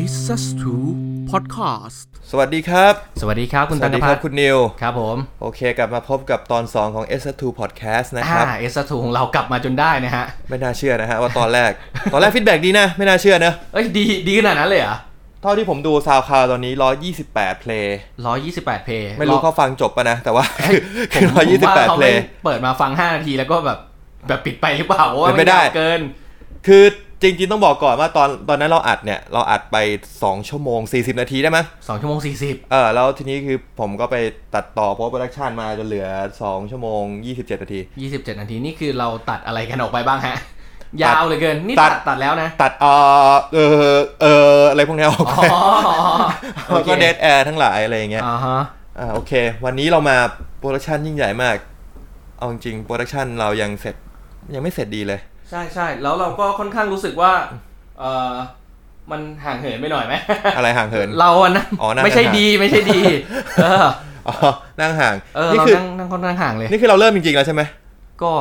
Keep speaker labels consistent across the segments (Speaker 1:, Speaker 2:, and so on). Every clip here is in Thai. Speaker 1: Asus 2 Podcast
Speaker 2: สวัสดีครับ
Speaker 3: สวัสดีครับคุณ
Speaker 2: ส
Speaker 3: ตั
Speaker 2: วัส
Speaker 3: นก
Speaker 2: ดีค
Speaker 3: พั
Speaker 2: รั
Speaker 3: ฒ
Speaker 2: บ
Speaker 3: น์
Speaker 2: คุณนิว
Speaker 3: ครับผม
Speaker 2: โอเค กลับมาพบกับตอน 2 ของ S2 Podcast นะค
Speaker 3: อ่า
Speaker 2: รับ
Speaker 3: เอสทูของเรากลับมาจนได้นะฮะ
Speaker 2: ไม่น่าเชื่อนะฮะว่าตอนแรก ตอนแรกฟีดแบ็กดีนะ ไม่น่าเชื่อนะ
Speaker 3: เอ้ยดีดีขนาดนั้นเลยเหรอ
Speaker 2: เท่าที่ผมดูซาวค o าวตอนนี้ 128 เพลง
Speaker 3: ร้อยยี่สิบแปดเพลง
Speaker 2: ไม่รู้
Speaker 3: อ
Speaker 2: เขาฟังจบปะนะ แต่ว่า
Speaker 3: เอ้ย
Speaker 2: คือ
Speaker 3: ผมว่า
Speaker 2: 128
Speaker 3: ขา
Speaker 2: เพล
Speaker 3: ไม่
Speaker 2: ง
Speaker 3: เปิดมาฟังห้านาทีแล้วก็แบบแบบปิดไปหรือเปล่าเพราะว่า
Speaker 2: เป็นไปได้
Speaker 3: ยาวเกิน
Speaker 2: คือจริงๆ ต้องบอกก่อนว่าตอนตอนนั้นเราอัดเนี่ย เราอัดไป 2 ชั่วโมง 40 นาทีได้มั้ย
Speaker 3: 2 ชั่วโมง 40
Speaker 2: เออแล้วทีนี้คือผมก็ไปตัดต่อโพสต์โปรดักชันมาจนเหลือ 2 ชั่วโมง 27 นาที
Speaker 3: 27 นาที นี่คือเราตัดอะไรกันออกไปบ้างฮะ ยาวเหลยเกิน นี่
Speaker 2: ตั
Speaker 3: ตั
Speaker 2: ด
Speaker 3: ดตัดแล้วนะ
Speaker 2: ตัดเออเออเอออะไรพวกนี้ออก
Speaker 3: อ๋อ
Speaker 2: ไป
Speaker 3: โอ
Speaker 2: แล้ว
Speaker 3: เค
Speaker 2: ก็เดทแอร์ทั้งหลายอะไรอย่างเงี้ย
Speaker 3: อ่าฮะ
Speaker 2: อ่าโอเค วันนี้เรามาโปรดักชันยิ่งใหญ่มาก เอาจริงๆโปรดักชันเรายังเสร็จยังไม่เสร็จดีเลย
Speaker 3: ใช่ใช่แล้วเราก็ค่อนข้างรู้สึกว่า เออมันห่างเหินไปหน่อยไหม
Speaker 2: อะไรห่างเหิน
Speaker 3: เราอะนะ
Speaker 2: อ๋อนั่น
Speaker 3: ไม่ใช่
Speaker 2: นั่น
Speaker 3: ดีไม่ใช่ดี เออ
Speaker 2: อ๋อนั่งห่าง
Speaker 3: เออ
Speaker 2: นี่
Speaker 3: เรา
Speaker 2: คื
Speaker 3: นั่งนั่งค่อนข้างห่างเลย
Speaker 2: นี่คือเราเริ่มจริงๆแล้วใช่ไหม
Speaker 3: ก็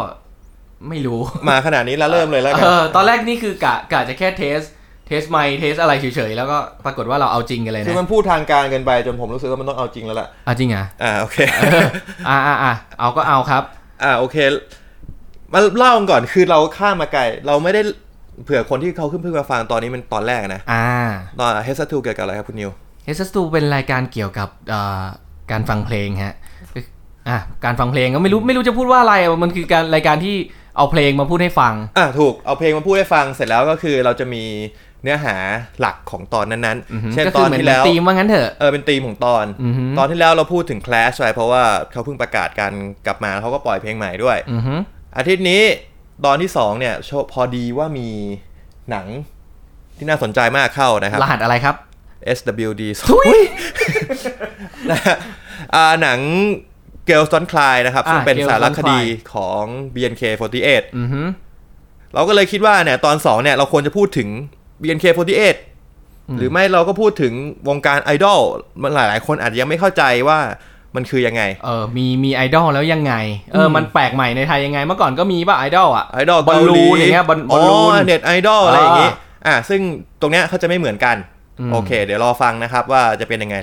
Speaker 3: ไม่รู้
Speaker 2: มาขนาดนี้แล้วเริ่มเลยแล้วกัน
Speaker 3: เออตอนแรกนี่คือกะกะจะแค่เทส เทสไมค์เทสอะไรเฉยๆ แล้วก็ปรากฏว่าเราเอาจริงกันเลย
Speaker 2: คือ
Speaker 3: นะ
Speaker 2: มันพูดทางการเกินไปจนผมรู้สึกว่ามันต้องเอาจริงแล้วล่ะ
Speaker 3: เอาจริงเหรอ่ะ
Speaker 2: อ่า โอเค
Speaker 3: อ่าอ่าอ่าเอาก็เอาครับ
Speaker 2: อ่าโอเค มาเล่ากันก่อนคือเราข้ามมาไกลเราไม่ได้เผื่อคนที่เขาขึ้นเพิ่งมาฟังตอนนี้มันตอนแรกนะ
Speaker 3: อ่า
Speaker 2: ตอนเฮสทูเกี่ยวกับอะไรครับคุณนิว
Speaker 3: เฮสตูเป็นรายการเกี่ยวกับเอ่อการฟังเพลงฮะอ่ะการฟังเพลงก็ไม่รู้ไม่รู้จะพูดว่าอะไรอ่ะมันคือการรายการที่เอาเพลงมาพูดให้ฟัง
Speaker 2: อ่ะถูกเอาเพลงมาพูดให้ฟังเสร็จแล้วก็คือเราจะมีเนื้อหาหลักของตอนนั้นๆ เช่น
Speaker 3: ก็
Speaker 2: ต
Speaker 3: คื
Speaker 2: อน
Speaker 3: เหมืน
Speaker 2: ที่แล้ว
Speaker 3: ธีมว่างั้นเถอะ
Speaker 2: เออเป็นธีมของตอน
Speaker 3: อือฮึ
Speaker 2: ตอนที่แล้วเราพูดถึง Clash ไปเพราะว่าเขาเพิ่งประกาศการกลับมาแล้วเขาก็ปล่อยเพลงใหม่ด้วย
Speaker 3: อือฮึ
Speaker 2: อาทิตย์นี้ตอนที่ 2 เนี่ยโชว์พอดีว่ามีหนังที่น่าสนใจมากเข้านะครับ
Speaker 3: รหัสอะไรครับ
Speaker 2: SWD ทุย นะฮะอ่าหนัง Girls Don't Cry นะครับซึ่ง
Speaker 3: อ่า
Speaker 2: เป็น
Speaker 3: Girls
Speaker 2: สาร
Speaker 3: Don't
Speaker 2: คดี
Speaker 3: Cry
Speaker 2: ของ BNK48
Speaker 3: อือฮึ
Speaker 2: เราก็เลยคิดว่าเนี่ยตอน 2 เนี่ย เราควรจะพูดถึง BNK48 หรือไม่เราก็พูดถึงวงการไอดอลมันหลาย ๆ คนอาจจะยังไม่เข้าใจว่ามันคือยังไง
Speaker 3: เออมีมีไอดอลแล้วยังไงเอออมันแปลกใหม่ในไทยยังไงเมื่อก่อนก็มีป่ะไอดอลอ่ะ
Speaker 2: ไอดอล
Speaker 3: บอล
Speaker 2: เกาห
Speaker 3: ลู
Speaker 2: ลี
Speaker 3: นอย่างเงี้ยบอลบอลลูน
Speaker 2: เน็ตไอดอลอะไรอย่างงี้
Speaker 3: อ่า
Speaker 2: อ่ะซึ่งตรงเนี้ยเขาจะไม่เหมือนกัน
Speaker 3: อืม
Speaker 2: โอเค เดี๋ยวรอฟังนะครับว่าจะเป็นยังไง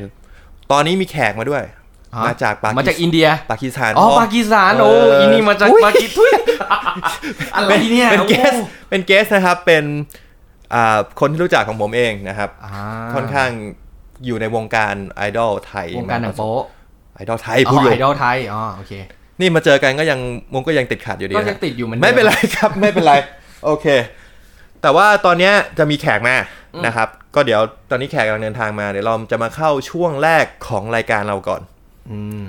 Speaker 2: ตอนนี้มีแขกมาด้วย
Speaker 3: ฮะ
Speaker 2: มาจากปา
Speaker 3: มา
Speaker 2: กี
Speaker 3: จากอินเดีย
Speaker 2: ปากีสถาน
Speaker 3: อ๋อ
Speaker 2: เพระ
Speaker 3: ปากีสถาน โอ้
Speaker 2: เอออิ
Speaker 3: อินี่มาจาก
Speaker 2: อุ๊ย
Speaker 3: ปากีทุยอะไรเนี่ย
Speaker 2: เป็นเกส
Speaker 3: โอ้
Speaker 2: เป็นเกสนะครับเป็นอ่าคนที่รู้จักของผมเองนะครับ
Speaker 3: อ่า
Speaker 2: ค่อนข้างอยู่ในวงการไอดอลไทยว
Speaker 3: งการหนังโป๊ะ
Speaker 2: ไอดอลไทยพูด
Speaker 3: อ๋อ
Speaker 2: เล
Speaker 3: ไอย ดอลไทย อ๋อ โอเค
Speaker 2: นี่มาเจอกันก็ยังมุงก็ยังติดขัดอยู่ดี
Speaker 3: ก็
Speaker 2: นะ
Speaker 3: ยังติดอยู่เหมือนดิ
Speaker 2: ไม่เป็นไรครับ ไม่เป็นไร โอเค แต่ว่าตอนเนี้ยจะมีแขกมานะครับ ก็เดี๋ยวตอนนี้แขกกำลังเดินทางมาเดี๋ยวเราจะมาเข้าช่วงแรกของรายการเราก่อน
Speaker 3: อืม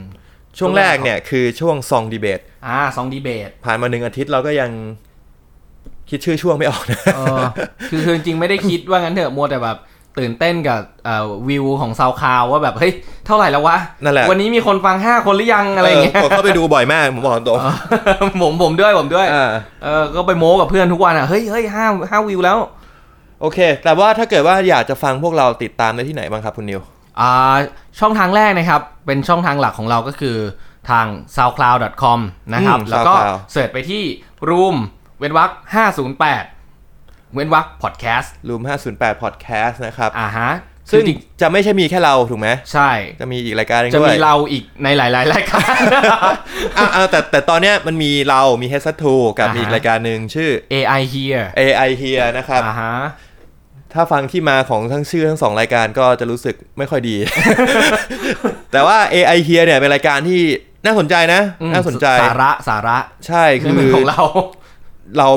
Speaker 2: ช่วงแรกเนี่ยคือช่วงซองดีเบต
Speaker 3: อ่าสองดีเบต
Speaker 2: ผ่านมาหนึ่งอาทิตย์เราก็ยังคิดชื่อช่วงไม่ออกนะ
Speaker 3: เอ อ คือคือจริงๆไม่ได้คิดว่างั้นเถอะ มัวแต่แบบตื่นเต้นกับเอ่อวิวของซาวคาวว่าแบบ เฮ้ย เท่าไหร่แล้ววะ
Speaker 2: นั่นแหละ
Speaker 3: วันนี้มีคนฟัง 5 คนหรือยังอะไรอย่างเงี้ย
Speaker 2: ผมเข้าไปดูบ่อยมากผมบอกตรง
Speaker 3: ผมผมด้วยผมด้วย
Speaker 2: อ่า
Speaker 3: เออ ก็ไปโม้กับเพื่อนทุกวันอ่ะ เฮ้ยเฮ้ยห้าห้าวิวแล้ว
Speaker 2: โอเค แต่ว่าถ้าเกิดว่าอยากจะฟังพวกเราติดตามได้ที่ไหนบ้างครับคุณนิว
Speaker 3: อ่าช่องทางแรกนะครับ เป็นช่องทางหลักของเราก็คือทาง soundcloud.com นะครับ
Speaker 2: อืม
Speaker 3: แล้วก็
Speaker 2: SoundCloud
Speaker 3: เสิร์ชไปที่ room เว้นวรรค508 เว้นวรรค podcast
Speaker 2: รูม508 podcast นะครับ
Speaker 3: อ่าฮะ
Speaker 2: ซึ่ง
Speaker 3: คือจริ
Speaker 2: จะไม่ใช่มีแค่เราถูกไหม
Speaker 3: ใช่
Speaker 2: จะมีอีกรายการหนึง
Speaker 3: จะ
Speaker 2: ด้ว
Speaker 3: มี
Speaker 2: ย
Speaker 3: เราอีกในหลายๆรายการ
Speaker 2: อ่ะอ่ะแต่แต่ตอนเนี้ยมันมีเรามี h e a d s e t 2กับ
Speaker 3: อ่าฮะ
Speaker 2: มีอีกรายการหนึ่งชื่อ
Speaker 3: AI here
Speaker 2: AI here นะครับ
Speaker 3: อ่าฮะ
Speaker 2: ถ้าฟังที่มาของทั้งชื่อทั้งสองรายการก็จะรู้สึกไม่ค่อยดี แต่ว่า AI here เนี่ยเป็นรายการที่น่าสนใจนะ
Speaker 3: อืม
Speaker 2: น่าสนใจ
Speaker 3: สาระสาระ
Speaker 2: ใช่คื
Speaker 3: ในมื
Speaker 2: อ
Speaker 3: อของเรา
Speaker 2: เรา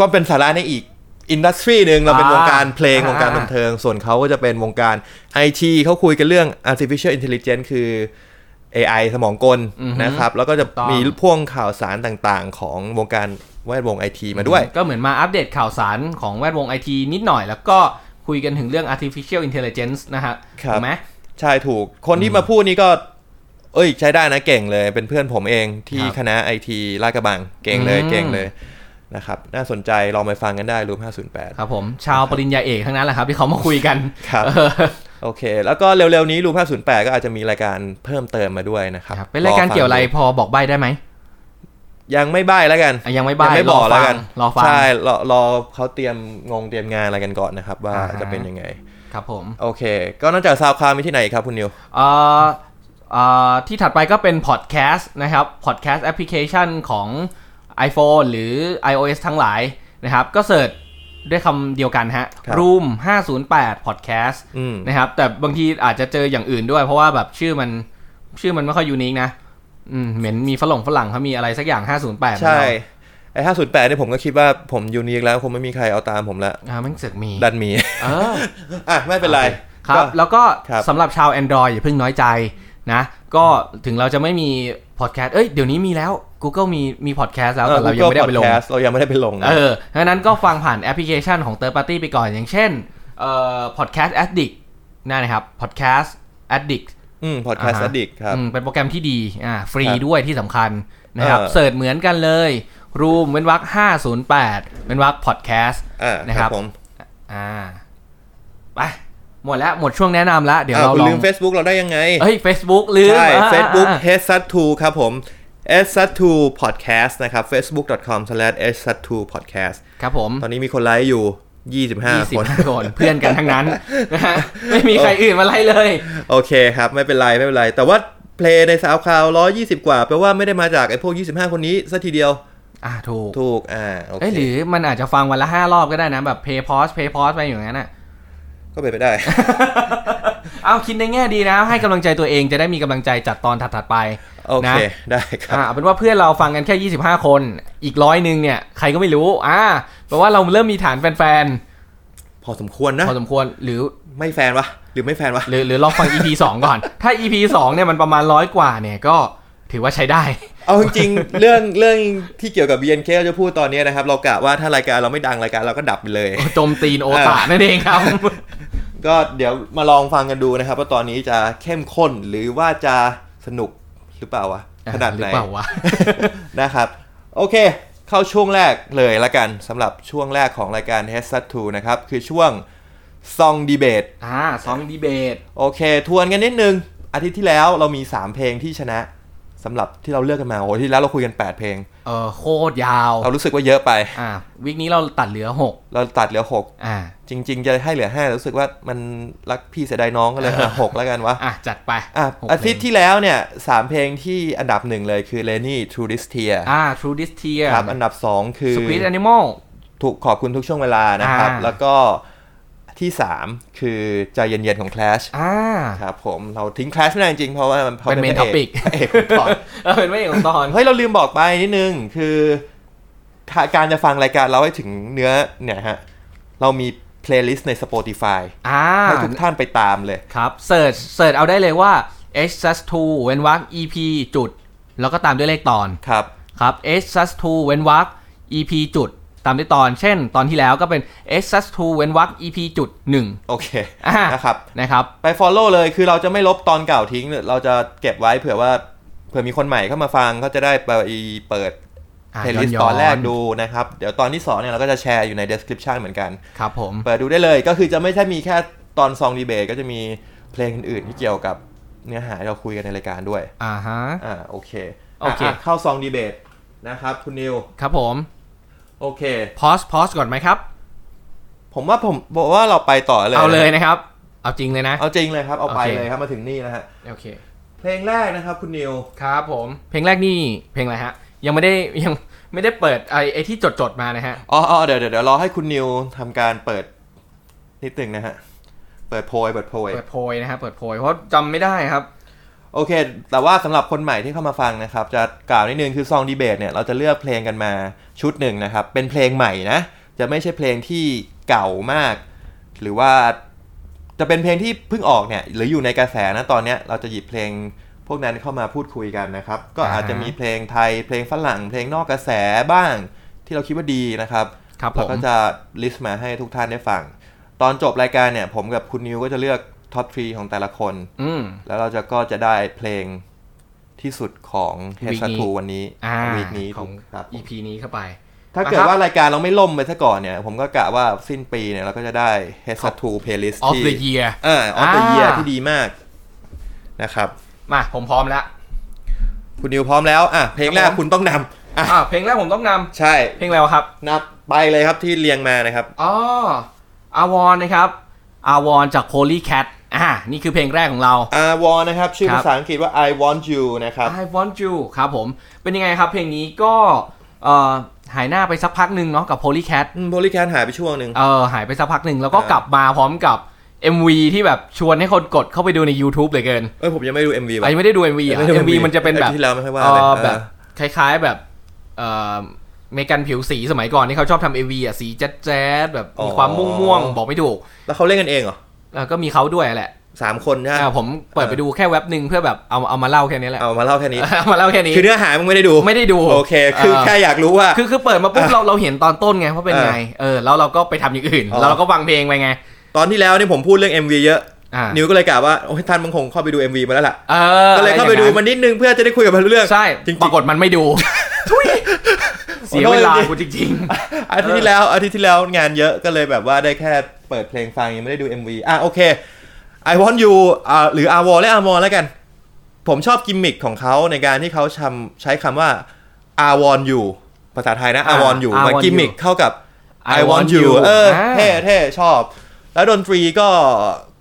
Speaker 2: ก็เป็นสาระในอีกอินดัสทรีหนึ่งเราเป็น
Speaker 3: อ่าว
Speaker 2: งการเพลง
Speaker 3: อ่าว
Speaker 2: งการบันเทิง ส่วนเขาก็จะเป็นวงการไอทีเขาคุยกันเรื่อง artificial intelligence คือ AI สมองกล
Speaker 3: อือฮึ
Speaker 2: นะครับ แล้วก็จะ
Speaker 3: ต้อง
Speaker 2: มีพ่วงข่าวสารต่างๆ ของวงการแวดวงไอทีมาด้วย
Speaker 3: ก็เหมือนมาอัปเดตข่าวสารของแวดวงไอทีนิดหน่อย แล้วก็คุยกันถึงเรื่อง artificial intelligence นะฮะ
Speaker 2: ครับ
Speaker 3: ถูกไหม
Speaker 2: ใช่ถูก คนที่มาพูดนี่ก็ เอ้ย ใช้ได้นะเก่งเลย เป็นเพื่อนผมเองที่
Speaker 3: ครับ
Speaker 2: คณะไอทีลาดกระบัง เก่งเลย
Speaker 3: อืม
Speaker 2: เก่งเลยนะครับ น่าสนใจลองไปฟังกันได้รูม508
Speaker 3: ครับผมชาวปริญญาเอกทั้งนั้นแหละครับ ที่เขามาคุยกัน
Speaker 2: ครับ
Speaker 3: เออ
Speaker 2: โอเค แล้วก็เร็วๆนี้รูม508 ก็อาจจะมีรายการเพิ่มเติมมาด้วยนะครับ
Speaker 3: ครับเป็นรายการเกี่ยวอะไรพอบอกใบได้ไหม
Speaker 2: ยังไม่ใบ้แล้วกัน
Speaker 3: อ่ะยังไม่
Speaker 2: ยั
Speaker 3: ใบาง
Speaker 2: ไม่บอกแล้วกัน
Speaker 3: รอฟังรอฟัง
Speaker 2: ใช่ รอรอเขาเตรียมงงเตรียมงานอะไรกันก่อนนะครับ ว่า
Speaker 3: อ่าฮะ
Speaker 2: จะเป็นยังไง
Speaker 3: ครับผม
Speaker 2: โอเค ก็นอกจากซาวคลาวมีที่ไหนอีกครับคุณนิว
Speaker 3: เอ่อเอ่อที่ถัดไปก็เป็นพอดแคสต์นะครับพอดแคสต์แอปพลิเคชันของ iPhone หรือ iOS ทั้งหลายนะครับก็เสิร์ชด้วยคำเดียวกันฮะ
Speaker 2: ครับ
Speaker 3: Room 508 Podcast
Speaker 2: อืม
Speaker 3: นะครับแต่บางทีอาจจะเจออย่างอื่นด้วย เพราะว่าแบบชื่อมันชื่อมันไม่ค่อยยูนิคนะอืมเหมือนมีฝรั่งฝรั่งเขามีอะไรสักอย่าง 508
Speaker 2: ใช่ ไอ้ห้าศูนย์แปดเนี่ยผมก็คิดว่าผมยูนิคแล้วคงไม่มีใครเอาตามผมละ
Speaker 3: อ่ามันเสือกมี
Speaker 2: ดันมี
Speaker 3: เออ
Speaker 2: อ่ะ ไม่เป็นไร
Speaker 3: ครับ
Speaker 2: ก็
Speaker 3: แล้วก็
Speaker 2: ครับ
Speaker 3: สำหรับชาว Android อย่าเพิ่งน้อยใจนะ ก็ถึงเราจะไม่มีพอดแคสต์เอ้ย เดี๋ยวนี้มีแล้ว Google มีมีพอดแคสต์แล้ว แต่เรายัง
Speaker 2: Google
Speaker 3: ไม่ได้เอาไปลง
Speaker 2: Podcast เรายังไม่ได้ไปลงนะ
Speaker 3: เออดังนั้นก็ฟังผ่านแอปพลิเคชันของ Third Party ไปก่อน อย่างเช่นเอ่อ Podcast Addict นั่นนะครับ Podcast Addict
Speaker 2: อืมพอดแคสต์
Speaker 3: อ่าฮะ
Speaker 2: ดิกครับ
Speaker 3: อืมเป็นโปรแกรมที่ดีอ่าฟรี
Speaker 2: ครับ
Speaker 3: ด้วยที่สำคัญนะครับ
Speaker 2: เออ
Speaker 3: เสิร์ชเหมือนกันเลย Room เว้นวรรค508เว้นวรรค Podcast
Speaker 2: อ่า
Speaker 3: นะ
Speaker 2: ค
Speaker 3: ครั
Speaker 2: รับบ ผม
Speaker 3: อ่าไปหมดแล้วหมดช่วงแนะนำแล้วเดี๋ยว
Speaker 2: อ้าว
Speaker 3: เรา
Speaker 2: คุณ
Speaker 3: ลอ
Speaker 2: ลื
Speaker 3: ง
Speaker 2: ม Facebook เราได้ยังไง
Speaker 3: เฮ้ย Facebook ลืม
Speaker 2: ใช่
Speaker 3: อ่า
Speaker 2: Facebook
Speaker 3: อ่า
Speaker 2: h e s u t 2ครับผม s u t 2 podcast นะครับ facebook.com s u t 2 podcast
Speaker 3: ครับผม
Speaker 2: ตอนนี้มีคนไลค์อยู่ 25
Speaker 3: 20
Speaker 2: คน
Speaker 3: คนเพื่อนกันทั้งนั้น นะฮะไม่มีใครอื่นมาไล่เลย
Speaker 2: โอเคครับ ไม่เป็นไร ไม่เป็นไร แต่ว่าเพลงในสาวคลาว120 กว่าแปลว่าไม่ได้มาจากไอ้พวก 25 คนนี้ซะทีเดียว
Speaker 3: อ่าถูก
Speaker 2: ถูก อ่า โอเค
Speaker 3: เอ้ยหรือมันอาจจะฟังวันละ 5 รอบก็ได้นะ แบบ pay pause pay pause ไปอย่างนั้นอ่ะ
Speaker 2: ก็เป็นไป ได้
Speaker 3: เอาคิดในแง่ดีนะ ให้กำลังใจตัวเองจะได้มีกำลังใจจัดตอนถัดๆไป
Speaker 2: โอเค
Speaker 3: นะ
Speaker 2: ได้ครับ
Speaker 3: อ่าเอาเป็นว่าเพื่อนเราฟังกันแค่ 25 คนอีกร้อยหนึ่งเนี่ย ใครก็ไม่รู้อ่าแปลว่าเราเริ่มมีฐานแฟน
Speaker 2: พอสมควรนะ
Speaker 3: ๆพอสมควรหรือ
Speaker 2: ไม่แฟนวะ หรือไม่แฟนวะ
Speaker 3: หรือหรือลองฟัง EP 2 ก่อน ถ้า EP 2เนี่ยมันประมาณร้อยกว่าเนี่ยก็ถือว่าใช้ได้
Speaker 2: เอาจริงๆ เรื่องเรื่องที่เกี่ยวกับ BNK เราจะพูดตอนนี้นะครับ เรากะว่าถ้ารายการเราไม่ดังรายการเราก็ดับไปเลย
Speaker 3: โจมตีนโอตานั่นเองครับ
Speaker 2: ก็เดี๋ยวมาลองฟังกันดูนะครับ ว่าตอนนี้จะเข้มข้นหรือว่าจะสนุกหรือเปล่าวะ ขนาด
Speaker 3: หรื
Speaker 2: ไหน
Speaker 3: เปล่าวะ
Speaker 2: นะครับ โอเค เข้าช่วงแรกเลยละกันสำหรับช่วงแรกของรายการ h e a d s t 2นะครับ คือช่วง Song Debate
Speaker 3: อ่าซองดีเบต
Speaker 2: โอเค ทวนกันนิดนึง อาทิตย์ที่แล้วเรามี 3 เพลงที่ชนะสำหรับที่เราเลือกกันมาโอ้โหอาที่แล้วเราคุยกัน 8 เพลง
Speaker 3: เออโคตรยาว
Speaker 2: เรารู้สึกว่าเยอะไป
Speaker 3: อ่าวิกนี้เราตัดเหลือ
Speaker 2: เราตัดเหลือ 6
Speaker 3: 6 อ่า
Speaker 2: จริง ๆ จะให้เหลือ 5 รู้สึกว่ามันรักพี่เสียดายน้องก็เลยอ่ะหกแล้วกันวะ
Speaker 3: อ่ะ จัดไป
Speaker 2: อ่ะ
Speaker 3: หก
Speaker 2: อาทิตย์
Speaker 3: เพลง
Speaker 2: ที่แล้วเนี่ยสามเพลงที่อันดับหนึ่งเลยคือ Lenny True This Tear
Speaker 3: อ่า True This Tear
Speaker 2: ครับอันดับสองคือ
Speaker 3: สปีดแอนิมอล
Speaker 2: ถูกขอบคุณทุกช่วงเวลานะครับ
Speaker 3: อ่า
Speaker 2: แล้วก็ที่ 3 คือใจเย็นๆของ Clash
Speaker 3: อ่า
Speaker 2: ครับผมเราทิ้ง Clash ไม่ได้จริงๆเพราะว่ามันขา
Speaker 3: เป็น main
Speaker 2: พระเอก
Speaker 3: topic
Speaker 2: พระเอกของตอน
Speaker 3: เออเป็นไม่เอกของตอน
Speaker 2: เฮ้ย เราลืมบอกไปนิดนึง คือถ้าการจะฟังรายการเราให้ถึงเนื้อเนี่ยฮะ เรามี playlist ใน Spotify
Speaker 3: อ่า
Speaker 2: ให้ทุกท่านไปตามเลย
Speaker 3: ครับเสิร์ชเสิร์ชเอาได้เลยว่า h s 2เว้นวรรค EP จุด แล้วก็ตามด้วยเลขตอน
Speaker 2: ครับ
Speaker 3: ครับ h s 2เว้นวรรค EP จุด ตามด้วยตอน เช่น ตอนที่แล้วก็เป็น h s 2เว้นวรรค EP จุดหนึ่ง
Speaker 2: โอเค
Speaker 3: อ่า
Speaker 2: นะครับ
Speaker 3: นะครับ
Speaker 2: ไป follow เลยคือเราจะไม่ลบตอนเก่าทิ้ง เราจะเก็บไว้เผื่อว่าเผื่อมีคนใหม่เข้ามาฟังเขาจะได้ไปเปิด
Speaker 3: อ่า
Speaker 2: เพลย์ลิสต์
Speaker 3: ย้อนๆ
Speaker 2: ตอนแรกดูนะครับ เดี๋ยวตอนที่สองเนี่ยเราก็จะแชร์อยู่ใน description เหมือนกัน
Speaker 3: ครับผม
Speaker 2: เปิดดูได้เลยก็คือจะไม่ใช่มีแค่ตอนซองดีเบตก็จะมีเพลงอื่นๆที่เกี่ยวกับเนื้อหาที่เราคุยกันในรายการด้วย
Speaker 3: อ่าฮะ
Speaker 2: อ่าโอเค
Speaker 3: โอเค
Speaker 2: ะะเข้าซองดีเบตนะครับ คุณนิว
Speaker 3: ครับผม
Speaker 2: โอเค
Speaker 3: พอสพอสก่อนไหมครับ
Speaker 2: ผมว่าผมบอกว่าเราไปต่อเลย
Speaker 3: เอาเลยนะครับ เอาจริงเลยนะ
Speaker 2: เอาจริงเลยครับ เอาไป
Speaker 3: โอเค
Speaker 2: เลยครับมาถึงนี่นะฮะ
Speaker 3: โอเค
Speaker 2: เพลงแรกนะครับคุณนิว
Speaker 3: ครับผม เพลงแรกนี่เพลงอะไรฮะ ยังไม่ได้ยังไม่ได้เปิดไอไอที่จดจดๆมานะฮะ
Speaker 2: อ๋ออ๋อเดี๋ยวเดี๋ยวเดี๋ยวรอให้คุณนิวทำการเปิดนิดหนึ่งนะฮะเปิดโพยเปิดโพย
Speaker 3: เปิดโพยนะฮะเปิดโพยเพราะจำไม่ได้ครับ
Speaker 2: โอเค แต่ว่าสำหรับคนใหม่ที่เข้ามาฟังนะครับ จะกล่าวนิดนึงคือซองดีเบตเนี่ย เราจะเลือกเพลงกันมาชุดหนึ่งนะครับ เป็นเพลงใหม่นะ จะไม่ใช่เพลงที่เก่ามาก หรือว่าจะเป็นเพลงที่เพิ่งออกเนี่ย หรืออยู่ในกระแสนะตอนเนี้ยเราจะหยิบเพลงพวกนั้นเข้ามาพูดคุยกันนะครับ ก็อาจจะมีเพลงไทย เพลงฝรั่ง เพลงนอกกระแสบ้าง ที่เราคิดว่าดีนะครับ
Speaker 3: ครับผม
Speaker 2: เราก็จะลิสต์มาให้ทุกท่านได้ฟัง ตอนจบรายการเนี่ยผมกับคุณนิวก็จะเลือกท็อปทรีของแต่ละคน
Speaker 3: อืม
Speaker 2: แล้วเราจะก็จะได้เพลงที่สุดของเฮ
Speaker 3: Week
Speaker 2: ส
Speaker 3: นี้
Speaker 2: ทูวันนี้
Speaker 3: อ่า
Speaker 2: วีคนี้
Speaker 3: ของ
Speaker 2: ครับ
Speaker 3: EP นี้เข้าไป
Speaker 2: ถ้าเกิดว่ารายการเราไม่ล่มไปซะก่อนเนี่ย ผมก็กะว่าสิ้นปีเนี่ยเราก็จะได้เฮสทูเพลย์ลิสต์
Speaker 3: of
Speaker 2: ที่
Speaker 3: the year
Speaker 2: เอ่าออฟเดอะ
Speaker 3: อ่า
Speaker 2: เยียที่ดีมากนะครับ
Speaker 3: มาผมพร้อมแล้ว
Speaker 2: คุณนิวพร้อมแล้ว อ่ะ เพลงแร
Speaker 3: ครั
Speaker 2: ก
Speaker 3: บผม
Speaker 2: คุณต้องนำอ่ะ
Speaker 3: อ่าเพลงแรกผมต้องนำ
Speaker 2: ใช่
Speaker 3: เพลงอะไรวะครับ
Speaker 2: นับไปเลยครับที่เรียงมานะครับ
Speaker 3: อ๋ออาวอนนะครับ อาวอนจาก Polycat อ่านี่คือเพลงแรกของเรา
Speaker 2: อาวอนนะครับ ชื่อภาษาอังกฤษว่า I want you นะครับ
Speaker 3: I want you ครับผม เป็นยังไงครับเพลงนี้ก็เอ่อหายหน้าไปสักพักหนึ่งเนาะกับ Polycat
Speaker 2: โพลิแคนหายไปช่วงหนึ่ง
Speaker 3: เออหายไปสักพักหนึ่งแล้วก็
Speaker 2: อ่าก ก
Speaker 3: ลับมาพร้อมกับ MV ที่แบบชวนให้คนกดเข้าไปดูใน YouTube เหลยเกิน
Speaker 2: เอ้ยผมยังไม่ดู MV
Speaker 3: อัน
Speaker 2: ว่ะ
Speaker 3: นี้ไม่ได้ดู MV
Speaker 2: ไม่
Speaker 3: อ่ะ
Speaker 2: ได้ดู
Speaker 3: MV มันจะเป็นแบบ
Speaker 2: ไอ้ที่แล้วไม่ค่อยว่าเลย
Speaker 3: เอ่อ
Speaker 2: เออ
Speaker 3: แบบคล้ายๆแบบเอ่อเมกันผิวสีสมัยก่อนที่เขาชอบทำ MV อ่ะสีแจ๊ดแจ๊ดๆแบบมีความม่วงๆบอกไม่ถูก
Speaker 2: แล้วเขาเล่นกันเองเหรอ
Speaker 3: แล้วก็มีเขาด้วยแหละ
Speaker 2: สามคนใช่ไหม
Speaker 3: อ่าผมเปิดไปดูแค่เว็บหนึ่งเพื่อแบบเอาเอามาเล่าแค่นี้แหละ
Speaker 2: เอามาเล่าแค่นี้
Speaker 3: เอามาเล่าแค่นี้
Speaker 2: คือเนื้อหามึงไม่ได้ดู
Speaker 3: ไม่ได้ดู
Speaker 2: โอเค คือ
Speaker 3: เ
Speaker 2: แค่อยากรู้ว่า
Speaker 3: คือคือเปิดมาปุ๊บเราเราเห็นตอนต้นไงว่าเป็นไง เออแล้วเราก็ไปทำอย่างอื่น
Speaker 2: อ๋อ
Speaker 3: แล้วเราก็ฟังเพลงไปไง
Speaker 2: ตอนที่แล้วนี่ผมพูดเรื่อง MV เยอะ
Speaker 3: อ่า
Speaker 2: นิวก็เลยกล่าวว่า โอ้ยท่านมึงคงเข้าไปดู MV มาแล้วล่ะ
Speaker 3: เออ
Speaker 2: ก็เลยเข้าไปดูมันนิดนึงเพื่อจะได้คุยกับมันรู้เรื่อง
Speaker 3: ใช่
Speaker 2: จริงๆ
Speaker 3: ปรากฏมันไม่ดูทุยเสียเวลากูจริง
Speaker 2: อาทิตย์ที่แล้วอาทิตย์ที่แล้วงานเยอะก็เลยแบบว่าได้แค่เปิดเพลงฟังยังไม่ได้ดู MV อ่ะโอเค I want you อ่าหรือ R w a r และ R w a r แล้วกัน ผมชอบกิมมิคของเขาในการที่เขาชำใช้คำว่า R w a r you ภาษาไทยนะ R w a r you
Speaker 3: I want
Speaker 2: มันกิมมิค
Speaker 3: you
Speaker 2: เข้ากับ
Speaker 3: I
Speaker 2: I want
Speaker 3: want
Speaker 2: you
Speaker 3: you
Speaker 2: เออ
Speaker 3: อ่า
Speaker 2: เท่เท่ชอบ แล้วดนตรีก็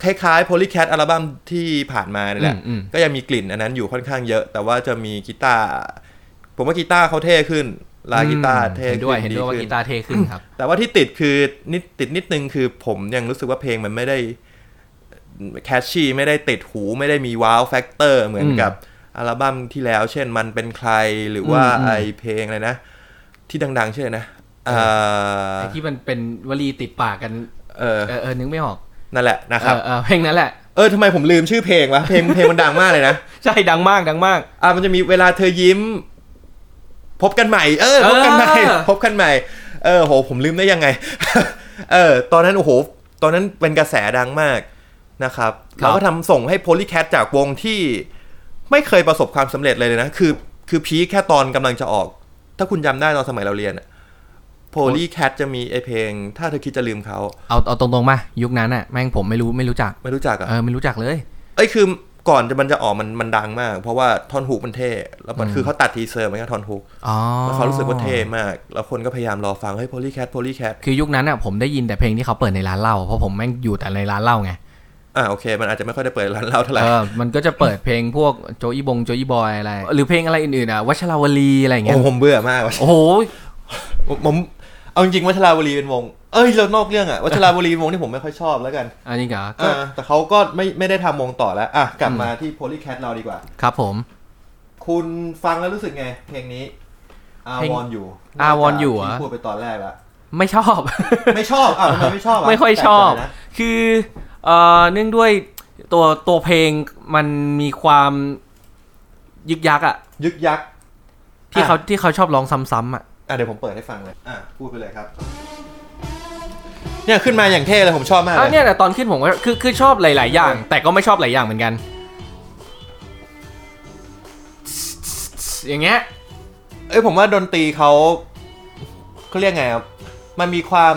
Speaker 2: คล้ายๆ Polycat อัลบั้มที่ผ่านมานี่แหละ
Speaker 3: อืมอืม
Speaker 2: ก็ยังมีกลิ่นอันนั้นอยู่ค่อนข้างเยอะ แต่ว่าจะมีกีตาร์ ผมว่ากีตาร์เขาเท่ขึ้น
Speaker 3: ๆ
Speaker 2: ลายกีตาร์เท่
Speaker 3: ห็นด้วย
Speaker 2: ขึ้น
Speaker 3: เห็นด้วยว่า
Speaker 2: ขึ้น
Speaker 3: กีตาร์เท่ขึ้นครับ
Speaker 2: แต่ว่าที่ติดคือนิดติดนิดนึงคือผมยังรู้สึกว่าเพลงมันไม่ได้แคชชี่ไม่ได้ติดหูไม่ได้มีว้าวแฟกเตอร์เหมือน
Speaker 3: อืม
Speaker 2: กับอัลบั้มที่แล้ว เช่นมันเป็นใครหรือว่า
Speaker 3: อืมอืม
Speaker 2: ไอเพลงอะไรนะ ที่ดังๆ เช่นอะไรนะเอ่อ
Speaker 3: ไอ้ที่มันเป็นวลีติดปากกัน
Speaker 2: เออ
Speaker 3: เออเออนึกไม่ออก
Speaker 2: นั่นแหละนะครับ
Speaker 3: เออเออเพลงนั้นแหละ
Speaker 2: เออทำไมผมลืมชื่อเพลงวะเพลงเพลงมันดังมากเลยนะ
Speaker 3: ใช่ดังมากดังมาก
Speaker 2: อ่ะมันจะมีเวลาเธอยิ้ม พบกันใหม่ เออ พบกันใหม่
Speaker 3: เออ
Speaker 2: พบกันใหม่ เออโหผมลืมได้ยังไง เออ ตอนนั้นโอ้โห ตอนนั้นเป็นกระแสดังมากนะครับ เราก็ทำส่งให้โพลีแค t จากวงที่ไม่เคยประสบความสำเร็จเลยเลยนะ คือ คือพีคแค่ตอนกำลังจะออก ถ้าคุณจำได้ตอนสมัยเราเรียนโพลีแค t จะมีไอเพลง ถ้าเธอคิดจะลืมเขา
Speaker 3: เอาเอาตรงๆมายุคนั้นอ่ะแม่งผมไม่รู้ไม่รู้จัก
Speaker 2: ไม่รู้จักอ่ะ
Speaker 3: เออไม่รู้จักเลย
Speaker 2: เอ้ยคือก่อนจะมันจะออกมันมันดังมาก เพราะว่าท่อนฮุกมันเท่แล้วมันคือเขาตัดทีเซอร์มันก็ท่อนฮุก
Speaker 3: อ๋อ
Speaker 2: แล้วเขารู้สึกว่าเท่มาก แล้วคนก็พยายามรอฟัง เฮ้ย โพลีแคท โพลีแคท
Speaker 3: คือยุคนั้นอ่ะผมได้ยินแต่เพลงที่เขาเปิดในร้านเหล้าเพราะผมแม่งอยู่แต่ในร้านเหล้าไง
Speaker 2: อ่าโอเค มันอาจจะไม่ค่อยได้เปิดร้านเราเท่าไหร่
Speaker 3: เออมันก็จะเปิดเพลงพวกโจอีบงโจอีบอยอะไร หรือเพลงอะไรอื่นๆอ่ะวัชราวลีอะไรอย่าง
Speaker 2: โอ้
Speaker 3: เงี้ย
Speaker 2: ผมเบื่อมากว่ะ
Speaker 3: โอ้โห
Speaker 2: ผมผม เอาจริงๆวัชราวลีเป็นวง เอ้ย เรานอกเรื่องอะวัชราวลีเป็นวงที่ผมไม่ค่อยชอบแล้วกัน
Speaker 3: อันนี้เหรอก็
Speaker 2: อ่าแต่เขาก็ไม่ไม่ได้ทำวงต่อแล้ว อ่ะ กลับมาที่โพลีแคทเราดีกว่า
Speaker 3: ครับผม
Speaker 2: คุณฟังแล้วรู้สึกไง เพลงนี้อา
Speaker 3: เพลง
Speaker 2: วอนอยู่
Speaker 3: I Want You เหรอ
Speaker 2: ที่พูดไปตอนแรกละ
Speaker 3: ไม่ชอบ
Speaker 2: ไม่ชอบ อ่ะทำไมไม่ชอบะ
Speaker 3: ไม่ค่อยชอบ
Speaker 2: แปลกใจนะ
Speaker 3: คือเอ่อเนื่องด้วยตัวตัวเพลงมันมีความยึกยักอะ
Speaker 2: ยึกยักษ์
Speaker 3: ที่
Speaker 2: อ่ะ
Speaker 3: เขาที่เขาชอบร้องซ้ำๆอะ
Speaker 2: อ่ะเดี๋ยวผมเปิดให้ฟังเลย อ่ะพูดไปเลยครับ เนี่ยขึ้นมาอย่างเท่เลยผมชอบมาก
Speaker 3: อ่ะ
Speaker 2: เล
Speaker 3: เนี่ย ยแต่ตอนขึ้นผมก็คือคือชอบหลาย ๆ อย่าง แต่ก็ไม่ชอบหลายอย่างเหมือนกัน อย่างเงี้ย
Speaker 2: เอ้ยผมว่าดนตรีเขาเขาเรียกไงครับมันมีความ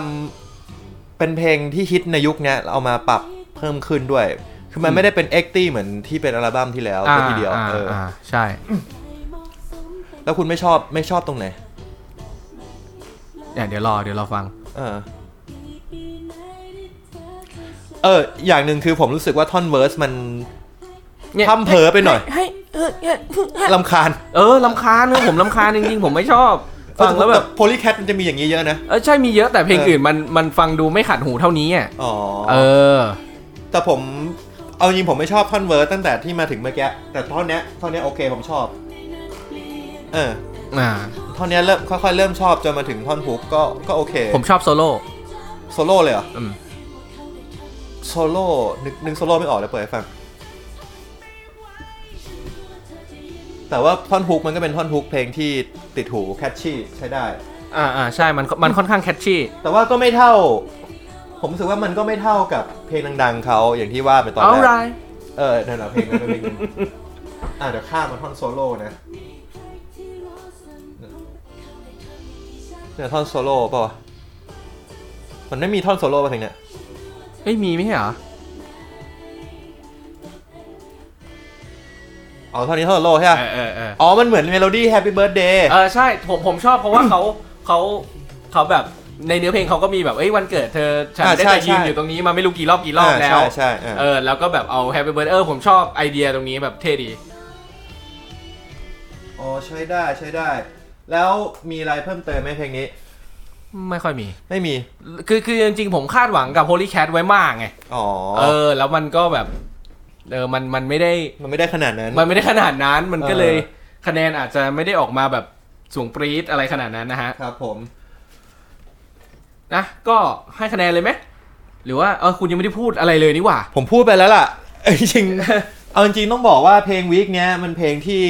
Speaker 2: เป็นเพลงที่ฮิตในยุคเนี้ยเอามาปรับเพิ่มขึ้นด้วย คือมันไม่ได้เป็นเอ็กตี้เหมือนที่เป็นอัลบั้มที่แล้ว
Speaker 3: อ่า
Speaker 2: ซะทีเดียว
Speaker 3: อ่า
Speaker 2: เอออ
Speaker 3: อ่าใช่
Speaker 2: แล้วคุณไม่ชอบไม่ชอบตรงไหน
Speaker 3: เนี่ยเดี๋ยวรอเดี๋ยวรอฟัง
Speaker 2: เออเออ อย่างหนึ่งคือผมรู้สึกว่าท่อนเวอร์สมัน
Speaker 3: เนี่ย
Speaker 2: พร่ำเผลอไปหน่อย
Speaker 3: ให้เออเนี่ย
Speaker 2: ลำคาญ
Speaker 3: เออลำคาญเออผมลำคาญจริงๆ ผมไม่ชอบ ฟังแล้วแบบ
Speaker 2: โพลีแคทมันจะมีอย่างนี้เยอะนะ
Speaker 3: เออใช่มีเยอะแต่เพลง
Speaker 2: เอออื่
Speaker 3: อื่นมันมันฟังดูไม่ขัดหูเท่านี้อ่ะ
Speaker 2: อ๋อ
Speaker 3: เออ
Speaker 2: แต่ผมเอาจริงผมไม่ชอบท่อนเวิร์สตั้งแต่ที่มาถึงเมื่อกี้แต่ท่อนเนี้ยท่อนเนี้ยโอเคผมชอบ เออ
Speaker 3: อ่า
Speaker 2: ท่อนเนี้ยเริ่มค่อยๆเริ่มชอบจนมาถึงท่อนฮุกก็ก็โอเค
Speaker 3: ผมชอบโซโล่
Speaker 2: โซโล่เลยเหรออ
Speaker 3: ม
Speaker 2: โซโล่นึกนึกโซโล่ไม่ออกเลยเปิดให้ฟัง แต่ว่าท่อนฮุกมันก็เป็นท่อนฮุกเพลงที่ติดหูแคชชี่ใช้ได้
Speaker 3: อ่าอ่าใช่มันมันค่อนข้างแคชชี่
Speaker 2: แต่ว่าก็ไม่เท่า ผมรู้สึกว่ามันก็ไม่เท่ากับเพลงดังๆเขาอย่างที่ว่าไปตอน
Speaker 3: เอา
Speaker 2: แรก
Speaker 3: ไร
Speaker 2: เออนั่นแหละเพลงนั้นเป็นเพลงหนึ่งอ่ะเดี๋ยวข้ามมาท่อนโซโล่นะเนี่ยท่อนโซโล่ป่าวะมันไม่มีท่อนโซโล่ป่ะเพลงเนี้ย
Speaker 3: เอ้ยมีไหมเหรอ
Speaker 2: อ๋อท่อนนี้ท่อนโซโล่ใช่
Speaker 3: เอ
Speaker 2: ปะ
Speaker 3: อเออเออ
Speaker 2: อ๋ อมันเหมือนเมโลดี้ Happy Birthday
Speaker 3: เออใช่ผมผมชอบเพราะว่าเขาเขาเขาแบบ ในเนื้อเพลงเขาก็มีแบบเอ้ยวันเกิดเธอฉัน
Speaker 2: อ่า
Speaker 3: ได้
Speaker 2: ใช่
Speaker 3: แต่ยืน
Speaker 2: ใช่
Speaker 3: อยู่ตรงนี้มาไม่รู้กี่รอบกี่รอบแล้ว
Speaker 2: ใช่ใช่อ่า
Speaker 3: เออแล้วก็แบบเอาแฮปปี้เบิร์ดเออผมชอบไอเดียตรงนี้แบบเท่ดี
Speaker 2: อ๋อใช้ได้ใช้ได้ แล้วมีอะไรเพิ่มเติมไหมเพลงนี้
Speaker 3: ไม่ค่อยมี
Speaker 2: ไม่มี
Speaker 3: คือคือจริงๆผมคาดหวังกับ Holy Cat ไว้มากไง
Speaker 2: อ๋อ
Speaker 3: เออ แล้วมันก็แบบ เออมันมันไม่ได้
Speaker 2: มันไม่ได้ขนาดนั้น
Speaker 3: มันไม่ได้ขนาดนั้น มันก็
Speaker 2: เออ
Speaker 3: เลยคะแนนอาจจะไม่ได้ออกมาแบบสูงปรี๊ดอะไรขนาดนั้นนะฮะ
Speaker 2: ครับผม
Speaker 3: นะ ก็ให้คะแนนเลยไหมหรือว่าเออคุณยังไม่ได้พูดอะไรเลยนี่หว่า
Speaker 2: ผมพูดไปแล้วล่ะ จริง เอาจริงๆต้องบอกว่าเพลงวีคเนี้ยมันเพลงที่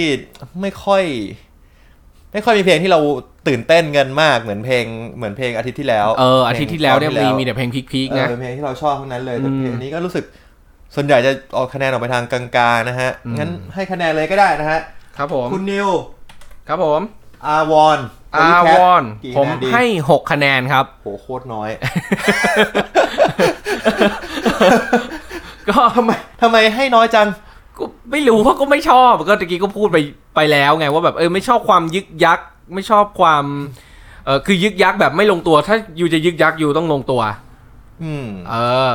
Speaker 2: ไม่ค่อย ไม่ค่อยมีเพลงที่เราตื่นเต้นกันมากเหมือนเพลงเหมือนเพลงอาทิตย์ที่แล้ว
Speaker 3: เอออาทิตย์ที่แล้วเนี่ย
Speaker 2: พง
Speaker 3: มี
Speaker 2: ที่
Speaker 3: มีแต่เพลงพีค
Speaker 2: เอ
Speaker 3: ๆ
Speaker 2: อ
Speaker 3: นะ
Speaker 2: เป็นเพลงที่เราชอบทั้งนั้นเลยแต่
Speaker 3: อืม
Speaker 2: เพลงนี้ก็รู้สึกส่วนใหญ่จะออกคะแนนออกไปทางกลางๆนะฮะ
Speaker 3: อืม
Speaker 2: งั้นให้คะแนนเลยก็ได้นะฮะ
Speaker 3: ครับผม
Speaker 2: คุณนิว
Speaker 3: ครับผม
Speaker 2: อาวอน
Speaker 3: อาวอน
Speaker 2: กี่
Speaker 3: ผม
Speaker 2: คะแนนดี
Speaker 3: ให้หกคะแนนครับ
Speaker 2: โหโคตรน้อย
Speaker 3: ก็
Speaker 2: ทำไมทำไมให้น้อยจัง
Speaker 3: ก็ไม่รู้ว่าก็ไม่ชอบก็ตะกี้ก็พูดไปไปแล้วไงว่าแบบเออไม่ชอบความยึกยักไม่ชอบความเออคือยึกยักแบบไม่ลงตัว ถ้าอยู่จะยึกยักอยู่ต้องลงตัว
Speaker 2: อืม
Speaker 3: เออ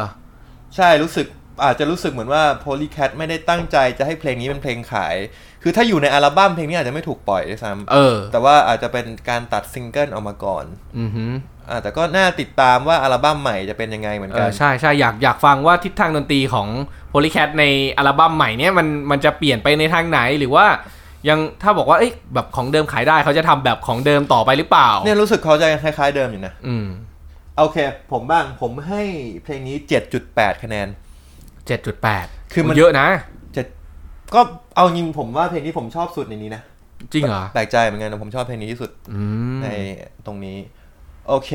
Speaker 2: ใช่รู้สึกอาจจะรู้สึกเหมือนว่า Polycat ไม่ได้ตั้งใจจะให้เพลงนี้เป็นเพลงขาย คือถ้าอยู่ในอัลบั้มเพลงนี้อาจจะไม่ถูกปล่อยด้วยซ้
Speaker 3: เออ
Speaker 2: ำแต่ว่าอาจจะเป็นการตัดซิงเกิลออกมาก่อน
Speaker 3: อือหือ
Speaker 2: อ่าแต่ก็น่าติดตามว่าอัลบั้มใหม่จะเป็นยังไงเหมือน
Speaker 3: เอ
Speaker 2: กั
Speaker 3: อน ใช่ใช่อยากอยากฟังว่าทิศทางดนตรีของ Polycat ในอัลบั้มใหม่เนี่ยมันมันจะเปลี่ยนไปในทางไหนหรือว่า ยังถ้าบอกว่าเอ้ยแบบของเดิมขายได้เขาจะทำแบบของเดิมต่อไปหรือเปล่า
Speaker 2: เนี่ยรู้สึกเขาจะคล้ายๆเดิมอยู่นะ
Speaker 3: อืม
Speaker 2: โอเค ผมบ้างผมให้เพลงนี้ 7.8 คะแนน
Speaker 3: เจ็ดจุดแปด
Speaker 2: คือมัน
Speaker 3: เยอะนะ
Speaker 2: ก็เอายิงผมว่าเพลงนี้ผมชอบสุดในนี้นะ
Speaker 3: จริงเหรอ
Speaker 2: แปลกใจเหมือนกันนะผมชอบเพลงนี้ที่สุด
Speaker 3: อืม
Speaker 2: ในตรงนี้ โอเค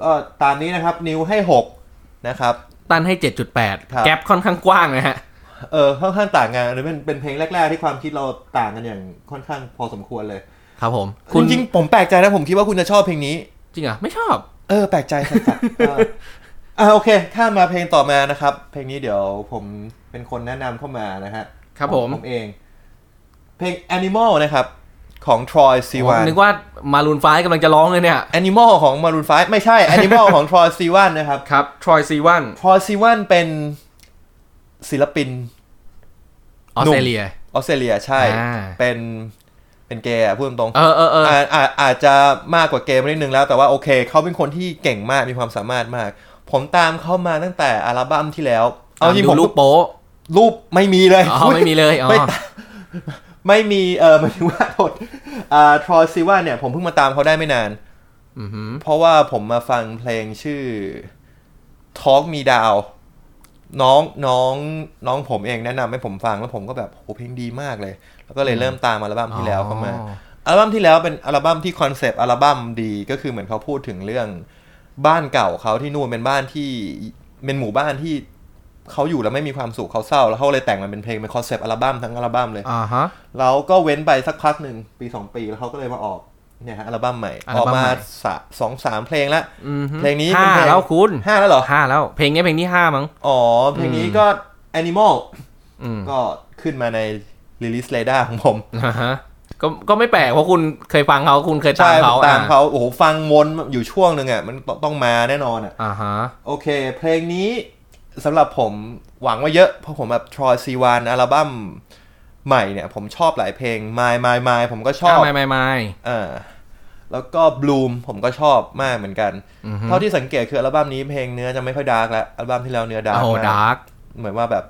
Speaker 2: ก็ตามนี้นะครับนิวให้หกนะครับ
Speaker 3: ตันให้เจ็ดจุดแปด
Speaker 2: ครับ
Speaker 3: แกลบค่อนข้างกว้างนะฮะ
Speaker 2: เออค่อนข้างต่างกันหรือเป็นเป็นเพลงแรก ๆ ที่ความคิดเราต่างกันอย่างค่อนข้างพอสมควรเลย
Speaker 3: ครับผม
Speaker 2: จริงๆผมแปลกใจนะผมคิดว่าคุณจะชอบเพลงนี้
Speaker 3: จริงเหรอ่ะ ไม่ชอบ
Speaker 2: เออแปลกใจสัส ๆเอออ่าโอเคข้ามมาเพลงต่อมานะครับ เพลงนี้เดี๋ยวผมเป็นคนแนะนำเข้ามานะฮะ
Speaker 3: ครับผม
Speaker 2: ผมเอง เพลง Animal นะครับ ของ Troy
Speaker 3: ผ
Speaker 2: Sivan
Speaker 3: มนึกว่ามารูนไฟกำลังจะร้องเลยเนี่ย
Speaker 2: Animal ของ Maroon 5ไม่ใช่ Animal ของ Troy Sivan นะครับ
Speaker 3: ครับ ทรอยซีวัน
Speaker 2: Troy Sivan เป็นศิลปิน
Speaker 3: ออสเตรเลีย
Speaker 2: ออสเตรเลียใช่
Speaker 3: อ่า
Speaker 2: เป็นเป็นเกย์อะพูดตรงๆ
Speaker 3: เออเออเออ
Speaker 2: อาอาอาจจะมากกว่าเกย์มานิดนึงแล้วแต่ว่าโอเค เขาเป็นคนที่เก่งมากมีความสามารถมาก ผมตามเขามาตั้งแต่อัลบั้มที่แล้ว เอาจริง
Speaker 3: ดู
Speaker 2: ผม
Speaker 3: รูปโป๊ะ
Speaker 2: รูปไม่มีเลย
Speaker 3: อ๋อไม่มีเลยอ๋อ
Speaker 2: ไม่ตามไม่มีเออหมายถึงว่าโทษอ่าทรอยซิว่าเนี่ยผมเพิ่งมาตามเขาได้ไม่นาน
Speaker 3: อือหือ
Speaker 2: เพราะว่าผมมาฟังเพลงชื่อ Talk Me Down น้องน้องน้องผมเองแนะนำให้ผมฟังแล้วผมก็แบบโหเพลงดีมากเลย แล้วก็เลยเริ่มตามอัลบั้มที่แล้วเข้ามา
Speaker 3: อ๋อ
Speaker 2: อัลบั้มที่แล้วเป็นอัลบั้มที่คอนเซปต์อัลบั้มดีก็คือเหมือนเขาพูดถึงเรื่องบ้านเก่าเขาที่นู่นเป็นบ้านที่เป็นหมู่บ้านที่เขาอยู่แล้วไม่มีความสุขเขาเศร้า แล้วเขาเลยแต่งมันเป็นเพลงเป็นคอนเซปต์อัลบั้มทั้งอัลบั้มเลย
Speaker 3: อ่าฮะ
Speaker 2: แล้วก็เว้นไปสักพักหนึ่งปีสองปีแล้วเขาก็เลยมาออกเนี่ยฮะอัลบั้มใหม่
Speaker 3: อั
Speaker 2: อ
Speaker 3: ล
Speaker 2: อก
Speaker 3: บั้ม
Speaker 2: มา
Speaker 3: ใหม่
Speaker 2: สะสองสามเพลงละ
Speaker 3: อือหือ
Speaker 2: เพลงนี้
Speaker 3: ห้า
Speaker 2: เป็นเพลง
Speaker 3: แล้วคุณ
Speaker 2: ห้าแล้วเหรอ
Speaker 3: ห้าแล้ว เพลงนี้เพลงที่ห้ามั้ง
Speaker 2: อ๋อ เพลงนี้ก็ Animal
Speaker 3: อืม
Speaker 2: ก็ขึ้นมาใน Release Radar ของผม
Speaker 3: อ่าฮะก็ก็ไม่แปลกเพราะคุณเคยฟังเขาคุณเคยตา
Speaker 2: ใช่
Speaker 3: ม
Speaker 2: ผ
Speaker 3: เขา
Speaker 2: มตาม
Speaker 3: อ่ะ
Speaker 2: เขาโอ้โหฟังวนอยู่ช่วงหนึ่งอ่ะ มันต้องมาแน่นอนอ่ะ
Speaker 3: อ่าฮะ
Speaker 2: โอเค เพลงนี้สำหรับผมหวังว่าเยอะ เพราะผมแบบ Troy s i v a n อัลบั้มใหม่เนี่ย ผมชอบหลายเพลง My My My ผมก็ชอบ
Speaker 3: ไม่ไม่ไม่
Speaker 2: อ่าแล้วก็ Bloom ผมก็ชอบมากเหมือนกัน
Speaker 3: อือฮึ
Speaker 2: เท่าที่สังเกตคืออัลบั้มนี้เพลงเนื้อจะไม่ค่อยดาร์กแล้วอัลบั้มที่แล้วเนื้อดาร์ก
Speaker 3: โอ้
Speaker 2: มา
Speaker 3: ดาก ร์ก
Speaker 2: เหมือนว่าแบบ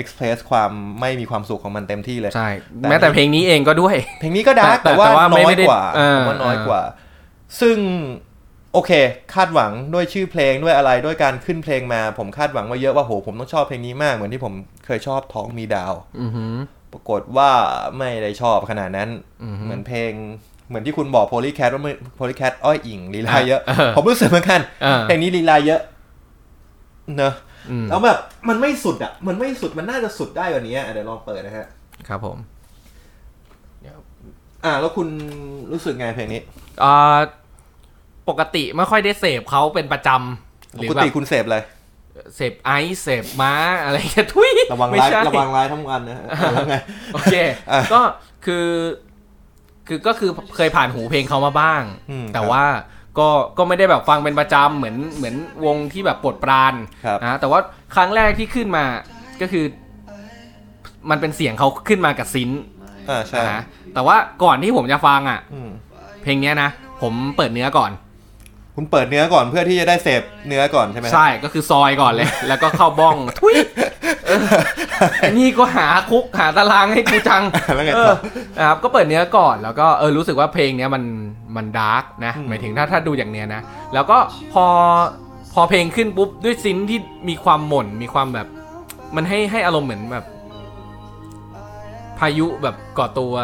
Speaker 2: express ความไม่มีความสุขของมันเต็มที่เลย
Speaker 3: ใช่ แม้แต่เพลงนี้เองก็ด้วย
Speaker 2: เพลงนี้ก็ดาร์ก
Speaker 3: แต่
Speaker 2: แต่ว่า
Speaker 3: แต่ว่าไม่
Speaker 2: น้อ
Speaker 3: ไม่
Speaker 2: ย
Speaker 3: ได้
Speaker 2: กว่า
Speaker 3: เอ
Speaker 2: ผ
Speaker 3: อ
Speaker 2: มว่าน้อย
Speaker 3: เออ
Speaker 2: กว่า ซึ่งโอเค คาดหวังด้วยชื่อเพลงด้วยอะไรด้วยการขึ้นเพลงมา ผมคาดหวังไว่าเยอะว่าโหผมต้องชอบเพลงนี้มากเหมือนที่ผมเคยชอบท้องมีดาว
Speaker 3: อือหือ
Speaker 2: ปรากฏว่าไม่ได้ชอบขนาดนั้น
Speaker 3: อือฮึ
Speaker 2: เหมือนเพลง เหมือนที่คุณบอกโพลีแคทว่าโพลีแคทอ้อยอิงลีลาเยอะ
Speaker 3: เออ
Speaker 2: ผมรู้สึกเหมือนกัน
Speaker 3: เออ
Speaker 2: เพลงนี้ลีลาเยอะเนอะ
Speaker 3: อืม
Speaker 2: แล้วแบบมันไม่สุดอ่ะ มันไม่สุดมันน่าจะสุดได้กว่านี้อ่ะเดี๋ยวลองเปิดนะฮะ
Speaker 3: ครับผม
Speaker 2: อ่า แล้วคุณรู้สึกไงเพลงนี้
Speaker 3: อ่าปกติไม่ค่อยได้เสพเขาเป็นประจำห
Speaker 2: ป
Speaker 3: รือก แบบ
Speaker 2: ติคุณเสพอะไร
Speaker 3: เสพไอซ์เสพม้าอะไรเงี้ยทุย
Speaker 2: ระวัง
Speaker 3: ไม่
Speaker 2: ร้าย
Speaker 3: ใช่
Speaker 2: ระวังร้ายทั้งวันนะฮะแล้วไง
Speaker 3: โอเค
Speaker 2: อ่ะ
Speaker 3: ก็คือ คือก็คือเคยผ่านหูเพลงเขามาบ้าง
Speaker 2: อืม
Speaker 3: แต่
Speaker 2: ครับ
Speaker 3: ว่า ก็ก็ไม่ได้แบบฟังเป็นประจำเหมือนเหมือนวงที่แบบปวดปราน
Speaker 2: ครับ
Speaker 3: นะแต่ว่าครั้งแรกที่ขึ้นมาก็คือ มันเป็นเสียงเขาขึ้นมากับซินท์
Speaker 2: อ่าใช่
Speaker 3: นะฮะแต่ว่าก่อนที่ผมจะฟังอ่ะ
Speaker 2: อืม
Speaker 3: เพลงเนี้ยนะ ผมเปิดเนื้อก่อน
Speaker 2: คุณเปิดเนื้อก่อนเพื่อที่จะได้เสพเนื้อก่อนใช่ไหมครับ
Speaker 3: ใช่ก็คือซอย ก่อนเลย แล้วก็เข้าบ้อง ทุยเออไอ้นี่ก็หาคุกหาตารางให้กูจัง
Speaker 2: แล้วไงต่อ
Speaker 3: เออนะครับก็เปิดเนื้อก่อนแล้วก็เออรู้สึกว่าเพลงเนี้ยมันมันดาร์กนะหมายถึงถ้าถ้าดูอย่างเนี้ยนะ แล้วก็พอพอเพลงขึ้นปุ๊บด้วยซินที่มีความหม่นมีความแบบ มันให้ให้อารมณ์เหมือนแบบ พายุแบบก่อตัว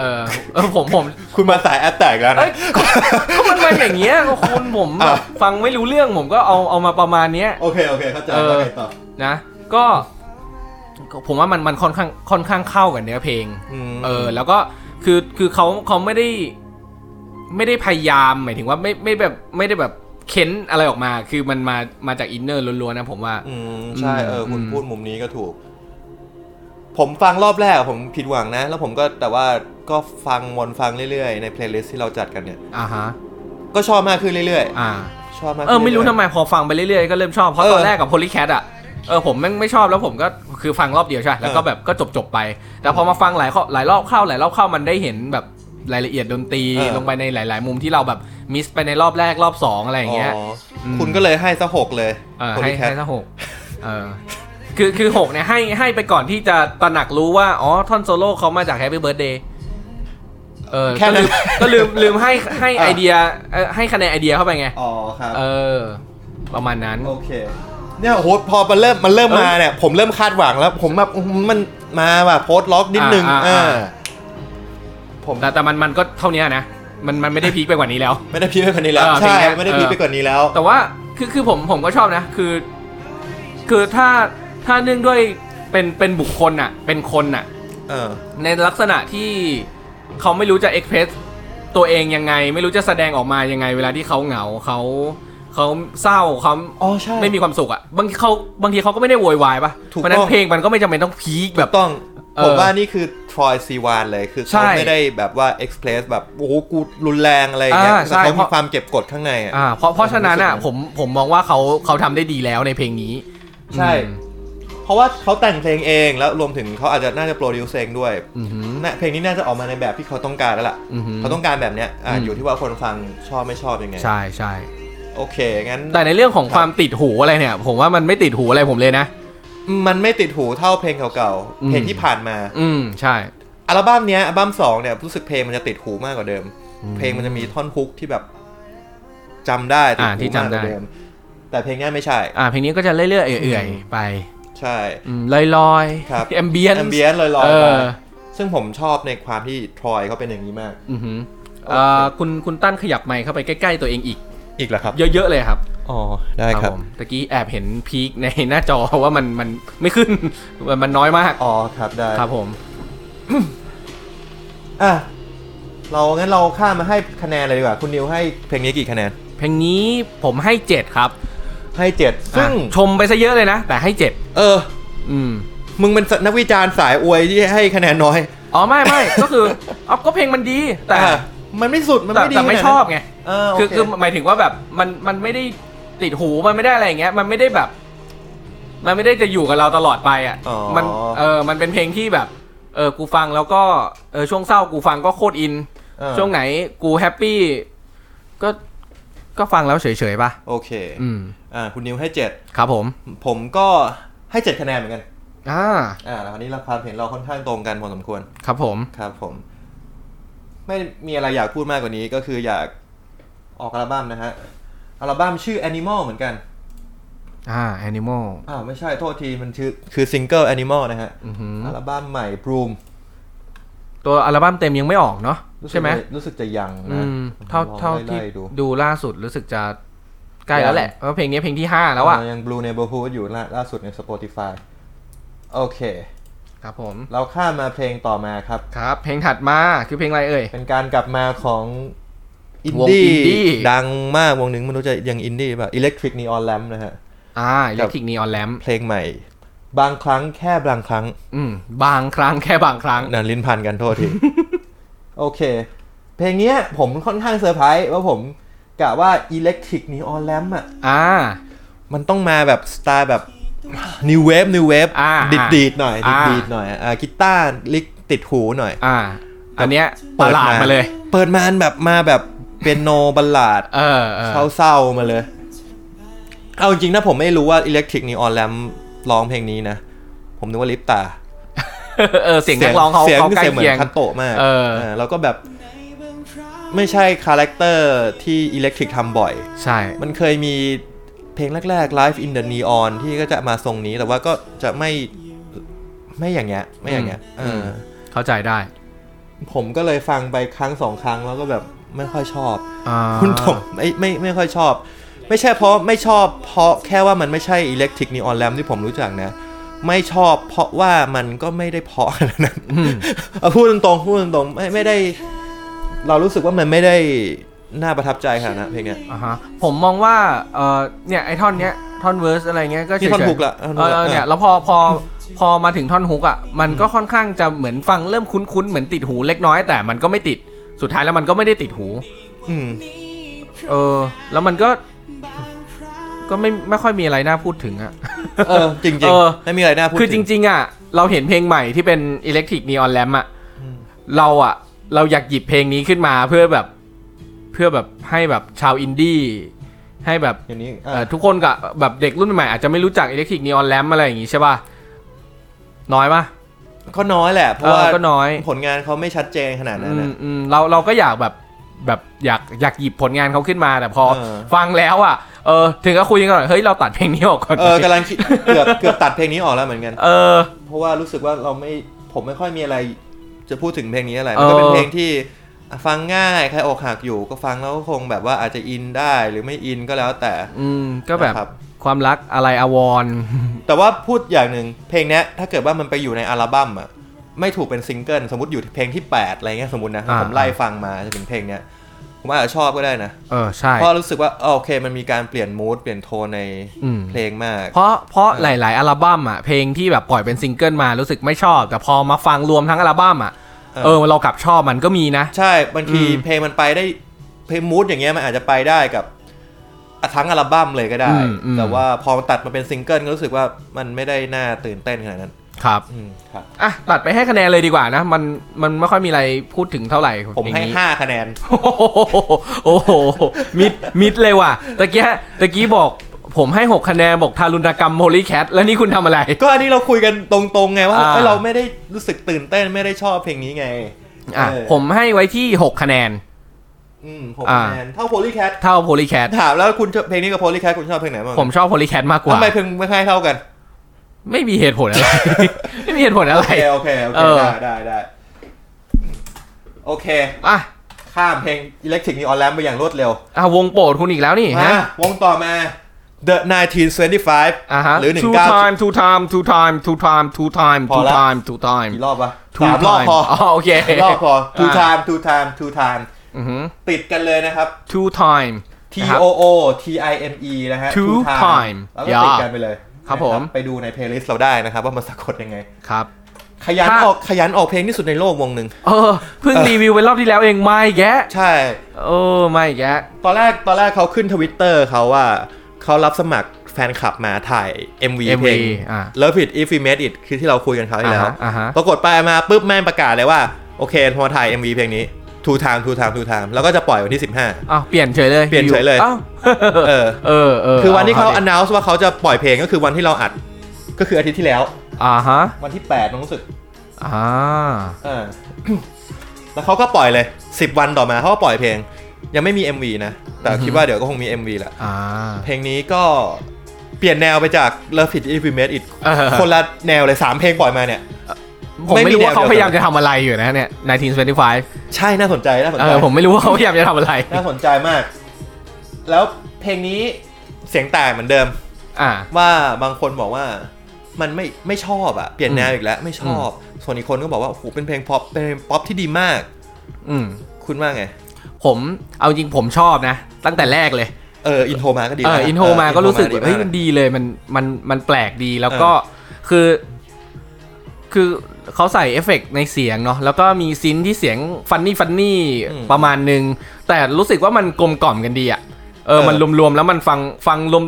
Speaker 3: เออเออผมผม
Speaker 2: คุณมาสายแอตแตกแล้วนะ
Speaker 3: เอ้ยก็ก็มันเป็นอย่างเงี้ยคุณผมแบบ
Speaker 2: อ่ะ
Speaker 3: ฟังไม่รู้เรื่องผมก็เอาเอามาประมาณเนี้ย
Speaker 2: โอเคโอเคเข้าใจ
Speaker 3: เออ
Speaker 2: แล้วไงต่อ
Speaker 3: นะก็ก็ผมว่ามันมันค่อนข้างค่อนข้างเข้ากับเนื้อเพลง
Speaker 2: ม
Speaker 3: เออแล้วก็คือคือเขาเขาไม่ได้ไม่ได้พยายามหมายถึงว่าไม่ไม่แบบไม่ได้แบบเค้นอะไรออกมา คือมันมามาจากอินเนอร์ล้วนๆนะผมว่า
Speaker 2: อืมใช่
Speaker 3: อืม
Speaker 2: เออคุณ
Speaker 3: อืม
Speaker 2: พูดมุมนี้ก็ถูก ผมฟังรอบแรกอะผมผิดหวังนะ แล้วผมก็แต่ว่าก็ฟังวนฟังเรื่อยๆ ในเพลย์ลิสต์ที่เราจัดกันเนี่ย
Speaker 3: อ่าฮะ
Speaker 2: ก็ชอบมากขึ้นเรื่อย
Speaker 3: อ่า
Speaker 2: ๆ ชอบมาก
Speaker 3: เออไม่รู้
Speaker 2: ขึ้
Speaker 3: ทำ
Speaker 2: นย
Speaker 3: ไมพอฟังไปเรื่อยๆก็เริ่มชอบเพราะ
Speaker 2: เออ
Speaker 3: ตอนแรกกับโพลีแค t อ่ะเออผมแม่งไม่ชอบแล้วผมก็คือฟังรอบเดียวใช่ไหมแล้วก็
Speaker 2: เออ
Speaker 3: แบบก็จบจบๆไป แต่พอมาฟังหลายข้อหลายรอบเข้าหลายรอบเข้ามันได้เห็นแบบรายละเอียดดนตรี
Speaker 2: เออ
Speaker 3: ลงไปในหลาย ๆ มุมที่เราแบบมิสไปในรอบแรกรอบสองอะไรอย่างเงี้ย
Speaker 2: อ๋ออ
Speaker 3: ม
Speaker 2: คุณก็เลยให้สักหกเลย
Speaker 3: เออ
Speaker 2: คน
Speaker 3: ให้
Speaker 2: ที่แคส
Speaker 3: ให้ซะหกเออคือคือหกเนี่ยให้ให้ไปก่อนที่จะตระหนักรู้ว่า อ๋อ ท่อนโซโล่เขามาจากแฮปปี้เบิร์ดเดย์เออก็ลืมก็ลืมลืมให้ให้ไอเดียเอ่อให้คะแนนไอเดียเข้าไปไง
Speaker 2: อ๋อครับ
Speaker 3: เออ ประมาณนั้น
Speaker 2: โอเค เนี่ยโหพอมันเริ่มมันเริ่ม
Speaker 3: เอ้ย
Speaker 2: มาเนี่ย ผมเริ่มคาดหวังแล้ว ผมแบบอื้อหือมันมาแบบโพสต์ล็อกนิดนึง
Speaker 3: อ่าอ่า
Speaker 2: อ่าผม
Speaker 3: แต่แต่มันมันก็เท่านี้นะ มันมันไม่ได้พีคไปกว่านี้แล้ว
Speaker 2: ไม่ได้พีคไปกว่านี้แล้ว
Speaker 3: เออ
Speaker 2: ใช่
Speaker 3: เป็นไง
Speaker 2: ไม่ได้พีค
Speaker 3: เออ
Speaker 2: ไปกว่านี้แล้ว
Speaker 3: แต่ว่าคือคือผมผมก็ชอบนะ คือ คือถ้าถ้าเนื่องด้วยเป็นเป็นบุคคลน่ะ เป็นคนน่ะ
Speaker 2: เออ
Speaker 3: ในลักษณะที่เขาไม่รู้จะเอ็กเพรสตัวเองยังไง ไม่รู้จะแสดงออกมายังไง เวลาที่เขาเหงาเขาเขาเศร้าเขา
Speaker 2: อ๋อใช่
Speaker 3: ไม่มีความสุขอะบางทีเขาบางทีเขาก็ไม่ได้โวยวายปะ
Speaker 2: ถูก
Speaker 3: เพราะฉะนั้
Speaker 2: ต้
Speaker 3: น
Speaker 2: อง
Speaker 3: เพลงมันก็ไม่จำเป็นต้องพีคแบบ
Speaker 2: ต้อง
Speaker 3: เออ
Speaker 2: ผมว่านี่คือทรอยซีวานเลยคือ
Speaker 3: ใช่
Speaker 2: เขาไม่ได้แบบว่าเอ็กเพรสแบบโอ้โหกูรุนแรงอะไรอย่างเงี้ย
Speaker 3: อ่าใช่
Speaker 2: แต่เขา
Speaker 3: เพ
Speaker 2: มี
Speaker 3: ราะ
Speaker 2: ความเก็บกดข้างในอ่ะ
Speaker 3: อ่าเพราะเพราะฉะนั้นอะ
Speaker 2: รู้สึก
Speaker 3: ผมผมมองว่าเขาเขาทำได้ดีแล้วในเพลงนี้
Speaker 2: ใช่
Speaker 3: อืม
Speaker 2: เพราะว่าเขาแต่งเพลงเองแล้วรวมถึงเขาอาจจะน่าจะโปรดิวเซองด้วยน่ะเพลงนี้น่าจะออกมาในแบบที่เขาต้องการแล้วล่ะ
Speaker 3: อือหือ
Speaker 2: เขาต้องการแบบเนี้ยอ่ะ
Speaker 3: อืม
Speaker 2: อยู่ที่ว่าคนฟังชอบไม่ชอบยังไง
Speaker 3: ใช่ใช่
Speaker 2: โอเคงั้น
Speaker 3: แต่ในเรื่องของความติดหูอะไรเนี่ย ผมว่ามันไม่ติดหูอะไรผมเลยนะ
Speaker 2: มันไม่ติดหูเท่าเพลงเก่า
Speaker 3: อื
Speaker 2: ๆ
Speaker 3: ม
Speaker 2: เพลงที่ผ่านมา
Speaker 3: อืมใช่
Speaker 2: อัลบั้มเนี้ยอัลบั้มสองเนี่ยรู้สึกเพลงมันจะติดหูมากกว่าเดิม เพลงมันจะมีท่อนฮุกที่แบบจำได้ติด
Speaker 3: อ่าที่
Speaker 2: หูมากก
Speaker 3: จำได้
Speaker 2: ว่าเดิม แต่เพลงเนี้ยไม่ใช่
Speaker 3: อ่าเพลงนี้ก็จะเรื่อยๆเอื่อยๆไป
Speaker 2: ใช่
Speaker 3: อืมลอย
Speaker 2: ครับ
Speaker 3: ๆแอมเบียน
Speaker 2: แอมเบียนลอย
Speaker 3: เอ
Speaker 2: ๆไป
Speaker 3: อ
Speaker 2: ซึ่งผมชอบในความที่ทรอยเขาเป็นอย่างนี้มาก
Speaker 3: อือหือเอ่อคุณคุณตั้นขยับไมค์เข้าไปใกล้ๆตัวเองอีก
Speaker 2: อีกแล้วครับ
Speaker 3: เยอะๆเลยครับ
Speaker 2: อ๋อ ได้ครับ
Speaker 3: ผมตะกี้แอบเห็นพีคในหน้าจอว่ามัน มันไม่ขึ้น มันมันน้อยมาก
Speaker 2: อ๋อ ครับได้
Speaker 3: ครับผม
Speaker 2: อ่ะเรางั้นเราข้ามมาให้คะแนนเลยดีกว่า คุณนิวให้เพลงนี้กี่คะแนน
Speaker 3: เพลงนี้ผมให้เจ็ดครับ
Speaker 2: ให้เจ็ดซึ่ง
Speaker 3: อ่ะชมไปซะเยอะเลยนะ แต่ให้เจ็ด
Speaker 2: เออ
Speaker 3: อืม
Speaker 2: มึงเป็นนักวิจารณ์สายอวยที่ให้คะแนนน้อย
Speaker 3: อ๋อไม่ไม่ ก็คือเอาก็เพลงมันดีแต่
Speaker 2: อ่ะมันไม่สุด มัน
Speaker 3: แต่
Speaker 2: ไม่ดี
Speaker 3: แต่ไม่
Speaker 2: ขนาด
Speaker 3: ช
Speaker 2: นั้น
Speaker 3: อบไง
Speaker 2: เออโอ
Speaker 3: คือ
Speaker 2: เค
Speaker 3: คือหมายถึงว่าแบบมันมันไม่ได้ติดหูมันไม่ได้อะไรอย่างเงี้ยมันไม่ได้แบบ มันไม่ได้จะอยู่กับเราตลอดไปอ่ะมันเออมันเป็นเพลงที่แบบ เออกูฟังแล้วก็เออช่วงเศร้ากูฟังก็โคตรอิน
Speaker 2: เออ
Speaker 3: ช่วงไหนกูแฮปปี้ก็ก็ฟังแล้วเฉยๆป่ะ
Speaker 2: โอเค
Speaker 3: อืม
Speaker 2: อ่า คุณนิวให้เจ็ด
Speaker 3: ครับผม
Speaker 2: ผมก็ให้เจ็ดคะแนนเหมือนกัน
Speaker 3: อ่า
Speaker 2: อ่า แล้วคราวนี้เราความเห็นเราค่อนข้างตรงกันพอสมควร
Speaker 3: ครับผม
Speaker 2: ครับผม ไม่มีอะไรอยากพูดมากกว่านี้ก็คืออยากออกอัลบั้มนะฮะ อัลบั้มชื่อ Animal เหมือนกัน
Speaker 3: อ่า Animal
Speaker 2: อ้าวไม่ใช่โทษที มันคือคือซิงเกิล Animal นะฮะ
Speaker 3: อือหือ
Speaker 2: อัลบั้มใหม่ Bloom
Speaker 3: ตัวอัลบั้มเต็มยังไม่ออกเนาะ
Speaker 2: รู้สึก
Speaker 3: ใช่ไหม
Speaker 2: จะรู้สึกจะยัง
Speaker 3: อื
Speaker 2: นะ
Speaker 3: มเท่า
Speaker 2: ลอง
Speaker 3: เท่า
Speaker 2: ไล่
Speaker 3: ที่
Speaker 2: ไล่ดู
Speaker 3: ดูล่าสุดรู้สึกจะใกล้แล้วแหละเพราะเพลงนี้เพลงที่ห้าแล้วอ่ะ
Speaker 2: เยัง Blue Neighborhood อยู่ล่าล่าสุดใน Spotify โอเค
Speaker 3: ครับผม
Speaker 2: เราข้ามมาเพลงต่อมาครับ
Speaker 3: ครับ เพลงถัดมาคือเพลงอะไรเอ่ย
Speaker 2: เป็นการกลับมาของอิน
Speaker 3: วง
Speaker 2: ดี้
Speaker 3: indie
Speaker 2: ดังมากวงหนึ่งไม่รู้จะยังอินดี้ป่ะ Electric Neon Lamp นะฮะ
Speaker 3: อ่า Electric Neon Lamp
Speaker 2: เพลงใหม่ บางครั้งแค่บางครั้ง
Speaker 3: อืม บางครั้งแค่บางครั้ง
Speaker 2: นันลิ้นพันกันโทษที โอเค เพลงเนี้ยผมค่อนข้างเซอร์ไพรส์ว่าผมกะว่า Electric Neon Lamp อ่ะ
Speaker 3: อ่า
Speaker 2: มันต้องมาแบบสไตล์แบบ New Wave New Wave
Speaker 3: อ่า
Speaker 2: ดีดดีดๆหน่อยดี
Speaker 3: อ่า
Speaker 2: ดดีดๆหน่อยอ่ากีตาร์ลิกติดหูหน่อย
Speaker 3: อ่า อันเนี้ยประหลาดมาเลย
Speaker 2: เปิดมาแบบมาแบบเปียโนบัลลาด
Speaker 3: เออเออ
Speaker 2: เศร้าๆมาเลย เอาจริงๆนะผมไม่รู้ว่า Electric Neon Lamp ร้องเพลงนี้นะ ผมนึกว่าลิปตา
Speaker 3: เออเสียงนักร้องเขา
Speaker 2: สีย
Speaker 3: เขาใกล้
Speaker 2: เสียงเหมือ
Speaker 3: เคียง
Speaker 2: นคัตโตะมาก
Speaker 3: เออ
Speaker 2: แล้วก็แบบไม่ใช่คาแรคเตอร์ที่ Electric ทำบ่อย
Speaker 3: ใช่
Speaker 2: มันเคยมีเพลงแรกๆ Live in the Neon ที่ก็จะมาทรงนี้แต่ว่าก็จะไม่ไม่อย่างเงี้ยไม่อย่างเงี้ยเอออ
Speaker 3: เข้าใจได้
Speaker 2: ผมก็เลยฟังไปครั้งสองครั้งแล้วก็แบบไม่ค่อยชอบ
Speaker 3: อ่า
Speaker 2: คุณผมไม่ไม่ไม่ค่อยชอบ ไม่ใช่เพราะไม่ชอบ เพราะแค่ว่ามันไม่ใช่อิเล็กทริกนีออนแลมที่ผมรู้จักนะ ไม่ชอบเพราะว่ามันก็ไม่ได้เพราะขนาดนั้นเอาพูดตรงๆพูดตรงๆไม่ไม่ได้ เรารู้สึกว่ามันไม่ได้น่าประทับใจขนาดนั้นเพลงเนี้ย
Speaker 3: อ่าฮะผมมองว่าเออเนี่ยไอ้ท่อนเนี้ยท่อนเวอร์สอะไรเงี้ยก็เฉย
Speaker 2: นี่
Speaker 3: ๆ
Speaker 2: ท่อนฮุกละท่อนฮุ
Speaker 3: เอก
Speaker 2: ละ
Speaker 3: อเนี่ย
Speaker 2: เออ
Speaker 3: แล้วพอพอพอมาถึงท่อนฮุกอ่ะมันก็ค่อนข้างจะเหมือนฟังเริ่มคุ้นๆ เหมือนติดหูเล็กน้อยแต่มันก็ไม่ติดสุดท้ายแล้วมันก็ไม่ได้ติดหู
Speaker 2: อืม
Speaker 3: เออ แล้วมันก็ก็ไม่ไม่ค่อยมีอะไรน่าพูดถึงอ่ะ
Speaker 2: เออจริง
Speaker 3: เออ
Speaker 2: ๆไม่มีอะไรน่าพูด
Speaker 3: คือจ
Speaker 2: ถึง
Speaker 3: ริง ๆ อ่ะ เราเห็นเพลงใหม่ที่เป็น Electric Neon Lamp อ่ะเราอ่ะ เราอยากหยิบเพลงนี้ขึ้นมาเพื่อแบบเพื่อแบบให้แบบชาวอินดี้ให้แบบ
Speaker 2: เดี๋ยวนี้
Speaker 3: เอ่
Speaker 2: อ่ะ
Speaker 3: อทุกคนกับแบบเด็กรุ่นใหม่อาจจะไม่รู้จัก Electric Neon Lamp อะไรอย่างงี้ใช่ป่ะ น้อยป่ะ
Speaker 2: ก็น้อยแหละเพราะ
Speaker 3: เออ
Speaker 2: ว่า
Speaker 3: ก็น้อย
Speaker 2: ผลงานเขาไม่ชัดเจนขนาดนั้น
Speaker 3: อื
Speaker 2: นะ
Speaker 3: มอืมเราเราก็อยากแบบแบบอยากอยากหยิบผลงานเขาขึ้นมาแต่พอ
Speaker 2: เออ
Speaker 3: ฟังแล้วอ่ะเออถึงก็คุยกันหน่อยเฮ้ยเราตัดเพลงนี้ออกก่อน
Speaker 2: เออกำลังคิดเกือบเกือบตัดเพลงนี้ออกแล้วเหมือนกัน
Speaker 3: เออ
Speaker 2: เพราะว่ารู้สึกว่าเราไม่ผมไม่ค่อยมีอะไรจะพูดถึงเพลงนี้อะไร มันก็เป็น
Speaker 3: เออ
Speaker 2: เพลงที่ฟังง่ายใครอกหักอยู่ก็ฟังแล้วก็คงแบบว่าอาจจะอินได้หรือไม่อินก็แล้วแต่
Speaker 3: อืมก็แบบ
Speaker 2: นะครับ
Speaker 3: ความรักอะไรอาวรณ์
Speaker 2: แต่ว่าพูดอย่างหนึ่งเพลงเนี้ยถ้าเกิดว่ามันไปอยู่ในอัลบั้มอะไม่ถูกเป็นซิงเกิลสมมติอยู่เพลงที่ 8 อะไรเงี้ยสมมตินะ
Speaker 3: อ่า
Speaker 2: ผมไล่ฟังมาจะถึงเพลงเนี้ยผมอาจจะชอบก็ได้นะ
Speaker 3: เออใช่
Speaker 2: เพราะรู้สึกว่าเออโอเคมันมีการเปลี่ยนมูดเปลี่ยนโทนใน
Speaker 3: อืม
Speaker 2: เพลงมาก
Speaker 3: เพราะเพราะหลาย ๆ อัลบั้มอ่ะเพลงที่แบบปล่อยเป็นซิงเกิลมารู้สึกไม่ชอบ แต่พอมาฟังรวมทั้งอัลบั้มอ่ะ
Speaker 2: เออ
Speaker 3: เออเรากลับชอบมันก็มีนะ
Speaker 2: ใช่บางที
Speaker 3: อืม
Speaker 2: เพลงมันไปได้เพลงมูดอย่างเงี้ยมันอาจจะไปได้กับทั้งอัลบั้มเลยก็ได้
Speaker 3: อืมอืม
Speaker 2: แต่ว่าพอมันตัดมาเป็นซิงเกิลก็รู้สึกว่ามันไม่ได้น่าตื่นเต้นขนาดนั้น
Speaker 3: ครับ
Speaker 2: อืมครับ
Speaker 3: อ่ะตัดไปให้คะแนนเลยดีกว่านะ มันมันไม่ค่อยมีอะไรพูดถึงเท่าไหร่
Speaker 2: ผม
Speaker 3: เพลง
Speaker 2: ให้
Speaker 3: นี้
Speaker 2: ห้าคะแนน
Speaker 3: โอ้โหโอ้โหมิดมิดเลยว่ะตะกี้ตะกี้บอกผมให้ 6 คะแนนบอกทารุณกรรมโ o ลีแคทแล้วนี่คุณทำอะไร
Speaker 2: ก็อันนี้เราคุยกันตรงๆไงว่า
Speaker 3: อ่า
Speaker 2: เอ้ยเราไม่ได้รู้สึกตื่นเต้นไม่ได้ชอบเพลงนี้ไง
Speaker 3: อ่ะ
Speaker 2: เออ
Speaker 3: ผมให้ไว้ที่ 6 คะแนน
Speaker 2: อืมผม
Speaker 3: อ่า
Speaker 2: คะแนนเท่าโพลีแคท
Speaker 3: เท่าโ o ลีแคท
Speaker 2: ถามแล้วคุณชอบเพลงนี้กับโพลีแคทคุณชอบเพลงไหนบ้าง
Speaker 3: ผมชอบโ o ลีแคทมากกว่า
Speaker 2: ทำไมเพลงไม่ค่อยเท่ากัน
Speaker 3: ไม่มีเหตุผลอะไร ไม่มีเหตุผลอะไร
Speaker 2: โอเคโอเคโอเค
Speaker 3: เออ
Speaker 2: ได้ได้ได้โอเค
Speaker 3: อ่ะ
Speaker 2: ข้ามเพลง Electric Neon Lamp ไปอย่างรวดเร็ว
Speaker 3: อ่ะวงโปรดคุณอีกแล้วนี่
Speaker 2: อ่ะ
Speaker 3: ฮะ
Speaker 2: วงต่อมา The 1925
Speaker 3: อ่ะฮะ
Speaker 2: หรือ
Speaker 3: two
Speaker 2: 19
Speaker 3: time two time two time two time two time
Speaker 2: พอ
Speaker 3: two
Speaker 2: ละ
Speaker 3: time two time
Speaker 2: กี่รอบวะ
Speaker 3: two
Speaker 2: สามรอบ
Speaker 3: time
Speaker 2: พอ
Speaker 3: อ๋อโอเค
Speaker 2: สามรอบพอ two time two time two time
Speaker 3: อือหือ
Speaker 2: ติดกันเลยนะครับ
Speaker 3: two time
Speaker 2: T
Speaker 3: นะครับ
Speaker 2: O O T I M E นะฮะ
Speaker 3: Two time
Speaker 2: แล้วก็ติดกันไปเลย
Speaker 3: ครับ
Speaker 2: นะ
Speaker 3: ผม
Speaker 2: ไปดูในเพลย์ลิสต์เราได้นะครับ ว่ามันสะกดยังไง
Speaker 3: ครับ
Speaker 2: ขยัน
Speaker 3: ถ้า
Speaker 2: ออกขยันออกเพลงที่สุดในโลกวงหนึ่ง
Speaker 3: เออเพิ่ง
Speaker 2: เออ
Speaker 3: รีวิวไปรอบที่แล้วเองไม่แกะ
Speaker 2: ใช่
Speaker 3: เออไม่แกะ
Speaker 2: ตอนแรกตอนแรกเขาขึ้นทวิตเตอร์เขาว่าเขารับสมัครแฟนคลับมาถ่าย MV
Speaker 3: เอ็ม
Speaker 2: เพล
Speaker 3: วี
Speaker 2: ง
Speaker 3: อ่ะ
Speaker 2: Love It If We Made It คือที่เราคุยกันคราวที่แล้ว
Speaker 3: อ่าฮะอ่าฮะ
Speaker 2: ปรากฏไปมาปุ๊บแม่งประกาศเลยว่า โอเคพอถ่าย MV เพลงนี้ Two Time Two Time Two Time แล้วก็จะปล่อยวันที่ 15
Speaker 3: อ้าวเปลี่ยนเฉยเลย
Speaker 2: เปลี่ยนเฉยเลย
Speaker 3: อ้าว
Speaker 2: เออ
Speaker 3: เออเออ
Speaker 2: คือวันที่เขา
Speaker 3: ดิ
Speaker 2: announce ว่าเขาจะปล่อยเพลงก็คือวันที่เราอัด ก็คืออาทิตย์ที่แล้ว
Speaker 3: อ่าฮะ
Speaker 2: วันที่8น้องรู้สึก
Speaker 3: อ่า
Speaker 2: เออ แล้วเขาก็ปล่อยเลย 10 วันต่อมาเขาก็ปล่อยเพลง ยังไม่มี MV นะ แต่คิดว่าเดี๋ยวก็คงมี MV แหละ
Speaker 3: อ่า
Speaker 2: เพลงนี้ก็เปลี่ยนแนวไปจาก Love It If We Made It
Speaker 3: เออ
Speaker 2: คนละแนวเลย 3 เพลงปล่อยมาเนี่ย
Speaker 3: ผม
Speaker 2: ไม่
Speaker 3: ไม่
Speaker 2: มี
Speaker 3: รู้ว่าเขา
Speaker 2: แนวเดียว
Speaker 3: พยายามจะทำอะไรอยู่นะเนี่ย1925
Speaker 2: ใช่น่าสนใจน่าสน
Speaker 3: เอ
Speaker 2: ใจ
Speaker 3: อผมไม่รู้ว่า เขาพยายามจะทำอะไร
Speaker 2: น่าสนใจมาก แล้วเพลงนี้เสียงแตกเหมือนเดิม
Speaker 3: อ่า
Speaker 2: ว่าบางคนบอกว่ามันไม่ไม่ชอบอะเปลี่ยนแนวอีกแล้ว ไม่ชอบ ส่วนอีกคนก็บอกว่าโอ้โหเป็นเพลงป๊อปเป็นเพลงป๊อปที่ดีมาก
Speaker 3: อืม
Speaker 2: คุณว่าไง
Speaker 3: ผมเอาจริงผมชอบนะ ตั้งแต่แรกเลย
Speaker 2: เอออินโทรมาก็ดี
Speaker 3: เออ
Speaker 2: นะ
Speaker 3: อินโทรมาก็รู้สึก
Speaker 2: ดี
Speaker 3: เฮ้ย
Speaker 2: มา
Speaker 3: มันดีเลยมันมันมันแปลกดีแล้วก็คือ คือ เขาใส่เอฟเฟกต์ในเสียงเนาะแล้วก็มีซินที่เสียงฟันนี่ฟันนี่
Speaker 2: อืม
Speaker 3: ประมาณหนึ่งแต่รู้สึกว่ามันกลมกล่อมกันดีอะเออ
Speaker 2: เออ
Speaker 3: มันรวมๆแล้วมันฟังฟังรวม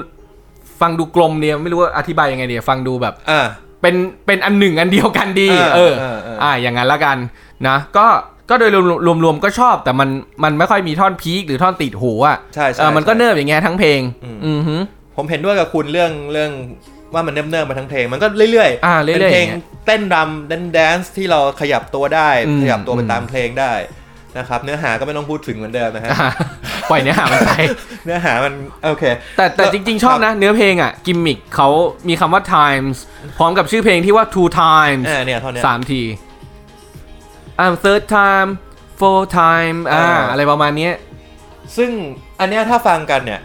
Speaker 3: ฟังดูกลมเนี่ยไม่รู้ว่าอธิบายยังไงดีฟังดูแบบ
Speaker 2: อ่า
Speaker 3: เป็นเป็นอันหนึ่งอันเดียวกันดี
Speaker 2: เออ
Speaker 3: เออ
Speaker 2: เออเอออ่
Speaker 3: อ่า อย่างนั้นละกันนะ ก็ก็โดยรวมรวมๆก็ชอบ แต่มันมันไม่ค่อยมีท่อนพีคหรือท่อนติดหูอ่ะ
Speaker 2: ใช่ใช่
Speaker 3: เออมันก็
Speaker 2: ใช่
Speaker 3: เนิบอย่างเงี้ยทั้งเพลง
Speaker 2: อืม
Speaker 3: อือฮึ
Speaker 2: ผมเห็นด้วยกับคุณเรื่องเรื่องว่ามันเนิ่มๆมาทั้งเพลง มันก็เรื่อย
Speaker 3: อ่าเรื่อยๆ
Speaker 2: เป็นเพลง
Speaker 3: อย่างเงี้ย
Speaker 2: เต้นรำเต้นแดนซ์ที่เราขยับตัวได้
Speaker 3: อืม
Speaker 2: ขยับตัวไป
Speaker 3: อืม
Speaker 2: ตามเพลงได้นะครับเนื้อหาก็ไม่ต้องพูดถึงเหมือนเดิมนะฮะ
Speaker 3: อ่าปล่อยเนื้อหามันไป
Speaker 2: เนื้อหามันโอเค
Speaker 3: แต่แต่จริง ๆ ชอบนะ เนื้อเพลงอ่ะ กิมมิคเขามีคำว่า times พร้อมกับชื่อเพลงที่ว่า two times
Speaker 2: เออเนี่ยเท่าเนี้ย
Speaker 3: สามที I'm third time four time
Speaker 2: เอ
Speaker 3: อ่า
Speaker 2: ออ
Speaker 3: อะไรประมาณเนี้ย
Speaker 2: ซึ่งอันเนี้ยถ้าฟังกันเนี่ย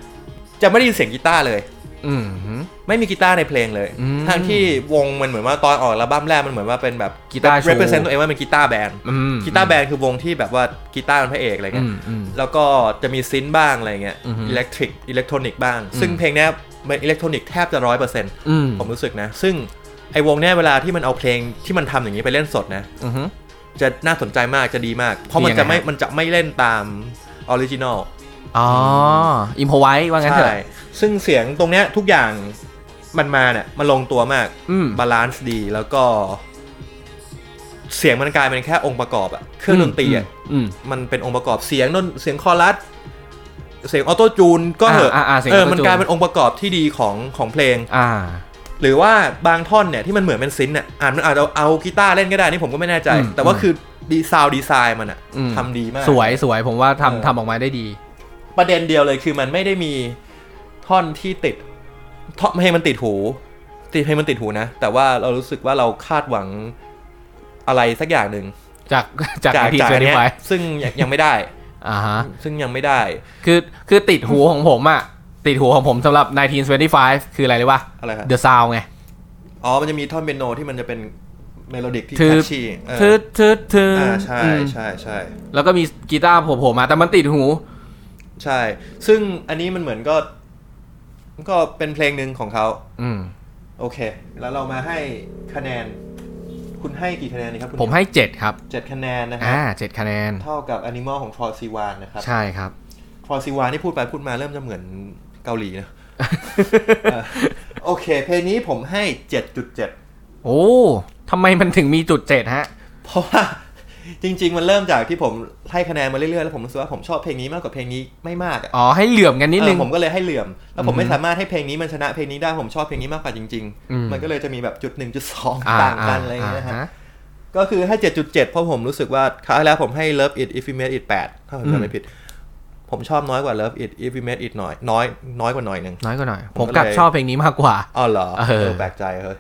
Speaker 2: จะไม่ได้ยินเสียงกีตาร์เลย
Speaker 3: อืมฮึ
Speaker 2: ไม่มีกีตาร์ในเพลงเลย
Speaker 3: อืม
Speaker 2: ทั้งที่วงมันเหมือนว่าตอนออกอัลบั้มแรกมันเหมือนว่าเป็นแบบ
Speaker 3: กีตาร์โชว์
Speaker 2: represent ตัวเองว่าเป็นกีตาร์แบนด์
Speaker 3: อืม
Speaker 2: กีตาร์แบนด์คือวงที่แบบว่ากีตาร์เป็นพระเอกอะไร
Speaker 3: อื
Speaker 2: เงี้ย
Speaker 3: มอืม
Speaker 2: แล้วก็จะมีซินบ้างอะไรเงี้ย
Speaker 3: อือฮึ
Speaker 2: อิเล็กทริกอิเล็กทรอนิกบ้าง ซึ่งเพลงเนี้ยเป็นอิเล็กทรอนิกแทบจะร้อยเปอร์เซ็นต์
Speaker 3: อืม
Speaker 2: ผมรู้สึกนะ ซึ่งไอ้วงเนี้ยเวลาที่มันเอาเพลงที่มันทำอย่างนี้ไปเล่นสดนะ
Speaker 3: อือฮึ
Speaker 2: จะน่าสนใจมากจะดีมาก เพราะมัน
Speaker 3: ยังไง
Speaker 2: จะไม่
Speaker 3: ฮะ
Speaker 2: มันจะไม่เล่นตามออริจินอล
Speaker 3: อ๋อ อิมพอไว้ว่างั้นเถ
Speaker 2: ใช่
Speaker 3: อะ
Speaker 2: ซึ่งเสียงตรงเนี้ยทุกอย่างมันมาเนี่ยมันลงตัวมาก
Speaker 3: อืม
Speaker 2: บาลานซ์ดีแล้วก็ เสียงมันกลายเป็นแค่องค์ประกอบอะเครื่องดนตรีอะ
Speaker 3: อืม
Speaker 2: มันเป็นองค์ประกอบเสียงดนเสียงคอรัสเสียงออโต้จูนก็เหอะ
Speaker 3: อ่าอ่าอ่าเสียง
Speaker 2: เออ
Speaker 3: auto-tune
Speaker 2: มันกลายเป็นองค์ประกอบที่ดีของของเพลง
Speaker 3: อ่า
Speaker 2: หรือว่าบางท่อนเนี่ยที่มันเหมือนเป็นซินอ่ะอ่านมันอาจจะเอากีตาร์เล่นก็ได้นี่ผมก็ไม่แน่ใจ
Speaker 3: อืม
Speaker 2: แต่ว่า
Speaker 3: อืม
Speaker 2: คือดีซาวดีไซน์มันอ่ะ
Speaker 3: อืม
Speaker 2: ทำดีมาก
Speaker 3: สวยสวยผมว่าทำ
Speaker 2: เออ
Speaker 3: ทำออกมาได้ดี
Speaker 2: ประเด็นเดียวเลยคือมันไม่ได้มีท่อนที่ติดท่อนเพลงมันติดหู ติดเพลงมันติดหูนะ แต่ว่าเรารู้สึกว่าเราคาดหวังอะไรสักอย่างหนึ่ง
Speaker 3: จากจาก
Speaker 2: จาก
Speaker 3: ที่
Speaker 2: จาก
Speaker 3: เซอ
Speaker 2: อัน
Speaker 3: ร์
Speaker 2: เนี้ย
Speaker 3: ไว้
Speaker 2: ซึ่งยังยังไม่ได้
Speaker 3: อ่าฮะ
Speaker 2: ซึ่งยังไม่ได้
Speaker 3: คือคือติดหูของผมอ่ะ ติดหูของผมสำหรับ 1925 คืออะไรรู้ป่ะ
Speaker 2: อะไรครับ
Speaker 3: The Sound ไง
Speaker 2: อ๋อ มันจะมีท่อนเปียโนที่มันจะเป็นเมโลดิกที่
Speaker 3: ทื
Speaker 2: แค
Speaker 3: ด
Speaker 2: ชชี่เออ
Speaker 3: ทืดทืดทืด
Speaker 2: อ่าใช่
Speaker 3: อืม
Speaker 2: ใช่ใช่
Speaker 3: แล้วก็มีกีตาร์โผล่ๆมา แต่มันติดหู
Speaker 2: ใช่ ซึ่งอันนี้มันเหมือนก็ก็เป็นเพลงหนึ่งของเขา
Speaker 3: อืม
Speaker 2: โอเค แล้วเรามาให้คะแนน คุณให้กี่คะแนนดีครับคุณ
Speaker 3: ผมให้ 7 ครับ
Speaker 2: เจ็ดคะแนนนะครั
Speaker 3: อ่า
Speaker 2: บ
Speaker 3: เจ็ดคะแนน
Speaker 2: เท่ากับ Animal ของทรอซีวานนะครับ
Speaker 3: ใช่ครับ
Speaker 2: ทรอซีวานที่พูดไปพูดมาเริ่มจะเหมือนเกาหลี นะ เออโอเค เพลงนี้ผมให้ 7.7
Speaker 3: โอ้ทำไมมันถึงมีจุดเจ็ดฮะ
Speaker 2: เพราะ ว่าจริง ๆ มันเริ่มจากที่ผมให้คะแนนมาเรื่อยๆ แล้วผมรู้สึกว่าผมชอบเพลงนี้มากกว่าเพลงนี้ไม่มากอะ
Speaker 3: อ๋อ ให้เหลื่อมกันนิดนึง
Speaker 2: เออผมก็เลยให้เหลื่อม แล้วผม
Speaker 3: อือฮึ
Speaker 2: ไม่สามารถให้เพลงนี้มันชนะเพลงนี้ได้ผมชอบเพลงนี้มากกว่าจริง
Speaker 3: อืม
Speaker 2: ๆ มันก็เลยจะมีแบบจุดหนึ่งจุดสอง
Speaker 3: อ่
Speaker 2: ต่างกันอะไรอย่างเงี้ยนะ
Speaker 3: อ่า
Speaker 2: ฮะ
Speaker 3: ฮะ
Speaker 2: ก็คือให้ 7.7 เพราะผมรู้สึกว่าคราวที่แล้วผมให้ Love It If You Made It 8 ถ้าผมจำไม่ผิด ผมชอบน้อยกว่า Love It If You Made It หน่อยน้อยน้อยกว่าหน่อยหนึ่ง
Speaker 3: น้อยกว่าหน่อย
Speaker 2: ผ
Speaker 3: ผม ม
Speaker 2: ก็
Speaker 3: กลับ
Speaker 2: เลย
Speaker 3: ชอบเพลงนี้มากกว่า
Speaker 2: อ๋อเหรอ
Speaker 3: เออ
Speaker 2: เออแปลกใจเฮ้ย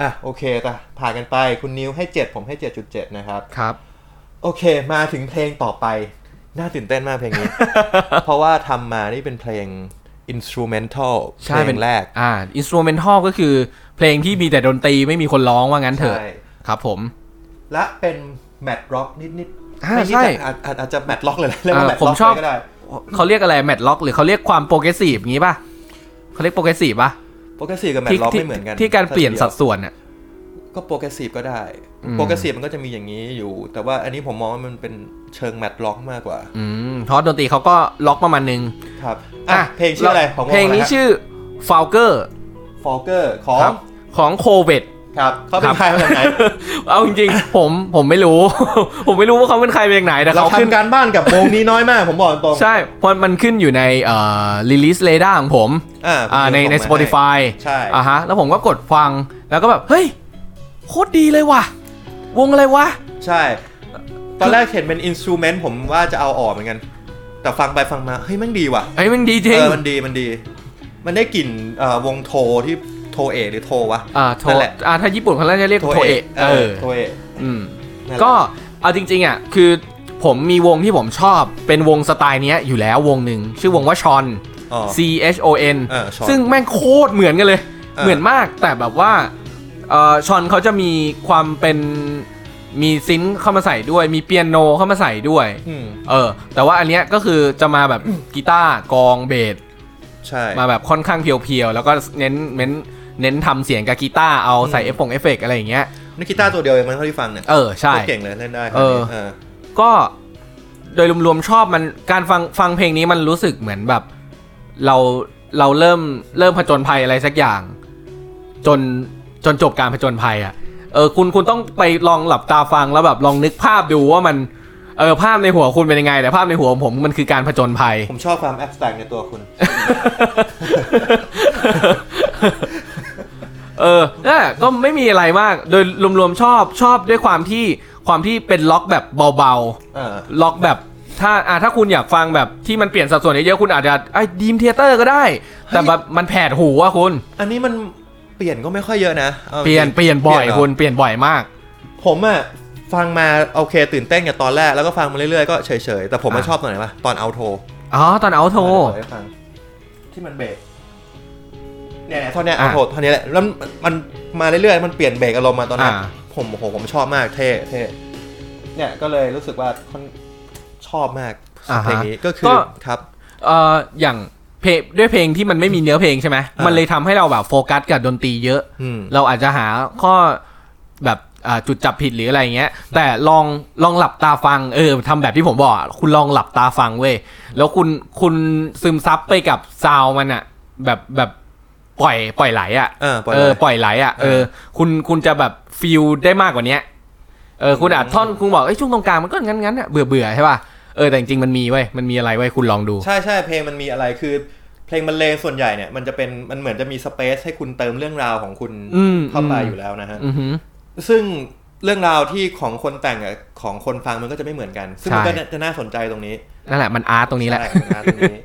Speaker 2: อ่ะโอเคแต่ผ่านกันไปคุณนิวให้ 7 ผมให้ 7.7 นะครับ
Speaker 3: ครับ
Speaker 2: โอเค มาถึงเพลงต่อไป น่าตื่นเต้นมากเพลง นี้ เพราะว่าทำมานี่เป็นเพลง instrumental
Speaker 3: ใช่
Speaker 2: เพลงแรก
Speaker 3: อ่าอินสตูเมนทัลก็คือเพลงที่มีแต่ดนตรีไม่มีคนร้องว่างั้นเถอะ
Speaker 2: ใช่
Speaker 3: ครับผม
Speaker 2: และเป็นแมทร็อกนิดๆ
Speaker 3: อ่า
Speaker 2: ไม่นิด
Speaker 3: ใช่
Speaker 2: อาจอาจอาจจะแมทร็อกเลยแหละเรียกว่า
Speaker 3: เออ
Speaker 2: แมท
Speaker 3: ผม
Speaker 2: ร็อก
Speaker 3: ชอบ
Speaker 2: เลยก็ได้
Speaker 3: เขาเรียกอะไรแมทล็อกหรือเขาเรียกความโปรเกรสซีฟงี้ป่ะเขาเรียกโปรเกรสซีฟป่ะ
Speaker 2: โปรเกรสซีฟกับแมท
Speaker 3: ที่
Speaker 2: ร็อก
Speaker 3: ที่
Speaker 2: ไม่เหมือนกัน
Speaker 3: ที่การเปลี่ยนสัดส่วนอ่ะ
Speaker 2: ก็โปรเกรสซีฟก็ได้
Speaker 3: อืม
Speaker 2: โปรเกรสซีฟมันก็จะมีอย่างนี้อยู่ แต่ว่าอันนี้ผมมองว่ามันเป็นเชิงแมทร็อกมากกว่า
Speaker 3: อืมเพราะดนตรีเขาก็ล็อกประมาณนึง
Speaker 2: ครับอ่ะเพลงชื่ออะไรของว
Speaker 3: เพลงนี้ชื่อ f a l k e r
Speaker 2: ฟอลเกอร์ของ
Speaker 3: ครับของโคเวด
Speaker 2: ครับเขาเป็
Speaker 3: ครั
Speaker 2: น
Speaker 3: บ
Speaker 2: ใครมาจากไหน
Speaker 3: เอาจริงๆ ผมผมไม่รู้ ผมไม่รู้ว่าเขาเป็นใครเป็นอย่างไหนแต่
Speaker 2: เรา
Speaker 3: เขาขึ้น
Speaker 2: ทำการบ้านกับวงนี้น้อยมากผมบอกตรงๆ
Speaker 3: ใช่เพราะมันขึ้นอยู่ในเอ่อ release radar ของผม
Speaker 2: อ่า
Speaker 3: อ่าใน
Speaker 2: ผม
Speaker 3: ใน
Speaker 2: ส่งมาห้
Speaker 3: Spotify
Speaker 2: ใช่
Speaker 3: อ่าฮะ แล้วผมก็กดฟังแล้วก็แบบ เฮ้ย โคตรดีเลยว่ะ วงอะไรวะ
Speaker 2: ใช่ ตอนแรกเห็นเป็นอินสตูเมนต์ผมว่าจะเอาออกเหมือนกัน แต่ฟังไปฟังมา เฮ้ย มันดีว่ะ
Speaker 3: เฮ้ยมันดีจริ
Speaker 2: เอง อ มันดีมันดี มันได้กลิ่นเอ่อวงโทที่โทเอกหรือโทวะ
Speaker 3: อ่าโท
Speaker 2: นั่นแหละ
Speaker 3: อ่าถ้าญี่ปุ่นเขาน่าจะเรียกโทเอะ
Speaker 2: เอ
Speaker 3: เอ
Speaker 2: อ
Speaker 3: อ
Speaker 2: โทเอะ
Speaker 3: อืม
Speaker 2: นั่นแหละ
Speaker 3: ก็เอาจริง ๆ อ่ะ คือผมมีวงที่ผมชอบเป็นวงสไตล์เนี้ยอยู่แล้ววงหนึ่ง ชื่อวงว่าชอน
Speaker 2: อ๋อ
Speaker 3: C H O N
Speaker 2: เออ Sean
Speaker 3: ซึ่งแม่งโคตรเหมือนกันเลย
Speaker 2: เออ
Speaker 3: เหมือนมากแต่แบบว่าเออชอนเขาจะมีความเป็นมีซินค์เข้ามาใส่ด้วย มีเปียโนเข้ามาใส่ด้วย
Speaker 2: อืม
Speaker 3: เออ แต่ว่าอันเนี้ยก็คือจะมาแบบ กีตาร์กลองเบส
Speaker 2: ใช่
Speaker 3: มาแบบค่อนข้างเพียวๆ แล้วก็เน้นเน้นเน้นทำเสียงกับกีตาร์เอาใส่เอฟเฟกต์เอฟเฟกต์อะไรอย่างเงี้ย
Speaker 2: นี่กีตาร์ตัวเดียวเองมั้งเท่าที่ฟังเนี่ย
Speaker 3: เออใช่
Speaker 2: ก็เก่งเลยเล่นได้
Speaker 3: เออ
Speaker 2: เออ
Speaker 3: ก็โดยรวมๆชอบมันการฟังฟังเพลงนี้มันรู้สึกเหมือนแบบ เราเราเริ่มเริ่มผจญภัยอะไรสักอย่าง จนจนจบการผจญภัยอะ่ะเออคุณคุณต้องไปลองหลับตาฟังแล้วแบบลองนึกภาพดูว่ามันเออภาพในหัวคุณเป็นยังไง แต่ภาพในหัวผมมันคือการผจญภัย
Speaker 2: ผมชอบความแอบสแต็กในตัวคุณ
Speaker 3: เออนั่นแหละก็ไม่มีอะไรมาก โดยรวมๆชอบชอบด้วยความที่ความที่เป็นล็อกแบบเบาๆ
Speaker 2: เอ อ
Speaker 3: ล็อกแบบถ้าอ่ะถ้าคุณอยากฟังแบบที่มันเปลี่ยนสัดส่วนเยอะๆคุณอาจจะไอ้ดีมเทเตอร์ก็ได้ แต่แบบมันแผดหูอะคุณ
Speaker 2: อันนี้มันเปลี่ยนก็ไม่ค่อยเยอะนะอาจริง
Speaker 3: เปลี่ยนเปลี่ยนบ่อย
Speaker 2: หร
Speaker 3: คุณเปลี่ยนบ่อยมาก
Speaker 2: ผมอะฟังมาโอเคตื่นเต้นกับตอนแรกแล้วก็ฟังมาเรื่อยๆก็เฉยๆ แต่ผมมา
Speaker 3: อ่ะ
Speaker 2: ชอบตอนไหนปะตอนเอาโท
Speaker 3: อ๋อ ตอนเอาโทร
Speaker 2: ที่มันเบรกเนี่ยๆท่อนเนี้ย
Speaker 3: อ่ะ
Speaker 2: เอาโทท่อนนี้แหละแล้วมันมาเรื่อยๆมันเปลี่ยนเบรกอารมณ์มาตอนนั้น
Speaker 3: อ่ะ
Speaker 2: ผมโอ้โหผมชอบมากเท่เท่เนี่ยก็เลยรู้สึกว่าค่อนชอบมากเพลงนี้ก็คือครับ
Speaker 3: เอ่ออย่างเพลงด้วยเพลงที่มันไม่มีเนื้อเพลงใช่ไหม
Speaker 2: อ่ามั
Speaker 3: มันเลยทำให้เราแบบโฟกัสกับดนตรีเยอะ
Speaker 2: อืม
Speaker 3: เราอาจจะหาข้อแบบอ่าจุดจับผิดหรืออะไรเงี้ย แต่ลองลองหลับตาฟังเออทำแบบที่ผมบอกอะคุณลองหลับตาฟังเว้ยแล้วคุณคุณซึมซับไปกับซาวด์มันอะแบบแบบปล่อยปล่อยไหลอะ
Speaker 2: เออปล่อยไหล
Speaker 3: เออปล่อยไหลอะเอ
Speaker 2: เอ
Speaker 3: อ
Speaker 2: อ
Speaker 3: คุณคุณจะแบบฟิลได้มากกว่าเนี้ยเออคุณอาจท่อนคุณบอกไอ้ยช่วงตรงกลางมันก็งั้นงั้นๆอะเบื่อเบื่อๆใช่ป่ะเออแต่จริงๆมันมีเว้ยมันมีอะไรเว้ยคุณลองดู
Speaker 2: ใช่ใช่เพลงมันมีอะไรคือ เพลงบรรเลงส่วนใหญ่เนี่ยมันจะเป็นมันเหมือนจะมีสเปซให้คุณเติมเรื่องราวของคุณ
Speaker 3: อืม
Speaker 2: เข้าไป
Speaker 3: อืม
Speaker 2: อยู่แล้วนะฮะ
Speaker 3: อือหือ
Speaker 2: ซึ่งเรื่องราวที่ของคนแต่งกับของคนฟังมันก็จะไม่เหมือนกัน ซึ่งมัน
Speaker 3: ใช่
Speaker 2: ก็จะน่าสนใจตรงนี้
Speaker 3: นั่นแหละมันอาร์ตตรงนี้แหละ
Speaker 2: ใช่ของงานตรงนี้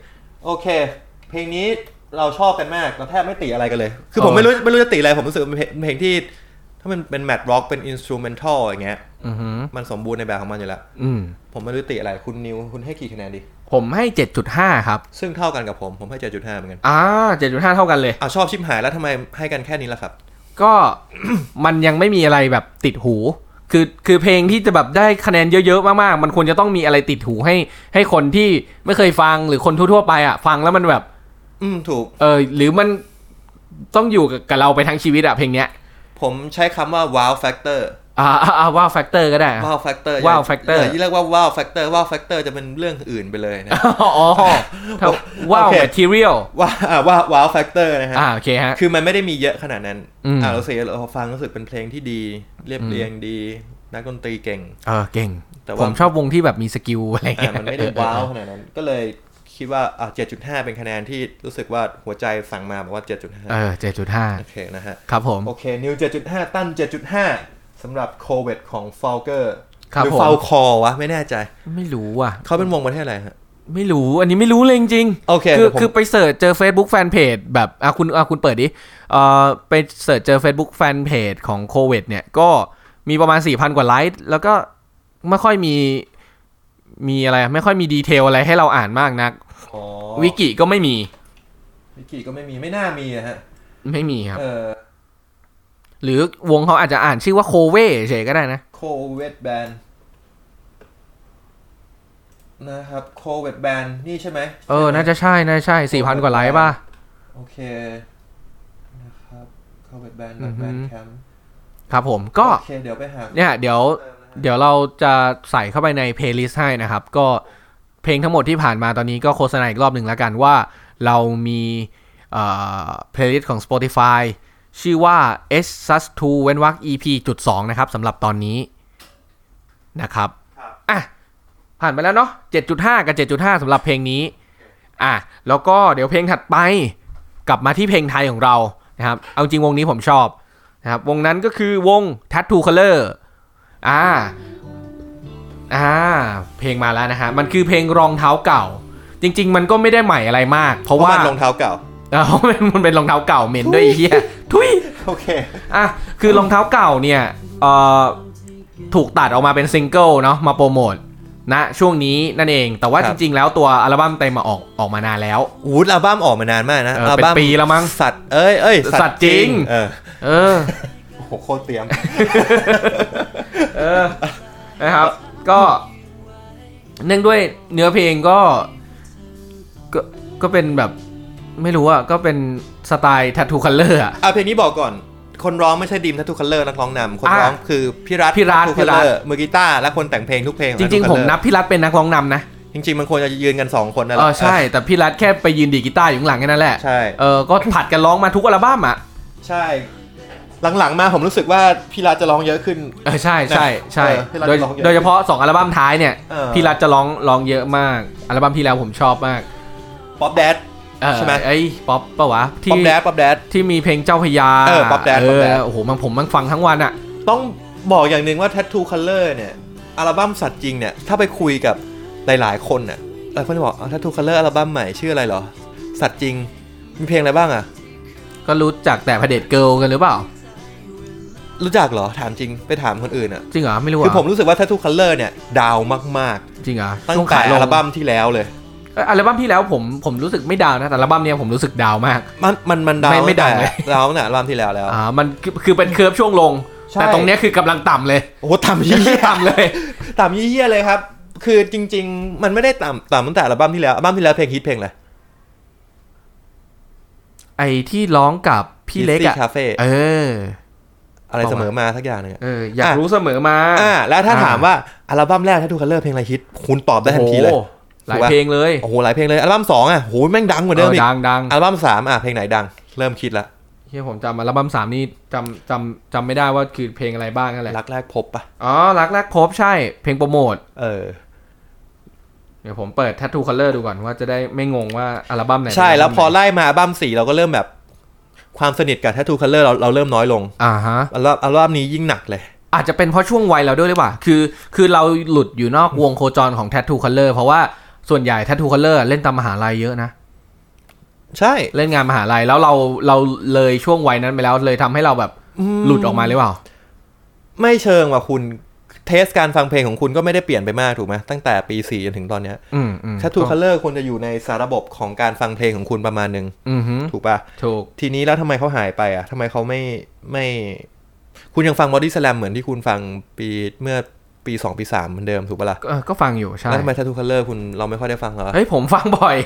Speaker 2: โอเค เพลงนี้เราชอบกันมากเราแทบไม่ติอะไรกันเลย คือผม
Speaker 3: เออ
Speaker 2: ไม่รู้ไม่รู้จะติอะไรผมรู้สึกว่ามันเป็นเพลงที่ ถ้ามันเป็นแมทร็อกเป็นอินสตูเมนทัลอย่างเงี้ย
Speaker 3: อือหือ
Speaker 2: มันสมบูรณ์ในแบบของมันอยู่แล้ว
Speaker 3: อืม
Speaker 2: ผมไม่รู้ติอะไรคุณนิวคุณให้กี่คะแนนดี
Speaker 3: ผมให้เจ็ดจุดห้าครับ
Speaker 2: ซึ่งเท่ากันกับผมผมให้7.5เหมือนกัน
Speaker 3: อ่าเจ็ดจุดห้าเท่ากันเลย
Speaker 2: เอาชอบชิมหายแล้วทำไมให้กันแค่นี้ล่ะครับ
Speaker 3: ก็ มันยังไม่มีอะไรแบบติดหู คือคือเพลงที่จะแบบได้คะแนนเยอะๆ มากๆ มันควรจะต้องมีอะไรติดหูให้ ให้คนที่ไม่เคยฟังหรือคนทั่วๆไปอ่ะ ฟังแล้วมันแบบ
Speaker 2: อืมถูก
Speaker 3: เออหรือมันต้องอยู่กับกับเราไปทั้งชีวิตอ่ะเพลงเนี้ย
Speaker 2: ผมใช้คำว่า wow factor
Speaker 3: อ่าอ่าอ่าว่าแฟกเตอร์ก็ได้อะ
Speaker 2: wow factor
Speaker 3: wow factor
Speaker 2: เออที่เรียกว่า wow factor wow factor จะเป็นเรื่องอื่นไปเลยนะ
Speaker 3: อ๋อถ้าว้า ว
Speaker 2: โอเค
Speaker 3: material
Speaker 2: ว่าว่า wow factor นะฮะ
Speaker 3: อ่าโอเคฮะ
Speaker 2: คือมันไม่ได้มีเยอะขนาดนั้น
Speaker 3: อืม
Speaker 2: เราเสียเราฟังรู้สึกเป็นเพลงที่ดี เรียบเรียงดี นักดนตรีเก่ง
Speaker 3: เออเก่ง
Speaker 2: แต่
Speaker 3: ผ
Speaker 2: ว่าม
Speaker 3: ชอบวงที่แบบมีสกิลอะไร
Speaker 2: อ่ะ
Speaker 3: เงี้ย
Speaker 2: มันไม่ได้ว้าวขนาดนั้น ก็เลยคิดว่าอ่ะ7.5 เป็นคะแนนที่รู้สึกว่าหัวใจสั่งมาบอกว่า
Speaker 3: เอ
Speaker 2: 7.5
Speaker 3: อเจ็ดจุดห้า
Speaker 2: โอเคนะฮะ
Speaker 3: ครับผม
Speaker 2: โอเค นิว 7.5 ตั้น 7.5 สำหรับโคเวดของฟ a ลเกอร์
Speaker 3: ครับ
Speaker 2: หรือ
Speaker 3: ผม
Speaker 2: ฟ l ลคอวะ ไม่แน่ใจ
Speaker 3: ไม่รู้อ่ะ
Speaker 2: เขาเป็นวงประเทศอะไรฮะ
Speaker 3: ไม่รู้อันนี้ไม่รู้เลยจริงๆ
Speaker 2: โอเค
Speaker 3: คือ
Speaker 2: เดี๋ยวผม
Speaker 3: คือไปเสิร์ชเจอ Facebook Fanpage แบบอ่ะคุณอ่ะคุณเปิดดิเอ่อไปเสิร์ชเจอ Facebook Fanpage ของโควิดเนี่ย ก็มีประมาณ 4,000 กว่าไลค์แล้วก็ไม่ค่อยมีมีอะไร ไม่ค่อยมีดีเทลอะไรให้เราอ่านมากนัก
Speaker 2: อ๋อ
Speaker 3: วิกิก็ไม่มี
Speaker 2: วิกิก็ไม่มี ไม่น่ามีอะฮะ
Speaker 3: ไม่มีครับ
Speaker 2: เออ
Speaker 3: หรือวงเขาอาจจะอ่านชื่อว่าโคเวเฉยก็ได้นะ
Speaker 2: โคเวดแบนนะครับ โคเวดแบนนี่ใช่ไหม
Speaker 3: เออ น่าจะใช่น่าจะใช่ 4,000 กว่าไลค์ป่ะ
Speaker 2: โอเค นะครับ โคเวดแบน
Speaker 3: อือฮึ
Speaker 2: แบนแคมป์
Speaker 3: ครับผมก็
Speaker 2: โอเค เดี๋ยวไปหา
Speaker 3: เนี่ย เดี๋ยว
Speaker 2: เติมนะฮะ
Speaker 3: เดี๋ยวเราจะใส่เข้าไปในเพลย์ลิสต์ให้นะครับ ก็เพลงทั้งหมดที่ผ่านมาตอนนี้ก็โฆษณาอีกรอบหนึ่งแล้วกันว่าเรามีเพลย์ลิสต์ของ Spotify ชื่อว่า S Sus 2เว้นวรรค EP จุดสองนะครับสำหรับตอนนี้นะครับอ่ะผ่านไปแล้วเนาะ7.5 กับ 7.5สำหรับเพลงนี้อ่ะแล้วก็เดี๋ยวเพลงถัดไปกลับมาที่เพลงไทยของเรานะครับ เอาจริงวงนี้ผมชอบนะครับวงนั้นก็คือวง Tattoo Color อ่า อ่า เพลงมาแล้วนะฮะ มันคือเพลงรองเท้าเก่า จริง ๆ มันก็ไม่ได้ใหม่อะไรมาก เพ
Speaker 2: เพราะ
Speaker 3: ราะ
Speaker 2: ว่า
Speaker 3: ว่า
Speaker 2: มันรองเท้าเก่า
Speaker 3: เออ มันเป็นรองเท้าเก่าเหม็นด้วยไอ้เฮียทุย
Speaker 2: โอเค
Speaker 3: อ่ะ คือรองเท้าเก่าเนี่ยเอ่อถูกตัดออกมาเป็นซิงเกิลเนาะมาโปรโมทนะช่วงนี้นั่นเอง แต่ว่า
Speaker 2: ค
Speaker 3: จ
Speaker 2: รับ
Speaker 3: ริง ๆ แล้วตัวอัลบั้มเต็มมาออกออกมานานแล้ว
Speaker 2: วูดอัลบั้มออกมานานมากนะ
Speaker 3: เออเป็น
Speaker 2: บั้ม
Speaker 3: ปีแล้วมั้ง
Speaker 2: สัตว์เอ้ยเอ้ย
Speaker 3: สัตว์จริง
Speaker 2: เออ
Speaker 3: เออ
Speaker 2: โอ้โหโคตรเตรียม
Speaker 3: เออ นะครับ ก็ เนื่องด้วยเนื้อเพลงก็ ก็ ก็เป็นแบบ ไม่รู้อะก็เป็นสไตล์ทัตทูคัลเลอร์อะ
Speaker 2: อ่ะเพลงนี้บอกก่อน คนร้องไม่ใช่ดีมทัตทูคัลเลอร์นักร้องนำคนร้องคือพี่รัต
Speaker 3: พี่รัฐ
Speaker 2: ทัตทู
Speaker 3: พี่
Speaker 2: คัล
Speaker 3: รั
Speaker 2: เล
Speaker 3: ฐ
Speaker 2: อร์มือกีตาร์และคนแต่งเพลงทุกเพลงของ
Speaker 3: จ
Speaker 2: ทัตทู
Speaker 3: ริง
Speaker 2: คัล
Speaker 3: ๆ
Speaker 2: เลอ
Speaker 3: ผมนับพี่รัฐเป็นนักร้องนำนะ
Speaker 2: จริง ๆ มันควรจะยืนกันสองคนนั่นแห
Speaker 3: เอ
Speaker 2: ละ
Speaker 3: อใช่ แต่พี่รัฐแค่ไปยืนดีดกีตาร์อยู่ข้างหลังแค่นั้นแหละ
Speaker 2: ใช่
Speaker 3: เออก็ผัดกันร้องมาทุกอัลบั้มอ่ะ
Speaker 2: ใช่ หลังๆมาผมรู้สึกว่าพี่รัฐจะร้องเยอะขึ้น
Speaker 3: เออใช่ใช่ใช่
Speaker 2: เออพี่รัฐ
Speaker 3: โดย
Speaker 2: ร้องเยอะ
Speaker 3: โดยเฉพาะสองอัลบั้มท้ายเนี่ย
Speaker 2: เออ
Speaker 3: พี่รัฐจะร้องร้องเยอะมากอัลบั้มที่แล้วผมชอบมาก
Speaker 2: ป๊อปแดด
Speaker 3: เออ
Speaker 2: ใช่ไหม
Speaker 3: ไอ้ป๊อปปะวะ
Speaker 2: ป๊
Speaker 3: ที่
Speaker 2: อปแดดป๊อปแดด
Speaker 3: ที่มีเพลงเจ้าพระยา
Speaker 2: เออ Pop Dad
Speaker 3: เ
Speaker 2: Pop Dad
Speaker 3: โอ้โหมันผมมันฟังทั้งวันอ่ะ
Speaker 2: ต้องบอกอย่างหนึ่งว่า Tattoo Color เนี่ยอัลบั้มสัตว์จริงเนี่ย ถ้าไปคุยกับหลายๆคนอ่ะเออเพื่อนจะบอกเอา Tattoo Color อัลบั้มใหม่ชื่ออะไรเหรอ สัตว์จริง มีเพลงอะไรบ้างอ่ะ
Speaker 3: ก็รู้จักแต่พระเดชเกิลกันหรือเปล่า
Speaker 2: รู้จักเหรอ ถามจริงไปถามคนอื่นอ่ะ
Speaker 3: จริงเหรอไม่รู้ะ
Speaker 2: คือผมรู้สึกว่า Tattoo Color เนี่ย ดาวมาก
Speaker 3: จริงเหรอ
Speaker 2: ๆ ตั้ง
Speaker 3: ช่ว
Speaker 2: แต่
Speaker 3: ขายล
Speaker 2: อั
Speaker 3: ง
Speaker 2: ลบั้มที่แล้วเลย
Speaker 3: เอ้ยอัลบั้มที่แล้วผมผมรู้สึกไม่ดาวนะแต่อัลบั้มเนี้ยผมรู้สึกดาวมาก
Speaker 2: มันมันมันดาว
Speaker 3: ไม่ไม่ดัง
Speaker 2: ตั้
Speaker 3: เล
Speaker 2: แต่
Speaker 3: ย
Speaker 2: ดาวน่ะอัลบั้มที่แล้วแล้ว
Speaker 3: อ่ามันคือคือเป็นเคิร์ฟช่วงลง
Speaker 2: ใช่
Speaker 3: แต่ตรงเนี้ยคือกำลังต่ำเลย
Speaker 2: โอ้โหต่ำยี่
Speaker 3: ต่ำเลย
Speaker 2: ต่ำเยี่ยๆเลยครับ คือจริง ๆ มันไม่ได้ต่ำต่ำตั้งแต่อัลบั้มที่แล้ว อัลบั้มที่แล้วเพลงฮิตเพลงอะไร
Speaker 3: ไอที่ร้องกับพี่เล็ก
Speaker 2: Easy
Speaker 3: อะ
Speaker 2: Cafe
Speaker 3: เออ
Speaker 2: อะไรเสมอมาสักอย่างหนึงอะ
Speaker 3: เออ อยาก
Speaker 2: อ่ะ
Speaker 3: รู้เสมอมา
Speaker 2: อ่า แล้วถ้าถามว่าอัลบั้มแรกถ้าดูคัลเลอร์เพลงอะไรฮิต คุณตอบได้ทันทีเลย
Speaker 3: โอ้โหหลาย
Speaker 2: ถูกปะ
Speaker 3: เพลงเลย
Speaker 2: โอ้โห หลายเพลงเลย อัลบั้มสองอ่ะโหแม่งดังกว่า
Speaker 3: เอ
Speaker 2: เดิม
Speaker 3: อ
Speaker 2: อีก
Speaker 3: ดังดัง
Speaker 2: อัลบั้มสามอ่ะ เพลงไหนดัง เริ่มคิดละ
Speaker 3: เฮียผมจำอัลบั้มสามนี่จำจำจำไม่ได้ว่าคือเพลงอะไรบ้างนั่นแหละ
Speaker 2: รักแรกพบปะ
Speaker 3: อ๋อรักแรกพบใช่ เพลงโปรโมท
Speaker 2: เออ
Speaker 3: เดี๋ยวผมเปิด Tattoo Color ดูก่อนว่าจะได้ไม่งงว่าอัลบั้มไหน
Speaker 2: ใช่ แล้วพอ
Speaker 3: เป็น
Speaker 2: ไล่มาอัลบั้มสี่เราก็เริ่มแบบ ความสนิทกับทัตทูคัลเลอร์เราเราเริ่มน้อยลง
Speaker 3: อ่าฮะ
Speaker 2: อัลบั้มอัลบั้มนี้ยิ่งหนักเลย
Speaker 3: อาจจะเป็นเพราะช่วงวัยเราด้วยหรือเปล่า คือ คือเราหลุดอยู่นอกวงโคจรของ Tattoo Color เพราะว่าส่วนใหญ่ Tattoo Color เล่นตามมหาลัยเยอะนะ
Speaker 2: ใช่
Speaker 3: เล่นงานมหาลัยแล้วเราเราเลยช่วงวัยนั้นไปแล้วเลยทำให้เราแบบหลุดออกมาหรือเปล่า
Speaker 2: ไม่เชิงว่าคุณเทสการฟังเพลงของคุณก็ไม่ได้เปลี่ยนไปมากถูกไหมตั้งแต่ปีสี่จนถึงตอนเนี้ย
Speaker 3: อืมอืม
Speaker 2: ทัตทูคัลเลอร์ควรจะอยู่ในสาระบบของการฟังเพลงของคุณประมาณหนึ่ง
Speaker 3: อือฮึ
Speaker 2: ถูกปะ
Speaker 3: ถูก
Speaker 2: ทีนี้แล้วทำไมเขาหายไปอ่ะทำไมเขาไม่ไม่ คุณยังฟังบอดี้สแลมเหมือนที่คุณฟังปีเมื่อปีสองปีสามเหมือนเดิมถูกปะล่ะ
Speaker 3: ก็เออก็ฟังอยู่ใช่
Speaker 2: แล้วทำไมทัตทูคัลเลอร์คุณเราไม่ค่อยได้ฟังเหรอ
Speaker 3: เฮ้ย ผมฟังบ่อย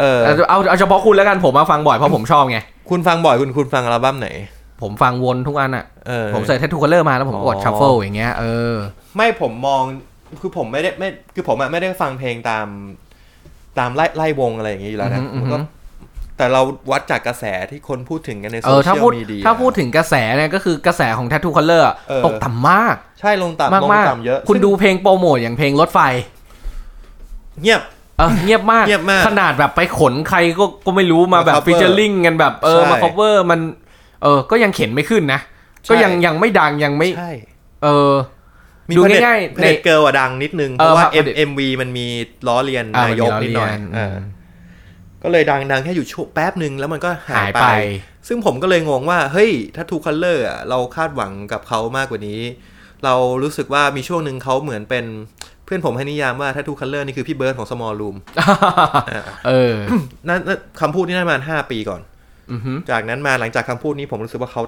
Speaker 2: เออ
Speaker 3: เอาเอาเอาเฉพาะคุณแล้วกันผมมาฟังบ่อยเพราะผมชอบไง
Speaker 2: คุณฟังบ่อยคุณคุณฟังอัลบั้มไหน
Speaker 3: ผมฟังวนทุกอันอ่ะ
Speaker 2: เออ
Speaker 3: ผมใส่ Tattoo Color มาแล้วผมกด
Speaker 2: อ๋อ
Speaker 3: shuffle อย่างเงี้ย เออ
Speaker 2: ไม่ผมมองคือผมไม่ได้ไม่คือผมอะไม่ได้ฟังเพลงตามตามไล่ไล่วงอะไรอย่างงี้อยู่แล้วนะ
Speaker 3: อือฮึ
Speaker 2: ผม
Speaker 3: อื
Speaker 2: ก็
Speaker 3: อฮึ
Speaker 2: แต่เราวัดจากกระแสที่คนพูดถึงกันใน
Speaker 3: เอ
Speaker 2: โซ
Speaker 3: อ
Speaker 2: เชี
Speaker 3: ถ้าย
Speaker 2: ล
Speaker 3: พูด
Speaker 2: มีเดีย
Speaker 3: ถ้าพูดถึงกระแสเนี่ยก็คือกระแสของ Tattoo Color อะ
Speaker 2: เออ
Speaker 3: ตกต่ำมาก
Speaker 2: ใช่ลงต่ำ
Speaker 3: มาก
Speaker 2: ลง
Speaker 3: มาก
Speaker 2: ต่ำเยอะ
Speaker 3: คุณ
Speaker 2: ซึ่ง
Speaker 3: ดูเพลงโปรโมทอย่างเพลงรถไฟ
Speaker 2: เงียบ
Speaker 3: เออ เงียบมาก
Speaker 2: เงียบมาก
Speaker 3: ขนาดแบบไปขนใครก็ก็ไม่รู้มา
Speaker 2: มา
Speaker 3: แบบ
Speaker 2: cover
Speaker 3: ฟิชเชอร์ลิงกันแบบเออ
Speaker 2: ใช่
Speaker 3: มา cover มันเออก็ยังเข็นไม่ขึ้นนะ
Speaker 2: ใช่
Speaker 3: ก็ยังยังไม่ดังยังไม่
Speaker 2: ใช่
Speaker 3: เออ
Speaker 2: มี
Speaker 3: ดู
Speaker 2: เพล
Speaker 3: ง่ายๆ
Speaker 2: เพล
Speaker 3: ใน
Speaker 2: เกิร์ลอะดังนิดนึง
Speaker 3: เอ
Speaker 2: เพ
Speaker 3: อ
Speaker 2: ราะว่า
Speaker 3: ครับ
Speaker 2: M- MV มันมีล้อเลียน
Speaker 3: อ่ะ
Speaker 2: นายก
Speaker 3: มันมี
Speaker 2: นิดหน่อย
Speaker 3: ล้อเลียน
Speaker 2: เออก็เลยดังดังแค่อยู่ช่วงแป๊บหนึ่งแล้วมันก็หาย
Speaker 3: หาย
Speaker 2: ไป
Speaker 3: ไป
Speaker 2: ซึ่งผมก็เลยงงว่า เฮ้ยถ้าทูคัลเลอร์เราคาดหวังกับเขามากกว่านี้ เรารู้สึกว่ามีช่วงหนึ่งเขาเหมือนเป็นเพื่อนผมให้นิยามว่าถ้าทูคัลเลอร์นี่คือพี่เบิร์ดของสมอลรูม
Speaker 3: เออ
Speaker 2: นั่นนั่นคำพูดนี่น่าประมาณห้าปีก่อน
Speaker 3: อือฮึ
Speaker 2: จากนั้นมาหลังจากคำพูดนี้ผมรู้สึกว่าเขา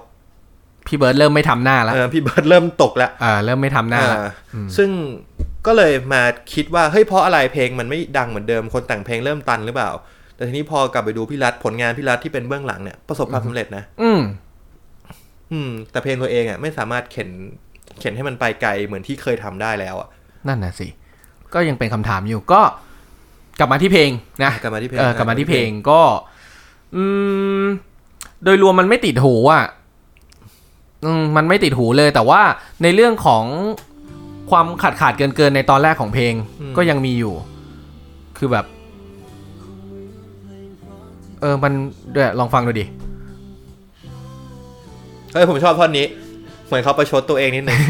Speaker 3: พี่เบิร์ดเริ่มไม่ทำหน้าแล้ว
Speaker 2: เออพี่เบิร์ดเริ่มตกแล้ว
Speaker 3: เออเริ่มไม่ทำหน้าแล้ว
Speaker 2: อ่า
Speaker 3: อืม
Speaker 2: ซึ่งก็เลยมาคิดว่าเฮ้ยเพราะอะไรเพลงมันไม่ดังเหมือนเดิมคนแต่งเพลงเริ่มตันหรือเปล่า แต่ทีนี้พอกลับไปดูพี่รัฐผลงานพี่รัฐที่เป็นเบื้องหลังเนี่ยประสบความสำเร็จนะ
Speaker 3: อืม
Speaker 2: อืมแต่เพลงตัวเองอ่ะไม่สามารถเข็นเข็นให้มันไปไกลเหมือนที่เคยทำได้แล้วอ่ะ
Speaker 3: นั่นน่ะสิก็ยังเป็นคำถามอยู่ก็กลับมาที่เพลงนะ
Speaker 2: กลับมาที่เพลง
Speaker 3: เออกลับมาที่เพลงก็ อืม โดยรวมมันไม่ติดหูอ่ะอืมมันไม่ติดหูเลย แต่ว่าในเรื่องของความขาดขาดเกินเกินๆในตอนแรกของเพลง ก็ยังมีอยู่ คือแบบ เออ มันเดี๋ยวลองฟังดูดิ
Speaker 2: เฮ้ยผมชอบท่อนนี้ เหมือนเขาประชดตัวเองนิด นึง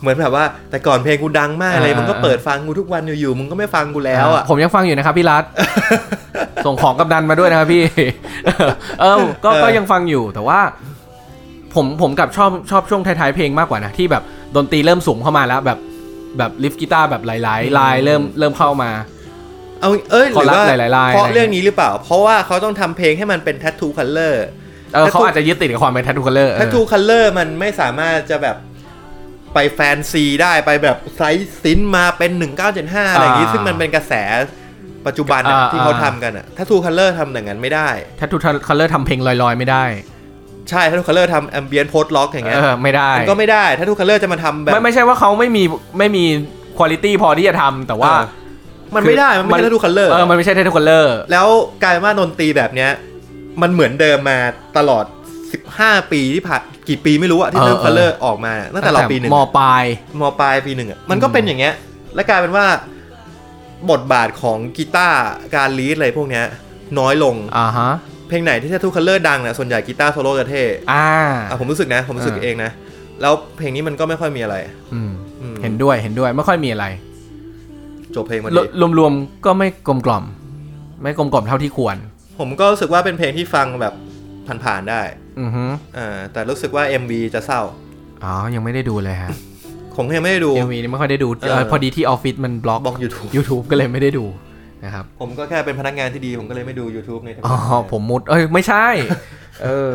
Speaker 2: เหมือนแบบว่า แต่ก่อนเพลงกูดังมากเลย
Speaker 3: อ่า
Speaker 2: มึ
Speaker 3: มึ
Speaker 2: งก็เปิดฟังกูทุกวันอยู่ๆมึงก็ไม่ฟังกูแล้วอ่ะ
Speaker 3: ผมยังฟังอยู่นะครับพี่ รัฐ ส่งของกำนันมาด้วยนะครับพี่ เออก็ก็ยังฟังอยู่แต่ว่า ผมผมกลับชอบชอบช่วงท้ายๆเพลงมากกว่านะ ที่แบบดนตรีเริ่มสูงเข้ามาแล้ว แบบแบบลิฟต์กีตาร์แบบหลายๆลายเริ่มเริ่มเข้ามา
Speaker 2: เอาเอ้ยหรือว่า
Speaker 3: ขอรับหลายๆลาย
Speaker 2: เพราะเรื่องนี้หรือเปล่า เพราะว่าเขาต้องทำเพลงให้มันเป็นแททูคัลเลอร์
Speaker 3: เออเขาอาจจะยึดติดกับความเป็นแททูคัลเลอร์
Speaker 2: ถ้าทูคัลเลอร์มันไม่สามารถจะแบบไปแฟนซีได้ไปแบบไซส์ซินมาเป็น 1975 อะไรอย่างนี้ ซึ่งมันเป็นกระแสปัจจุบันอะที่เขาทำกันอะถ้าทูคัลเลอร์ทำอย่างนั้นไม่ได้
Speaker 3: แททูคัลเลอร์ทำเพลงลอยๆ ไม่ได้
Speaker 2: ใช่ถ้าทุกคัลเลอร์ทำแอมเบียนโพสล็อกอย่างเงี้ย
Speaker 3: เออไม่ได้
Speaker 2: มันก็ไม่ได้ถ้าทุกคัลเลอร์จะมาทำแบบ
Speaker 3: ไม่ไม่ใช่ว่าเขาไม่มีไม่มีคุณภาพพอที่จะทำแต่ว่า
Speaker 2: เออ มันไม่ได้มันไม่
Speaker 3: มัน
Speaker 2: ใช่ทุกคัลเลอร์
Speaker 3: เออมันไม่ใช่เทนนิสคนเลอร์
Speaker 2: แล้วกลายว่านนตรีแบบเนี้ยมันเหมือนเดิมมาตลอด 15 ปีที่ผ่านกี่ปีไม่รู้อะที่
Speaker 3: เออ
Speaker 2: เริ่ม
Speaker 3: เออ
Speaker 2: คัลเลอร์ออกมาตั้งแต่เราปีหนึ่ง
Speaker 3: ม
Speaker 2: อะ
Speaker 3: ปลาย
Speaker 2: มปลายปีหนึ่งอ่ะมันก็เป็นอย่างเงี้ย และกลายเป็นว่าบทบาทของกีตาร์การลีดอะไรพวกเนี้ย น้อยลง
Speaker 3: อ่าฮะ
Speaker 2: เพลงไหนที่ท t ทูคัลเลอร์ดังเนี่ยส่วนใหญ่กีตาร์โซโล่จะเท่
Speaker 3: อ่า
Speaker 2: อ่ะผมรู้สึกนะ ผมรู้สึก
Speaker 3: เออ
Speaker 2: เองนะ แล้วเพลงนี้มันก็ไม่ค่อยมีอะไร
Speaker 3: อืม
Speaker 2: อืม
Speaker 3: เห็นด้วยเห็นด้วยไม่ค่อยมีอะไร
Speaker 2: จบเพลงมา
Speaker 3: ร
Speaker 2: ดี
Speaker 3: วมรวมๆก็ไม่กลมกล่อม ไม่กลมกล่อมเท่าที่ควร
Speaker 2: ผมก็รู้สึกว่าเป็นเพลงที่ฟังแบบผ่านๆได้
Speaker 3: อือฮึ
Speaker 2: อ่าแต่รู้สึกว่า MV จะเศร้า
Speaker 3: อ๋อ ยังไม่ได้ดูเลยฮะ
Speaker 2: ผมยังไม่ได้ดู
Speaker 3: เอ็มวีนี่ไม่ค่อยได้ดู
Speaker 2: เออ
Speaker 3: เออพอดีที่ออฟฟิศมันบล็อก
Speaker 2: บล็อก YouTube
Speaker 3: YouTube ก็เลยไม่ได้ดูนะครับ
Speaker 2: ผมก็แค่เป็นพนักงานที่ดี ผมก็เลยไม่ดู YouTube ในทำ
Speaker 3: อ๋อ
Speaker 2: งาน
Speaker 3: ผมมุด เอ้ย ไม่ใช่ เออ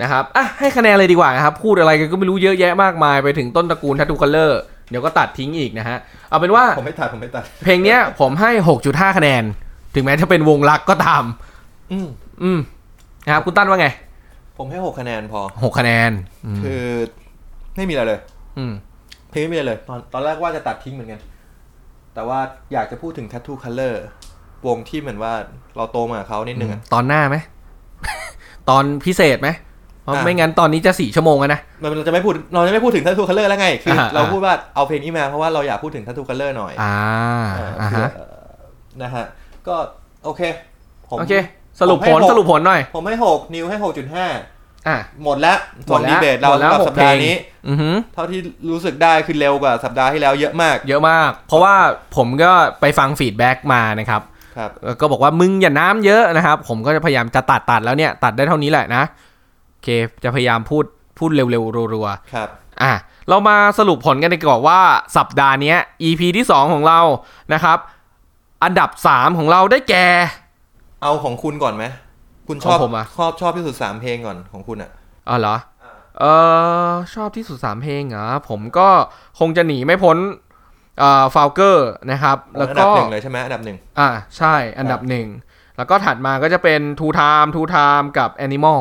Speaker 3: นะครับ อ่ะ ให้คะแนนเลยดีกว่านะครับ พูดอะไรกันก็ไม่รู้เยอะแยะมากมายไปถึงต้นตระกูลทัตทูคัลเลอร์ เดี๋ยวก็ตัดทิ้งอีกนะฮะ เอาเป็นว่า
Speaker 2: ผมไม่ตัดผมไม่ตัด
Speaker 3: เพลงเนี้ยผมให้ 6.5 คะแนน ถึงแม้จะเป็นวงรักก็ตาม
Speaker 2: อืม
Speaker 3: อืม นะครับ คุณตั้นว่าไง
Speaker 2: ผมให้หกคะแนนพอ
Speaker 3: 6 คะแนน อื
Speaker 2: อ
Speaker 3: ม
Speaker 2: คือไม่มีอะไรเลย
Speaker 3: อืม
Speaker 2: เพลงไม่มีอะไรเลยตอนตอนแรกว่าจะตัดทิ้งเหมือนกัน แต่ว่าอยากจะพูดถึง Tattoo Color วงที่เหมือนว่าเราโตมากับเขานิดนึงอะ
Speaker 3: ตอนหน้าไหม ตอนพิเศษไหมเพราะ
Speaker 2: อ่ะ
Speaker 3: ไม่งั้นตอนนี้จะสี่ชั่วโมงแล้วนะ
Speaker 2: มันเราจะไม่พูดเราจะไม่พูดถึง Tattoo Color แล้วไง คืออา เราพูดว่าเอาเพลงนี้มาเพราะว่าเราอยากพูดถึง Tattoo Color หน่อย
Speaker 3: อ่า
Speaker 2: เออ
Speaker 3: อ่า
Speaker 2: เผื่อ
Speaker 3: ฮะ
Speaker 2: เอ่อนะฮะ ก็โอเค ผม
Speaker 3: โอเค สรุป
Speaker 2: ผมให้
Speaker 3: ผล
Speaker 2: หก
Speaker 3: สรุปผลหน่อย
Speaker 2: ผมให้หกนิวให้หกจุดห้า
Speaker 3: อ่ะ
Speaker 2: หมดแล้ว
Speaker 3: หม
Speaker 2: สอ
Speaker 3: ด
Speaker 2: ง
Speaker 3: แล้
Speaker 2: ดี
Speaker 3: ว
Speaker 2: เบตเรา
Speaker 3: หมดแล้ว
Speaker 2: สำหรับ
Speaker 3: หก
Speaker 2: สัปดาห์
Speaker 3: เพลง
Speaker 2: นี้
Speaker 3: อือหือ
Speaker 2: เท่าที่รู้สึกได้คือเร็วกว่าสัปดาห์ที่แล้วเยอะมาก
Speaker 3: เยอะมาก เพราะว่าผมก็ไปฟังฟีดแบ็กมานะครับ
Speaker 2: ครับ
Speaker 3: ก็บอกว่ามึงอย่าน้ำเยอะนะครับ ผมก็จะพยายามจะตัดตัดแล้วเนี่ย ตัดได้เท่านี้แหละนะโอเค จะพยายามพูดพูดเร็วๆรัว
Speaker 2: ครับ
Speaker 3: ๆอ่ะ เรามาสรุปผลกันดีกว่าว่าสัปดาห์เนี้ย EP ที่ 2 ของเรานะครับ อันดับ 3 ของเราได้แก่
Speaker 2: เอาของคุณก่อนไหมคุณชอบ
Speaker 3: ของผมอะ
Speaker 2: ชอบชอบที่สุดสามเพลงก่อนของคุณอะ
Speaker 3: อ๋อเหรอ เออชอบที่สุดสามเพลงเหรอผมก็คงจะหนีไม่พ้นเอ่อฟาวเกอร์นะครับ แล้ว
Speaker 2: อัน
Speaker 3: ก็
Speaker 2: ดับหนึ่งเลยใช่ไหมอันดับหนึ่ง
Speaker 3: อ่าใช่อันดับหนึ่ง แล้วก็ถัดมาก็จะเป็น Two Time Two Time กับ Animal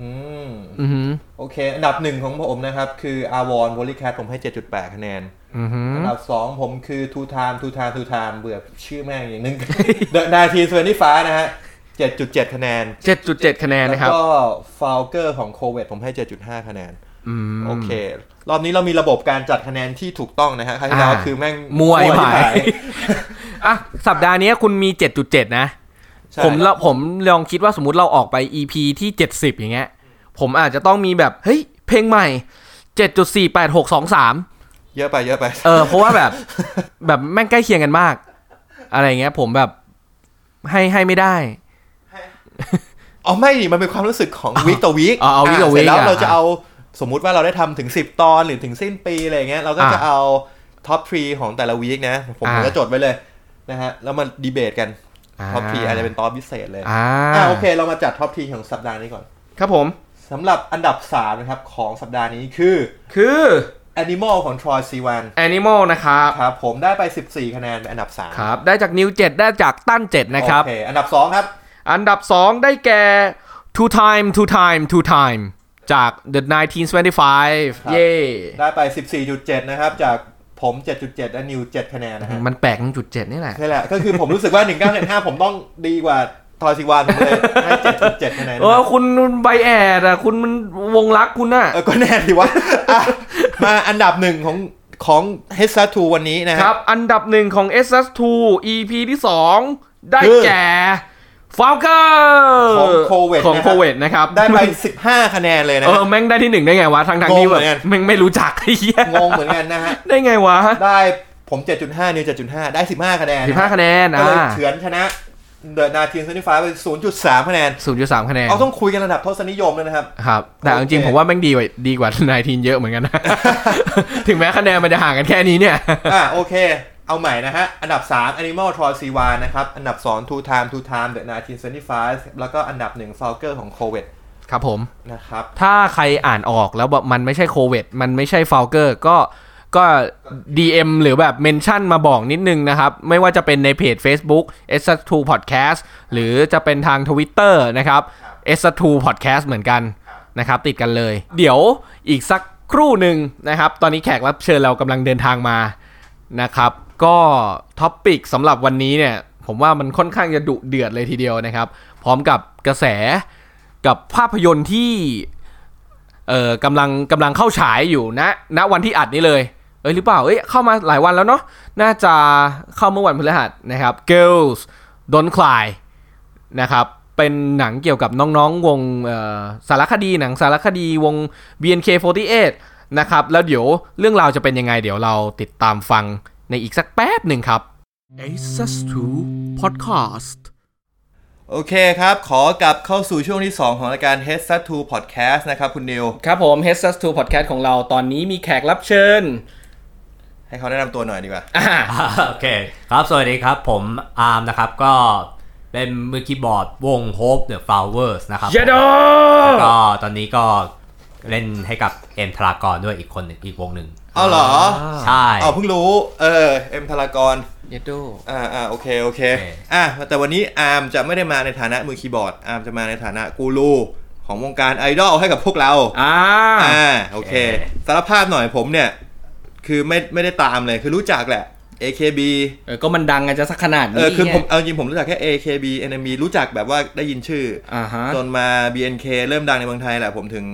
Speaker 2: อืม
Speaker 3: อือหือ
Speaker 2: โอเค อันดับหนึ่งของผมนะครับ คืออาวอนวอลลี่แคทผมให้ 7.8 คะแนน
Speaker 3: อือหือ
Speaker 2: อันดับสองผมคือทูไทม์ทูไทม์ทูไทม์เบื่อชื่อแม่งอย่างนึง เดอะนาทีสวนที่ฟ้านะฮะ 7.7 คะแนน
Speaker 3: เจ็ดจุดเจ็ดคะแนน
Speaker 2: แล้
Speaker 3: นะครับ
Speaker 2: วก็ฟาวเกอร์ของโคเวตผมให้ 7.5 คะแนน
Speaker 3: อืม
Speaker 2: โอเค รอบนี้เรามีระบบการจัดคะแนนที่ถูกต้องนะฮะครั้งที่แล้ว
Speaker 3: อ่า
Speaker 2: คือแม่ง
Speaker 3: มั่วไอ้
Speaker 2: ที่
Speaker 3: หมาย อ่ะสัปดาห์เนี้ยคุณมี 7.7 นะ
Speaker 2: ใช่
Speaker 3: ผมละผมลองคิดว่าสมมติเราออกไป EP ที่ 70 อย่างเงี้ย ผมอาจจะต้องมีแบบ เฮ้ย เพลงใหม่ 7.48623
Speaker 2: เยอะไปเยอะไป
Speaker 3: เออเพราะว่า แบบ แบบแม่งใกล้เคียงกันมาก อะไรเงี้ย ผมแบบให้ให้ไม่ได้
Speaker 2: อ๋อไม่ดิมันเป็นความรู้สึกของวิกต่อวิก
Speaker 3: อ๋อเอา week ต่อ week
Speaker 2: แล้ว
Speaker 3: อ่ะ
Speaker 2: เราจะเอาสมมุติว่าเราได้ทำถึง 10 ตอนหรือถึงสิ้นปีอะไรเงี้ยเราก็จะ
Speaker 3: อ่ะ
Speaker 2: เอาท็อปทรีของแต่ละวีคนะ ผมผม
Speaker 3: อ่ะ
Speaker 2: ก็จดไว้เลยนะฮะ แล้วมาดีเบตกันท็อปทรีอาจจะเป็นตอนพิเศษเลย
Speaker 3: อ่า
Speaker 2: อ่ะโอเค เรามาจัดท็อปทรีของสัปดาห์นี้ก่อน
Speaker 3: ครับผม
Speaker 2: สำหรับอันดับ 3 นะครับ ของสัปดาห์นี้คือ
Speaker 3: คือ
Speaker 2: Animal ของ Troy c 1
Speaker 3: Animal นะครับ
Speaker 2: ครับผมได้ไป 14 คะแนนเป็นอันดับ3
Speaker 3: ครับ ได้จากนิว7ได้จากตั้น 7 นะครับ
Speaker 2: โอเคอันดับ 2 ครับ
Speaker 3: อันดับ 2 ได้แก่ two time two time two time จาก the
Speaker 2: ครับ
Speaker 3: 1925 เย่
Speaker 2: ได้ไป 14.7 นะครับ จากผม 7.7และนิว 7 คะแนนนะฮะ
Speaker 3: มันแปลกตรงจุดเจ็ดนี่แหละ
Speaker 2: ใช่แหละก็คือผมรู้สึกว่า 1975 ผมต้องดีกว่าทอยซิวานผมเลยให้7.7คะแนน
Speaker 3: เออ คุณใบแอดอ่ะ คุณมันวงรักคุณน่ะ
Speaker 2: เออก็แน่ดีวะอ่ะมาอันดับหนึ่งของของ h e s a 2วันนี้นะ
Speaker 3: ค
Speaker 2: ค
Speaker 3: รั
Speaker 2: รับ
Speaker 3: บ อันดับหนึ่งของ SS2 EP ที่ 2 ได้
Speaker 2: คือ
Speaker 3: แก่ฟาวเกอร์
Speaker 2: ของ Corvette
Speaker 3: ของ
Speaker 2: นะครับ
Speaker 3: โคเวตนะครับ
Speaker 2: ได้ไป 15 คะแนนเลยนะ
Speaker 3: เอ
Speaker 2: ฮะ
Speaker 3: อ แม่งได้ที่หนึ่งได้ไงวะ ทั้งทางๆที่
Speaker 2: งงเห
Speaker 3: แบ
Speaker 2: มือ
Speaker 3: บ
Speaker 2: นกัน
Speaker 3: แม่งไม่รู้จัก ไอ้เหี้ย
Speaker 2: งงเหมือนกันนะฮะ
Speaker 3: ได้ไงวะ
Speaker 2: ได้ผม 7.5 นิว 7.5 ได้ 15 คะแนนนะฮะ
Speaker 3: 15 คะแนน
Speaker 2: ก็
Speaker 3: อ่า
Speaker 2: เลยเฉือนชนะเดอะนาทีนเซนิฟาไป 0.3 คะแนน
Speaker 3: ศูนย์จุดสามคะแนน
Speaker 2: เอาต้องคุยกันระดับทศนิยมเลยนะครับ
Speaker 3: ครับ แต่
Speaker 2: โอเค
Speaker 3: เอาจริงๆผมว่าแม่งดีกว่า ดีกว่านายทีนเยอะเหมือนกันนะ ถึงแม้คะแนนมันจะห่างกันแค่นี้เนี่ย
Speaker 2: อ่ะโอเค เอาใหม่นะฮะ อันดับ 3 Animal Troy c 1นะครับ อันดับ 2 Two Time Two Time The 1975แล้วก็อันดับ 1 f a l k e r ของ c o v e t
Speaker 3: ครับผม
Speaker 2: นะครับ
Speaker 3: ถ้าใครอ่านออกแล้วแบบมันไม่ใช่โควิดมันไม่ใช่ฟาวเกอร์ก็ก็ DM หรือแบบเมนชั่นมาบอกนิดนึงนะครับ ไม่ว่าจะเป็นในเพจ Facebook s 2 Podcast หรือจะเป็นทาง Twitter นะครับ s 2 Podcast เหมือนกัน นะครับติดกันเลย เดี๋ยวอีกสักครู่หนึ่งนะครับ ตอนนี้แขกรับเชิญเรากำลังเดินทางมานะครับ ก็ท็อปปิกสำหรับวันนี้เนี่ย ผมว่ามันค่อนข้างจะดุเดือดเลยทีเดียวนะครับ พร้อมกับกระแสกับภาพยนตร์ที่ เอ่อกำลังกำลังเข้าฉายอยู่นะณวันที่อัดนี้เลย เอ้ยหรือเปล่า เอ้ยเข้ามาหลายวันแล้วเนาะน่าจะเข้าเมื่อวันพฤหัสนะครับ Girls Don't Cry นะครับ เป็นหนังเกี่ยวกับน้องๆ วงเอ่อสารคดีหนังสารคดีวง BNK48 นะครับ แล้วเดี๋ยวเรื่องราวจะเป็นยังไง เดี๋ยวเราติดตามฟังในอีกสักแป๊บหนึ่งครับ
Speaker 1: Aces 2 Podcast
Speaker 2: โอเคครับ ขอกลับเข้าสู่ช่วงที่ 2 ของรายการ h e a d s to Podcast นะครับคุณนิว
Speaker 3: ครับผม h e a d s to Podcast ของเราตอนนี้มีแขกรับเชิญ
Speaker 2: ให้เขาแนะนำตัวหน่อยดีกว่า
Speaker 3: อ่า
Speaker 4: อ่า โอเคครับ สวัสดีครับ ผมอาร์มนะครับ ก็เป็นมือคีย์บอร์ดวง Hope the Flowers นะครับแล้วก็ตอนนี้ก็เล่นให้กับเอ็มทรากรด้วยอีกคนหนึ่งอีกวงหนึ่ง
Speaker 2: เอาเหรอ
Speaker 4: ใช่
Speaker 2: เอาเพิ่งรู้ เออ เอ็มธารากร
Speaker 3: เยดโด
Speaker 2: อ่าอ่าโอเค โอเค
Speaker 4: โอเค
Speaker 2: อ่ะแต่วันนี้อาร์มจะไม่ได้มาในฐานะมือคีย์บอร์ด อาร์มจะมาในฐานะกูรูของวงการไอดอลให้กับพวกเรา
Speaker 3: อ่า
Speaker 2: อ่าโอเคสารภาพหน่อยผมเนี่ย คือไม่ไม่ได้ตามเลยคือรู้จักแหละ AKB
Speaker 3: เออก็มันดังอาจจะสักขนาดนี้
Speaker 2: เออคือผม
Speaker 3: ไง
Speaker 2: เอาจริงผมรู้จักแค่ AKB NME รู้จักแบบว่าได้ยินชื่ออ
Speaker 3: อ่าฮะ
Speaker 2: จนมา BNK เริ่มดังในเมืองไทยแหละผมถึง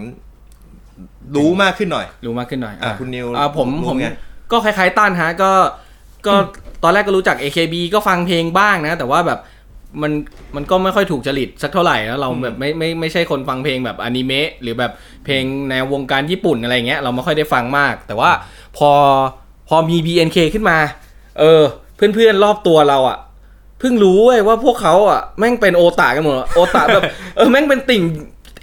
Speaker 2: รู้มากขึ้นหน่อย
Speaker 3: รู้มากขึ้นหน่อย
Speaker 2: อ่ะคุณนิว
Speaker 3: อ่าผม
Speaker 2: รู้
Speaker 3: ผม
Speaker 2: ไง
Speaker 3: ก็คล้ายๆต้านฮะก็ก็ตอนแรกก็รู้จัก AKB ก็ฟังเพลงบ้างนะ แต่ว่าแบบมันมันก็ไม่ค่อยถูกจริตสักเท่าไหร่แล้วเราแบบไม่ไม่ไม่ใช่คนฟังเพลงแบบอนิเมะหรือแบบเพลงในวงการญี่ปุ่นอะไรเงี้ยเราไม่ค่อยได้ฟังมาก แต่ว่าพอพอมี BNK ขึ้นมา เออ เพื่อนๆรอบตัวเราอะ เพิ่งรู้เว้ยว่าพวกเขาอ่ะแม่งเป็นโอตากันหมดโอตา แบบ เออแม่งเป็นติ่ง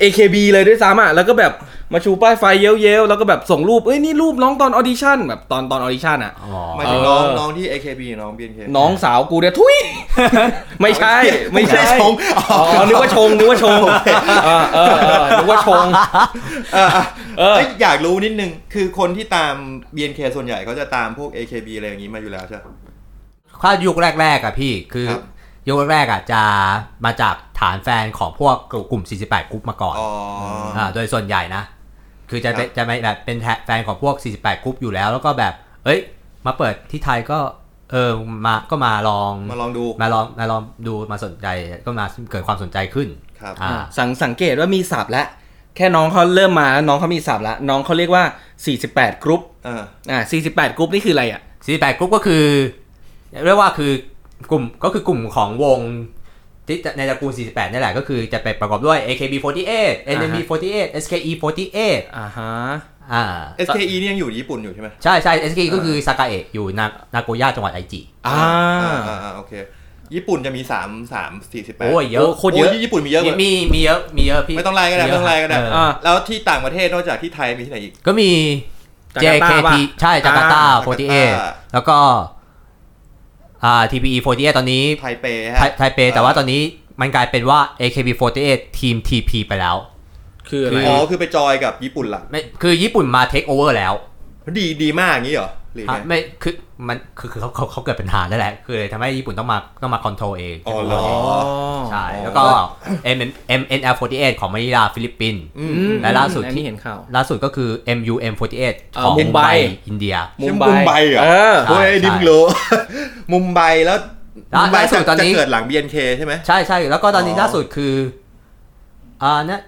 Speaker 3: AKB เลยด้วยซ้ำอ่ะแล้วก็แบบมาชูป้ายไฟเย้ยวๆแล้วก็แบบส่งรูปเอ้ยนี่รูปน้องตอนออดิชั่นแบบตอนตอนออดิชั่นอ่ะ
Speaker 4: อ๋อ
Speaker 2: หมายถึงน้อง
Speaker 3: เออ
Speaker 2: น้องที่ AKB หรือน้อง BNK
Speaker 3: น้องสาวกูเนี่ยทุ ย ไม่ใช่ ไม่ใช่
Speaker 2: ชงอ๋อ
Speaker 3: อ๋อนึกว่าชงนึกว่าช งเออเออเออนึกว่าชง
Speaker 2: เออ
Speaker 3: เออ
Speaker 2: เอ้ยอยากรู้นิดนึง คือคนที่ตาม BNK ส่วนใหญ่เขาจะตามพวก AKB อะไรอย่างนี้มาอยู่แล้วใช่ไหม
Speaker 4: ถ้ายุคแรก ๆ อ่ะพี่ คือ
Speaker 2: ครับ
Speaker 4: ยุคแรกๆอ่ะจะมาจากฐานแฟนของพวกกลุ่ม 48กรุ๊ปมาก่อน
Speaker 2: อ๋ออ
Speaker 4: าโดยส่วนใหญ่นะ คือจะเป็
Speaker 2: ค
Speaker 4: น
Speaker 2: รับ
Speaker 4: จะไม่แบบเป็นแฟนของพวก 48กรุ๊ปอยู่แล้ว แล้วก็แบบ เอ้ย มาเปิดที่ไทยก็เออมาก็มาลอง
Speaker 2: มาลองดู
Speaker 4: มาลองมาลองดูมาสนใจก็มาเกิดความสนใจขึ้น
Speaker 2: ครับ
Speaker 4: อ่า
Speaker 3: สังสังเกตว่ามีสับแล้วแค่น้องเขาเริ่มมาแล้วน้องเขามีสับแล้วน้องเขาเรียกว่า 48 กรุ๊ป
Speaker 2: เออ
Speaker 3: อ่า48 กรุ๊ปนี่คืออะไรอ่ะ
Speaker 4: สี่แปดกรุ๊ปก็คือเรียกว่าคือกลุ่มก็คือกลุ่มของวงที่ในตระกูล 48นี่แหละก็คือจะไปประกอบด้วย AKB48 NMB48 SKE48
Speaker 3: อ่าฮะ
Speaker 4: อ่า
Speaker 2: SKE นี่ยังอยู่ญี่ปุ่นอยู่ใช่ไหม
Speaker 4: ใช่ใช่ SKE ก็คือซากาเอะอยู่นานาโกย่าจังหวัดไอจิ
Speaker 3: อ่า
Speaker 2: อ่าอ่าโอเค ญี่ปุ่นจะมี 3 3 48
Speaker 4: โอ้ยเยอะ
Speaker 3: โอ้โคตรเยอะ
Speaker 2: โญี่ปุ่นมีเยอะกว่า
Speaker 4: มีมีเยอะมีเยอะพี่
Speaker 2: ไม่ต้องไล่ก็ได้ไม่ต้องไล่ก็ได้
Speaker 4: เออ
Speaker 3: อ่า
Speaker 2: แล้วที่ต่างประเทศนอกจากที่ไทยมีที่ไหนอีก
Speaker 4: ก็มี
Speaker 3: จาการ์ตาป่ะ
Speaker 4: JKT ใช่ จาการ์ตา
Speaker 2: อ่า
Speaker 4: 48 แล้วก็ อ่า TPE 48ตอนนี้
Speaker 2: ไทเป
Speaker 4: ไท
Speaker 2: ฮะ
Speaker 4: ไทเป แต่ว่าตอนนี้มันกลายเป็นว่า AKB48 ทีม TP ไปแล้ว
Speaker 3: คืออะไร
Speaker 2: อ๋อ คือไปจอยกับญี่ปุ่นหลัก
Speaker 4: ไม่คือญี่ปุ่นมาเทคโอเวอร์แล้ว
Speaker 2: ดีดีมากอย่างนี้เหรอหรือไง
Speaker 4: ไม่คือมันคือคือเขาเขาเขาเกิดปัญหานั่นแหละ คือเลยทำให้ญี่ปุ่นต้องมาต้องมาคอนโทรลเอง
Speaker 2: อ๋อเหรอ
Speaker 4: ใช่ แล้วก็ M M N L 48ของมะนิลาฟิลิปปินส์
Speaker 2: อืม
Speaker 3: อืม
Speaker 4: และล่าสุด
Speaker 3: อัน
Speaker 4: ที่
Speaker 3: นี้เห็นข่าว
Speaker 4: ล่าสุดก็คือ M U M 48ข
Speaker 3: เอ่อ
Speaker 4: อง
Speaker 3: มุมไบ
Speaker 4: อินเดีย
Speaker 2: มุมไบเหรอ
Speaker 3: เออ
Speaker 2: เฮ้ ย
Speaker 4: ใช่
Speaker 2: ดิมงโล มุมไบแล้ว
Speaker 4: แล้ว
Speaker 2: มุมไบ
Speaker 4: ล่าสุ
Speaker 2: จะ
Speaker 4: ดตอน
Speaker 2: จะ
Speaker 4: นี้
Speaker 2: เกิดหลัง BNK ใช่ไหม
Speaker 4: ใช่ใช่แล้วก็ตอนนี้
Speaker 2: อ๋อ
Speaker 4: ล่าสุดคืออ่าน่า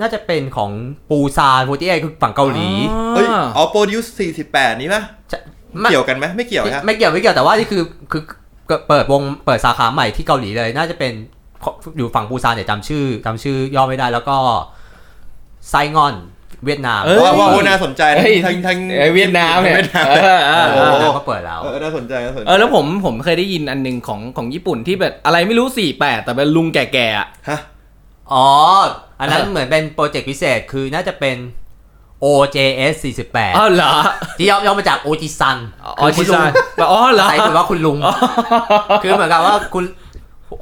Speaker 4: น่าจะเป็นของปูซาน48คือฝั่งเกาหลี
Speaker 2: เอ้ยอ๋อโปรดิวซ์48 นี่ปะ
Speaker 4: ใช่ไม่
Speaker 2: เกี่ยวกันไหมไม่เกี่ยวฮะ
Speaker 4: ไม่เกี่ยวไม่เกี่ยวแต่ว่านี่คือคือคือเปิดวงเปิดสาขาใหม่ที่เกาหลีเลย น่าจะเป็นอยู่ฝั่งปูซานแต่จำชื่อจำชื่อย่อไม่ได้แล้วก็ไซงอนเวียดนาม
Speaker 3: เอ้ย
Speaker 2: ว่าว่าว่าน่าสนใจนะ
Speaker 3: เฮ้ย
Speaker 2: ทั้งทั้ง
Speaker 3: เอ้ยเวียดนามเนี่ย
Speaker 2: เวียดนาม
Speaker 3: เออเออเอ
Speaker 4: เวีย
Speaker 3: อ
Speaker 4: ดนามก็เปิดแล้ว
Speaker 2: เออน่าสนใจน่าสนใจ
Speaker 3: เออแล้วผมผมเคยได้ยินอันหนึงของของญี่ปุ่นที่แบบอะไรไม่รู้ 48 แต่เป็นลุงแก่ๆอะ
Speaker 2: ฮะ
Speaker 4: อ๋อ อันนั้น
Speaker 3: เออ
Speaker 4: เหมือนเป็นโปรเจกต์พิเศษคือน่าจะเป็น OJS
Speaker 3: อ้าวเหรอ
Speaker 4: 48 ที่ย่อย่อมาจาก OJ ซัน
Speaker 3: อ๋อชิซานอ๋อเหรอ
Speaker 4: ใส่คุณว่าคุณลุง คือเหมือนกับว่าคุณ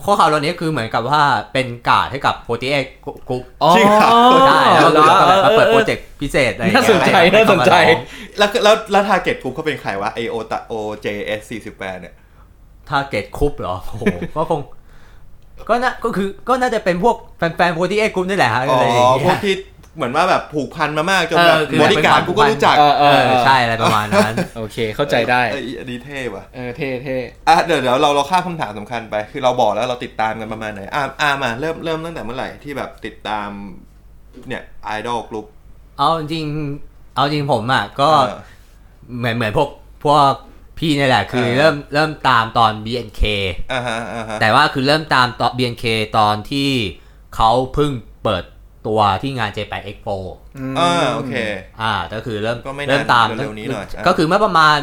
Speaker 4: ข้อข่าวเรานี้คือเหมือนกับว่าเป็นการ์ดให้กับ48กรุ๊ป
Speaker 3: อ๋อ
Speaker 2: จริงเหรอ
Speaker 4: ใช่แล้วก็
Speaker 3: เหร
Speaker 4: แบบ
Speaker 3: อ
Speaker 4: มาเปิด
Speaker 3: ออ
Speaker 4: โปรเจกต์พิเศษอะไรอย่งเงี้
Speaker 3: น่าย สนใจ
Speaker 4: ห้ห้
Speaker 3: น่าสนใจ
Speaker 4: เข้มร้อง
Speaker 2: แล้วแล้วแล้วทาร์เก็ตกลุ่มเขาเป็นใครวะ AO ตะ OJS 48เนี่ย
Speaker 4: ถ้าเกตคุปเหรอ โอ้โห ก็คง ก็น่าก็คือก็น่าจะเป็นพวกแฟนๆโปรตีเอ็กกรุ๊ปนี่แหละฮะ
Speaker 2: อ๋
Speaker 4: อะไรอย่าง
Speaker 2: อ พว
Speaker 4: เงี้
Speaker 2: ก
Speaker 4: ย
Speaker 2: ที่ เหมือนว่าแบบผูกพันมามากจน
Speaker 4: เอ
Speaker 2: แบ
Speaker 4: อ
Speaker 2: บ
Speaker 4: คือ
Speaker 2: บริการกูก็รู้จัก
Speaker 3: เออเอ
Speaker 4: เอ
Speaker 3: อ
Speaker 4: อใช่อะไรประมาณนั้น
Speaker 3: โอเคเข้าใจได้
Speaker 2: เอ้ยอันนี้เท่ว่ะ
Speaker 3: เออเท่เท่
Speaker 2: อ่ะเดี๋ยวเดี๋ยวเราเราข้ามคำถามสำคัญไป คือเราบอกแล้วเราติดตามกันประมาณไหนอ่าอ่ามาเริ่มเริ่มตั้งแต่เมื่อไหร่ที่แบบติดตามเนี่ยไอดอลกลุ่ม
Speaker 4: เอาจริงเอาจริงผมอ่ะก็เหมือนเหมือนพวกพวกพี่เนี่ยแหละคือเริ่มเริ่มตามตอน BNK
Speaker 2: อ่าฮะอ่าฮะ
Speaker 4: แต่ว่าคือเริ่มตามตอน BNK ตอนที่เขาเพิ่งเปิดตัวที่งาน J8 Expo
Speaker 3: อืม
Speaker 2: อ่าโอเค
Speaker 4: อ่าก็คือเริ่ม
Speaker 2: ก็ไม่นาน
Speaker 4: เริ่มตาม
Speaker 2: เร็วๆนี้หน่อยอ่ะ
Speaker 4: ก็คือเมื่อประมาณ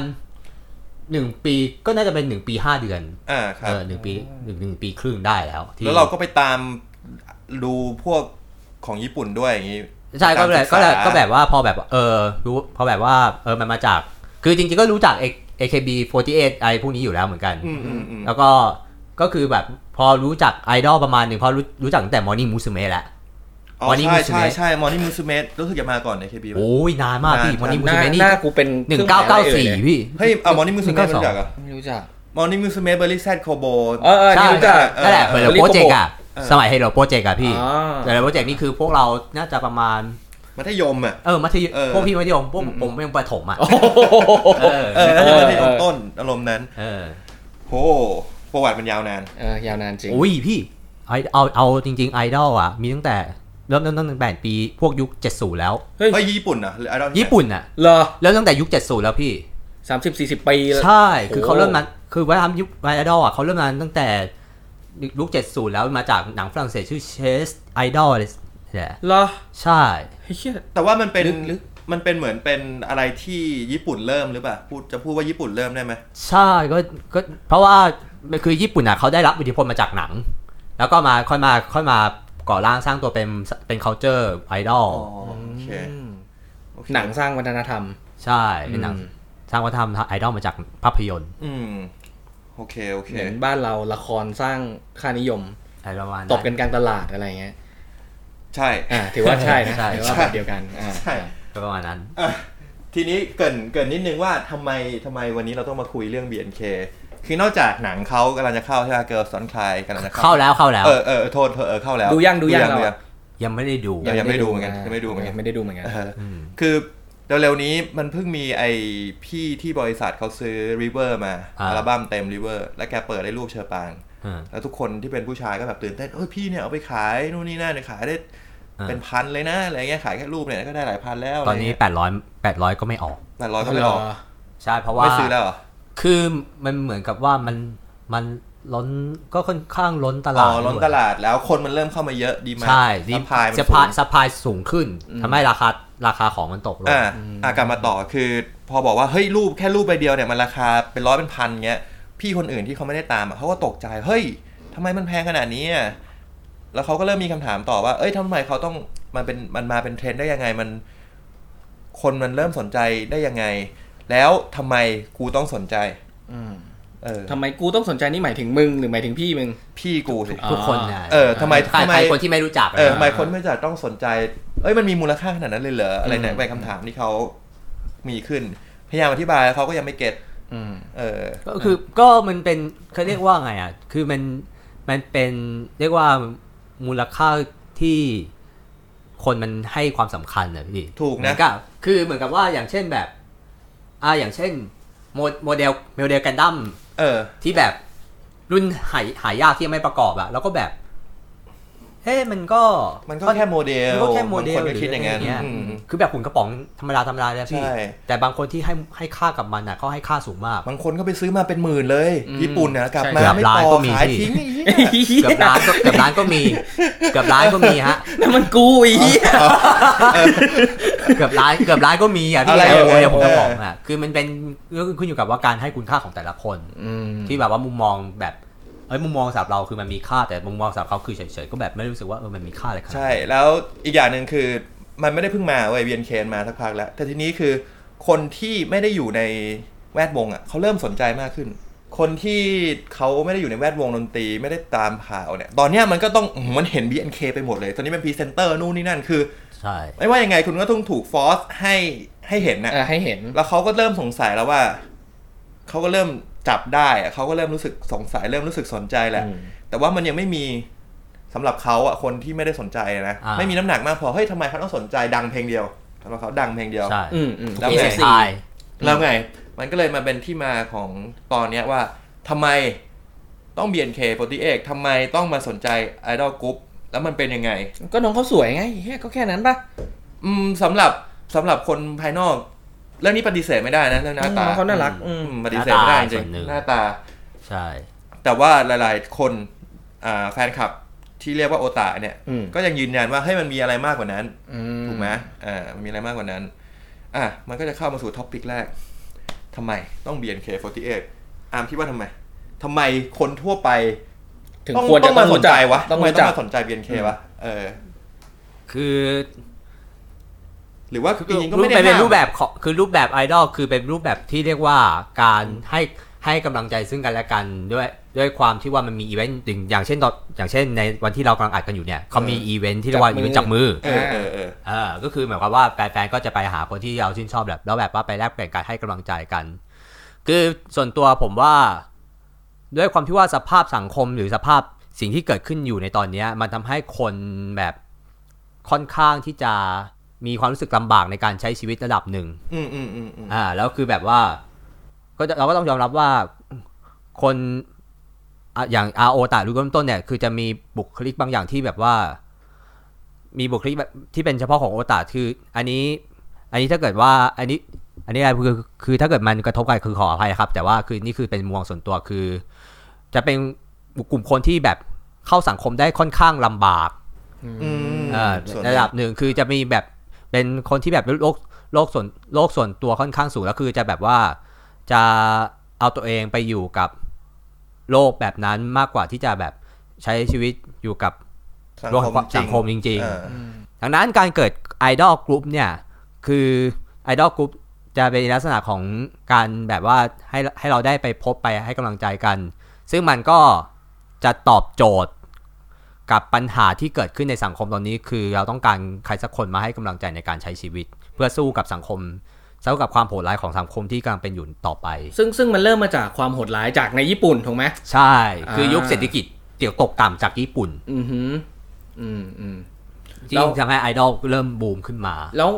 Speaker 4: หนึ่งปีก็น่าจะเป็นหนึ่งปีห้าเดือน
Speaker 2: อ่าครั
Speaker 4: เอบ อหนึ่งปีหนึ่งหนึ่งปีครึ่งได้แล้วที่
Speaker 2: แล้วเราก็ไปตามดูพวกของญี่ปุ่นด้วยอย่างนี้
Speaker 4: ใช่ก็
Speaker 2: ตาม
Speaker 4: แบบ
Speaker 2: ศึ
Speaker 4: ก็แบบ
Speaker 2: ษา
Speaker 4: ก็แบบว่าพอแบบเออรู้พอแบบว่าเออมันมาจาก คือจริงๆก็รู้จัก AKB48 ไอพวกนี้อยู่แล้วเหมือนกัน
Speaker 2: อืมอืมอืม
Speaker 4: แล้วก็ก็คือแบบพอรู้จักไอดอลประมาณหนึ่งเพอรู้รู้จักตั้งแต่ Morning Musume แหละ
Speaker 2: อ๋อ
Speaker 4: Morning
Speaker 2: ใช่
Speaker 4: Musume
Speaker 2: ใช่ใช่มอร์นิ่งมูสเมรู้สึกจะมาก่อนในเคบี
Speaker 4: โอ้ยนานมากพี่
Speaker 2: นาน
Speaker 4: Morning
Speaker 3: หน้า
Speaker 4: Musume นี่
Speaker 3: หน้ากูเป็น
Speaker 4: หนึ่งเก้าเก้าสี่พี่
Speaker 2: เฮ้ยเอามอร์นิ่งมูสเมรู้จักเหรอ่ะ
Speaker 3: ไม่รู้จัก
Speaker 2: มอร์นิ่งมูสเมเบอร์รี่แซดโคโบ
Speaker 3: เออเออ
Speaker 4: ใช่
Speaker 3: นี่รู้จัก
Speaker 4: นั่นแหละ
Speaker 2: เออ
Speaker 4: เฮโลโปรเจกต์อะสมัยเฮโลโปรเจกต์อะพี่
Speaker 3: อ๋อ
Speaker 4: เฮโลโปรเจกต์นี่คือพวกเราน่าจะประมาณ
Speaker 2: มัธยมอ่ะ
Speaker 4: เออมัธยม
Speaker 2: เออ
Speaker 4: พวกพี่มัธยมพวกผมยังประถมอะเออ
Speaker 2: เออมัธยมต้นอารมณ์นั้น
Speaker 4: เออ
Speaker 2: โหประวัติมันยาวนาน
Speaker 3: เออยาวนานจริง
Speaker 4: อุ้ยพี่ไอเอาเอาจริง ๆ ไอดอลอ่ะ มีตั้งแต่เริ่มต้นตั้งแต่ปีพวกยุค 70 แล้ว
Speaker 3: เฮ้ย
Speaker 2: เฮ้ยญี่ปุ่นเหรอ่ะหรือไอดอลที่ไห
Speaker 4: ญี่ปุ่นอ่ะ
Speaker 3: เหรอ
Speaker 4: เริ่มตั้งแต่ยุค 70 แล้วพี่
Speaker 3: สามสิบสี่สิบปี
Speaker 4: ใช่คือเขาเริ่มมาคือว่าทำยุคไอดอลอ่ะเขาเริ่มมาตั้งแต่ยุค 70 แล้วมาจากหนังฝรั่งเศสชื่อเชสไอดอลเนี่ย
Speaker 3: เหรอ
Speaker 4: ใช่
Speaker 3: เฮ้ยเชี่ย
Speaker 2: แต่ว่ามันเป็น
Speaker 3: ลึก
Speaker 2: มันเป็นเหมือนเป็นอะไรที่ญี่ปุ่นเริ่มหรือเปล่าพูดจะพูดว่าญี่ปุ่นเริ่มได้ไหม
Speaker 4: ใช่ก็ก็เพราะว่าคือญี่ปุ่นอ่ะเขาได้รับอิทธิพลมาจากหนัง แล้วก็มาค่อยมาค่อยมาก่อร่างสร้างตัวเป็นเป็น culture idol
Speaker 2: โอเคโอเค
Speaker 3: หนังสร้างวัฒนธรรม
Speaker 4: ใช่เป็นหนังสร้างวัฒนธรรมไอดอลมาจากภาพยนตร์
Speaker 2: อืมโอเคโอเค
Speaker 3: เหมือนบ้านเราละครสร้างค่านิยม
Speaker 4: อะไรประมาณ
Speaker 3: ตบกันกลางตลาดอะไรอย่างเงี้ย
Speaker 2: ใช่
Speaker 3: อ่า ถือว่าใช่นะ
Speaker 4: ใช่
Speaker 3: ถือว่าแบบเดียวกัน อ่า
Speaker 2: ใช่
Speaker 4: ก็ประมาณนั้น
Speaker 2: อ่ะทีนี้เกรินเกรินนิดนึงว่าทำไมทำไมวันนี้เราต้องมาคุยเรื่อง BNK คือนอกจากหนังเขากำลังจะเข้าใช่ไหมเกิร์ลซอนคลายกำลังจะ
Speaker 4: เข้าแล้วเข้าแล้ว
Speaker 2: เออเออโทษเธอเออเข้าแล้ว
Speaker 3: ดูยังดูยัง
Speaker 2: ดู
Speaker 3: เรา
Speaker 2: ยั
Speaker 3: อะ
Speaker 2: ง
Speaker 4: ยังไม่ได้ดู
Speaker 2: ยัง ไม่ดูเหมือนกันยังไม่ดูเหมือนกัน
Speaker 3: ไม่ได้ดูเหมือนกัน
Speaker 2: เอออคือเร็วๆนี้มันเพิ่งมีไอพี่ที่บริษัทเขาซื้อ River มา
Speaker 4: อ่า
Speaker 2: อัลบั้มเต็ม River และแกเปิดได้รูปเชอปาง
Speaker 4: เออ
Speaker 2: แล้วทุกคนที่เป็นผู้ชายก็แบบตื่นเต้นเอ้ยพี่เนี่ยเอาไปขายนู่นนี่นั่นเนี่ยขายได้
Speaker 4: อ่า
Speaker 2: เป็นพันเลยนะอะไรเงี้ยขายแค่รูปเนี่ยก็ได้หลายพันแล้ว
Speaker 4: ตอนนี้ 800 800 ก็ไม่ออก
Speaker 2: แปดร้อยก็ไม่ออก
Speaker 4: ใช่เพราะว่า
Speaker 2: ไม่ซื้อแล้วเหรอ
Speaker 4: คือมันเหมือนกับว่ามันมันล้นก็ค่อนข้างล้นตลา
Speaker 2: อ๋
Speaker 4: ด
Speaker 2: อล้นตลาดแล้วคนมันเริ่มเข้ามาเยอะดีมา
Speaker 4: ใช่
Speaker 2: สปายมัน
Speaker 4: ส
Speaker 2: สู
Speaker 4: ปาย
Speaker 2: ง
Speaker 4: สปายสูงขึ้นทำให้ราคาราคาของมันตกลง
Speaker 2: อ่าอ่ากลับมาต่อคือ พอบอกว่าเฮ้ยรูปแค่รูปใบเดียวเนี่ยมันราคาเป็นร้อยเป็นพันเงี้ยพี่คนอื่นที่เขาไม่ได้ตามอะเขาก็ตกใจเฮ้ยทำไมมันแพงขนาดนี้อะแล้วเขาก็เริ่มมีคำถามต่อว่า เอ้ยทำไมเขาต้องมันเป็นมันมาเป็นเทรนด์ได้ยังไงมัน คนมันเริ่มสนใจได้ยังไง แล้วทำไมกูต้องสนใจ
Speaker 3: อืม
Speaker 2: เออ
Speaker 3: ทำไมกูต้องสนใจนี่หมายถึงมึงหรือหมายถึงพี่มึง
Speaker 2: พี่กูสิ
Speaker 4: ทุกคนนะ
Speaker 2: เออทำไม
Speaker 4: ใคร
Speaker 2: ทำไม
Speaker 4: ใครคนที่ไม่รู้จัก
Speaker 2: เออทำไม
Speaker 4: ะ
Speaker 2: คนไม่จะต้องสนใจ เอ้ย มันมีมูลค่าขนาดนั้นเลยเหรอ อะไรเนี่ยเป็นคำถามที่เขามีขึ้น พยายามอธิบายแล้วเขาก็ยังไม่เก็ต
Speaker 3: อืม
Speaker 2: เออ
Speaker 4: ก็คือก็มันเป็นเขาเรียกว่าไงอ่ะคือมันมันเป็นเรียกว่ามูลค่าที่คนมันให้ความสำคัญนะพี่
Speaker 2: ถูก
Speaker 4: เหมื
Speaker 2: นะ
Speaker 4: อนกับคือเหมือนกับว่าอย่างเช่นแบบ อ่าอย่างเช่นโมโมเดลโมเดลกันดั้ม
Speaker 2: เออ
Speaker 4: ที่แบบรุ่นหายหายากที่ยังไม่ประกอบอะแล้วก็แบบเฮ้ยมันก็
Speaker 2: มันก็แค่โมเดล
Speaker 4: มันก็แค่โมเดล
Speaker 2: บางคนก็คิดอย่างนั้น
Speaker 4: หรืะไรเ
Speaker 2: อืม
Speaker 4: คือแบบหุ่นกระป๋องธรรมดาธรรมดาเลยพี่
Speaker 2: ใช่
Speaker 4: แต่บางคนที่ให้ให้ค่ากับมันอะเขาให้ค่าสูงมาก
Speaker 2: บางคนก็ไปซื้อมาเป็นหมื่นเลย
Speaker 3: อืม
Speaker 2: ญี่ปุ่นนะกลับ
Speaker 3: ใช่
Speaker 2: มาไม่
Speaker 4: เกือบล้าน
Speaker 2: ต่อ
Speaker 4: ก็มี
Speaker 2: ขาย
Speaker 4: พี่
Speaker 2: ทิ้งไอ้เหี้ย
Speaker 4: เกือบร้านก็เกือบร้านก็มีเกือบร้านก็มีฮะ
Speaker 3: นั่นมันกูอีก
Speaker 4: เกือบร้านเกือบร้านก็มีอะพี่
Speaker 2: อะไรอย่าง
Speaker 4: โม
Speaker 2: เงี้ยเอ
Speaker 4: เดลผมจะบ
Speaker 2: อ
Speaker 4: อกอะคือมันเป็นเรื่องขึ้นอยู่กับว่าการให้คุณค่าของแต่ละคน
Speaker 3: อืม
Speaker 4: ที่แบบว่ามุมมองแบบเอ้ยมุมมองสำหรับเราคือมันมีค่าแต่มุมมองสำหรับเขาคือเฉยๆก็แบบไม่รู้สึกว่าเออมันมีค่าอะไรขนาดนั้น
Speaker 2: ใช่ แล้วอีกอย่างหนึ่งคือ มันไม่ได้เพิ่งมาเว้ยเวียนเคนมาสักพักแล้ว แต่ทีนี้คือคนที่ไม่ได้อยู่ในแวดวงอ่ะเขาเริ่มสนใจมากขึ้น คนที่เขาไม่ได้อยู่ในแวดวงดนตรีไม่ได้ตามข่าวเนี่ย ตอนเนี้ยมันก็ต้องอื้อหือมันเห็น BNK ไปหมดเลย ตอนนี้เป็นพรีเซนเตอร์นู่นนี่นั่นคือ
Speaker 4: ใช่
Speaker 2: ไม่ว่ายังไงคุณก็ต้องถูกฟอสให้ให้เห็นนะ
Speaker 3: อ่าให้เห็น
Speaker 2: แล้วเขาก็เริ่มสงสัยแล้วว่า เขาก็เริ่มจับได้อะเขาก็เริ่มรู้สึกสงสัยเริ่มรู้สึกสนใจแหละ
Speaker 3: อืม
Speaker 2: แต่ว่ามันยังไม่มีส สำหรับเขาอ่ะคนที่ไม่ได้สนใจนะ
Speaker 4: อ่า
Speaker 2: ไม่มีน้ำหนักมากพอเฮ้ยทำไมเขาต้องสนใจดังเพลงเดียวสำหรับเขาดังเพลงเดียว
Speaker 4: ใช่
Speaker 3: อืมอืม
Speaker 2: แล้ว
Speaker 4: เอ
Speaker 2: ไง
Speaker 4: สไอ
Speaker 2: แล้วไง มันก็เลยมาเป็นที่มาของตอนเนี้ยว่าทำไมต้อง BNK48 ทำไมต้องมาสนใจ Idol Group แล้วมันเป็นยังไง
Speaker 3: ก็น้องเขาสวยไงเฮียก็แค่นั้นปะ
Speaker 2: อืมสำหรับสำหรับคนภายนอก เรื่องนี้ปฏิเสธไม่ได้นะเรื่องหน้าตา
Speaker 3: น้องเขาน่ารักอื
Speaker 2: อื
Speaker 3: ม
Speaker 2: มปฏิเสธไม่ได้จริงหน้าตา
Speaker 4: ใช่
Speaker 2: แต่ว่าหลายๆ คนอ่าแฟนคลับที่เรียกว่าโอตาเนี่ย
Speaker 3: อืม
Speaker 2: ก็ยังยืนยันว่าให้ยมันมีอะไรมากกว่านั้น
Speaker 3: อื
Speaker 2: ถูกไหมอ่ามันมีอะไรมากกว่านั้น อ่ะ มันก็จะเข้ามาสู่ท็อปิกแรก ทำไมต้อง BNK48 อามคิดว่าทำไม ทำไมคนทั่วไป
Speaker 3: ถึง
Speaker 2: ต้อง
Speaker 3: ควร
Speaker 2: ต้
Speaker 3: จะ
Speaker 2: องมาสนใจวะ
Speaker 3: ต้อง
Speaker 2: ทำไม
Speaker 3: รู้
Speaker 2: ต้อ
Speaker 3: จั
Speaker 2: ง
Speaker 3: ก
Speaker 2: มาสนใจ BNK วะ เออ
Speaker 4: คือ
Speaker 2: หรือว่าจริงๆก็
Speaker 4: รูป
Speaker 2: ไม่ได้
Speaker 4: แบบเป็น
Speaker 2: ห้าม
Speaker 4: รูปแบบของคือรูปแบบไอดอลคือเป็นรูปแบบที่เรียกว่าการให้ให้กำลังใจซึ่งกันและกันด้วยด้วยความที่ว่ามันมีอีเวนต์อย่างอย่างเช่นตอนอย่างเช่นในวันที่เรากำลังอัดกันอยู่เนี่ยเขามีอีเวนต์ที่เรียกว่า
Speaker 3: จับมืออี
Speaker 4: อีเวนต์จับมือ
Speaker 2: เออเออเออ
Speaker 4: เออก็คือหมายความว่าแฟนๆ ก็จะไปหาคนที่เราชื่นชอบแบบแล้วแบบว่าไปแลกเปลี่ยนการให้กำลังใจกัน คือส่วนตัวผมว่า ด้วยความที่ว่าสภาพสังคมหรือสภาพสิ่งที่เกิดขึ้นอยู่ในตอนเนี้ยมันทำให้คนแบบค่อนข้างที่จะมีความรู้สึกลำบากในการใช้ชีวิตระดับหนึ่ง
Speaker 2: อืมอืมอืมอืม
Speaker 4: อ่าแล้วคือแบบว่าก็จะเราก็ต้องยอมรับว่าคนอ่ะอย่างอาโอตารุ่นเริ่มต้นเนี่ย คือจะมีบุคลิกบางอย่างที่แบบว่า มีบุคลิกแบบที่เป็นเฉพาะของโอตาคือ อันนี้ อันนี้ถ้าเกิดว่า อันนี้ อันนี้อะไรคือคือถ้าเกิดมันกระทบกันคือขออภัยครับ แต่ว่าคือนี่คือเป็นมุมมองส่วนตัวคือ จะเป็นกลุ่มคนที่แบบเข้าสังคมได้ค่อนข้างลำบาก
Speaker 2: อืม
Speaker 4: อ่า
Speaker 2: ส่วน
Speaker 4: ระดับหนึ่งคือจะมีแบบเป็นคนที่แบบโรคโรคส่วนโรคส่วนตัวค่อนข้างสูงแล้วคือจะแบบว่าจะเอาตัวเองไปอยู่กับโลกแบบนั้นมากกว่าที่จะแบบใช้ชีวิตอยู่กับ
Speaker 2: สัง
Speaker 4: โลก
Speaker 2: ค
Speaker 4: แห่
Speaker 2: ม
Speaker 4: งความ
Speaker 2: จริ
Speaker 4: สั
Speaker 2: ง
Speaker 4: งคมจริง
Speaker 2: อ่า
Speaker 4: ๆ ดังนั้นการเกิดไอดอลกรุ๊ปเนี่ยคือไอดอลกรุ๊ปจะเป็นลักษณะของการแบบว่าให้ให้เราได้ไปพบไปให้กำลังใจกัน ซึ่งมันก็จะตอบโจทย์ กับปัญหาที่เกิดขึ้นในสังคมตอนนี้ คือเราต้องการใครสักคนมาให้กำลังใจในการใช้ชีวิต เพื่อสู้กับสังคมสู้กับความโหดร้ายของสังคมที่กำลังเป็นอยู่ต่อไป
Speaker 3: ซึ่งซึ่งมันเริ่มมาจากความโหดร้ายจากในญี่ปุ่นถูกไหม
Speaker 4: ใช่ คือยุค
Speaker 3: อ่า
Speaker 4: เศรษฐกิจเตี่ยวตกต่ำจากญี่ปุ่น
Speaker 3: อือหืออืมอืม
Speaker 4: ที่
Speaker 3: แล้ว
Speaker 4: ทำให้ไอดอลเริ่มบูมขึ้นมา
Speaker 3: แล้ว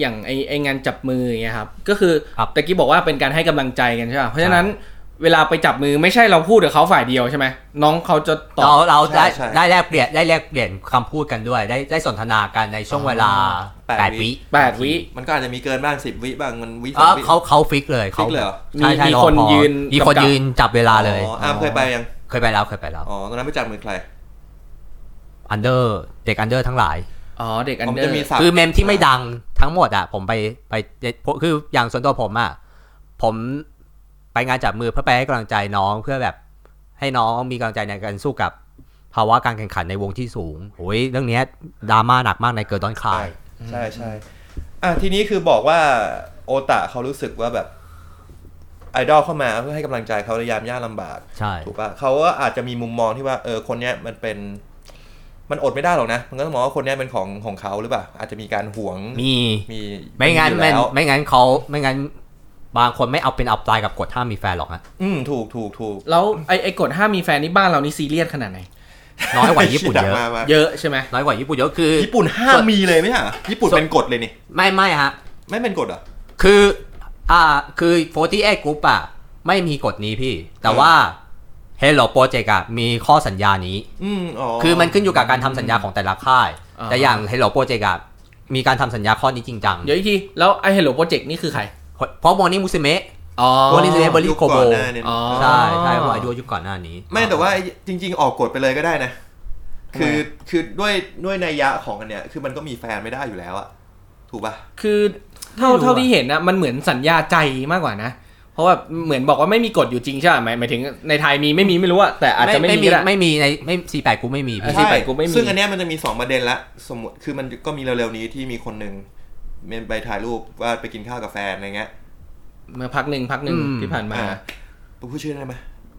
Speaker 3: อย่างไอไองานจับมืออย่างเงี้ยครับ ก็คือ
Speaker 4: ครับ
Speaker 3: ตะกี้บอกว่าเป็นการให้กำลังใจกันใช่ป่ะเพราะฉะนั้น
Speaker 4: ใช่
Speaker 3: เวลาไปจับมือไม่ใช่เราพูดกับเขาฝ่ายเดียวใช่ไหมน้องเขาจะตอ
Speaker 4: เรา
Speaker 3: บ
Speaker 4: เราได้ได้แลกเปลี่ยนได้แลกเปลี่ยนคำพูดกันด้วย ได้ได้สนทนากันในช่วงเวลาแปดวิ
Speaker 3: แปดวิ
Speaker 2: มันก็อาจจะมีเกินบ้างสิบวิบ้างมันวิส
Speaker 4: เอ
Speaker 2: อง
Speaker 4: อ
Speaker 2: วิ
Speaker 4: เขาเขาฟิกเลยเขา
Speaker 2: ฟิกเลยเหรอ
Speaker 4: ใช่ใช่
Speaker 3: มี
Speaker 4: รอ
Speaker 3: คน
Speaker 4: พอ
Speaker 3: ยืน
Speaker 4: มีคน
Speaker 3: กำกับ
Speaker 4: ยืนจับเวลาเลย
Speaker 2: อ๋ออามเคยไปยัง
Speaker 4: เคยไปแล้วเคยไปแล้ว
Speaker 2: อ๋อตอนนั้นไปจับมือใคร
Speaker 4: อันเดอร์เด็กอันเดอร์ทั้งหลาย
Speaker 3: อ๋อเด็กอัน
Speaker 2: ผม
Speaker 3: เดอ
Speaker 2: จะ
Speaker 3: ร์
Speaker 2: มีสับ
Speaker 4: คือเมมที่ไม่ดังทั้งหมดอ่ะผมไปไปคืออย่างส่วนตัวผมอ่ะผมไปงานจับมือเพื่อไปให้กำลังใจน้องเพื่อแบบให้น้องมีกำลังใจในการสู้กับ ภาวะการแข่งขันในวงที่สูงโอ้ยเรื่องเนี้ยดราม่าหนักมากในเกิร์ดอนคา
Speaker 2: ใช่
Speaker 4: ย
Speaker 2: ใช่ใช่อ่ะทีนี้คือบอกว่าโอตาเขารู้สึกว่าแบบไอดอลเข้ามาเพื่อให้กำลังใจเขาในยามยากลำบาก
Speaker 4: ใช่
Speaker 2: ถูกปะเขาก็อาจจะมีมุมมองที่ว่าเออคนเนี้ยมันเป็น มันอดไม่ได้หรอกนะ มันก็ต้องมองว่าคนเนี้ยเป็นของของเขาหรือเปล่าอาจจะมีการหวง
Speaker 4: มี
Speaker 2: มี
Speaker 4: ไม่งั้น
Speaker 2: อยู่
Speaker 4: มั
Speaker 2: แล้
Speaker 4: น
Speaker 2: ว
Speaker 4: ไม่งั้นเขาไม่งั้นบางคนไม่เอาเป็นเอาตายกับกฎห้ามมีแฟนหรอกนะ
Speaker 2: อืมถูกถูกถูก
Speaker 3: แล้วไอไอกฎห้ามมีแฟนนี่บ้านเรานี่ซีเรียสขนาดไหน
Speaker 4: น้อยกว่าญี่ปุ่น เยอะ
Speaker 2: มามา
Speaker 3: เยอะใช่ไหม
Speaker 4: น้อยกว่าญี่ปุ่นเยอะคือ
Speaker 2: ญี่ปุ่นห้ามมีเลยไหมอ่ะญี่ปุ่น
Speaker 4: ส่วน
Speaker 2: เป็นกฎเลยนี่
Speaker 4: ไม่ไม่ฮะ
Speaker 2: ไม่เป็นกฎเหรอ่ะ
Speaker 4: คือ อ่า คือ48 Group อ่ะ ไม่มีกฎนี้พี่ แต่
Speaker 2: เออ
Speaker 4: ว่า Hello Project อ่ะ มีข้อสัญญานี้
Speaker 2: อืมอ๋อ
Speaker 4: คือมันขึ้นอยู่กับการทำสัญญาของแต่ละค่าย
Speaker 3: อ่า
Speaker 4: แต่อย่าง Hello Project อ่ะ มีการทำสัญญาข้อนี้จริงจัง
Speaker 3: เดี๋ยวอีกทีแล้วไอเฮลโลโปรเจกต์นี่คือใคร
Speaker 4: เพราะโมนี่มุสเมะ
Speaker 3: อ๋อ
Speaker 4: โมนี่มุสเมะเบอร์รี่
Speaker 2: ค
Speaker 4: โคโบ
Speaker 2: ก่อนหน้าเนี่ย
Speaker 3: อ๋อ
Speaker 4: ใช่ใช่เพราะอายุยุคก่อนหน้านี้
Speaker 2: ไม่แต่ว่าไอ้จริง ๆ ออกกฎไปเลยก็ได้นะ คือคือด้วยด้วยนัยยะของอันเนี้ยคือมันก็มีแฟนไม่ได้อยู่แล้วอะถูกป่ะ
Speaker 3: คือเท่าเท่าที่เห็นนะมันเหมือนสัญญาใจมากกว่านะ เพราะแบบเหมือนบอกว่าไม่มีกฎอยู่จริงใช่ไหมหมายหมายถึงในไทยมีไม่มีไม่รู้อะแต่อาจจะไม่
Speaker 4: ไม่
Speaker 3: มี
Speaker 4: มี
Speaker 3: ก็ได้
Speaker 4: ไม่มีในไม่ 48 Group ไม่มีพี่
Speaker 3: ใช่ 48กูไม่มี
Speaker 2: ซึ่งอันเนี้ยมันจะมี 2 ประเด็นละสมมติคือมันก็มีเร็วๆนี้ที่มีคนหนึ่งเมนไปถ่ายรูปว่าไปกินข้าวกับแฟนอะไรเงี้ย
Speaker 3: เมื่อพักหนึ่งพักหนึ่ง
Speaker 4: อืม
Speaker 3: ที่ผ่านมา
Speaker 2: อ่าพูดชื่อได้ไหม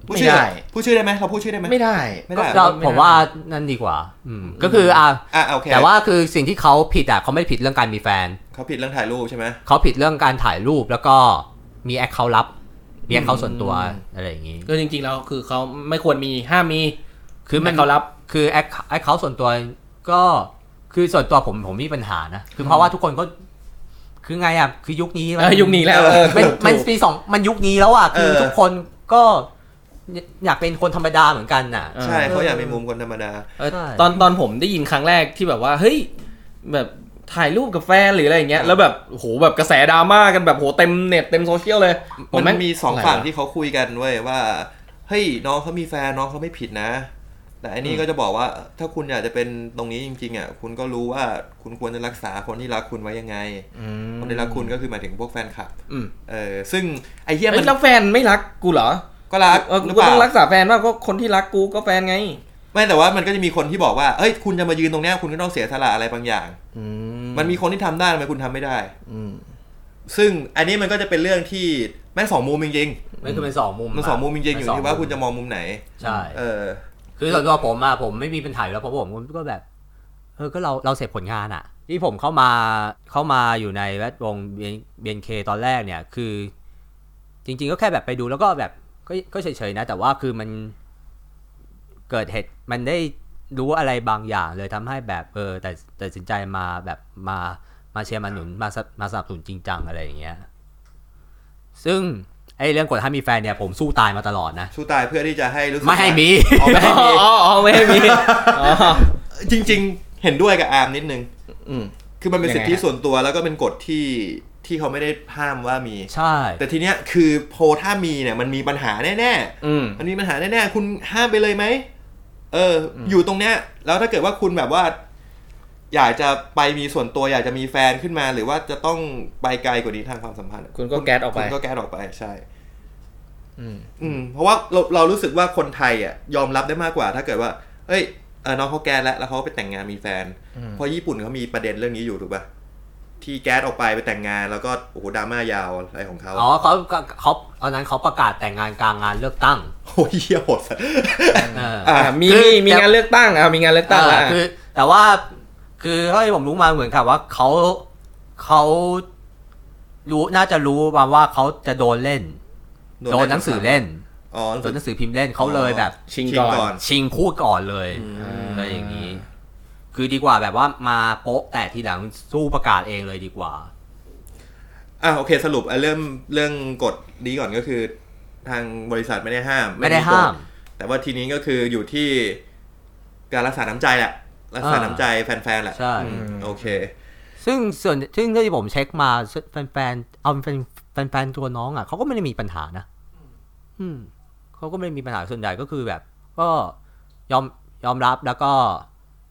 Speaker 2: พู
Speaker 3: ไม่
Speaker 2: ชื่อ
Speaker 3: ได้
Speaker 2: พูดชื่อได้ไหมเราพูดชื่อได้ไหม
Speaker 3: ไม่ได้
Speaker 2: ไม่ได้
Speaker 4: เรา
Speaker 3: ไม่ได้
Speaker 4: ผมว่านั่นดีกว่า อืมก็คืออ่ะ
Speaker 2: อ่ะโอเค
Speaker 4: แต่ว่าคือสิ่งที่เขาผิดอ่ะเขาไม่ได้ผิดเรื่องการมีแฟน
Speaker 2: เขาผิดเรื่องถ่ายรูปใช่ไหม
Speaker 4: เขาผิดเรื่องการถ่ายรูปแล้วก็มีแอคเคาท์ลับมีแอคเคาท์ส่วนตัวอะไรอย่างนี้
Speaker 3: ก็จริงๆแล้วคือเขาไม่ควรมีห้ามมี
Speaker 4: คือมัน
Speaker 3: ให้เขารับ
Speaker 4: คือแอคแอคเคาส่วนตัวก็คือส่วนตัวผมผมมีปัญหานะ คือเพราะว่าทุกคนก็ คือไงอ่ะ คือยุคนี้มั
Speaker 3: เออยุคนี้แล้วเออ
Speaker 4: มันมัน
Speaker 2: ถูก
Speaker 4: ปีสองมันยุคนี้แล้วอ่ะ คือ
Speaker 2: เออ
Speaker 4: ทุกคนก็อยอยากเป็นคนธรรมดาเหมือนกันน่ะ
Speaker 3: เออ
Speaker 2: ใช่เขาอยากเป็นมุมคนธรรมดา
Speaker 3: เออ
Speaker 4: ใช่
Speaker 3: ตอนตอนผมได้ยินครั้งแรกที่แบบว่าเฮ้ยแบบถ่ายรูปกับแฟนหรืออะไรอย่างเงี้ยแล้วแบบโหแบบกระแสดราม่ากันแบบโหเต็มเน็ตเต็มโซเชียลเลยผ
Speaker 2: มัน
Speaker 3: แง
Speaker 2: มีสองฝั่ง
Speaker 3: ะไรวะ
Speaker 2: ที่เขาคุยกันเว้ยว่าเฮ้ยน้องเขามีแฟนน้องเขาไม่ผิดนะ แต่อันนี้ก็จะบอกว่าถ้าคุณอยากจะเป็นตรงนี้จริงๆอ่ะคุณก็รู้ว่าคุณควรจะรักษาคนที่รักคุณไว้ยังไง คนที่รักคุณก็คือหมายถึงพวกแฟนคลับ
Speaker 3: อืม
Speaker 2: เออซึ่งไอ้เหี้ยมั
Speaker 3: เอ้ย
Speaker 2: น
Speaker 3: แล้วแฟนไม่รักกูเหรอ
Speaker 2: ก็รัก
Speaker 3: เออ
Speaker 2: ห
Speaker 3: กู
Speaker 2: รือเป
Speaker 3: ก็
Speaker 2: ล่า
Speaker 3: ต้องรักษาแฟนว่างก็คนที่รักกูก็แฟนไง
Speaker 2: ไม่แต่ว่ามันก็จะมีคนที่บอกว่าเอ้ยคุณจะมายืนตรงเนี้ยคุณก็ต้องเสียสละอะไรบางอย่าง มันมีคนที่ทำได้ทำไมคุณทำไม่ได้
Speaker 3: อืม
Speaker 2: ซึ่งอันนี้มันก็จะเป็นเรื่องที่แม่งสองมุมจริง
Speaker 4: มันคือเป็นสองมุม
Speaker 2: ๆมันสองมุมจริงๆอยู่ที่ว่าคุณจะมองมุมไหน
Speaker 4: ใช่
Speaker 2: เออ
Speaker 4: คือส่วนตัวผมอะผมไม่มีปัญหาอยู่แล้วเพราะผมก็แบบเออก็เราเราเสพผลงานอะที่ผมเข้ามาเข้ามาอยู่ในแวดวงเบียนเคตอนแรกเนี่ยคือ จริง ๆ ก็แค่แบบไปดูแล้วก็แบบก็ก็เฉยๆนะ แต่ว่าคือมันเกิดเหตุมันได้รู้อะไรบางอย่างเลยทำให้แบบเออแต่แต่ตัดสินใจมาแบบมามาเชียร์มาหนุนมาสมาสนับสนุนจริงจังอะไรอย่างเงี้ยซึ่งไอ้เรื่องกดห้ามมีแฟนเนี่ยผมสู้ตายมาตลอดนะ
Speaker 2: สู้ตายเพื่อที่จะให้รู้สึก
Speaker 4: ไม่ให้มี
Speaker 2: อ๋อไม่
Speaker 3: อ๋
Speaker 2: ให้มี
Speaker 3: อ อ๋ออ๋อไม่ให้มีอ๋อ
Speaker 2: จริง ๆ เห็นด้วยกับอาร์มนิดนึง
Speaker 3: อืม
Speaker 2: คือมันเป็น
Speaker 3: ยังไง
Speaker 2: สิทธิ
Speaker 3: ฮะ
Speaker 2: ส่วนตัวแล้วก็เป็นกฎที่ที่เขาไม่ได้ห้ามว่ามี
Speaker 4: ใช่
Speaker 2: แต่ทีเนี้ยคือโพลถ้ามีเนี่ยมันมีปัญหาแน่
Speaker 3: อืม
Speaker 2: ๆ มันมีปัญหาแน่ๆ คุณห้ามไปเลยไหม เออออยู่ตรงเนี้ย แล้วถ้าเกิดว่าคุณแบบว่า อยากจะไปมีส่วนตัวอยากจะมีแฟนขึ้นมา หรือว่าจะต้องไปไกลกว่านี้ทางความสัมพันธ์
Speaker 3: คุณก็แก๊สออกไป
Speaker 2: คุณก็แก๊สออกไปใช่
Speaker 3: อืม
Speaker 2: อืมเพราะว่าเราเรารู้สึกว่าคนไทยอ่ะยอมรับได้มากกว่า ถ้าเกิดว่า เอ้ยเออน้องเขาแก๊สแล้วแล้วเขาก็ไปแต่งงานมีแฟน เพราะญี่ปุ่นเขามีประเด็นเรื่องนี้อยู่ถูกปะที่แก๊สออกไปไปแต่งงานแล้วก็โอ้โหดราม่ายาวอะไรของเขา
Speaker 4: อ๋อเขาเขาเขาตอนนั้นเขาประกาศแต่งงานกลางงานเลือกตั้ง
Speaker 2: โอ้ยเหี้ยโหดสัส
Speaker 4: เออ
Speaker 2: อ่ะ
Speaker 3: อ่ามี
Speaker 4: คือ
Speaker 3: มีมีงานเลือกตั้งอ่ามีงานเลือกตั้งละ
Speaker 4: เออคือ แต่ว่าคือเท่าที่ผมรู้มาเหมือนกับว่าเขาเขารู้น่าจะรู้มาว่าเขาจะโดนเล่น โดนหนังสือเล่น
Speaker 2: อ๋อหนัง
Speaker 4: โด
Speaker 2: สือ
Speaker 4: นหนังสือพิมพ์เล่นเขาเลยแบบ
Speaker 3: ชิงก่อน
Speaker 4: ชิงพูดก่อนเลย
Speaker 3: อืม
Speaker 4: อะไรอย่างนี้ คือดีกว่าแบบว่ามาโป๊ะแต่ทีหลังสู้ประกาศเองเลยดีกว่า
Speaker 2: อ่ะโอเคสรุปอ่ะเริ่มเรื่องกฎนี้ก่อนก็คือ ทางบริษัทไม่ได้ห้าม
Speaker 4: ไม่ได้
Speaker 2: กฎ
Speaker 4: ห้าม
Speaker 2: แต่ว่าทีนี้ก็คืออยู่ที่การรักษาน้ำใจแหละรักษาน้ำใจแฟนๆแหละ
Speaker 4: ใช่
Speaker 2: อืมโอเค
Speaker 4: ซึ่งส่วนซึ่งเท่าที่ผมเช็คมาแฟนๆเอาแฟนแฟนๆตัวน้องอ่ะเขาก็ไม่ได้มีปัญหานะ อืมเขาก็ไม่ได้มีปัญหาส่วนใหญ่ก็คือแบบ ก็ยอมยอมรับแล้วก็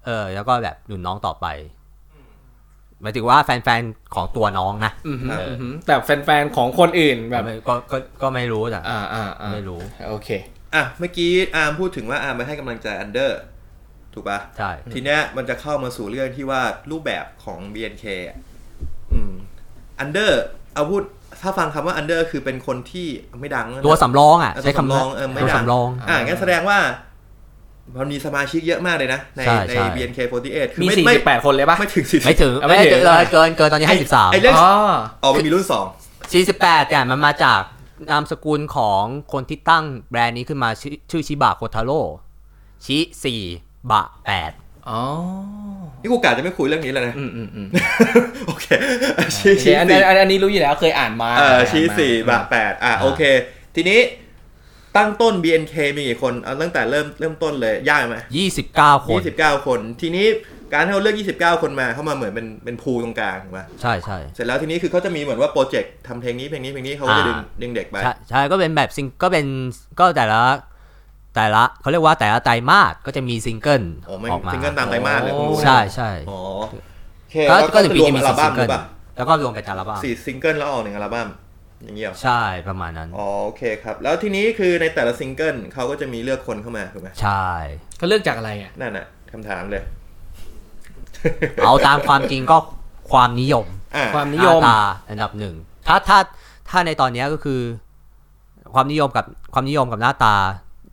Speaker 4: เออ แล้วก็แบบหนุนน้องต่อไปหมายถึงว่าแฟนๆของตัวน้องนะ
Speaker 3: อืม
Speaker 2: ครับ
Speaker 3: อืมแต่แฟนๆของคนอื่นแบ
Speaker 4: แต่
Speaker 3: บ
Speaker 4: ไม่ก็ก็ก็ไม่รู้แต่
Speaker 3: อ่าอ่าอ่า
Speaker 4: ไม่รู้
Speaker 3: โอเค
Speaker 2: อ่ะเมื่อกี้อาร์มพูดถึงว่าอาร์มไปให้กำลังใจอันเดอร์ถูกปะ
Speaker 4: ใช่
Speaker 2: ทีเนี้ยมันจะเข้ามาสู่เรื่องที่ว่ารูปแบบของ BNK อ่ะอืมอันเดอร์เอาพูดถ้าฟังคำว่าอันเดอร์คือเป็นคนที่ไม่ดังนะ
Speaker 4: ตัวสำรองอ่ะ
Speaker 2: อ่ะ
Speaker 4: ใช้
Speaker 2: ตัวสำร
Speaker 4: คำนั้
Speaker 2: อน งเออไม่
Speaker 4: ตัว
Speaker 2: ดัง
Speaker 4: สำรอง
Speaker 2: อ่ะงั้นแสดงว่า มันมีสมาชิกเยอะมากเลยนะ ใน
Speaker 4: ใช่
Speaker 2: ใน
Speaker 4: ใช่
Speaker 2: BNK48 คือ
Speaker 3: มี
Speaker 2: ไม่
Speaker 3: สี่
Speaker 2: ไม่
Speaker 3: สิบแปดคนเลยปะ
Speaker 2: ไม่ถึงสี่สิ
Speaker 4: ไม่
Speaker 2: บ
Speaker 4: ถึง
Speaker 3: ไม่
Speaker 4: ไม่
Speaker 3: ถึ
Speaker 4: ถึ
Speaker 3: ง
Speaker 4: งเลยเกินเกินตอนนี้ห้าสิบสาม
Speaker 2: ไอ้เรื่
Speaker 3: อ๋อ
Speaker 2: อ๋อมันมีรุ่นสอง
Speaker 4: สี่สิบแปดเนี่ยมันมาจากนามสกุลของคนที่ตั้งแบรนด์นี้ขึ้นมาชื่อชื่อชิบะโคทาโร่ชิสี่บะแปด
Speaker 3: อ๋อ
Speaker 2: นี่กูกะจะไม่คุยเรื่องนี้แล้วนะ
Speaker 3: อืมอืมอืม
Speaker 2: โอเคชี้
Speaker 3: โอเค
Speaker 2: ชี้
Speaker 3: อัน
Speaker 2: สิ
Speaker 3: อันอันนี้รู้อยู่แล้วเคยอ่านมา
Speaker 2: เออชี้
Speaker 3: านมา
Speaker 2: สี่บาทแปดอ่ะ
Speaker 4: อ่า
Speaker 2: โอเค ทีนี้ตั้งต้น BNK มีกี่คนเอาตั้งแต่เริ่มเริ่มต้นเลย ยากไหม
Speaker 4: ยี่สิบเก้าคน
Speaker 2: ยี่สิบเก้าคน ทีนี้การที่เขาเลือกยี่สิบเก้าคนมาเข้ามาเหมือนเป็นเป็นพูลตรงกลางถูกไหม
Speaker 4: ใช่ใช่
Speaker 2: เสร็จแล้วทีนี้คือเขาจะมีเหมือนว่าโปรเจกต์ทำเพลงนี้เพลงนี้เพลงนี้เขาก็จะดึงดึงเด็กไป
Speaker 4: ใช่ใช่ก็เป็นแบบซิงก็เป็นก็แต่ละ แต่ละเขาเรียกว่าแต่ละไตรมาสก็จะมีซิงเกิล
Speaker 2: อ๋อมัน
Speaker 4: ออกมา
Speaker 2: ซิงเกิลตามไตรมาสเลยผมรู้นะ
Speaker 4: ใช่ใช่
Speaker 2: อ๋อโอเค
Speaker 4: ก็
Speaker 2: แล้ว
Speaker 4: ก็
Speaker 2: ก็
Speaker 4: ถึ
Speaker 2: จะร
Speaker 4: งปี
Speaker 2: วม
Speaker 4: จะมี
Speaker 2: อัล
Speaker 4: สี่
Speaker 2: บั้
Speaker 4: ซิ
Speaker 2: ม
Speaker 4: ง
Speaker 2: หรือ
Speaker 4: เกิล
Speaker 2: เปล่า
Speaker 4: แล้วก็รวมเป็นอัลบั้ม
Speaker 2: สี่ซิงเกิลแล้วออกหนึ่งอัลบั้มอย่างเงี้ยเหรอ
Speaker 4: ใช่ประมาณนั้น
Speaker 2: อ๋อโอเคครับ แล้วทีนี้คือในแต่ละซิงเกิลเขาก็จะมีเลือกคนเข้ามาถูกไหม
Speaker 4: ใช่
Speaker 3: เขาเลือกจากอะไรอ่ะ
Speaker 2: นั่นน่ะคำถามเลย
Speaker 4: เอาตามความจริงก็ความนิยม
Speaker 2: อ่ะ
Speaker 3: ความนิยม
Speaker 4: หาตาอันดับหนึ่งถ้าถ้าถ้าในตอนเนี้ยก็คือ ความนิยมกับความนิยมกับหน้าตา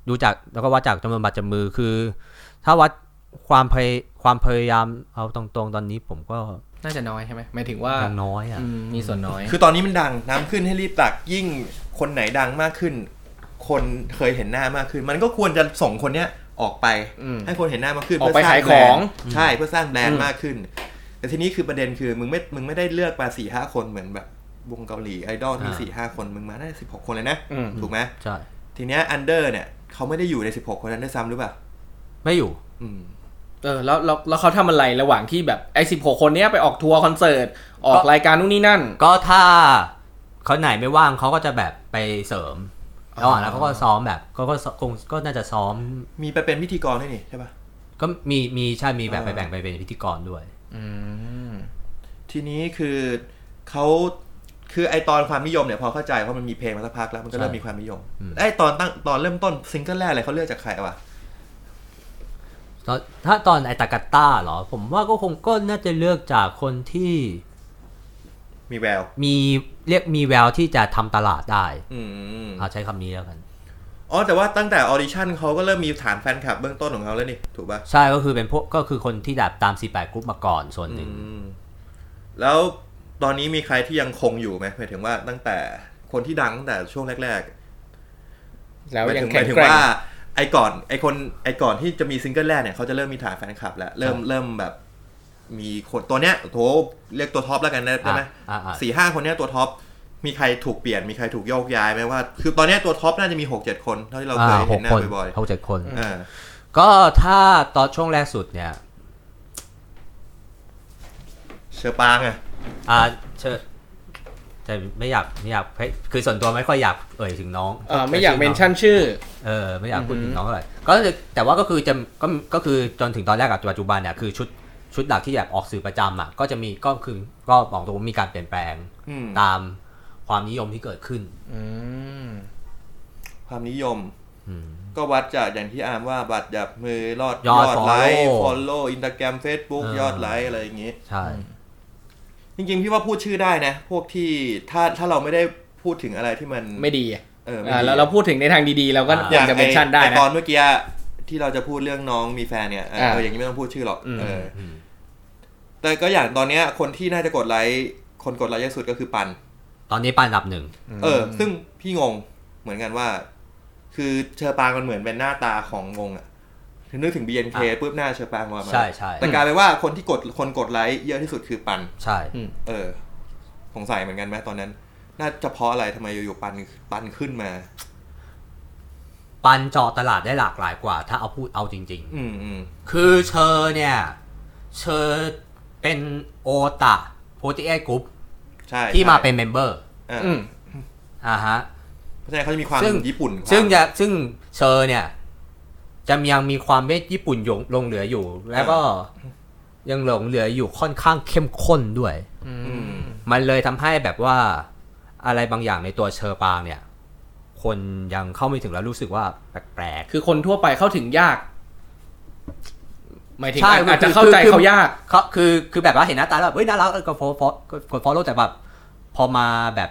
Speaker 4: ดูจากแล้วก็วัดจากจำนวนบาดจำมือคือ ถ้าวัดความพยความพยายามเอาตรงๆ ตอนนี้ผมก็
Speaker 3: น่าจะน้อยใช่ไหมหมายถึงว่า
Speaker 4: ยังน้อยอ่ะ
Speaker 3: อืมมีส่วนน้อย
Speaker 2: คือตอนนี้มันดังน้ำขึ้นให้รีบตักยิ่งคนไหนดังมากขึ้น คนเคยเห็นหน้ามากขึ้น มันก็ควรจะส่งคนเนี้ย ออกไป
Speaker 3: อืม
Speaker 2: ให้คนเห็นหน้ามากขึ้น
Speaker 3: ออกไป
Speaker 2: เพื่สร้
Speaker 3: ขายของ
Speaker 2: แบรนด์ใช่เพื่อสร้างแบรน
Speaker 3: อื
Speaker 2: ด์
Speaker 3: ม
Speaker 2: มากขึ้น แต่ทีนี้คือประเด็นคือมึงไม่มึงไม่ได้เลือกมาสี่ห้าคนเหมือนแบบวงเกาหลีไอดอลมี
Speaker 4: อ่า
Speaker 2: สี่ห้าคนมึงมาได้สิบหกคนเลยนะ
Speaker 3: อืม
Speaker 2: ถูกไหม
Speaker 4: ใช่
Speaker 2: ทีเนี้ยอันเดอร์เนี่ยเขาไม่ได้อยู่ในสิบหกคนนั้นด้วยซ้ำหรือเปล่า
Speaker 4: ไม่อยู่
Speaker 2: อืม
Speaker 3: เออแล้วแล้วแล้วเขาทำอะไรระหว่างที่แบบไอ้สิบหกคนเนี้ยไปออกทัวร์คอนเสิร์ตออกรายการนู่นนี่นั่น
Speaker 4: ก็ถ้าเขาไหนไม่ว่างเขาก็จะแบบไปเสริมระหว่างนั้นเขาก็ซ้อมแบบเขาก็คงก็น่าจะซ้อม
Speaker 2: มีไปเป็นพิธีกรด้วยนี่ใช่ปะ
Speaker 4: ก็มีมีใช่มีแบบ
Speaker 2: อ่า
Speaker 4: ไปแบ่งไปเป็นพิธีกรด้วย
Speaker 3: อืม
Speaker 2: ทีนี้คือเขาคือไอตอนความนิยมเนี่ยพอเข้าใจเพราะมันมีเพลงมาสักพักแล้วมันก็เริ่ม
Speaker 4: ใช่
Speaker 2: มีความนิยม
Speaker 4: อืม
Speaker 2: ไอตอนตั้งตอนเริ่มต้นซิงเกิลแรกอะไรเขาเลือกจากใครวะ
Speaker 4: ตอนถ้าตอนไอตากาต้าเหรอ ผมว่าก็คงก็น่าจะเลือกจากคนที่
Speaker 2: มีแวว
Speaker 4: มีเรียกมีแววที่จะทำตลาดได้
Speaker 2: อืม
Speaker 4: เอาใช้คำนี้แล้วกัน
Speaker 2: อ๋อแต่ว่าตั้งแต่ออดิชั่นเขาก็เริ่มมีฐานแฟนคลับเบื้องต้นของเขาแล้วนี่ถูกปะ
Speaker 4: ใช่ก็คือเป็นพวกก็คือคนที่แบบตาม 48กรุ๊ปมาก่อนส่วนหนึ่ง
Speaker 2: อืมแล้วตอนนี้มีใครที่ยังคงอยู่ไหมหมายถึงว่าตั้งแต่คนที่ดังตั้งแต่ช่วงแรก
Speaker 3: แล้
Speaker 2: ๆ
Speaker 3: ว
Speaker 2: หมาย
Speaker 3: ยัง
Speaker 2: ถึงห
Speaker 3: แข็
Speaker 2: มาง ยถึง
Speaker 3: แกร่ง
Speaker 2: ว่าไอก่อนไอคนไอก่อนที่จะมีซิงเกิลแรกเนี่ยเขาจะเริ่มมีฐานแฟนคลับแล้วเริ่มเริ่มแบบ มีคนตัวเนี้ยโถเรียกตัวท็อปแล้วกันนะได้ไหม
Speaker 4: อ่าอ่า
Speaker 2: สี่ห้าคนเนี้ยตัวท็อปมีใครถูกเปลี่ยนมีใครถูกโยกย้ายไหมว่า คือตอนเนี้ยตัวท็อปน่าจะมีหกเจ็ดคนเท่าที่เราเคย
Speaker 4: ห
Speaker 2: เห็
Speaker 4: ก
Speaker 2: นหน้า
Speaker 4: คน
Speaker 2: บ่อย
Speaker 4: หกเจ็ดคน
Speaker 2: ๆเออ
Speaker 4: ก็ถ้าตอนช่วงแรกสุดเนี่ย
Speaker 2: เชอปางอ่ะ
Speaker 4: อ่าเชิญแต่ไม่อยากไม่อยากให้คือส่วนตัวไม่ค่อยอยากเอ่ยถึงน้อง
Speaker 3: เออไม่อยากเมนชั่นชื่อ
Speaker 4: เออไม่อยากพูดถึงน้องเท่าไหร่ก็จะแต่ว่าก็คือจะก็ก็คือจนถึงตอนแรกกับปัจจุบันเนี่ยคือชุดชุดหลักที่แบบออกสื่อประจำอ่ะก็จะมีก็คือก็บอกตรงว่ามีการเปลี่ยนแปลง
Speaker 2: อืม
Speaker 4: ตามความนิยมที่เกิดขึ้น
Speaker 3: อืม
Speaker 2: ความนิยม
Speaker 4: อืม
Speaker 2: ก็วัดจากอย่างที่อาร์มว่าบัตรหยับมือยอด
Speaker 4: ยอด
Speaker 2: ไลค์
Speaker 4: follow
Speaker 2: ฟอลโล่อินสตาแกรมเฟซบุ๊ก
Speaker 4: เออ
Speaker 2: ยอดไลค์อะไรอย่างงี้
Speaker 4: ใช่
Speaker 2: จริงๆ พี่ว่าพูดชื่อได้นะ พวกที่ถ้าถ้าเราไม่ได้พูดถึงอะไรที่มัน
Speaker 3: ไม่ดีอะ
Speaker 2: เออไม่
Speaker 3: อ่า
Speaker 2: ดี
Speaker 3: แล้วเราพูดถึงในทางดีๆ เราก็
Speaker 2: อ
Speaker 3: ยั
Speaker 2: ย่าง ง
Speaker 3: จะเม
Speaker 2: ไอ้
Speaker 3: นชั่นได้
Speaker 2: ไอ้
Speaker 3: นะ
Speaker 2: ตอนเมื่อกี้ที่เราจะพูดเรื่องน้องมีแฟนเนี่ยเออ
Speaker 3: อ่า
Speaker 2: เอออย่างนี้ไม่ต้องพูดชื่อหรอกเออ
Speaker 4: อืม
Speaker 2: แต่ก็อย่างตอนเนี้ยคนที่น่าจะกดไลค์คนกดไลค์เยอะสุดก็คือปัน
Speaker 4: ตอนนี้ปานอันดับหนึ่ง
Speaker 2: เออ ซึ่งพี่งงเหมือนกันว่า คือเชอปางมันเหมือนเป็นหน้าตาของวงอะถึงนึกถึง BNK
Speaker 4: อ่ะ
Speaker 2: ปุ๊บหน้าเชอปางมา
Speaker 4: ใช่ใช่
Speaker 2: แต่กลายเป็นว่าคนที่กดคนกดไลค์เยอะที่สุดคือปัน
Speaker 4: ใช่
Speaker 2: เออ สงสัยเหมือนกันไหมตอนนั้น น่าจะเพราะอะไรทำไมอยู่ๆปันปันขึ้นมา
Speaker 4: ปันเจอตลาดได้หลากหลายกว่า ถ้าเอาพูดเอาจริง
Speaker 2: อืมอืม
Speaker 4: ๆ คือเชอเนี่ย เชอเป็นโอตะโพติเอกรุ๊ป
Speaker 2: ใช่
Speaker 4: ที่
Speaker 2: ใช่
Speaker 4: มาเป็นเมมเบอร์
Speaker 2: อ่ะ
Speaker 3: อืม
Speaker 4: อ่าฮะ
Speaker 2: เพราะฉะนั้นเขาจะมีความ
Speaker 4: ซึ่ง
Speaker 2: ญี่ปุ่นความ
Speaker 4: ซึ่งจะซึ่งเชอเนี่ย จะยังมีความเม็ดญี่ปุ่นหยงลงเหลืออยู่ แล้วก็ยังหลงเหลืออยู่ค่อนข้างเข้มข้นด้วย
Speaker 2: อืม
Speaker 4: มันเลยทำให้แบบว่าอะไรบางอย่างในตัวเชอปางเนี่ย คนยังเข้าไม่ถึงแล้วรู้สึกว่าแปลกๆ
Speaker 3: คือคนทั่วไปเข้าถึงยาก หมายถึง
Speaker 4: ใช่
Speaker 3: อาจอาจจะ
Speaker 4: คือ
Speaker 3: เข้าใจ
Speaker 4: คือ
Speaker 3: เขายาก
Speaker 4: เขาคือคือแบบว่าเห็นหน้าตาแล้วแบบเฮ้ยน่ารักเออก็ฟอลกดฟอลโล่แต่แบบพอมาแบบ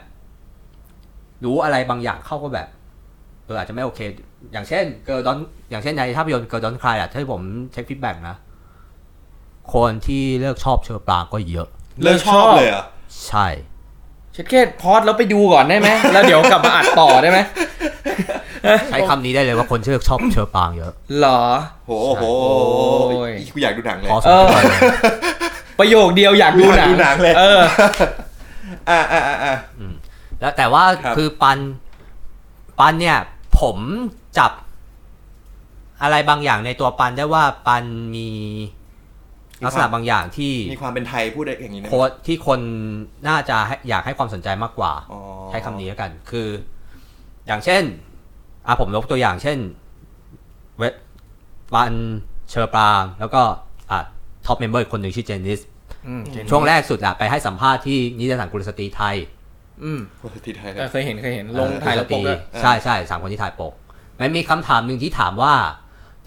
Speaker 4: รู้อะไรบางอย่างเข้าก็แบบเอออาจจะไม่โอเค อย่างเช่นเกิร์ดอนอย่างเช่นในภาพยนตร์เกิร์ดอนคลายอะถ้าผมเช็คฟีดแบ็กนะ คนที่เลิกชอบเชอร์ปรางก็เยอะ
Speaker 2: เลิกชอบเลยเหรอ่ะ
Speaker 4: ใช่
Speaker 3: เช็ดเคสพอดแล้วไปดูก่อนได้ไหม แล้วเดี๋ยวกลับมาอัดต่อได้ไหม
Speaker 4: ใช้คำนี้ได้เลยว่าคนที่เลิกชอบเชอร์ปรางเยอะ
Speaker 3: เหรอ
Speaker 2: โหโอ้โห
Speaker 3: โอ้ย
Speaker 2: กูอยากดูหนังเลย
Speaker 4: พอส
Speaker 3: เอ
Speaker 4: ม
Speaker 3: อ
Speaker 4: ควรเลย
Speaker 3: ประโยคเดียวอยากดูห
Speaker 2: อ
Speaker 3: นัง
Speaker 2: ยากดูหนังเลย
Speaker 3: เออ
Speaker 2: อ่าอ่าอ่า
Speaker 4: แล้วแต่ว่า
Speaker 2: ครับ
Speaker 4: คือปัน ปันเนี่ย ผมจับ อะไรบางอย่างในตัวปันได้ว่าปันมี ลักษณะบางอย่างที่
Speaker 2: มีความเป็นไทยพูดได้อย่างนี้นะ
Speaker 4: โค้ดที่คนน่าจะให้อยากให้ความสนใจมากกว่า
Speaker 2: อ๋อ
Speaker 4: ใช้คำนี้แล้วกัน คือ อย่างเช่นอ่ะผมยกตัวอย่าง เช่น เวทปันเชอร์ปรางแล้วก็อ่ะท็อปเมมเบอร์คนหนึ่งชื่อเจนนิส ช่วงแรกสุดอ่ะไปให้สัมภาษณ์ที่นิตยสารกุลสตรีไทย
Speaker 3: อืม
Speaker 2: คนที่ไทยเล
Speaker 3: เออย เคยเห็นเคยเห็น ล
Speaker 4: ล
Speaker 3: ง
Speaker 4: ง
Speaker 3: ถ่า
Speaker 4: ถ่าย ย
Speaker 3: แล้
Speaker 4: แล้ว ว
Speaker 3: ป
Speaker 4: ป
Speaker 3: ก
Speaker 4: ก
Speaker 3: ก็
Speaker 4: ใช่ใช่สามคนที่ถ่ายปกมันมีคำถามหนึ่งที่ถามว่า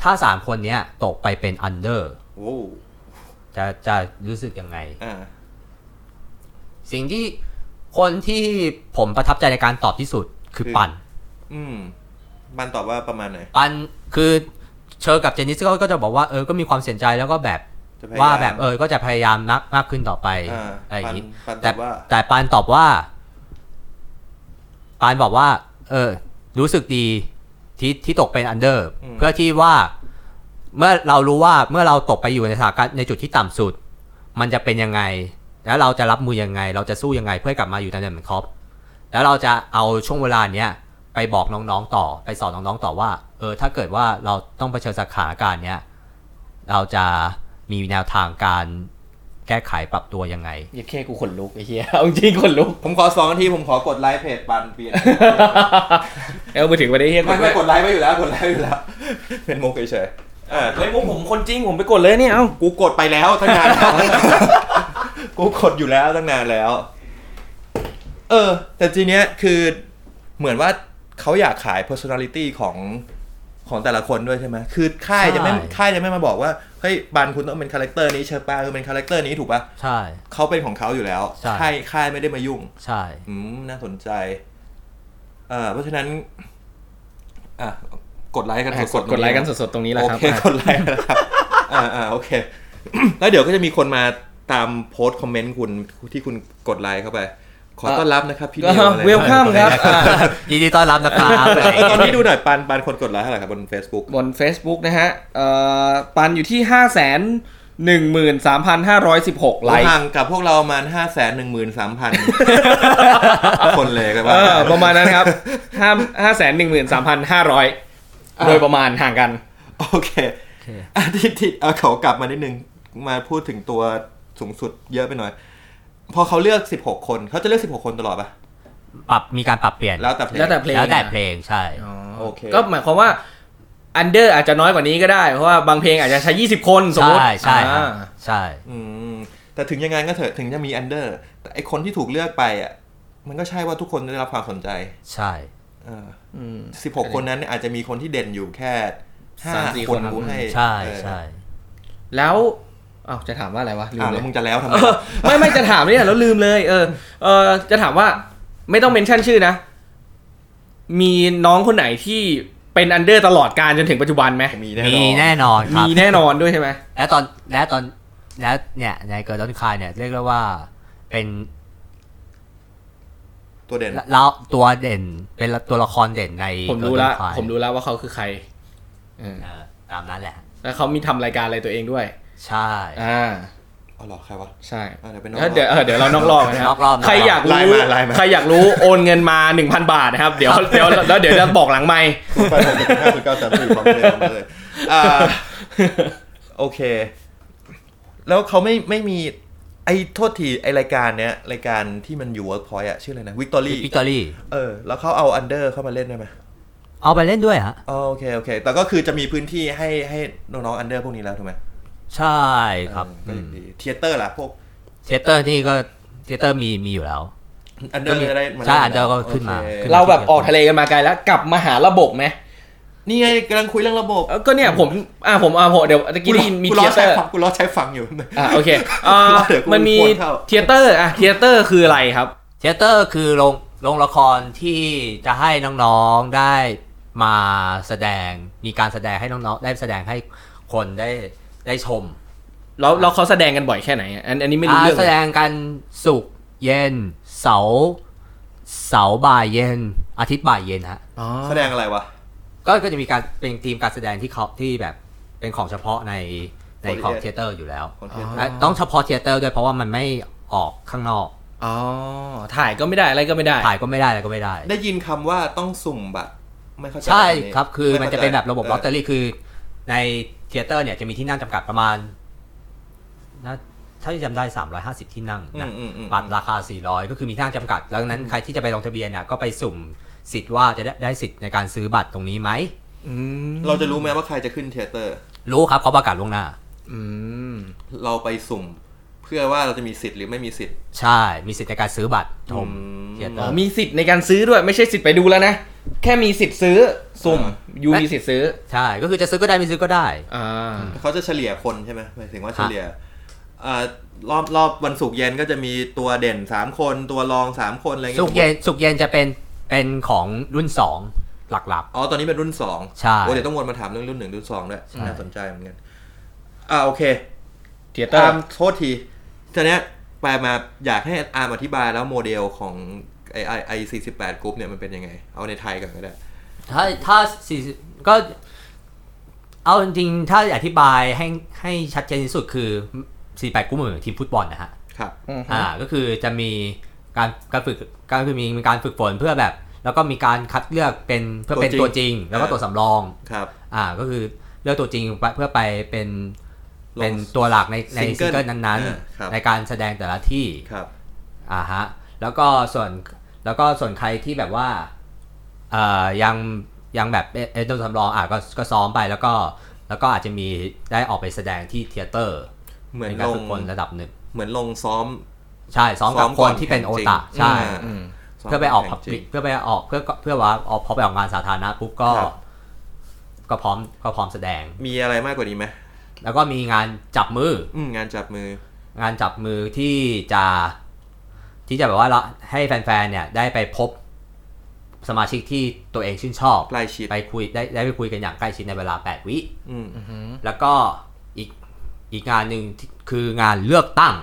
Speaker 4: ถ้าสามคนเนี้ยตกไปเป็นอันเดอร์
Speaker 2: โอ้
Speaker 4: จะจะรู้สึกยังไง
Speaker 2: อ่า
Speaker 4: สิ่งที่คนที่ผมประทับใจในการตอบที่สุดคือ
Speaker 2: คือ
Speaker 4: ปัน
Speaker 2: อืมมันตอบว่าประมาณไหน
Speaker 4: ปันคือเชอร์กับเจนนิสก็ก็จะบอกว่าเออก็มีความเสียใจแล้วก็แบบ
Speaker 2: จะพยายาม
Speaker 4: ว่าแบบเออก็จะพยายามมากมากขึ้นต่อไป
Speaker 2: อ่า
Speaker 4: อะไรอย่างนี้
Speaker 2: ปันปันต
Speaker 4: แต่
Speaker 2: อบว่า
Speaker 4: แต่ปันตอบว่าปันบอกว่า เออ รู้สึกดีที่ที่ตกเป็นอันเดอร์ เพื่อที่ว่า เมื่อเรารู้ว่าเมื่อเราตกไปอยู่ในสถานการณ์ในจุดที่ต่ำสุด มันจะเป็นยังไง แล้วเราจะรับมือยังไง เราจะสู้ยังไงเพื่อให้กลับมาอยู่ตำแหน่งเหมือนครอปแล้วเราจะเอาช่วงเวลาเนี้ยไปบอกน้องๆต่อ ไปสอนน้องๆต่อว่า เออถ้าเกิดว่าเราต้องเผชิญสถานการณ์เนี้ยเราจะมีแนวทางการแก้ไขปรับตัวยังไง
Speaker 3: อย่าแค่กูขนลุกไอ้เหี้ยเอาจริงๆขนลุก
Speaker 2: ผมขอสองนาทีผมขอกดไลค์เพจปันเปลี่ย น
Speaker 3: เอามือถึงไปได้เหี้ย
Speaker 2: ไม่ไม่กดไลค์ไว้อยู่แล้วกดไลค์ไว้อยู่ แล้ว เป็นมุกเฉยๆอ่า
Speaker 3: เฮ้ยมุกผมคนจริงผมไปกดเลยเนี่ยเอ้า
Speaker 2: กูกดไปแล้วตั้งนานแล้ว กูกดอยู่แล้วตั้งนานแล้ว เออ แต่ทีเนี้ยคือเหมือนว่าเขาอยากขาย personality ของของแต่ละคนด้วยใช่ไหมคือค่ายจะไม่
Speaker 4: ใช่
Speaker 2: ค่ายจะไม่มาบอกว่าเฮ้ยบันคุณต้องเป็นคาแรคเตอร์นี้เชอป้าคือเป็นคาแรคเตอร์นี้ถูกปะ
Speaker 4: ใช่
Speaker 2: เขาเป็นของเขาอยู่แล้ว
Speaker 4: ใช่
Speaker 2: ค่ายค่ายไม่ได้มายุ่ง
Speaker 4: ใช่
Speaker 2: อืมน่าสนใจ เอ่อเพราะฉะนั้น อ่ะกดไลค์กันสดๆ
Speaker 3: กดไลค์กันสดๆตรงนี้แหละ
Speaker 2: โอ
Speaker 3: ครับ
Speaker 2: เคกดไลค์กันนะครับ อ่าอ่าโอเค แล้วเดี๋ยวก็จะมีคนมาตามโพสต์คอมเมนต์คุณที่คุณกดไลค์เข้าไป ขอต้อนรับนะครับ พี่เดียวอะไร
Speaker 3: เวลคัมครับอ่า
Speaker 4: ยินดีต้อนรับนะครับ
Speaker 2: เอ อตอนนี้ดูหน่อยปันปันคนกดไลค์เท่าไหร่ครับบน Facebook
Speaker 3: บน Facebook นะฮะเอ่อปันอยู่ที่ 5 1 3 5 1 6 ไลค์
Speaker 2: ห่างกับพวกเราประมาณห้าแสนหนึ่งหมื่นสามพัน คนเลยกัน
Speaker 3: เอ
Speaker 2: ว่า
Speaker 3: อประมาณนั้นครับ5 5 1 3 5 0 0 โดยประมาณห่างกัน
Speaker 2: โอเคอาทิตย์ที่เอาเขากลับมานิดนึง มาพูดถึงตัวสูงสุดเยอะไปหน่อย พอเขาเลือก 16 คนเขาจะเลือก 16 คนตลอดปะ
Speaker 4: ปรับมีการปรับเปลี่ยน
Speaker 2: แล้วแต่เพลง
Speaker 3: แล้วแต่เพลง
Speaker 4: แล้วแต่เพลงใช่
Speaker 3: อ๋อ
Speaker 2: โอเค
Speaker 3: ก็หมายความว่าอันเดอร์อาจจะน้อยกว่านี้ก็ได้ เพราะว่าบางเพลงอาจจะใช้ 20 คนสมมติ
Speaker 4: ใช่ใช่
Speaker 3: อ่า
Speaker 4: ใช่
Speaker 2: อืมแต่ถึงยังไงก็เถอะถึงจะมีอันเดอร์แต่ไอคนที่ถูกเลือกไปอ่ะมันก็ใช่ว่าทุกคนได้รับความสนใจ
Speaker 4: ใช่
Speaker 2: เออ
Speaker 3: อืม
Speaker 2: 16 คนนั้นอาจจะมีคนที่เด่นอยู่แค่ห้า
Speaker 3: สามสี่
Speaker 2: คน
Speaker 3: คน
Speaker 2: กูให้
Speaker 4: ใช่
Speaker 2: เออ
Speaker 4: ใช่
Speaker 3: แล้วอ้าวจะถามว่าอะไรวะลืม
Speaker 2: อ่ะ
Speaker 3: เล
Speaker 2: แล้
Speaker 3: ยว
Speaker 2: มึงจะแล้วทำไม
Speaker 3: เออไม่ไม่จะถามเนี่ยแล้วลืมเลย เออเออจะถามว่าไม่ต้องเมนชั่นชื่อนะ มีน้องคนไหนที่เป็นอันเดอร์ตลอดการจนถึงปัจจุบันไหม
Speaker 2: มีแน่น
Speaker 4: มี
Speaker 2: อน
Speaker 4: แน่นอนครับ
Speaker 3: มีแน่นอนด้วยใช่ไหม
Speaker 4: และตอนและตอนและเนี่ยในเกิร์ลดอนคายเนี่ย เรียกได้ว่าเป็น
Speaker 2: ตัวเด่น
Speaker 4: เราตัวเด่น เป็นตัวละครเด่นใน
Speaker 3: ผม
Speaker 4: Girl
Speaker 3: รู้ละ
Speaker 4: Don't Cry
Speaker 3: ผมรู้แล้วว่าเขาคือใครเออ
Speaker 4: เออตามนั้นแหละ
Speaker 3: แล้วเขามีทำรายการอะไรตัวเองด้วย
Speaker 4: ใช่
Speaker 3: อ่า
Speaker 2: อ๋อเหรอใครวะ
Speaker 3: ใช่
Speaker 2: อ่าเดี๋ยวไปนอก
Speaker 3: แล้วเดี๋ยวเออเดี๋ยวเรานอกรอบนะครั
Speaker 4: น
Speaker 3: บอก
Speaker 4: รอบนะ
Speaker 3: ใครอยาก
Speaker 2: ไลน์
Speaker 3: รู้
Speaker 2: มาไลน์มา
Speaker 3: ใครอยากรู้โอนเงินมา 1,000 บาทนะครับ เดี๋ยวเดี๋ยวแล้วเดี๋ยวจะบอกหลังไม่
Speaker 2: ไปหกสิบห้าจุดเก้าสามสี่ความเร็วมาเลยอ่ าโอเค แล้วเขาไม่ไม่มีไอ้โทษทีไอ้รายการเนี้ย รายการที่มันอยู่ Workpoint อะชื่ออะไรนะวิกตอรี่
Speaker 4: วิกตอรี่
Speaker 2: เออ แล้วเขาเอาอันเดอร์เข้ามาเล่นได้ไหม
Speaker 4: เอาไปเล่นด้วยฮะ
Speaker 2: อ๋อโอเค โอเค แต่ก็คือจะมีพื้นที่ให้ให้น้องๆอันเดอร์พวกนี้แล้วถูกไหม
Speaker 4: ใช่ครับ
Speaker 2: เออก็ยังดีเทเตอร์ล่ะ พวก
Speaker 4: เทเตอร์นี่ก็เทเตอร์มีมีอยู่แล้ว
Speaker 2: อันเดอร์จะได้มาล่
Speaker 4: ใช่ Under ก็ขึ้นมา
Speaker 2: โอเค
Speaker 4: ขึ้นม
Speaker 3: เราแบบออกทะเลกันมาไกลแล้ว กลับมาหาระบบไหม
Speaker 2: นี่ไงกำลังคุยเรื่องระบบ
Speaker 3: เออก็เนี่ยผมอ่าผมอ่าผมเดี๋ยวตะกี้ได้ยินมี
Speaker 2: กู
Speaker 3: เท
Speaker 2: ล้อ
Speaker 3: เต
Speaker 2: ใช้
Speaker 3: อร์
Speaker 2: ฟังกูล้อใช้ฟังอยู่
Speaker 3: อ่าโอเคอ่า
Speaker 2: เดี๋ยวกู
Speaker 3: มันมี
Speaker 2: ปวดเข้า
Speaker 3: เทเตอร์อ่ะเทเตอร์คืออะไรครับ
Speaker 4: เทเตอร์คือโรงโรงละครที่จะให้น้องๆได้มาแสดง มีการแสดงให้น้องๆได้แสดงให้คนได้ได้ชม
Speaker 3: แล้วแล้วเขาแสดงกันบ่อยแค่ไหนอะอันอันนี้ไม่รู้เรื่อง
Speaker 4: อ่าแสดงกันสุกร์เย็น เสาร์เสาร์บ่ายเย็น อาทิตย์บ่ายเย็นฮะ
Speaker 3: อ๋อ
Speaker 2: แสดงอะไรวะ
Speaker 4: ก็ก็จะมีการเป็นทีมการแสดงที่เขาที่แบบเป็นของเฉพาะในในของเทเตอร์อยู่แล้ว
Speaker 2: ของเทเตอร์
Speaker 4: และต้องเฉพาะเทเตอร์ด้วยเพราะว่ามันไม่ออกข้างนอก
Speaker 3: อ๋อ ถ่ายก็ไม่ได้อะไรก็ไม่ได้
Speaker 4: ถ่ายก็ไม่ได้อะไรก็ไม่ได้
Speaker 2: ได้ยินคำว่าต้องสุ่มบัตรไม่เข้าใจ
Speaker 4: ใช่
Speaker 2: อันนี้
Speaker 4: ครับ คือมันจะเป็นแบบระบบ
Speaker 2: ไม่
Speaker 4: ลอ
Speaker 2: ข้า
Speaker 4: ต
Speaker 2: ใจ
Speaker 4: เตอรี่คือในเทเตอร์เนี่ยจะมีที่นั่งจำกัดประมาณนาถ้าที่จำได้ 350 ที่นั่งนะ
Speaker 2: อืมอืมอืม
Speaker 4: บัตรราคา 400 ก็คือมีที่นั่งจำกัด ดังนั้นใครที่จะไปลงทะเบียนเนี่ยก็ไปสุ่มสิทธิ์ว่าจะได้ได้สิทธิ์ในการซื้อบัตรตรงนี้ไหม
Speaker 3: อืม
Speaker 2: เราจะรู้ไหมว่าใครจะขึ้นเทยเตอร์
Speaker 4: รู้ครับเขาประกาศล่วงหน้า
Speaker 3: อืม
Speaker 2: เราไปสุ่ม เพื่อว่าเราจะมีสิทธิ์หรือไม่มีสิทธิ์
Speaker 4: ใช่ มีสิทธิ์ในการซื้อบัตรชม
Speaker 2: อืม
Speaker 4: เทเต
Speaker 3: อ๋
Speaker 4: อ
Speaker 3: อ
Speaker 4: ร์
Speaker 3: มีสิทธิ์ในการซื้อด้วย ไม่ใช่สิทธิ์ไปดูแล้วนะ แค่มีสิทธิ์ซื้อ สุ่ม ยูมีสิทธิ์ซื้อ
Speaker 4: ใช่ ก็คือจะซื้อก็ได้ไม่ซื้อก็ได้
Speaker 3: อ่า
Speaker 2: เขาจะเฉลี่ยคนใช่ไหมหมายถึงว่าเฉลี่ยเอ่อรอบรอบวันศุกร์เย็นก็จะมีตัวเด่น 3 คนตัวรอง 3 คนอะไรเงี้ย
Speaker 4: สุกร์เย็นสุกร์เย็นจะเป็นเป็นของรุ่นสองหลัก
Speaker 2: อ๋อตอนนี้เป็นรุ่น2
Speaker 4: ใช่
Speaker 2: โอ้เดี๋ยวต้องวนมาถามเรื่องรุ่นหนึ่งรุ่นสองด้วยน่าสนใจเหมือนกันอ่าโอเค
Speaker 3: เทเตอ
Speaker 2: ตา
Speaker 3: ร์
Speaker 2: มโทษทีทีเนี้ยแปลมาอยากให้อาร์มอธิบายแล้วโมเดลของไอไอไอสี่สิบแปดกรุ๊ปเนี่ยมันเป็นยังไง เอาในไทยก่อนก็ได้
Speaker 4: ๆ ถ้าถ้า40ก็ เอาจริงๆ ถ้าอธิบายให้ให้ชัดเจนที่สุดคือ 48กู้มือทีมฟุตบอลนะฮะ
Speaker 2: ครับ
Speaker 4: อ่าก็คือจะมีการการฝึกการคือมีมีการฝึกฝนเพื่อแบบ แล้วก็มีการคัดเลือกเป็นเพื่อเป็น
Speaker 2: ตั
Speaker 4: ตัว ว
Speaker 2: จ
Speaker 4: จ
Speaker 2: ริ
Speaker 4: ริ
Speaker 2: ง
Speaker 4: ง แล้วก็
Speaker 2: อ่า
Speaker 4: ตัวสำรอง
Speaker 2: ครับ
Speaker 4: อ่าก็คือเลือกตัวจริงไปเพื่อไปเป็น
Speaker 2: ลง
Speaker 4: เป็นตัวหลักในใน
Speaker 2: ซิ
Speaker 4: ซิ
Speaker 2: ง
Speaker 4: ง
Speaker 2: เกิล
Speaker 4: เกิลนั้น
Speaker 2: อ่าครับ
Speaker 4: ๆ ในการแสดงแต่ละที่
Speaker 2: ครับ
Speaker 4: อ่าฮะแล้วก็ส่วนแล้วก็ส่วนใครที่แบบว่าเอ่อยังยังแบบเอเอ็นตัวสำรองอ่ะก็ก็ซ้อมไปแล้วก็แล้วก็อาจจะมีได้ออกไปแสดงที่เทเตอร์
Speaker 2: เหมือน
Speaker 4: เป็นการ
Speaker 2: ลง
Speaker 4: ฝึกฝนระดับหนึ่ง
Speaker 2: เหมือนลงซ้อม
Speaker 4: ใช่ซ้อมกับคนที่เป็นโอ
Speaker 2: ซ้ม
Speaker 4: ตะ
Speaker 2: ก่แข่งจริง
Speaker 4: ใช่
Speaker 2: อ่าซ้ม
Speaker 4: เพื่อไปออกพั
Speaker 2: น
Speaker 4: บ
Speaker 2: แข่งจ
Speaker 4: ลิ
Speaker 2: ริ
Speaker 4: ก
Speaker 2: ง
Speaker 4: เพื่อไปออกเพื่อก็เพื่อว่าออกพอไปออกงานสาธารณะปุ๊บก็
Speaker 2: ครับ
Speaker 4: ก็พร้อมก็พร้อมแสดง
Speaker 2: มีอะไรมากกว่านี้ไหม
Speaker 4: แล้วก็มีงานจับมือ
Speaker 2: อืมงานจับมือ
Speaker 4: งานจับมือที่จะที่จะแบบว่าละให้แฟนๆเนี่ยได้ไปพบสมาชิกที่ตัวเองชื่นชอบ
Speaker 2: ใกล้ชิด
Speaker 4: ไปคุยได้ได้ไปคุยกันอย่างใกล้ชิดในเวลา 8 วิ
Speaker 2: อืม
Speaker 4: แล้วก็อีกอีกงานหนึ่งที่คืองานเลือกตั้ง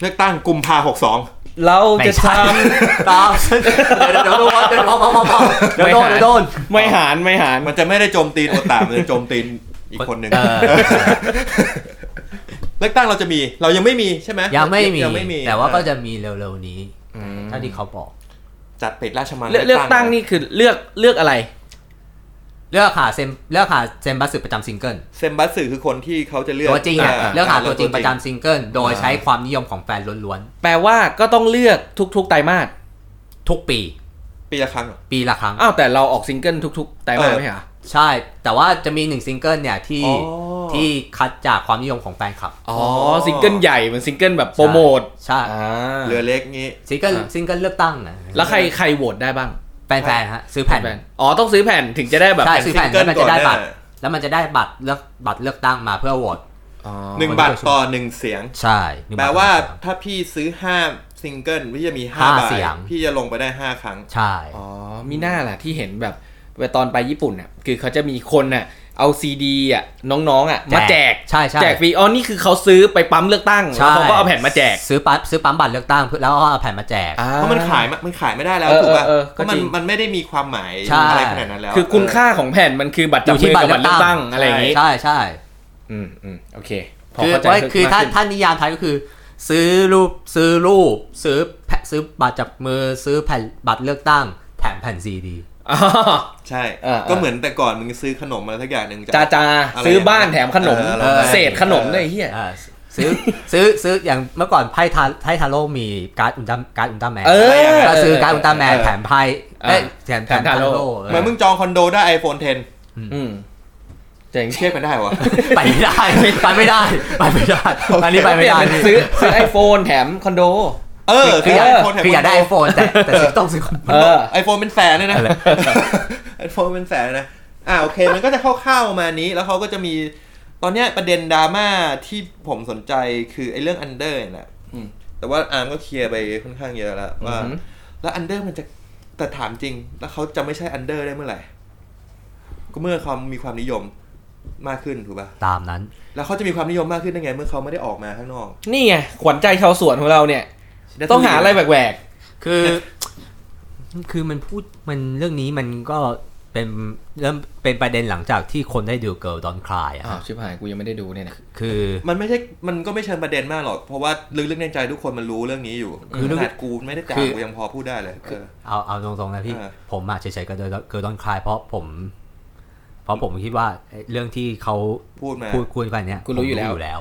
Speaker 2: เลือกตั้งกุมภาหกสอง
Speaker 5: เราจะท
Speaker 4: ตามเดี๋ยวเดี๋ยวโดนเดี๋ยวโดนเดี๋ยวโดนเดี๋ยวโดน
Speaker 5: ำไม่หารไม่หาร
Speaker 2: มันจะไม่ได้โจมตีนโอตามันจะโจมตีนอีกคนหนึ่ง
Speaker 4: เออ
Speaker 2: เลือกตั้งเราจะมี เรายังไม่มีใช่ไหม
Speaker 4: ยังไม่มี
Speaker 2: ยังไม่มี
Speaker 4: แต่ว่าก็
Speaker 2: เออ
Speaker 4: จะมีเร็วๆนี้เท่าที่เขาบอก
Speaker 2: จัดปิดราชมัง
Speaker 5: เลือกเลือกตั้งนี่คือเลือกเลือกอะไร
Speaker 4: เลือกหาเซมเลือกหาเซมบัสสึประจำซิงเกิล
Speaker 2: เซมบัสสึคือคนที่เขาจะเลือก
Speaker 4: ตัวจริงอ่ะเลือกหาตัวจริงประจำ
Speaker 2: เ
Speaker 4: ซิงเกิลโดยใช้ความนิยมของแฟนล้วน
Speaker 5: แปลว่าก็ต้องเลือกทุก ๆ ไตรมาส
Speaker 4: ๆ ทุกปี
Speaker 2: ปีละครั้งเหรอ
Speaker 4: ปีละครั้ง
Speaker 5: อ้าวแต่เราออกซิงเกิลทุก ๆ ไตรมาส
Speaker 2: เออ
Speaker 5: ไหมฮะ
Speaker 4: ใช่ แต่ว่าจะมีหนึ่งซิงเกิลเนี่ยที่
Speaker 2: อ๋อ
Speaker 4: ที่คัดจากความนิยมของแฟนคลับ
Speaker 5: อ๋อซิงเกิลใหญ่เหมือนซิงเกิลแบบโปรโมท
Speaker 4: ใช่
Speaker 5: อ่า
Speaker 2: เรือเล็กงี้
Speaker 4: ซิงเกิลซิงเกิลเลือกตั้งอะ
Speaker 5: แล้วใครใครโหวตได้บ้าง
Speaker 4: แฟนๆฮะซื้อแผ่น
Speaker 5: แฟนอ๋อต้องซื้อแผ่นถึงจะได้แบบ
Speaker 4: ใช่ซื้อแผ่นแล้วมันจะได้บัตร
Speaker 2: ก่อ
Speaker 4: แล้วมันจะได้บัตรเลือกบัตรเลือกตั้งมาเพื่อโหวต
Speaker 5: อ๋อ
Speaker 2: หนึ่งบัตรต่อหนึ่งเสียง
Speaker 4: ใช่หนึ่ง
Speaker 2: แป
Speaker 4: บั
Speaker 2: ล
Speaker 4: ตร
Speaker 2: ว่าถ้าพี่ซื้อห้าซิงเกิลพี่จะมีห้า
Speaker 4: ห้า
Speaker 2: ใบ
Speaker 4: เสียง
Speaker 2: พี่จะลงไปได้ห้าครั้ง
Speaker 4: ใช่
Speaker 5: อ๋อ มีหน้าล่ะที่เห็นแบบเวลาตอนไปญี่ปุ่นน่ะ คือเขาจะมีคนน่ะ เอาซีดีอ่ะ น้องๆอ่ะ มาแจก
Speaker 4: ใช่ใช่
Speaker 5: แจกฟรี อ๋อ นี่คือเขาซื้อไปปั๊มเลือกตั้ง
Speaker 4: ใช่
Speaker 5: แล้วเขาก็เอาแผ่นมาแจก
Speaker 4: ซื้อปั๊บซื้อปั๊มบัตรเลือกตั้งเพื่อแล้วก็เอาแผ่นมาแจก
Speaker 2: เพราะมันขายมามันขายไม่ได้แล้ว
Speaker 5: เออ
Speaker 2: ถูกป่ะ
Speaker 5: เออเออ
Speaker 2: เพราะมัน
Speaker 5: ก็จริง
Speaker 2: มันไม่ได้มีความหมาย
Speaker 4: ใช่
Speaker 2: อะไรขนาดนั้นแล้ว
Speaker 5: คือคุณค่าของแผ่นมันคือบัตร
Speaker 4: อ
Speaker 5: จับมื
Speaker 4: ยู่ที่
Speaker 5: อ
Speaker 4: บัต
Speaker 5: กับ
Speaker 4: รเลื
Speaker 5: บัตรเลือ
Speaker 4: อก
Speaker 5: ก
Speaker 4: ตั้
Speaker 5: ตั้
Speaker 4: ง
Speaker 5: งอะไรอย่างงี้
Speaker 4: ใช่ใช่
Speaker 5: อืมอืมโอเค พอ
Speaker 4: คือ
Speaker 5: เข้าใจ
Speaker 4: เว้ยคือถ้าม
Speaker 5: กขึ้น
Speaker 4: ท่านนิยามไทยก็คือ ซื้อรูปซื้อรูป ซื้อแผ่นซื้อบัตรจับมือซื้อแผ่นบัตรเลือกตั้งแถมแผ่นซีดี
Speaker 5: อ๋อ
Speaker 2: ใช่
Speaker 5: เออเออ
Speaker 2: ก็เหมือนแต่ก่อนมึงซื้อขนมอะไรสักอย่างหนึ่ง
Speaker 5: จาจา
Speaker 2: อะไร
Speaker 5: ซื้อบ้านแถมขนม
Speaker 2: เอออะไร
Speaker 5: เศษขนมด้วยไอ้เฮีย
Speaker 4: อ่าซื้อ ซื้อซื้ออย่างเมื่อก่อนไพ่ทาไพ่ทาโร่มีการ์ดอุลตร้าการ์ดอุลตร้าแมน
Speaker 5: เออ
Speaker 4: ก็ซื้อการ์ดอุลตร้าแมนแถมไพ่เอ้ยแถมแถม
Speaker 5: แถมทา
Speaker 4: ทา
Speaker 5: โร่
Speaker 4: โร่เออ
Speaker 2: เหมือนมึงจองคอนโดได้ iPhone 10
Speaker 5: อืมเจ๋ง
Speaker 2: เทียบกันได้วะ
Speaker 4: ไปไม่ได้ ไปไม่ได้ไปไม่ได้อันนี้ไป
Speaker 5: เป
Speaker 4: ไม่
Speaker 5: ลี่ยน
Speaker 4: ได้
Speaker 5: เป็นซื้อซื้อไอโฟนแถมคอนโด
Speaker 2: เออ
Speaker 4: คืออยาก
Speaker 2: ไ
Speaker 4: ได้คืออยากได้ iPhone แต่แต่ซื้อต้องซื้อคอนโด
Speaker 5: เออ
Speaker 2: ไอโฟนเป็นแสนเลยนะ
Speaker 4: อะไร
Speaker 2: ไอโฟนเป็นแสนนะอ่าโอเค มันก็จะคร่าวๆประมาณนี้แล้วเขาก็จะมีตอนเนี้ยประเด็นดราม่าที่ผมสนใจคือไอเรื่องอันเดอร์นี่แหละ
Speaker 5: อืม
Speaker 2: แต่ว่าอาร์มก็เคลียร์ไปค่อนข้างเยอะแล้วว่า
Speaker 5: อือหือ
Speaker 2: แล้วอันเดอร์มันจะแต่ถามจริง แล้วเขาจะไม่ใช่อันเดอร์ได้เมื่อไหร่ก็เมื่อความมีความนิยมมากขึ้นถูกป่ะ
Speaker 4: ตามนั้น
Speaker 2: แล้วเขาจะมีความนิยมมากขึ้นได้ไง เมื่อเขาไม่ได้ออกมาข้างนอก
Speaker 5: นี่ไงขวัญใจชาวสวนของเราเนี่ย ต้องหาอะไรแปลกๆ
Speaker 4: คือ คือมันพูดมันเรื่องนี้มันก็เป็นเริ่มเป็นประเด็นหลังจากที่คนได้ดูเกิร์ลดอนคลายอ่ะ
Speaker 5: อ้าวชิบหายกูยังไม่ได้ดูเนี่ยนะ
Speaker 4: คือ
Speaker 2: มันไม่ใช่ มันก็ไม่เชิงประเด็นมากหรอก เพราะว่าลึกๆในใจทุกคนมันรู้เรื่องนี้อยู่
Speaker 4: คื
Speaker 2: ข
Speaker 4: อเรื่อง
Speaker 2: นาดกูไม่ได้จ่า
Speaker 4: คือ
Speaker 2: กูยังพอพูดได้เลยเออ
Speaker 4: เอาเอาตรงๆนะพี่
Speaker 2: อ่า
Speaker 4: ผมอะเฉยๆกับเกิร์ลดอนคลายเพราะผม เพราะผมคิดว่าไอ้เรื่องที่เขา
Speaker 2: พูดมา
Speaker 4: พูดคุยกันเนี้ย
Speaker 5: คุณรู้
Speaker 4: ผม
Speaker 5: อยู่แล้ว
Speaker 4: แล้ว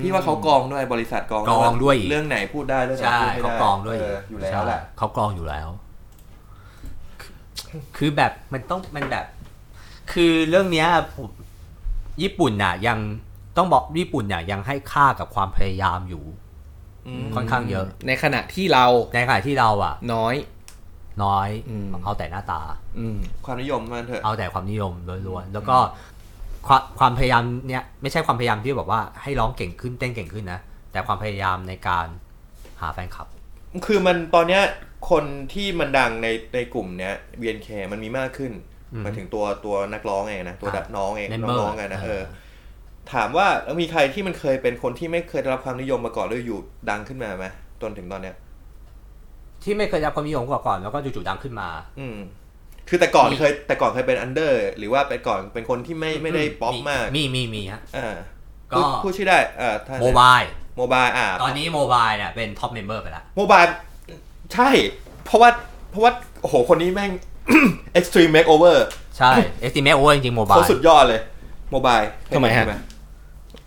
Speaker 2: พี่ว่าเขากองด้วยบริษัทกอง
Speaker 4: กองด้วยอีก
Speaker 2: เรื่องไหนพูดได้เรื่องไหน
Speaker 4: ใช่
Speaker 2: พูดไม่ได้
Speaker 4: เขากรองด้วย
Speaker 2: เอออยู่แล้วแหละ
Speaker 4: ใช่เขากรองอยู่แล้ว คือคือแบบมันต้องมันแบบ คือเรื่องเนี้ยผมญี่ปุ่นน่ะ ยังต้องบอกญี่ปุ่นน่ะยังให้ค่ากับความพยายามอยู่
Speaker 2: อืม
Speaker 4: ค่อนข้างเยอะ
Speaker 5: ในขณะที่เรา
Speaker 4: ในขณะที่เราอ่ะ
Speaker 5: น้อย
Speaker 4: น้อย
Speaker 5: อืม
Speaker 4: เอาแต่หน้าตา
Speaker 5: อืม
Speaker 2: ความนิยมมันเถอะ
Speaker 4: เอาแต่ความนิยมล้วนๆแล้วก็ความความพยายามเนี่ยไม่ใช่ความพยายามที่แบบว่าให้ร้องเก่งขึ้นเต้นเก่งขึ้นนะแต่ความพยายามในการหาแฟนคลับ
Speaker 2: คือมันตอนเนี้ยคนที่มันดังในในกลุ่มเนี้ย BNK มันมีมากขึ้น
Speaker 4: อืม
Speaker 2: หมายถึงตัวตัวนักร้องเองนะ ตัว
Speaker 4: ครั
Speaker 2: ดั
Speaker 4: บ
Speaker 2: กน้องเอง
Speaker 4: Member
Speaker 2: น้องๆกันนะเอ
Speaker 4: เอ
Speaker 2: อ
Speaker 4: อ
Speaker 2: ถามว่าแล้วมีใครที่มันเคยเป็นคนที่ไม่เคยได้รับความนิยมมาก่อนแล้วอยู่ดังขึ้นมาไหมจนถึงตอนเนี้ย
Speaker 4: ที่ไม่เคยได้รับความนิยมมาก่อนแล้วก็จู่ๆดังขึ้นมา
Speaker 2: อืม คือแต่ก่อนเคยแต่ก่อนเคยเป็นอันเดอร์ หรือว่าแต่ก่อนเป็นคนที่ไม่ไม่ได้ป๊อปมาก
Speaker 4: มีมีมีฮะ
Speaker 2: อ่า
Speaker 4: ก็
Speaker 2: พูดพูดชื่อได้อ่าท่าน
Speaker 4: โมบาย
Speaker 2: โมบายอ่า
Speaker 4: ตอนนี้โมบายเนี่ยเป็นท็อปเมมเบอร์ไปแล้ว
Speaker 2: โมบายใช่ เพราะว่าเพราะว่าโอ้โหคนนี้แม่ง extreme makeover
Speaker 4: ใช่ estimate over จริงๆโมบาย
Speaker 2: เขาสุดยอดเลยโมบาย
Speaker 5: ทำไมฮะ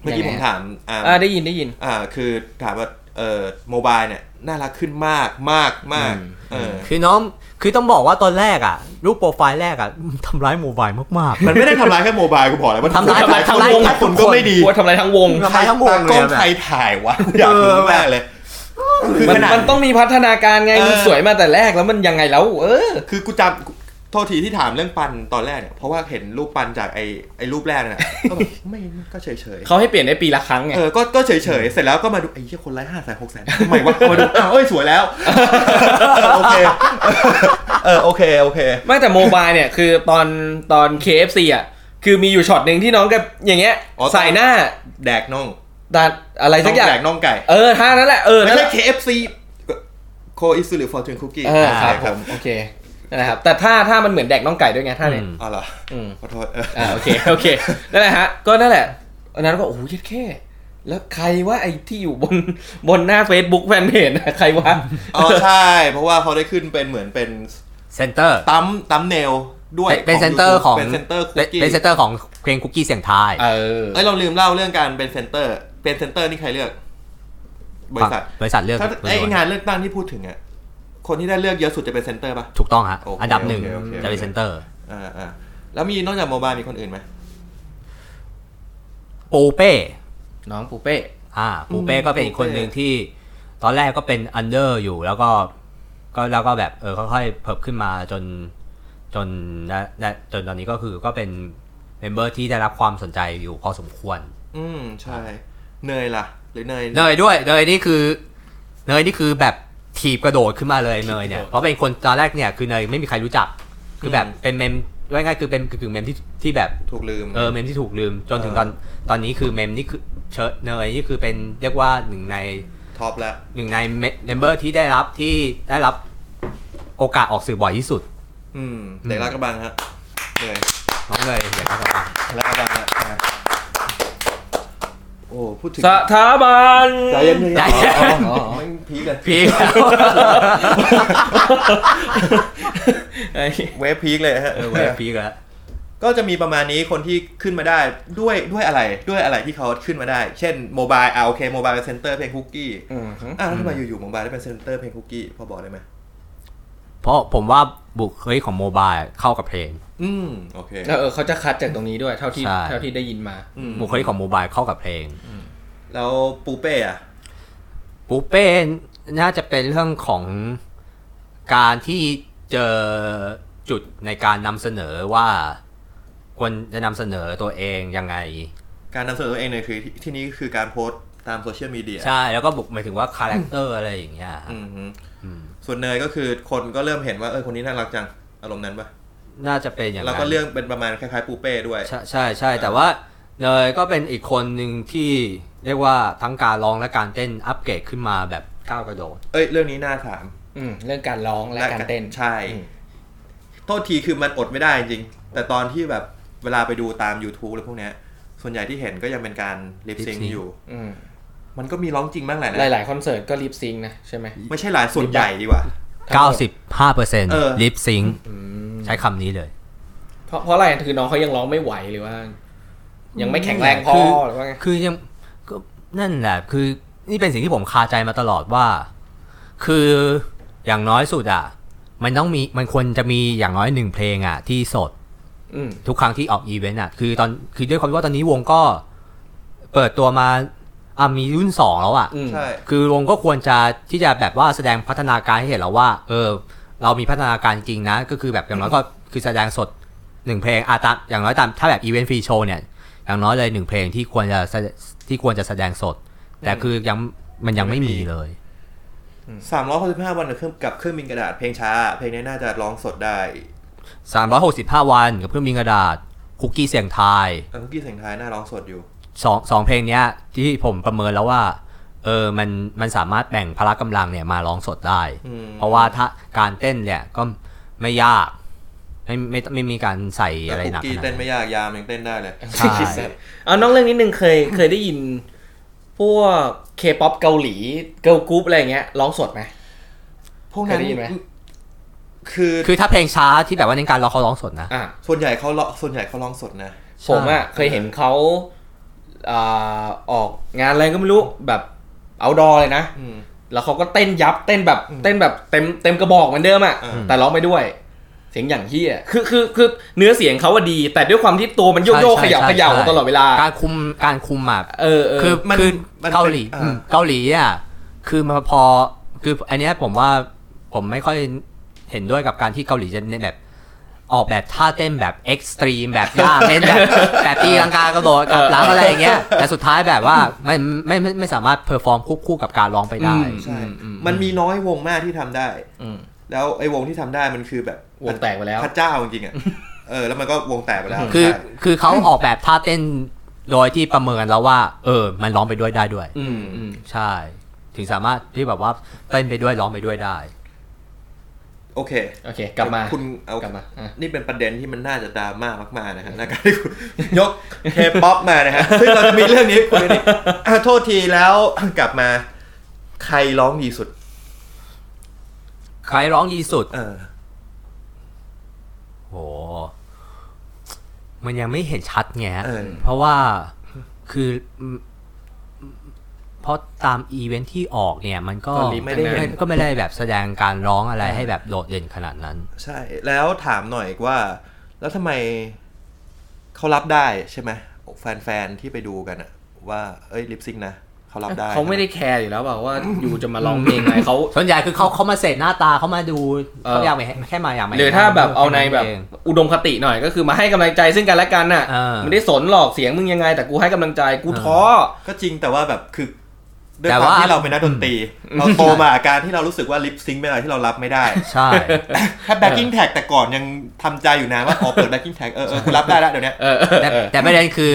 Speaker 2: เมื่อกี้ผมถามอ่า
Speaker 5: อ่าได้ยินได้ยิน
Speaker 2: อ่าคือถามว่าเอ่อโมบายเนี่ย น่ารักขึ้นมากมากมากเออ
Speaker 4: คือน้อง คือต้องบอกว่าตอนแรกอ่ะ รูปโปรไฟล์แรกอ่ะ ทำร้ายโมบายมาก
Speaker 2: มันไม่ได้ทำร้ายแค่โมบายกูบอกเลยมัน
Speaker 4: ทำร้าย
Speaker 2: ทำ
Speaker 4: ทำ
Speaker 2: ร้า
Speaker 4: ร้ายย
Speaker 2: คนคนก็ไม่ดี
Speaker 5: ว่าทำอะไรทั้งวง
Speaker 4: ทำร้ายทั้งวง
Speaker 2: ตาก
Speaker 4: เลยอะ
Speaker 2: ล้องใครถ่ายวะกูอยากรู้มากเลย คือ
Speaker 5: มัน
Speaker 2: ขนาด
Speaker 5: มันต้องมีพัฒนาการไง
Speaker 2: เออ
Speaker 5: มันสวยมาแต่แรกแล้วมันยังไงแล้ว เออ
Speaker 2: คือกูจำโทษทีที่ถามเรื่องปันตอนแรกเนี่ยเพราะว่าเห็นรูปปันจากไอไอรูปแรกน่ะก็แบบไม่ก็เฉยเฉยๆ
Speaker 5: เขาให้เปลี่ยนได้ปีละครั้งไง
Speaker 2: เออก็ก็เฉยเฉยๆเสร็จแล้วก็มาดูไอ้เหี้ยคนไร้ห้าแสนหกแสนทำไมวะมาดูอ้าวเอ้ยสวยแล้ว เออโอเค เออโอเคโอเค
Speaker 5: ไม่แต่โมบายเนี่ยคือตอนตอน KFC อ่ะ คือมีอยู่ช็อตหนึ่งที่น้องกับอย่างเงี้ย
Speaker 2: อ๋อ
Speaker 5: ใส่หน้า
Speaker 2: แดกน่อง
Speaker 5: ดัดอะไรสักอย่าง
Speaker 2: แดกน่องไก่
Speaker 5: เออท่านั่นแหละ เออ
Speaker 2: ไม่
Speaker 5: นั่นแห
Speaker 2: ใช่
Speaker 5: ละ
Speaker 2: KFC โคอิสุหรือฟอร์จูนคุกกี้
Speaker 5: เออครับผมโอเคนั่นแหละครับ แต่ท่าท่ามันเหมือนแดกน้องไก่ด้วยไงท่าเนี่ย
Speaker 4: อืม
Speaker 2: อ๋อเหรอ
Speaker 5: อืม
Speaker 2: ขอโทษเอออ
Speaker 5: อ่าโอเค โอเคนั่นแหละฮะก็นั่นแหละอันนั้นก็โอ้โหเย็ดแค่ แล้วใครว่าไอ้ที่อยู่บน บนหน้า Facebook แฟนเพจ นะใครว่า
Speaker 2: อ๋อใช่ เพราะว่าเขาได้ขึ้นเป็นเหมือนเป็น
Speaker 4: ๆเซนเตอร์
Speaker 2: ตั้มตั้มเนลด้วย
Speaker 4: เป็
Speaker 2: ข
Speaker 4: น
Speaker 2: ง
Speaker 4: เซนเตอร์
Speaker 2: YouTube
Speaker 4: ของ
Speaker 2: เป็นเซนเตอร์คุกกี้
Speaker 4: เป็นเซนเตอร์ของเพลงคุกกี้เสียงทาย
Speaker 5: เออ
Speaker 2: เอ้ยเราลืมเล่าเรื่องการเป็นเซนเตอร์ เป็นเซนเตอร์นี่ใครเลือก บริษัท
Speaker 4: บริษัทเลือก
Speaker 2: ถ้าไอ้งานเลือกตั้งที่พูดถึงอ่ะคนที่ได้เลือกเยอะสุดจะเป็นเซนเตอร์ป่ะ
Speaker 4: ถูกต้องฮะ
Speaker 2: โอเค
Speaker 4: อันดับหนึ่ง
Speaker 2: โอเคโอเค
Speaker 4: จะเป็นเซนเตอร์
Speaker 2: อ่าอ่าแล้วมีนอกจากโมบายมีคนอื่นไหม
Speaker 4: ปูเป้
Speaker 5: น้องปูเป้
Speaker 4: อ่าปูเป้ก็เป็นอีกคนหนึ่งที่ ตอนแรกก็เป็นอันเดอร์อยู่แล้วก็ก็แล้วก็แบบเออค่อยๆเพิ่มขึ้นมาจนจนได้ได้จนตอนนี้ก็คือก็เป็นเมมเบอร์ที่ได้รับความสนใจอยู่พอสมควร
Speaker 2: อืมใช่เนยล่ะ หรือเนย
Speaker 4: เนยด้วยเนยนี่คือเนยนี่คือแบบถีบกระโดดขึ้นมาเลยเนยเนี่ยเพราะเป็นคนตอนแรกเนี่ยคือเนยไม่มีใครรู้จัก คือแบบ
Speaker 2: อืม
Speaker 4: เป็นเมมว่าง่ายๆคือเป็นกึ่งๆเมมที่ที่แบบ
Speaker 2: ถูกลืม
Speaker 4: เออเมมที่ถูกลืมจนถึง
Speaker 2: เออ
Speaker 4: ตอนตอนนี้คือเมมนี่คือเชิญเนยนี่คือเป็นเรียกว่าหนึ่งใน
Speaker 2: ท็อปแล้ว
Speaker 4: หนึ่งในเมมเบอร์ที่ได้รับที่ได้รับโอกาสออกสื่อบ่อยที่สุด
Speaker 2: อืมเด็กรักกระบังฮะเนย
Speaker 4: น้องเนยเดี๋ยวก็ฟัง
Speaker 2: แล้วอาจารย์อะอ่ะโอ้ พูดถึง
Speaker 5: สถาบัน
Speaker 2: ใจเย็นๆอ๋อ
Speaker 5: อ๋
Speaker 2: อ๋
Speaker 5: อ
Speaker 2: อไม่พีคเลย
Speaker 4: พี่
Speaker 5: ไอ้
Speaker 2: เวฟพีคเลยฮะ
Speaker 4: เออเวฟพี่แล้ว
Speaker 2: ก็จะมีประมาณนี้คนที่ขึ้นมาได้ด้วยด้วยอะไรด้วยอะไรที่เขาขึ้นมาได้ เช่นโมบายเอาโอเคโมบายเป็นเซนเตอร์เพลงคุกกี้
Speaker 5: อืมฮึ
Speaker 2: อ่ะแล้วทำไมอยู่ๆโมบายได้เป็นเซนเตอร์เพลงคุกกี้พอบอกได้ไหม
Speaker 4: เพราะผมว่าบุคลิกของโมบายเข้ากับเพลง
Speaker 2: อืม โอเค
Speaker 5: แล้วเออเขาจะคัดจากตรงนี้ด้วยเท่าที่
Speaker 4: ใช่
Speaker 5: เท่าที่ได้ยินมา
Speaker 2: อืม
Speaker 4: บุคลิกของโมบายเข้ากับเพลง
Speaker 2: แล้วปูเป้อะ
Speaker 4: ปูเป้น่าจะเป็นเรื่องของการที่เจอจุดในการนำเสนอว่าควรจะนำเสนอตัวเองยังไง
Speaker 2: การนำเสนอตัวเองเนี่ยคือที่ที่นี้คือการโพสต์ตามโซเชียลมีเดีย
Speaker 4: ใช่แล้วก็บุกหมายถึงว่าคาแรคเตอร์อะไรอย่างเงี้ย
Speaker 2: อืมฮึ
Speaker 4: อืม
Speaker 2: ส่วนเนยก็คือคนก็เริ่มเห็นว่าเออคนนี้น่ารักจังอารมณ์นั้นปะ
Speaker 4: น่าจะเป็นอย่าง
Speaker 2: แล้ว
Speaker 4: นั้
Speaker 2: น ก็เรื่องเป็นประมาณคล้ายๆปูเป้ด้วย
Speaker 4: ใช่ใช่ใช่แต่ว่าเนยก็เป็นอีกคนหนึ่งที่เรียกว่าทั้งการร้องและการเต้นอัปเกรดขึ้นมาแบบก้าวกระโดด
Speaker 2: เอ้ยเรื่องนี้น่าถาม
Speaker 5: อืมเรื่องการร้องและการเต้น
Speaker 2: ใช่
Speaker 5: อืม
Speaker 2: โทษทีคือมันอดไม่ได้จริง แต่ตอนที่แบบเวลาไปดูตาม YouTube อะไรพวกเนี้ย ส่วนใหญ่ที่เห็นก็ยังเป็นการลิปซิง
Speaker 4: lip sync
Speaker 2: อยู่
Speaker 5: อืม
Speaker 2: มันก็มีร้องจริงบ้างแหละ
Speaker 5: ห
Speaker 2: นะ
Speaker 5: ลาย ๆ คอนเสิร์ตก็รีบซิงค์นะใช่ไหม
Speaker 2: ไม่ใช่หลายส่วนใหญ่ดีกว่า
Speaker 4: 95%
Speaker 2: เออ
Speaker 4: ลิปซิงใช้คำนี้เลย
Speaker 5: เพราะเพราะอะไรคือน้องเขายังร้องไม่ไหวหรือว่า ยังไม่แข็งแรงพอ
Speaker 4: คือ
Speaker 5: หรือว่าไง
Speaker 4: คือยังก็นั่นแหละคือนี่เป็นสิ่งที่ผมคาใจมาตลอดว่า คืออย่างน้อยสุดอ่ะ มันต้องมีมันควรจะมีอย่างน้อยหนึ่งเพลงอ่ะ ที่สด
Speaker 5: อืม
Speaker 4: ทุกครั้งที่ออกอีเวนต์อ่ะ คือตอนคือด้วยความที่ว่าตอนนี้วงก็ เปิดตัวมาอ่ะมีรุ่นสองแล้วอ่ะ
Speaker 5: อืม
Speaker 2: ใช่
Speaker 4: คือวงก็ควรจะที่จะแบบว่าแสดงพัฒนาการให้เห็นแล้วว่า เออ เรามีพัฒนาการจริงนะ ก็คือแบบอย่างน้อยก็คือแสดงสดหนึ่งเพลงอาตามอย่างน้อยตามถ้าแบบอีเวนต์ฟรีโชว์เนี่ย อย่างน้อยเลยหนึ่งเพลงที่ควรจะแสดที่ควรจะแสดงสด แต่คือยังมันยังไม่มีเลย
Speaker 2: สามร้อยหกสิบห้าวันกับเครื่องกับเครื่องบินกระดาษเพลงช้า เพลงนี้น่าจะร้องสดได้
Speaker 4: 365 วันกับเพื่อนมีกระดาษคุกกี้เสียงทาย
Speaker 2: เออคุกกี้เสียงไทายน่าร้องสดอยู่
Speaker 4: สองสองเพลงเนี้ยที่ผมประเมินแล้วว่า เออมันมันสามารถแบ่งพละกำลังเนี่ยมาร้องสดได้
Speaker 2: อืม
Speaker 4: เพราะว่าถ้าการเต้นเนี่ยก็ไม่ยาก ไม่ไม่ไม่มีการใส่อะไร
Speaker 2: คุก
Speaker 4: หนัก
Speaker 2: กี้
Speaker 4: ขนาด
Speaker 2: เต้นไม่
Speaker 4: นั้น
Speaker 2: ยากยามยังเต้นได้เลย
Speaker 4: ใช่
Speaker 3: เอานอกเรื่องนิดนึงเคยเคยได้ยิน พวกเคป๊อปเกาหลีเกิร์ลกรุ๊ปอะไรอย่างเงี้ยร้องสดไหม
Speaker 2: พวกนั้น
Speaker 3: เคยได้ยินไหม
Speaker 2: คือ
Speaker 4: คือถ้าเพลงช้าที่แบบว่าเน้นการร้องเขาร้องสดนะ
Speaker 3: อ่ะ
Speaker 2: ส่วนใหญ่เขาเลาะส่วนใหญ่เขาร้องสดนะ
Speaker 3: ผมอะเคยเห็นเขาอ่าออกงานอะไรก็ไม่รู้แบบเอาดอเลยนะ
Speaker 2: อืม
Speaker 3: แล้วเขาก็เต้นยับเต้นแบบเต้นแบบเต็มเต็มกระบอกเหมือนเดิมอะ
Speaker 2: อืม
Speaker 3: แต่ร้องไปด้วย เสียงอย่างเฮียคือคือคือเนื้อเสียงเขาว่าดี แต่ด้วยความที่ตัวมันโยกโยกๆ
Speaker 4: ใช่
Speaker 3: ขยับ
Speaker 4: ใช่
Speaker 3: ขยับ
Speaker 4: ใช่
Speaker 3: ตลอดเวลา
Speaker 4: การคุมการคุมอ่ะ
Speaker 3: เออเออ
Speaker 4: คือ
Speaker 2: มัน
Speaker 4: คือ
Speaker 2: มัน
Speaker 4: เกาหลี
Speaker 2: เป็น
Speaker 4: อืม
Speaker 2: อ่า
Speaker 4: เกาหลีอ่ะคือมาพอคืออันเนี้ยผมว่าผมไม่ค่อยเห็นด้วยกับการที่เกาหลีจะเน้นแบบออกแบบท่าเต้นแบบเอ็กซ์ตรีมแบบ ย่าเต้นแบบแบบตีลังกากระโดดกับหลังอะไรอย่างเงี้ยแต่สุดท้ายแบบว่าไม่ไม่ไม่ไม่สามารถเพอร์ฟอร์มควบคู่กับการร้องไปได้
Speaker 3: อืม
Speaker 2: ใช่ มันมีน้อยวงมากที่ทำได้
Speaker 3: ม
Speaker 2: แล้วไอ้วงที่ทำได้มันคือแบบ
Speaker 3: วงแตกไปแล้ว
Speaker 2: พระเจ้าจริงๆอ่ะ เออ แล้วมันก็วงแตกไปแล้ว
Speaker 4: คือ
Speaker 2: ใช่
Speaker 4: คือเขาออกแบบท่าเต้นโดยที่ประเมินแล้วว่า เออ มันร้องไปด้วยได้ด้วย
Speaker 3: อืมอืม
Speaker 4: ใช่ ถึงสามารถที่แบบว่าเต้นไปด้วยร้องไปด้วยได้
Speaker 2: โอเค
Speaker 3: โอเค กลับมา
Speaker 2: คุณเอา
Speaker 3: ก
Speaker 2: ก
Speaker 3: ลับมาอ่ะ
Speaker 2: นี่เป็นประเด็นที่มันน่าจะดราม่ามากๆนะฮะในการที่คุณ ยกเคป๊อปมา นะฮะ ซึ่งเราจะมีเรื่องนี้คุยกันอีกอ่ะโทษทีแล้ว กลับมา ใครร้องดีสุด
Speaker 4: ใครร้องดีสุด
Speaker 2: เออ
Speaker 4: โห มันยังไม่เห็นชัดไงฮะ
Speaker 2: เออ
Speaker 4: เพราะว่าคืออืมเพราะตามอีเวนท์ที่ออกเนี่ย มันก็
Speaker 3: ก็ลิฟต์
Speaker 2: ไม่ได้เห็น
Speaker 4: ก็ไม่ได้แบบแสดงการร้องอะไรให้แบบโดดเด่นขนาดนั้น
Speaker 2: ใช่ แล้วถามหน่อยว่า แล้วทำไมเขารับได้ใช่ไหมแฟนๆที่ไปดูกันอะว่า เอ้ยลิปซิงค์นะเขารับได้
Speaker 3: เขาไม่ได้แคร์อยู่แล้วเปล่าว่าอยู่จะมาร้องเพลง อะไรเขา
Speaker 4: ส่วนใหญ่คือเขาเขามาเสพหน้าตาเขามาดู
Speaker 3: เออ
Speaker 4: เขาอยากไปแค่มาอยากมา
Speaker 3: หรือถ้าแบบเอาในแบบ
Speaker 4: ค่อง
Speaker 3: อุดมคติหน่อยก็คือมาให้กำลังใจซึ่งกันและกันน่ะ
Speaker 4: เออ
Speaker 3: ไม่ได้สนหรอกเสียงมึงยังไง แต่กูให้กำลังใจกูท้อ
Speaker 2: ก็จริงแต่ว่าแบบคือด้วย
Speaker 4: แต่
Speaker 2: ความ
Speaker 4: ว่า
Speaker 2: ที่เราเป็นนักดนตรี เราโตมากับการที่เรารู้สึกว่าลิปซิงค์เป็นอะไรที่เรารับไม่ได้
Speaker 4: ใช่
Speaker 2: ถ้าแบ็กกิ้งแท็กแต่ก่อนยังทำใจอยู่นะว่าอ๋อเปิดแบ็กกิ้งแท็กเออเออกูรับได้แล้วเดี๋ยวเนี้ย
Speaker 3: เออ
Speaker 4: แต่แต่ประเด็นคือ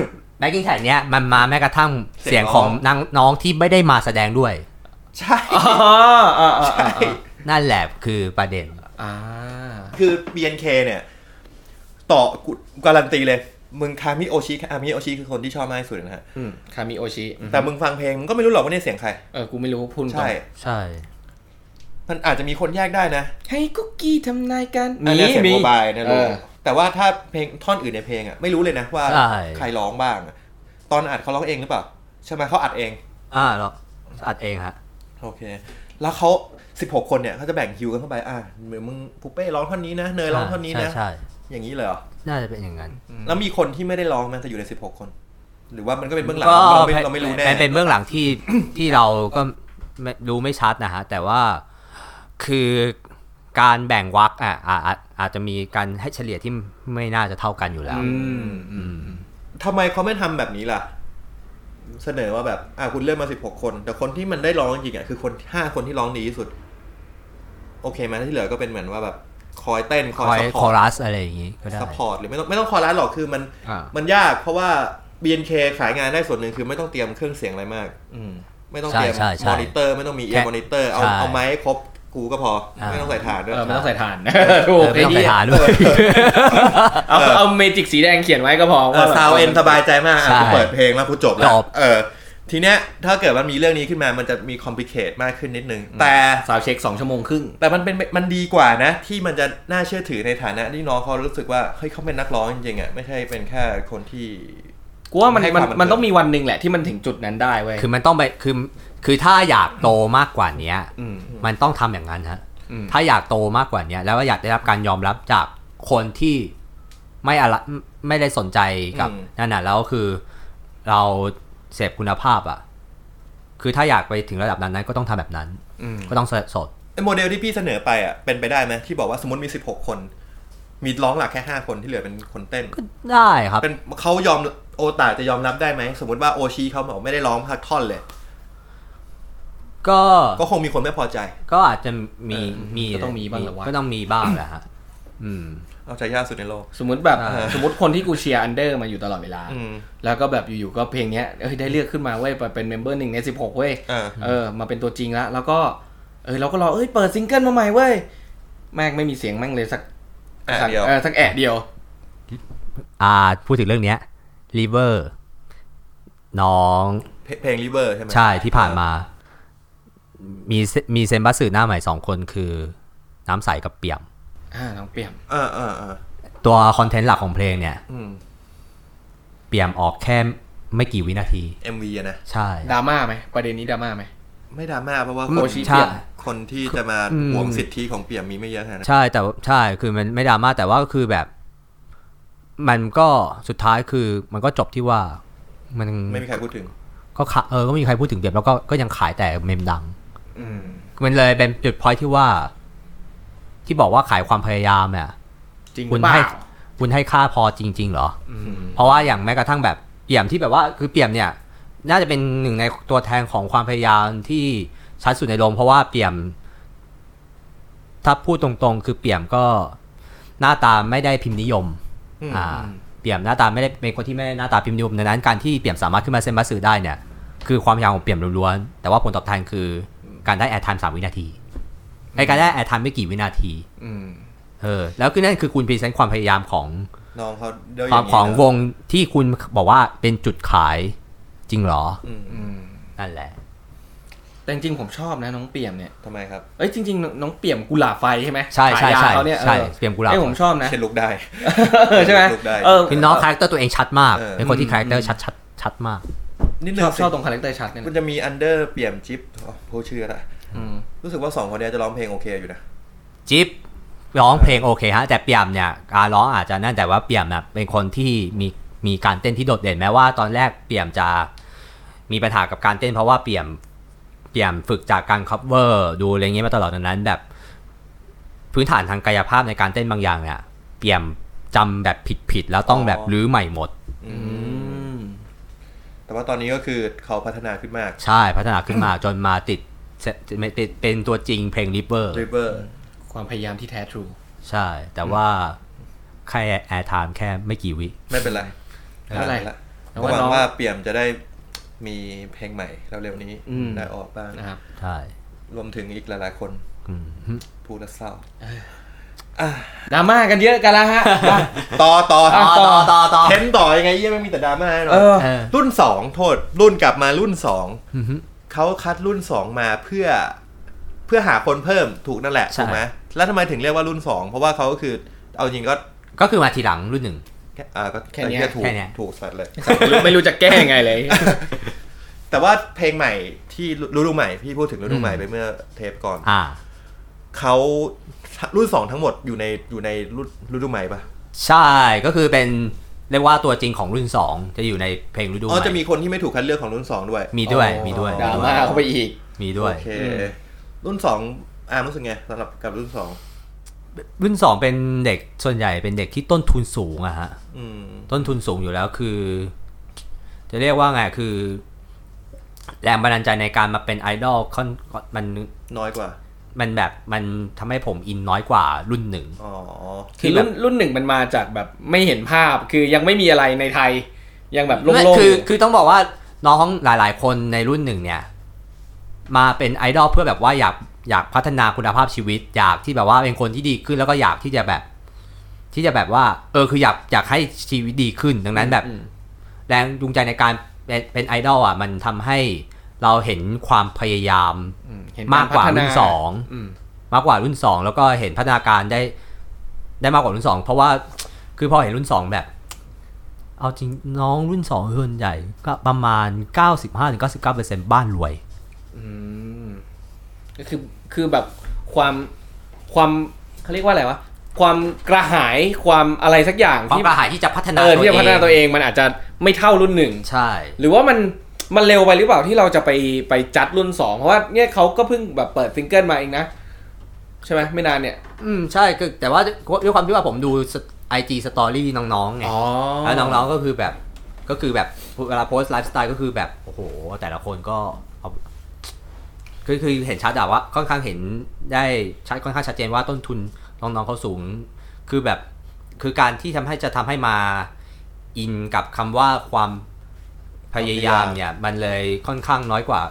Speaker 4: แบ็กกิ้งแท็กเนี้ยมันมาแม้กระทั่ง
Speaker 2: เสี
Speaker 4: เสี
Speaker 2: ย
Speaker 4: ย
Speaker 2: ง
Speaker 4: ง
Speaker 2: ข
Speaker 4: ข
Speaker 2: อ
Speaker 4: อง งนางน้องที่ไม่ได้มาแสดงด้วย
Speaker 2: ใช่
Speaker 3: อ๋ออ่าอ่าอ่า
Speaker 4: นั่นแหละคือประเด็น
Speaker 3: อ่า
Speaker 2: คือ BNK เนี่ย ต่อกูการันตีเลย มึงคามิโอชิคามิโอชิคือคนที่ชอบมากที่สุดนะฮะ
Speaker 3: อืมคามิโอชิ
Speaker 2: แต่มึงฟังเพลงมึงก็ไม่รู้หรอกว่าเนี่ยเสียงใคร
Speaker 3: เออกูไม่รู้พูดตรง
Speaker 2: ใช่
Speaker 4: ใช่
Speaker 2: มันอาจจะมีคนแยกได้นะ
Speaker 3: ให้กุ๊กกี้ทำนายกัน
Speaker 2: อันเนี้ยเสียงโมบายนะ
Speaker 3: เอ
Speaker 2: ลูก
Speaker 3: อ
Speaker 2: แต่ว่าถ้าเพลงท่อนอื่นในเพลงอ่ะไม่รู้เลยนะว่า
Speaker 4: ใช่
Speaker 2: ใครร้องบ้าง ตอนอัดเขาร้องเองหรือเปล่าใช่ไหมเขาอัดเอง
Speaker 4: อ่าเราอัดเองฮะ
Speaker 2: โอเค แล้วเขา 16 คนเนี่ยเขาจะแบ่งคิวกันเข้าไป อ่ะเหมือนมึงปุเป้ร้องท่อนนี้นะ เนยร้องท่อนนี้นะ
Speaker 4: ใช่ใช่
Speaker 2: อย่างนี้เลยเหรอ
Speaker 4: น่าจะเป็นอย่างนั้น
Speaker 2: แล้วมีคนที่ไม่ได้ร้องไหมันจะอยู่ใน 16 คน หรือว่ามันก็เป็นเบื้องหลัง
Speaker 4: ก็
Speaker 2: เราไม่เราไม่รู้แน่
Speaker 4: เป็นเบื้องหลังที่ ที่เราก็ไม่รู้ไม่ชัดนะฮะ แต่ว่าคือการแบ่งวักอ่ะอ่ะอาจอาจจะมีการให้เฉลี่ยที่ไม่น่าจะเท่ากันอยู่แล้ว
Speaker 3: อืมอืม
Speaker 2: ทำไมเขาไม่ทำแบบนี้ล่ะ เสนอว่าแบบ อ่ะคุณเลือกมา 16 คน แต่คนที่มันได้ร้องจริงๆอ่ะคือคน5คนที่ร้องดีที่สุด โอเคไหมที่เหลือก็เป็นเหมือนว่าแบบคอยเต้นค
Speaker 4: ค
Speaker 2: อย
Speaker 4: อย
Speaker 2: ซัพพ
Speaker 4: ค
Speaker 2: อ
Speaker 4: อ
Speaker 2: ร์ต
Speaker 4: รัสอะไรอย่างงี้ก็ได้
Speaker 2: ซัพพอร์ตหรือไม่ต้องไม่ต้องคอรัสหรอกคือมัน
Speaker 4: อ่ามั
Speaker 2: มันยากเพราะว่า BNK ขายงานได้ส่วนหนึ่งคือไม่ต้องเตรียมเครื่องเสียงอะไรมาก
Speaker 3: อืม
Speaker 2: ไม่ต้อง
Speaker 4: ใช่
Speaker 2: เตรียม
Speaker 4: ใช่ใช่
Speaker 2: มอนิเตอร์ไม่ต้องมีเอีย
Speaker 4: แค่
Speaker 2: มอนิเตอร์เอา
Speaker 4: ใช่
Speaker 2: เอาไม้ครบกูก็พอ
Speaker 4: อ่า
Speaker 2: ไม่ต้องใส่ฐานด้วย
Speaker 3: เออไม่ต้องใส่ฐาน
Speaker 4: เอ
Speaker 3: ถูก
Speaker 4: อไม่ต้องไปหาด้วย
Speaker 3: เอาเอาเมจิกสีแดงเขียนไว้ก็พอ
Speaker 2: เออซาวเอ็นสบายใจมาก
Speaker 4: ใช่
Speaker 2: อ่ะกูเปิดเพลงแล้วกูจบแล้
Speaker 4: จ
Speaker 2: ว
Speaker 4: บ
Speaker 2: เออทีเนี้ยถ้าเกิดมันมีเรื่องนี้ขึ้นมามันจะมีคอมพลิเคทมากขึ้นนิดนึง แต่
Speaker 3: สาวเช็คสองชั่วโมงครึ่ง
Speaker 2: แต่มันเป็นมันดีกว่านะ ที่มันจะน่าเชื่อถือในฐานะที่น้องเขารู้สึกว่าเฮ้ยเขาเป็นนักร้องจริงๆอ่ะไม่ใช่เป็นแค่คนที่
Speaker 3: กูว่ามัน
Speaker 2: ให้ค
Speaker 3: มั
Speaker 2: วาม
Speaker 3: น
Speaker 2: บันเทิง
Speaker 3: มันต้องมีวันหนึ่งแหละที่มันถึงจุดนั้นได้เว้ย
Speaker 4: คือมันต้องไปคือคือถ้าอยากโตมากกว่าเนี้ย มันต้องทำอย่างนั้นฮะ
Speaker 3: อืม
Speaker 4: ถ้าอยากโตมากกว่าเนี้ย แล้วก็อยากได้รับการยอมรับจากคนที่ไม่อะไรไม่ได้สนใจกับ
Speaker 2: อืม
Speaker 4: นั่นน่ะแล้วคือเราเสพคุณภาพอ่ะ คือถ้าอยากไปถึงระดับนั้นนั้นก็ต้องทำแบบนั้น ก็ต้องสด
Speaker 2: ไอ้โมเดลที่พี่เสนอไปอ่ะเป็นไปได้ไหมที่บอกว่าสมมติมี 16 คน มีร้องหลักแค่ 5 คนที่เหลือเป็นคนเต้น
Speaker 4: ก็ได้ครับ
Speaker 2: เป็นเขายอมโอตาจะยอมรับได้ไหม สมมติว่าโอชีเขาบอกไม่ได้ร้องพักท่อนเลย
Speaker 4: ก็
Speaker 2: ก็คงมีคนไม่พอใจ
Speaker 4: ก็อาจจะมี
Speaker 2: เออ
Speaker 4: มี
Speaker 3: ก็ต้องมีบ้างแหละวะ
Speaker 4: ก็ต้องมีบ้างแหละฮะอืม
Speaker 2: เอาใจยากสุดในโลก
Speaker 3: สมมติแบบ
Speaker 4: อ่า
Speaker 3: สมมติคนที่กูเชียร์อันเดอร์มาอยู่ตลอดเวลา
Speaker 2: อืม
Speaker 3: แล้วก็แบบอยู่ๆก็เพลงเนี้ยเอ้ยได้เลือกขึ้นมาเว้ยไปเป็นเมมเบอร์หนึ่งในสิบหกเว้ย
Speaker 2: เออ
Speaker 3: เออมาเป็นตัวจริงละแล้วก็เออเราก็รอเอ้ยเปิดซิงเกิลมาใหม่เว้ยแม่งไม่มีเสียงแม่งเลยสัก
Speaker 2: แอะเดียว
Speaker 5: เออสักแอะเดียว
Speaker 4: อ่าพูดถึงเรื่องเนี้ย River น้อง
Speaker 2: เพเพลง River ใช่ไหม
Speaker 4: ใช่ที่ผ่านมา มีเซมีเซนบัสสือหน้าใหม่สองคนคือ น้ำใสกับเปี่ยม
Speaker 5: อ่าน้องเปี่ยม
Speaker 2: อ่าอ่าอ่า
Speaker 4: ตัวคอนเทนต์หลักของเพลงเนี่ย
Speaker 2: อืม
Speaker 4: เปี่ยมออกแค่ไม่กี่วินาที
Speaker 2: MV อะนะ
Speaker 4: ใช่
Speaker 5: ดราม่าไหมประเด็นนี้ดราม่าไหม
Speaker 2: ไม่ดราม่าเพราะว่า
Speaker 5: โอชิ
Speaker 2: คน
Speaker 4: ใช่
Speaker 2: คนที่จะมา
Speaker 4: อืม
Speaker 2: หวงสิทธิของเปี่ยมมีไม่เยอะขนาดนั้น
Speaker 4: ใช่แต่ใช่คือมันไม่ดราม่าแต่ว่าก็คือแบบ มันก็สุดท้ายคือมันก็จบที่ว่า มัน
Speaker 2: ไม่มีใครพูดถึง
Speaker 4: ก็ขะเออก็ไม่มีใครพูดถึงเปี่ยมแล้วก็ก็ยังขายแต่เมมดัง
Speaker 2: อืม
Speaker 4: มันเลยเป็นจุดพอยที่ว่า ที่บอกว่าขายความพยายามเนี่ย
Speaker 5: จริงห
Speaker 4: คุ
Speaker 5: รือ
Speaker 4: ณ
Speaker 5: เป
Speaker 4: ให้
Speaker 5: ล่า
Speaker 4: คุณให้ค่าพอจริง ๆ เหรอ
Speaker 2: อืม
Speaker 4: เพราะว่าอย่างแม้กระทั่งแบบเปี่ยมที่แบบว่าคือเปี่ยมเนี่ย น่าจะเป็นหนึ่งในตัวแทนของความพยายามที่ชัดสุดในโรงเพราะว่าเปี่ยม ถ้าพูดตรงๆ คือเปี่ยมก็หน้าตาไม่ได้พิมพ์นิยม
Speaker 2: อืม
Speaker 4: อ่า เปี่ยมหน้าตาไม่ได้เป็นคนที่ไม่ได้หน้าตาพิมพ์นิยมดังนั้นการที่เปี่ยมสามารถขึ้นมาเซ็นบัสสือได้เนี่ย คือความพยายามของเปี่ยมล้วนๆแต่ว่าผลตอบแทนคือการได้แอร์ไทม์สามวินาทีในการได้แอร์ไทม์ไม่กี่วินาที
Speaker 2: อืม
Speaker 4: เออ แล้วคือนั่นคือคุณพรีเซนต์ความพยายามของ
Speaker 2: น้องเขาเดินย่าว
Speaker 4: คาม
Speaker 2: นี้
Speaker 4: ของ
Speaker 2: นะ
Speaker 4: วงที่คุณบอกว่าเป็นจุดขายจริงเหรอ
Speaker 2: อืมอืม
Speaker 4: นั่นแหละ
Speaker 5: แต่จริงๆผมชอบนะน้องเปี่ยมเนี่ย
Speaker 2: ทำไมครับ
Speaker 5: เอ้ยจริงๆน้องน้องเปี่ยมกุหลาบไฟใช่ไหม
Speaker 4: ใช่ใช่
Speaker 5: ฉายา
Speaker 4: ใช่
Speaker 5: ขาเนี่ย
Speaker 4: ใช่
Speaker 5: ออ
Speaker 4: เปี่ยมกุหลาบ
Speaker 5: อ้ผมชอบนะ
Speaker 2: เช่นลุกได้
Speaker 5: เอ อใช่ไหม
Speaker 2: ลุกได้
Speaker 5: เออ
Speaker 4: คือน้องคาแรคเตอร์ตัวเองชัดมาก
Speaker 2: เออ
Speaker 4: เป็นคนที่คาแรคเตอร์ชัดชัดชัดมาก
Speaker 2: นิดนึ
Speaker 5: ช
Speaker 2: ง
Speaker 5: อบชอบต
Speaker 2: สิ
Speaker 5: รงคาแรคเตอร์ชัดเนี่ย
Speaker 2: มัน
Speaker 5: นะ
Speaker 2: จะมีอันเดอร์เปี่ยมจิ๊บอ๋อพูดชื่อละ
Speaker 5: อืม
Speaker 2: รู้สึกว่าสองคนเนี้ยจะร้องเพลงโอเคอยู่นะ
Speaker 4: จิ๊บร้องเพลงโอเคฮะ แต่เปี่ยมเนี่ยการร้องอาจจะนั่นแต่ว่าเปี่ยมน่ะเป็นคนที่มีมีการเต้นที่โดดเด่นแม้ว่าตอนแรกเปี่ยมจะมีปัญหากับการเต้น เพราะว่าเปี่ยมเปี่ยมฝึกจากการ cover ดูอะไรเงี้ยมาตลอดดังนั้น แบบพื้นฐานทางกายภาพในการเต้นบางอย่างเนี่ยเปี่ยมจำแบบผิดๆแล้วต้องแบบ
Speaker 2: อ๋อ
Speaker 4: รื้อใหม่หมด
Speaker 2: อื
Speaker 5: อื
Speaker 2: ม
Speaker 5: ม
Speaker 2: แต่ว่าตอนนี้ก็คือเขาพัฒนาขึ้นมาก
Speaker 4: ใช่พัฒนาขึ้นมาจนมาติดเซติดเป็นตัวจริงเพลง River
Speaker 2: River
Speaker 5: ความพยายามที่แท้ทรู
Speaker 4: ใช่ แต่ว่าแค่แอร์ไทม์แค่ไม่กี่วิ
Speaker 2: ไม่เป็นไร
Speaker 5: ไม่เป็นไร
Speaker 2: ผ่าละ
Speaker 5: แต่
Speaker 2: ก็ห
Speaker 5: ว่า
Speaker 2: วัง
Speaker 5: น้อง
Speaker 2: ว่าเปี่ยมจะได้มีเพลงใหม่เร็วๆนี้
Speaker 5: อืม
Speaker 2: ได้ออกบ้าง
Speaker 5: นะครับ
Speaker 4: ใช่
Speaker 2: รวมถึงอีกหลายๆคน
Speaker 4: อืม
Speaker 2: พูดแล้วเศร้า
Speaker 5: ดราม่ากันเยอะกันแล้วฮะ
Speaker 2: ต่อต่อ
Speaker 5: ต่อต่อต่อต่อ
Speaker 2: เห็นต่อยังไงเยี่ยไม่งมีแต่ดราม่าแน่นอ
Speaker 5: เอนอ
Speaker 4: เออ
Speaker 2: รุ่นสองโทษ รุ่นกลับมารุ่นสอง
Speaker 4: อือฮึ
Speaker 2: เขาคัดรุ่นสองมาเพื่อ เพื่อหาคนเพิ่มถูกนั่นแหละ
Speaker 4: ใช่
Speaker 2: ถูกไหมแล้วทำไมถึงเรียกว่ารุ่นสองเพราะว่าเขาก็คือเอาจริงก็
Speaker 4: ก็คือมาทีหลังรุ่นหนึ่ง
Speaker 2: แค่อ่าก็
Speaker 5: แค่เนี้ย
Speaker 2: ก็ถูก
Speaker 4: แค่เนี้ย
Speaker 2: ถูกสัตว์เลย
Speaker 5: ไม่รู้ไม่รู้จะแก้ยังไงเลย
Speaker 2: แต่ว่าเพลงใหม่ที่ฤดูใหม่พี่พูดถึงฤดูใหม่ไปเมื่อเทปก่อน
Speaker 4: อ่า
Speaker 2: เขารุ่นสองทั้งหมดอยู่ในอยู่ในรุ่นฤดูใหม่ปะ
Speaker 4: ใช่ก็คือเป็นเรียกว่าตัวจริงของรุ่น 2 จะอยู่ในเพลงฤดูให
Speaker 2: อ๋อจะมี
Speaker 4: ม่
Speaker 2: คนที่ไม่ถูกคัดเลือกของรุ่นสองด้วย
Speaker 4: มีด้วย
Speaker 5: อ๋อ
Speaker 4: มีด้วย
Speaker 5: ดรา
Speaker 4: มีด้ว
Speaker 5: ม่าย เข้าไปอีก
Speaker 4: มีด้วย
Speaker 2: โอเค
Speaker 5: อืม
Speaker 2: รุ่นสองอ่ารู้สึกไงสำหรับกับรุ่นสอง
Speaker 4: รุ่น 2 เป็นเด็กส่วนใหญ่เป็นเด็กที่ต้นทุนสูงอะฮะ
Speaker 2: อืม
Speaker 4: ต้นทุนสูงอยู่แล้วคือ จะเรียกว่าไงคือ แรงบันดาลใจในการมาเป็นไอดอลค่อนมัน
Speaker 2: น้อยกว่า
Speaker 4: มันแบบมันทำให้ผมอินน้อยกว่ารุ่นหนึ่ง
Speaker 2: อ๋อ
Speaker 5: คือรุ่นรุ่นหนึ่งมันมาจากแบบไม่เห็นภาพคือยังไม่มีอะไรในไทย ยังแบบโล่
Speaker 4: ไม่
Speaker 5: งๆ
Speaker 4: คือ อยู่ คือต้องบอกว่าน้องหลาย ๆ คนในรุ่นหนึ่งเนี่ย มาเป็นไอดอลเพื่อแบบว่าอยากอยากพัฒนาคุณภาพชีวิต อยากที่แบบว่าเป็นคนที่ดีขึ้นแล้วก็อยากที่จะแบบ ที่จะแบบว่า เออคืออยากอยากให้ชีวิตดีขึ้น ดังนั้นแบบ
Speaker 5: อืม
Speaker 4: แรงจูงใจในการเป็นเป็นไอดอลอ่ะ มันทำให้เราเห็นความพยายาม
Speaker 5: อืเห็น
Speaker 4: มากกว่า
Speaker 5: พัฒ
Speaker 4: รุ่นสอง
Speaker 5: อืม
Speaker 4: มากกว่ารุ่นสองแล้วก็เห็นพัฒนาการได้ ได้มากกว่ารุ่นสองเพราะว่าคือพอเห็นรุ่นสองแบบ เอาจริงน้องรุ่นสองส่วนใหญ่ก็ประมาณ 95-99%บ้านรวย
Speaker 5: อืมก็คือคือแบบความความเขาเรียกว่าอะไรวะความกระหายความอะไรสักอย่าง
Speaker 4: ความ
Speaker 5: ที่
Speaker 4: กระหายที่จะพัฒนา
Speaker 5: เอ
Speaker 4: ตั
Speaker 5: อ
Speaker 4: ว
Speaker 5: ที่จะพัฒนาตัว
Speaker 4: เอง
Speaker 5: เองมันอาจจะไม่เท่ารุ่นหนึ่ง
Speaker 4: ใช่
Speaker 5: หรือว่ามันมันเร็วไปหรือเปล่าที่เราจะไปไปจัดรุ่นสองเพราะว่าเนี่ยเขาก็เพิ่งแบบเปิดซิงเกิลมาเองนะ ใช่ไหมไม่นานเนี่ย
Speaker 4: อืมใช่คือแต่ว่าด้วยความที่ว่าผมดูไอจีสตอรี่น้องๆไง แล้วน้องๆก็คือแบบก็คือแบบเวลาโพสไลฟ์สไตล์ก็คือแบบ โอ้โห แต่ละคนก็เอาคือคือเห็นชัดอะว่าค่อนข้างเห็นได้ชัดค่อนข้างชัดเจนว่าต้นทุนน้องๆเขาสูง คือแบบคือการที่ทำให้จะทำให้มาอินกับคำว่าความพยายามเนี่ย มันเลยค่อนข้างน้อยกว่า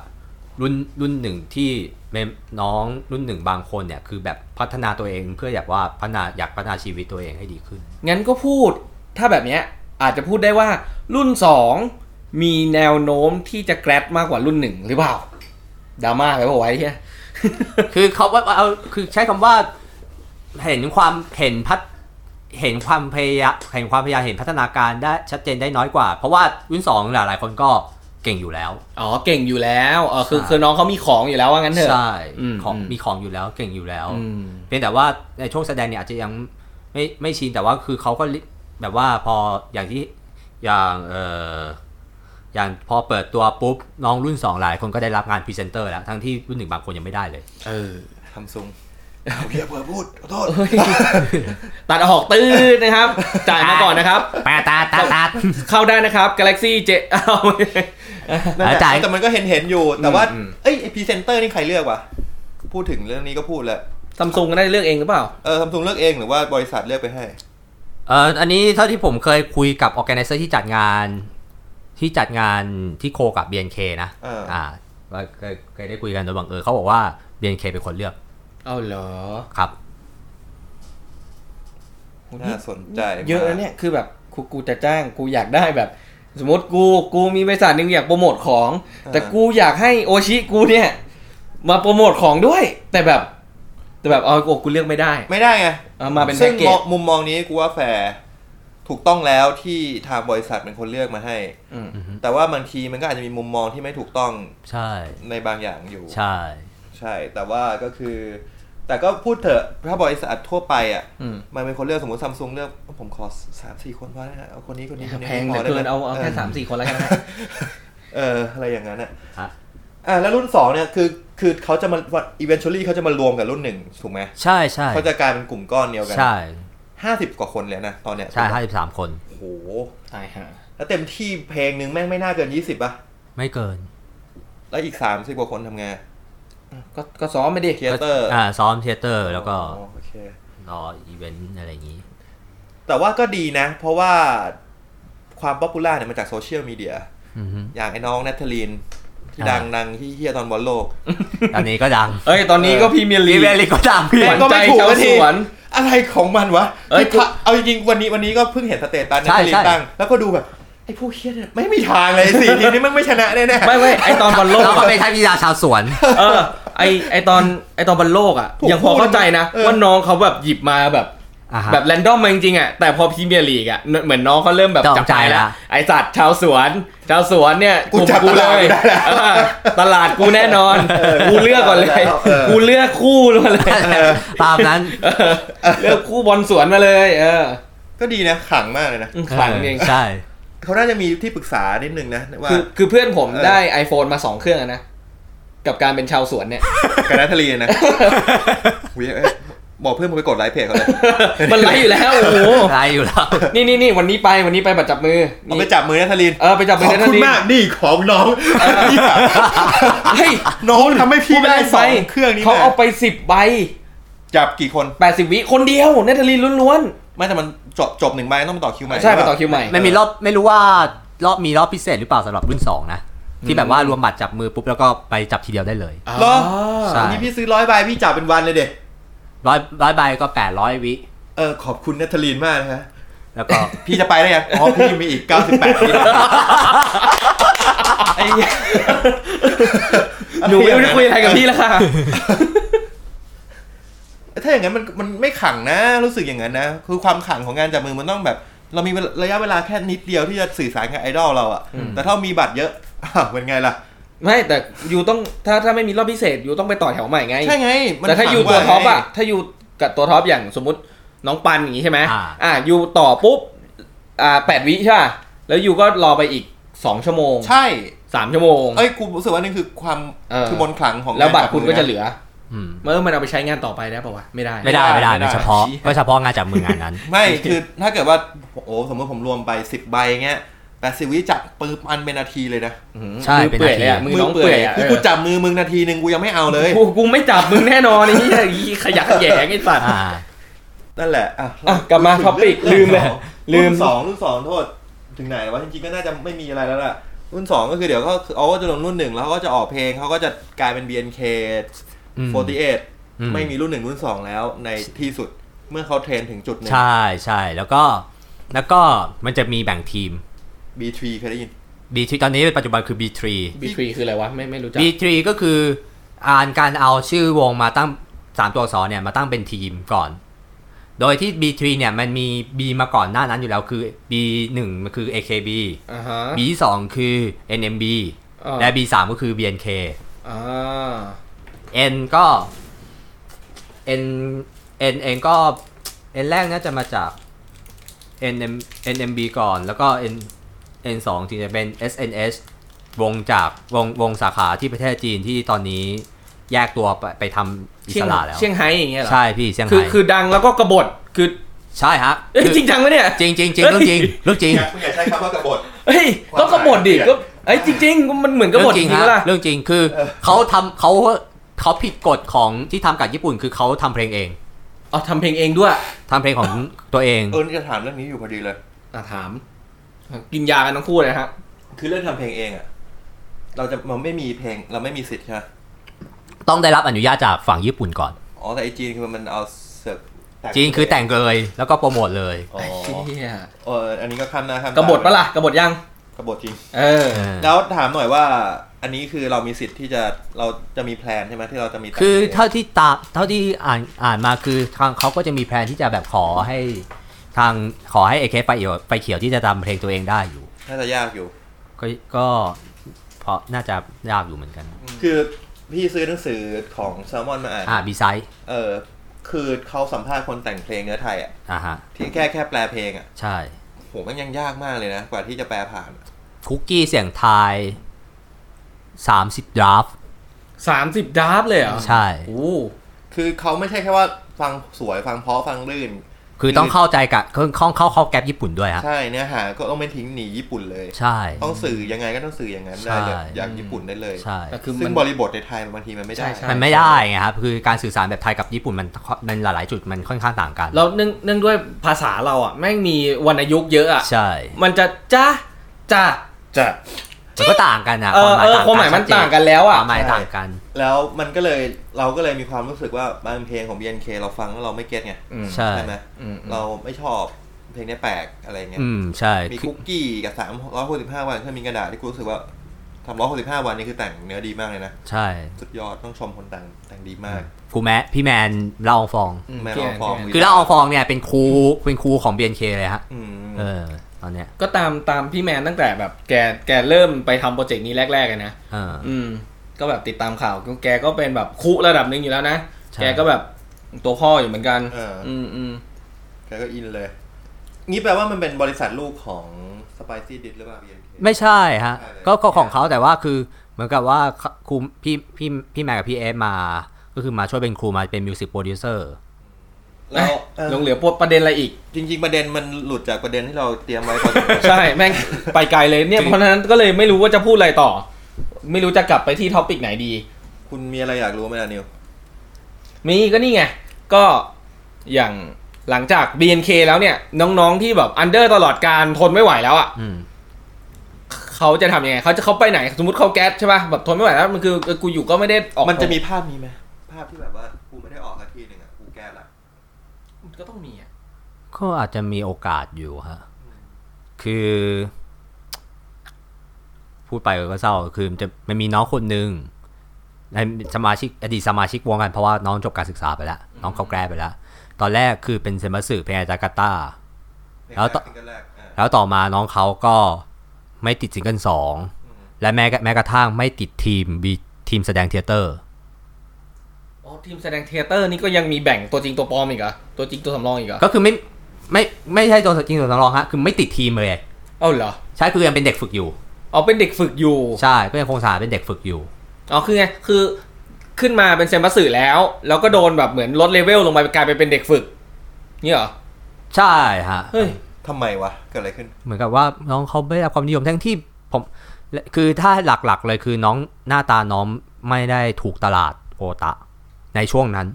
Speaker 4: รุ่นรุ่นหนึ่งที่ เมมน้องรุ่นหนึ่งบางคนเนี่ยคือแบบพัฒนาตัวเองเพื่ออยากว่าพัฒนาอยากพัฒนาชีวิตตัวเองให้ดีขึ้น
Speaker 3: งั้นก็พูดถ้าแบบเนี้ยอาจจะพูดได้ว่ารุ่น 2 มีแนวโน้มที่จะแกรดมากกว่ารุ่น 1 หรือเปล่าดราม่าไปบอกไว้เฮีย
Speaker 4: คือเขาว่าเอาคือใช้คำว่าเห็นความเห็นพัฒเห็นความพยายามเห็นความพยายามเห็นพัฒนาการได้ชัดเจนได้น้อยกว่า เพราะว่ารุ่นสองหลายๆคนก็เก่งอยู่แล้ว
Speaker 3: อ๋อเก่งอยู่แล้วเออคือ
Speaker 4: ใช่
Speaker 3: คือน้องเขามีของอยู่แล้วว่างั้นเถอะ
Speaker 4: ใช่
Speaker 3: อืม
Speaker 4: ของ
Speaker 3: อืม
Speaker 4: มีของอยู่แล้วเก่งอยู่แล้ว
Speaker 3: อืม
Speaker 4: เพียงแต่ว่าในช่วงแสดงเนี่ยอาจจะยังไม่ไม่ชินแต่ว่าคือเขาก็ลิแบบว่าพออย่างที่อย่างเอออย่างพอเปิดตัวปุ๊บน้องรุ่นสองหลายคนก็ได้รับงานพรีเซนเตอร์แล้วทั้งที่รุ่นหนึ่งบางคนยังไม่ได้เลย
Speaker 2: ทำซุงเอาเพียเผื่อพูดขอโทษ
Speaker 3: ตัดออกตื้อนะครับ จ่ายมาก่อนนะครับ
Speaker 4: แปะตาตาตา
Speaker 3: เข้าได้นะครับ Galaxy J เอา
Speaker 2: นั่นแหละ
Speaker 4: จ่าย
Speaker 2: แต่มันก็เห็นเห็นๆอยู่ แต่ว่า
Speaker 3: อืม
Speaker 2: เอ้ยพรีเซนเตอร์นี่ใครเลือกวะ พูดถึงเรื่องนี้ก็พูดแหละ
Speaker 3: ซัมซุงก็ได้เลือกเองหรือเปล่า
Speaker 2: เออทำซุงเลือกเองหรือว่าบริษัทเลือกไปให้
Speaker 4: เอออันนี้เท่าที่ผมเคยคุยกับ organizer ที่จัดงานที่จัดงานที่โคกับ BNK นะ
Speaker 2: เอออ่
Speaker 4: อ่าว่าเคยเคยได้คุยกันโดยบังเอิญเขาบอกว่า BNK เป็นคนเลือก
Speaker 3: เอาเหรอ
Speaker 4: ครับ
Speaker 2: น่าสนใจมาก
Speaker 3: เยอะนะเนี่ยคือแบบกูกูจะจ้างกูอยากได้แบบ สมมติกูกูมีบริษัทหนึ่งอยากโปรโมทของ แต่กูอยากให้โอชิกูเนี่ย มาโปรโมทของด้วย แต่แบบ แต่แบบเอากูกูเลือกไม่ได้
Speaker 2: ไม่ได้ไง
Speaker 3: เอามาเป็น
Speaker 2: ซึ่ง
Speaker 3: แพ็กเก
Speaker 2: ม
Speaker 3: จ
Speaker 2: องมุมมองนี้กูว่าแฟร์ถูกต้องแล้วที่ทางบริษัทเป็นคนเลือกมาให้
Speaker 3: อืม
Speaker 2: แต่ว่าบางทีมันก็อาจจะมีมุมมองที่ไม่ถูกต้อง
Speaker 4: ใช่
Speaker 2: ในบางอย่างอยู่
Speaker 4: ใช่
Speaker 2: ใช่ แต่ว่าก็คือ แต่ก็พูดเถอะถ้าบริษัททั่วไปอ่ะ
Speaker 3: อืม
Speaker 2: มันเป็นคนเลือกสมมติซัมซุงเลือก ผมขอสามสี่คนพอแล้วฮะเอาคนนี้คนนี้คนนี้
Speaker 3: แพง
Speaker 2: พ
Speaker 3: เหลือ
Speaker 2: ได้
Speaker 3: เกิ
Speaker 2: ไหม
Speaker 3: นเอาเอาแค่สามสี่คนแล้วกันนะ
Speaker 2: เออ อะไรอย่างนั้นอ่ะ
Speaker 4: ฮะ
Speaker 2: อ่ะแล้วรุ่นสองเนี่ยคือคือเขาจะมาอีเวน u a ลี่เขาจะมารวมกับรุ่นหนึ่งถูกไหม
Speaker 4: ใช่ใช่
Speaker 2: เขาจะกลายเป็นกลุ่มก้อนเดียวกัน
Speaker 4: ใช่
Speaker 2: ห้าสิบกว่าคนเลยนะตอนเนี้ย
Speaker 4: ใช่ห้าสิบสามคน
Speaker 2: โอ้โห
Speaker 3: ตายฮะ
Speaker 2: แล้วเต็มที่เพลงหนึ่งแม่งไม่น่าเกินยี่สิบอะ
Speaker 4: ไม่เกิน
Speaker 2: แล้วอีกสามสิบกว่าคนทำไงาน
Speaker 3: ก็ก็ซ้อมไปดิ
Speaker 2: เทเตอร์
Speaker 4: อ่าซ้อมเทเตอร์แล้วก็
Speaker 2: โอเค
Speaker 4: รออีเวนต์อะไรอย่างนี้
Speaker 2: แต่ว่าก็ดีนะ เพราะว่าความป๊อปปูล่าเนี่ยมาจากโซเชียลมีเดีย
Speaker 4: อือฮึ
Speaker 2: อย่างไอ้น้องแนทเทลีนที่
Speaker 4: อ่า
Speaker 2: ดังดังที่เฮียตอนบอลโลก
Speaker 4: ตอนนี้ก็ดัง
Speaker 3: เอ้ย ตอนนี้ก็พรีเมียร์ลี
Speaker 4: อี
Speaker 3: ก
Speaker 4: เวนต์ลิก็ดังพี่
Speaker 3: ขวัญใจชาวสวน
Speaker 2: อะไรของมันวะ
Speaker 3: เอ้ย
Speaker 2: ที่พะเอาจริงๆวันนี้วันนี้ก็เพิ่งเห็นสเตตัสแนทเทลีนตั้ง แล้วก็ดูแบบไอ้พวกเฮียเนี่ยไม่มีทาง เลยสี่ทีมนี้มันไม่ชนะแน่ๆ
Speaker 3: ไม่เว้ยไอตอนบอลโลก
Speaker 4: เราก็
Speaker 3: อะ
Speaker 4: เป็นท่านพิจาชาวสวน
Speaker 3: เออไอไอตอนไอตอนบอลโลกอ่ะ
Speaker 2: ถูก
Speaker 3: ยังพอเข้าใจนะ
Speaker 2: พูดนะ
Speaker 3: ว่าน้องเขาแบบหยิบมาแบบ
Speaker 4: อ่าฮะ
Speaker 3: แบบแรนดอมมาจริงๆอ่ะแต่พอพรีเมียร์ลีกอ่ะเหมือนน้องเขาเริ่มแบบ
Speaker 4: จับใจละ
Speaker 3: ไอสัตว์ชาวสวน ชาวสวนเนี่ย
Speaker 2: กูจับ
Speaker 3: ลุ่ม
Speaker 2: ตลาดกูได้ละ
Speaker 3: เออตลาดกูแน่นอนกูเลือกก่อนเลย
Speaker 2: เออ
Speaker 3: กูเลือกคู่มาเลย
Speaker 4: ตามนั้น
Speaker 3: เออเลือกคู่บอลสวนมาเลยเออ
Speaker 2: ก็ดีนะขลังมากเลยนะ
Speaker 3: ขลังจริง
Speaker 4: ใช่
Speaker 2: เขาน่าจะมีที่ปรึกษานิดนึงนะว่า
Speaker 3: คือคือเพื่อนผม
Speaker 2: เออ
Speaker 3: ได้ iPhone มา 2 เครื่องอะนะ กับการเป็นชาวสวนเนี่ย
Speaker 2: กับแนทเทลีน นะ อุ๊ยเอ้ยบอกเพื่อนผมไปกดไลค์เพจเขาเลย
Speaker 3: มันไลฟ์อยู่แล้ว โอ้โห
Speaker 4: ใช่อยู่แล้ว
Speaker 3: นี่นี่นี่วันนี้ไปวันนี้ไปบัตรจับมือ
Speaker 2: เอา
Speaker 3: นี่
Speaker 2: ไปจับมือแนทเทลีน
Speaker 3: เออไปจับ
Speaker 2: ข
Speaker 3: มือ
Speaker 2: อบ
Speaker 3: เจ้าหน้า
Speaker 2: คุณ
Speaker 3: ที่
Speaker 2: มากนี่ของน้อง
Speaker 3: เฮ้ย
Speaker 2: น้องทำให้พี่
Speaker 3: คุณ
Speaker 2: ได้สอง
Speaker 3: ป
Speaker 2: เครื่องนี้
Speaker 3: เขาเอา
Speaker 2: นะ
Speaker 3: ไป 10 ใบ
Speaker 2: จับกี่คน
Speaker 3: 80 วิคนเดียวเนทลีนล้วน
Speaker 2: ไม่แต่มันจบจบหนึ่งใบต้องมาต่อคิวใหม่
Speaker 3: ๆ ใช่ไปต่อ
Speaker 2: หรือเปล่า
Speaker 3: คิวใหม่
Speaker 4: มันมีรอบไม่รู้ว่ารอบมีรอบพิเศษหรือเปล่าสำหรับรุ่น 2 นะ ที่แบบว่ารวมบัตรจับมือปุ๊บ แล้วก็ไปจับทีเดียวได้เลย
Speaker 2: เหรอ
Speaker 4: ใช่
Speaker 2: วันนี้พี่ซื้อร้อยใบพี่จ่ายเป็นวันเลยเด็ก
Speaker 4: ร้อยร้อยใบก็ 800 วิ
Speaker 2: เออขอบคุณนัทลีนมากนะฮะ
Speaker 4: แล้วก็
Speaker 2: พี่จะไปได้ยังอ๋อพี่มีอีก 98ปีไอ้เหี้ย
Speaker 3: หนูไม่รู้จะคุยอะไรกับพี่แล้วค่ะ
Speaker 2: ถ้าอย่างนั้นมันมันไม่ขังนะ รู้สึกอย่างนั้นนะ คือความขังของงานจับมือมันต้องแบบ เรามีระยะเวลาแค่นิดเดียวที่จะสื่อสารกับไอดอลเราอะแต่ถ้ามีบัตรเยอะ อ้าวเป็นไงล่ะ
Speaker 3: ไม่แต่อยู่ต้องถ้าถ้าไม่มีรอบพิเศษอยู่ต้องไปต่อแถวใหม่ไง
Speaker 2: ใช่ไงมัน
Speaker 3: แต่ถ้า
Speaker 2: ขัง
Speaker 3: อยู่ตัว
Speaker 2: ไ
Speaker 3: ท็อปอะถ้าอยู่กับตัวท็อปอย่างสมมติน้องปันอย่างงี้ใช่ไหม
Speaker 4: อ่า
Speaker 3: อ่าอยู่ต่อปุ๊บ อ่าแปดวิใช่ป่ะ แล้วอยู่ก็รอไปอีกสองชั่วโมง
Speaker 2: ใช่
Speaker 3: สามชั่วโมง
Speaker 2: เอ้ยกูรู้สึกว่านี่คือความ
Speaker 3: เออ
Speaker 2: คือมนต์ขลังของ
Speaker 3: แล้วบัต
Speaker 2: งาร น
Speaker 3: คุณ
Speaker 2: มื
Speaker 3: ก็จะเหลือ
Speaker 4: อืม
Speaker 3: เมื่อมันเอาไปใช้งานต่อไปได้ป่าวะ ไม่ได้
Speaker 4: ไม่ได้ไม่ได้ไม่เฉพาะไม่เฉพาะงานจับมืองานนั้น
Speaker 2: ไม่ คือถ้าเกิดว่าโอ้สมมติผมรวมไปสิบใบเงี้ยแต่สิวิจับปืนอันเป็นนาทีเลยนะ
Speaker 4: ใช่
Speaker 3: มือ
Speaker 4: เป็น
Speaker 3: เปื่อยเล
Speaker 4: นาที
Speaker 3: ยอะ มืน้งเปื่อยะ
Speaker 2: คือ
Speaker 3: เออ
Speaker 2: กูจับมือมึงนาทีหนึ่งกูยังไม่เอาเลย
Speaker 3: กูกูไม่จับมึงแน่นอนไอ้เหี้ยไอ้ขยะแขยงไอ้สัตว์
Speaker 4: อ่า
Speaker 2: นั่นแหละ อ่ะ
Speaker 3: อ่ะกลับมา
Speaker 2: ถึง
Speaker 3: topic
Speaker 2: เรื่อง
Speaker 3: ลืมเลย
Speaker 2: ของ
Speaker 3: ลืม
Speaker 2: รุ่นสองรุ่นสองโทษ ถึงไหนแล้ววะจริงๆก็น่าจะไม่มีอะไรแล้วล่ะ รุ่นสองก็คือเดี๋ยวก็คือเอาก็จะลงรุ่นหนึ่งแล้วเขาก็จะออกเพลงเขาก็จะกลายเป็น BNK
Speaker 4: อืมอืม
Speaker 2: 48 ไม่มีรุ่นหนึ่งรุ่นสองแล้วในที่สุดเมื่อเขาเทรนถึงจุดหนึ่ง
Speaker 4: ใช่ใช่แล้วก็แล้วก็มันจะมีแบ่งทีม
Speaker 2: B3 เคยได้ยิน
Speaker 4: B3 ตอนนี้ปัจจุบันคือ B3
Speaker 3: B3 คืออะไรวะ ไม่ไม่รู้จัก
Speaker 4: B3 ก็คืออ่านการเอาชื่อวงมาตั้ง 3 ตัวอักษรเนี่ยมาตั้งเป็นทีมก่อน โดยที่ B3 เนี่ยมันมี B มาก่อนหน้านั้นอยู่แล้วคือ B1 มันคือ AKB
Speaker 3: อ่าฮะ
Speaker 4: B2 คือ NMB
Speaker 3: อ่า
Speaker 4: และ B3 ก็คือ BNK
Speaker 3: อ่า
Speaker 4: N ก็ N N เองก็ N แรกน่าจะมาจาก N M N M B ก่อน แล้วก็ N N สองจริงๆจะเป็น S N S วงจากวงวงสาขาที่ประเทศจีนที่ตอนนี้แยกตัวไปไปทำอิ
Speaker 3: เชีย
Speaker 4: ส
Speaker 3: ง
Speaker 4: ระแล้ว
Speaker 3: เชียงไฮ้อย่างเงี้ยเหรอ
Speaker 4: ใช่พี่เชียง
Speaker 3: คือ
Speaker 4: ไฮ้
Speaker 3: คือดังแล้วก็กบฏคือ
Speaker 4: ใช่ฮะ
Speaker 3: เอ้ย
Speaker 4: คือ
Speaker 3: จริงจังไหมเนี่ย
Speaker 4: จริงจริงจริงเรื่องจริงเรื่องจริง
Speaker 2: คุณอย่าใช้คำว่ากบฏ
Speaker 3: เฮ้ยก็กบฏดิก็ไอ้ยจริง ๆ มันเหมือนกบฏจริงๆ
Speaker 4: ฮะ
Speaker 3: ปะล่ะ
Speaker 4: เรื่องจริงคือ
Speaker 2: เออ
Speaker 4: เขาทำเขาเขาผิดกฎของที่ทำกับญี่ปุ่น คือเขาทำเพลงเอง
Speaker 3: อ๋อทำเพลงเองด้วย
Speaker 4: ทำเพลงของตัวเอง
Speaker 2: เออนี่จะถามเรื่องนี้อยู่พอดีเลย
Speaker 3: อ่ะถาม กินยากันทั้งคู่เลยฮะ
Speaker 2: คือเรื่องทำเพลงเองอะเราจะมันไม่มีเพลงเราไม่มีสิทธิ์ใช่ไหม
Speaker 4: ต้องได้รับอนุญาตจากฝั่งญี่ปุ่นก่อน
Speaker 2: อ๋อแต่ไอจีนคือมันเอาเสิร์ฟ
Speaker 4: จริงคือแต่งเลยแล้วก็โปรโมทเลย
Speaker 2: อ๋อ
Speaker 3: ไอ้เหี้ย
Speaker 2: เอออันนี้ก็ข้ามหน้าข้ามตาก
Speaker 3: บฏปะล่ะกบฏยัง
Speaker 2: กบฏจริง
Speaker 3: เออ
Speaker 4: เออ
Speaker 2: แล้วถามหน่อยว่า อันนี้คือเรามีสิทธิ์ที่จะเราจะมีแพลนใช่ไหมที่เราจะมีแต่ง
Speaker 4: คือ
Speaker 2: เพลง
Speaker 4: เท่าที่ตามเท่าที่อ่านอ่านมาคือทางเขาก็จะมีแพลนที่จะแบบขอให้ทางขอให้เอเคไฟเขียวไฟเขียวที่จะทำเพลงตัวเองได้อยู่
Speaker 2: น่าจะยากอยู่
Speaker 4: ก็ก็พอน่าจะยากอยู่เหมือนกัน
Speaker 2: คือพี่ซื้อหนังสือของแซลมอนมาอ่าน
Speaker 4: อ่าบีไซด์
Speaker 2: เออ คือเขาสัมภาษณ์คนแต่งเพลงเนื้อไทยอ่ะ
Speaker 4: อ่าฮะ
Speaker 2: ที่แค่แค่แปลเพลงอ่ะ
Speaker 4: ใช่
Speaker 2: โห มันยังยากมากเลยนะ กว่าที่จะแปลผ่าน
Speaker 4: คุกกี้เสียงทาย 30 ดราฟ
Speaker 3: สามสิบดาร์ฟเลยเหรอ
Speaker 4: ใช่
Speaker 3: โอ้
Speaker 2: คือเขาไม่ใช่แค่ว่าฟังสวยฟังเพราะฟังลื่น
Speaker 4: คือต้องเข้าใจกับเข้าเข้าเข้าแก๊ปญี่ปุ่นด้วยฮะ
Speaker 2: ใช่เนื้อหาก็ต้องไม่ทิ้งหนีญี่ปุ่นเลย
Speaker 4: ใช่
Speaker 2: ต้องสื่อยังไงก็ต้องสื่ออย่างนั้นได้เลย
Speaker 4: ใช่
Speaker 2: อย่างญี่ปุ่นได้เลย
Speaker 4: ใช่
Speaker 3: แต่คือ
Speaker 2: ซึ่
Speaker 3: มั
Speaker 2: ง
Speaker 3: น
Speaker 2: บริบทในไทยบางทีมันไม่ได้
Speaker 3: ใช่
Speaker 4: มันไม่ได้ไงครับ คือการสื่อสารแบบไทยกับญี่ปุ่นมันมันหลาย ๆ จุดมันค่อนข้างต่างกัน
Speaker 3: เราเนื่องเนื่องด้วยภาษาเราอ่ะ แม่งมีวรรณยุกต์เยอะอ่ะ
Speaker 4: ใช่
Speaker 3: มันจะจ้าจ้าจ้า
Speaker 4: มันก็ต่างกันนะ
Speaker 3: เออเออความหมายมันต่างกันแล้วอะ
Speaker 4: ความหมายต่างกัน
Speaker 2: แล้วมันก็เลยเราก็เลยมีความรู้สึกว่าบางเพลงของ BNK เราฟังแล้วเราไม่เก็ตไง
Speaker 4: ใช่
Speaker 2: ใช่ไหม
Speaker 3: อืม
Speaker 2: เราไม่ชอบเพลงนี้แปลกอะไรเงี้ย
Speaker 4: อืมใช่
Speaker 2: มี
Speaker 4: คือ
Speaker 2: คุกกี้กับสามร้อยหกสิบห้าวันเครื่องมีกระดาษที่กูรู้สึกว่าทำร้อยหกสิบห้าวันนี่คือแต่งเนื้อดีมากเลยนะ
Speaker 4: ใช่
Speaker 2: สุดยอดต้องชมคนแต่งแต่งดีมาก
Speaker 4: ครูแมะพี่แมนเล่าอองฟอง
Speaker 2: แม่ลองฟอร์ม
Speaker 4: คือเล่าอองฟองเนี่ยเป็นครูเป็นครูของ BNK เลยฮะ
Speaker 2: อืม
Speaker 4: เออ ตอนเนี้ย
Speaker 3: ก็ตามตามพี่แมนตั้งแต่แบบแกแกเริ่มไปทำโปรเจกต์นี้แรกๆกันนะ
Speaker 4: เออ
Speaker 3: อืม ก็แบบติดตามข่าว แกก็เป็นแบบคุระดับหนึ่งอยู่แล้วนะ
Speaker 4: ใช่
Speaker 3: แกก็แบบตัวพ่ออยู่เหมือนกัน
Speaker 2: เออ
Speaker 3: อืมอืม
Speaker 2: แกก็อินเลย งี้แปลว่ามันเป็นบริษัทลูกของสไปซี่ดิสหรือเปล่า BNK
Speaker 4: ไม่ใช่ฮะก็ก็ของเขาแต่ว่าคือเหมือนกับว่าครูพี่พี่พี่แมนกับพี่เอฟมา ก็คือมาช่วยเป็นครูมาเป็นมิวสิกโปรดิวเซอร์
Speaker 2: แล้วเอ
Speaker 3: ลง
Speaker 2: อ
Speaker 3: เหลือพวกประเด็นอะไรอีก
Speaker 2: จริง ๆ ประเด็นมันหลุดจากประเด็นที่เราเตรียมไว้พอสมควร
Speaker 3: ใช่ แม่ง ไปไกลเลยเนี่ย เพราะฉะนั้นก็เลยไม่รู้ว่าจะพูดอะไรต่อ ไม่รู้จะกลับไปที่ท็อปิกไหนดี
Speaker 2: คุณมีอะไรอยากรู้ไหมล่ะนิว
Speaker 3: มีก็นี่ไง ก็อย่างหลังจาก BNK แล้วเนี่ย น้องๆที่แบบอันเดอร์ตลอดการทนไม่ไหวแล้วอ่ะ
Speaker 4: อืม
Speaker 3: เขาจะทำยังไงเขาจะเขาไปไหน สมมติเขาแก๊สใช่ป่ะแบบทนไม่ไหวแล้วมันคือเออกูอยู่ก็ไม่ได้ออก
Speaker 2: มันจะมีภาพนี้ไหมภาพที่แบบว่ากูไม่ได้ออกสักทีหนึ่งอ่ะกูแก้ละ
Speaker 3: ก็ต้องมีอะ
Speaker 4: ก็อาจจะมีโอกาสอยู่ฮะ คือ พูดไปก็เศร้า คือมันจะมันมีน้องคนหนึ่งในสมาชิกอดีตสมาชิกวงกันเพราะว่าน้องจบการศึกษาไปแล้ว น้องเขาแกรไปแล้ว ตอนแรกคือเป็นเซมัสึเพลงอาจาการ์ตา แล้วต่อ
Speaker 2: ในการซิงเกิลแรกอ่ะ
Speaker 4: แล้วต่อมาน้องเขาก็ไม่ติดซิงเกิลสอง และแม้กระแม้กระทั่งไม่ติดทีม B ทีมแสดงเทยเตอร์
Speaker 3: อ๋อทีมแสดงเทเตอร์นี่ก็ยังมีแบ่งตัวจริงตัวปลอมอีกเหรอตัวจริงตัวสำรองอีกเหรอ
Speaker 4: ก็คือไม่ไม่ไม่ใช่ตัวจริงตัวสำรองฮะ คือไม่ติดทีมเลย
Speaker 3: เอ้าเหรอ
Speaker 4: ใช่คือยังเป็นเด็กฝึกอยู่
Speaker 3: อ๋อเป็นเด็กฝึกอยู่
Speaker 4: ใช่ ก็ยังคงสาเป็นเด็กฝึกอยู่
Speaker 3: อ๋อคือไงคือขึ้นมาเป็นเซมบัสสือแล้ว แล้วก็โดนแบบเหมือนลดเลเวลลงไปกลายไปเป็นเด็กฝึกนี่เหรอ
Speaker 4: ใช่ฮะ
Speaker 3: เฮ้ย
Speaker 2: ทำไมวะเกิดอะไรขึ้น
Speaker 4: เหมือนกับว่าน้องเขาไม่ได้รับความนิยมทั้งที่ผมและคือถ้าหลักๆเลยคือน้องหน้าตาน้องไม่ได้ถูกตลาดโอตะ ในช่วงนั้น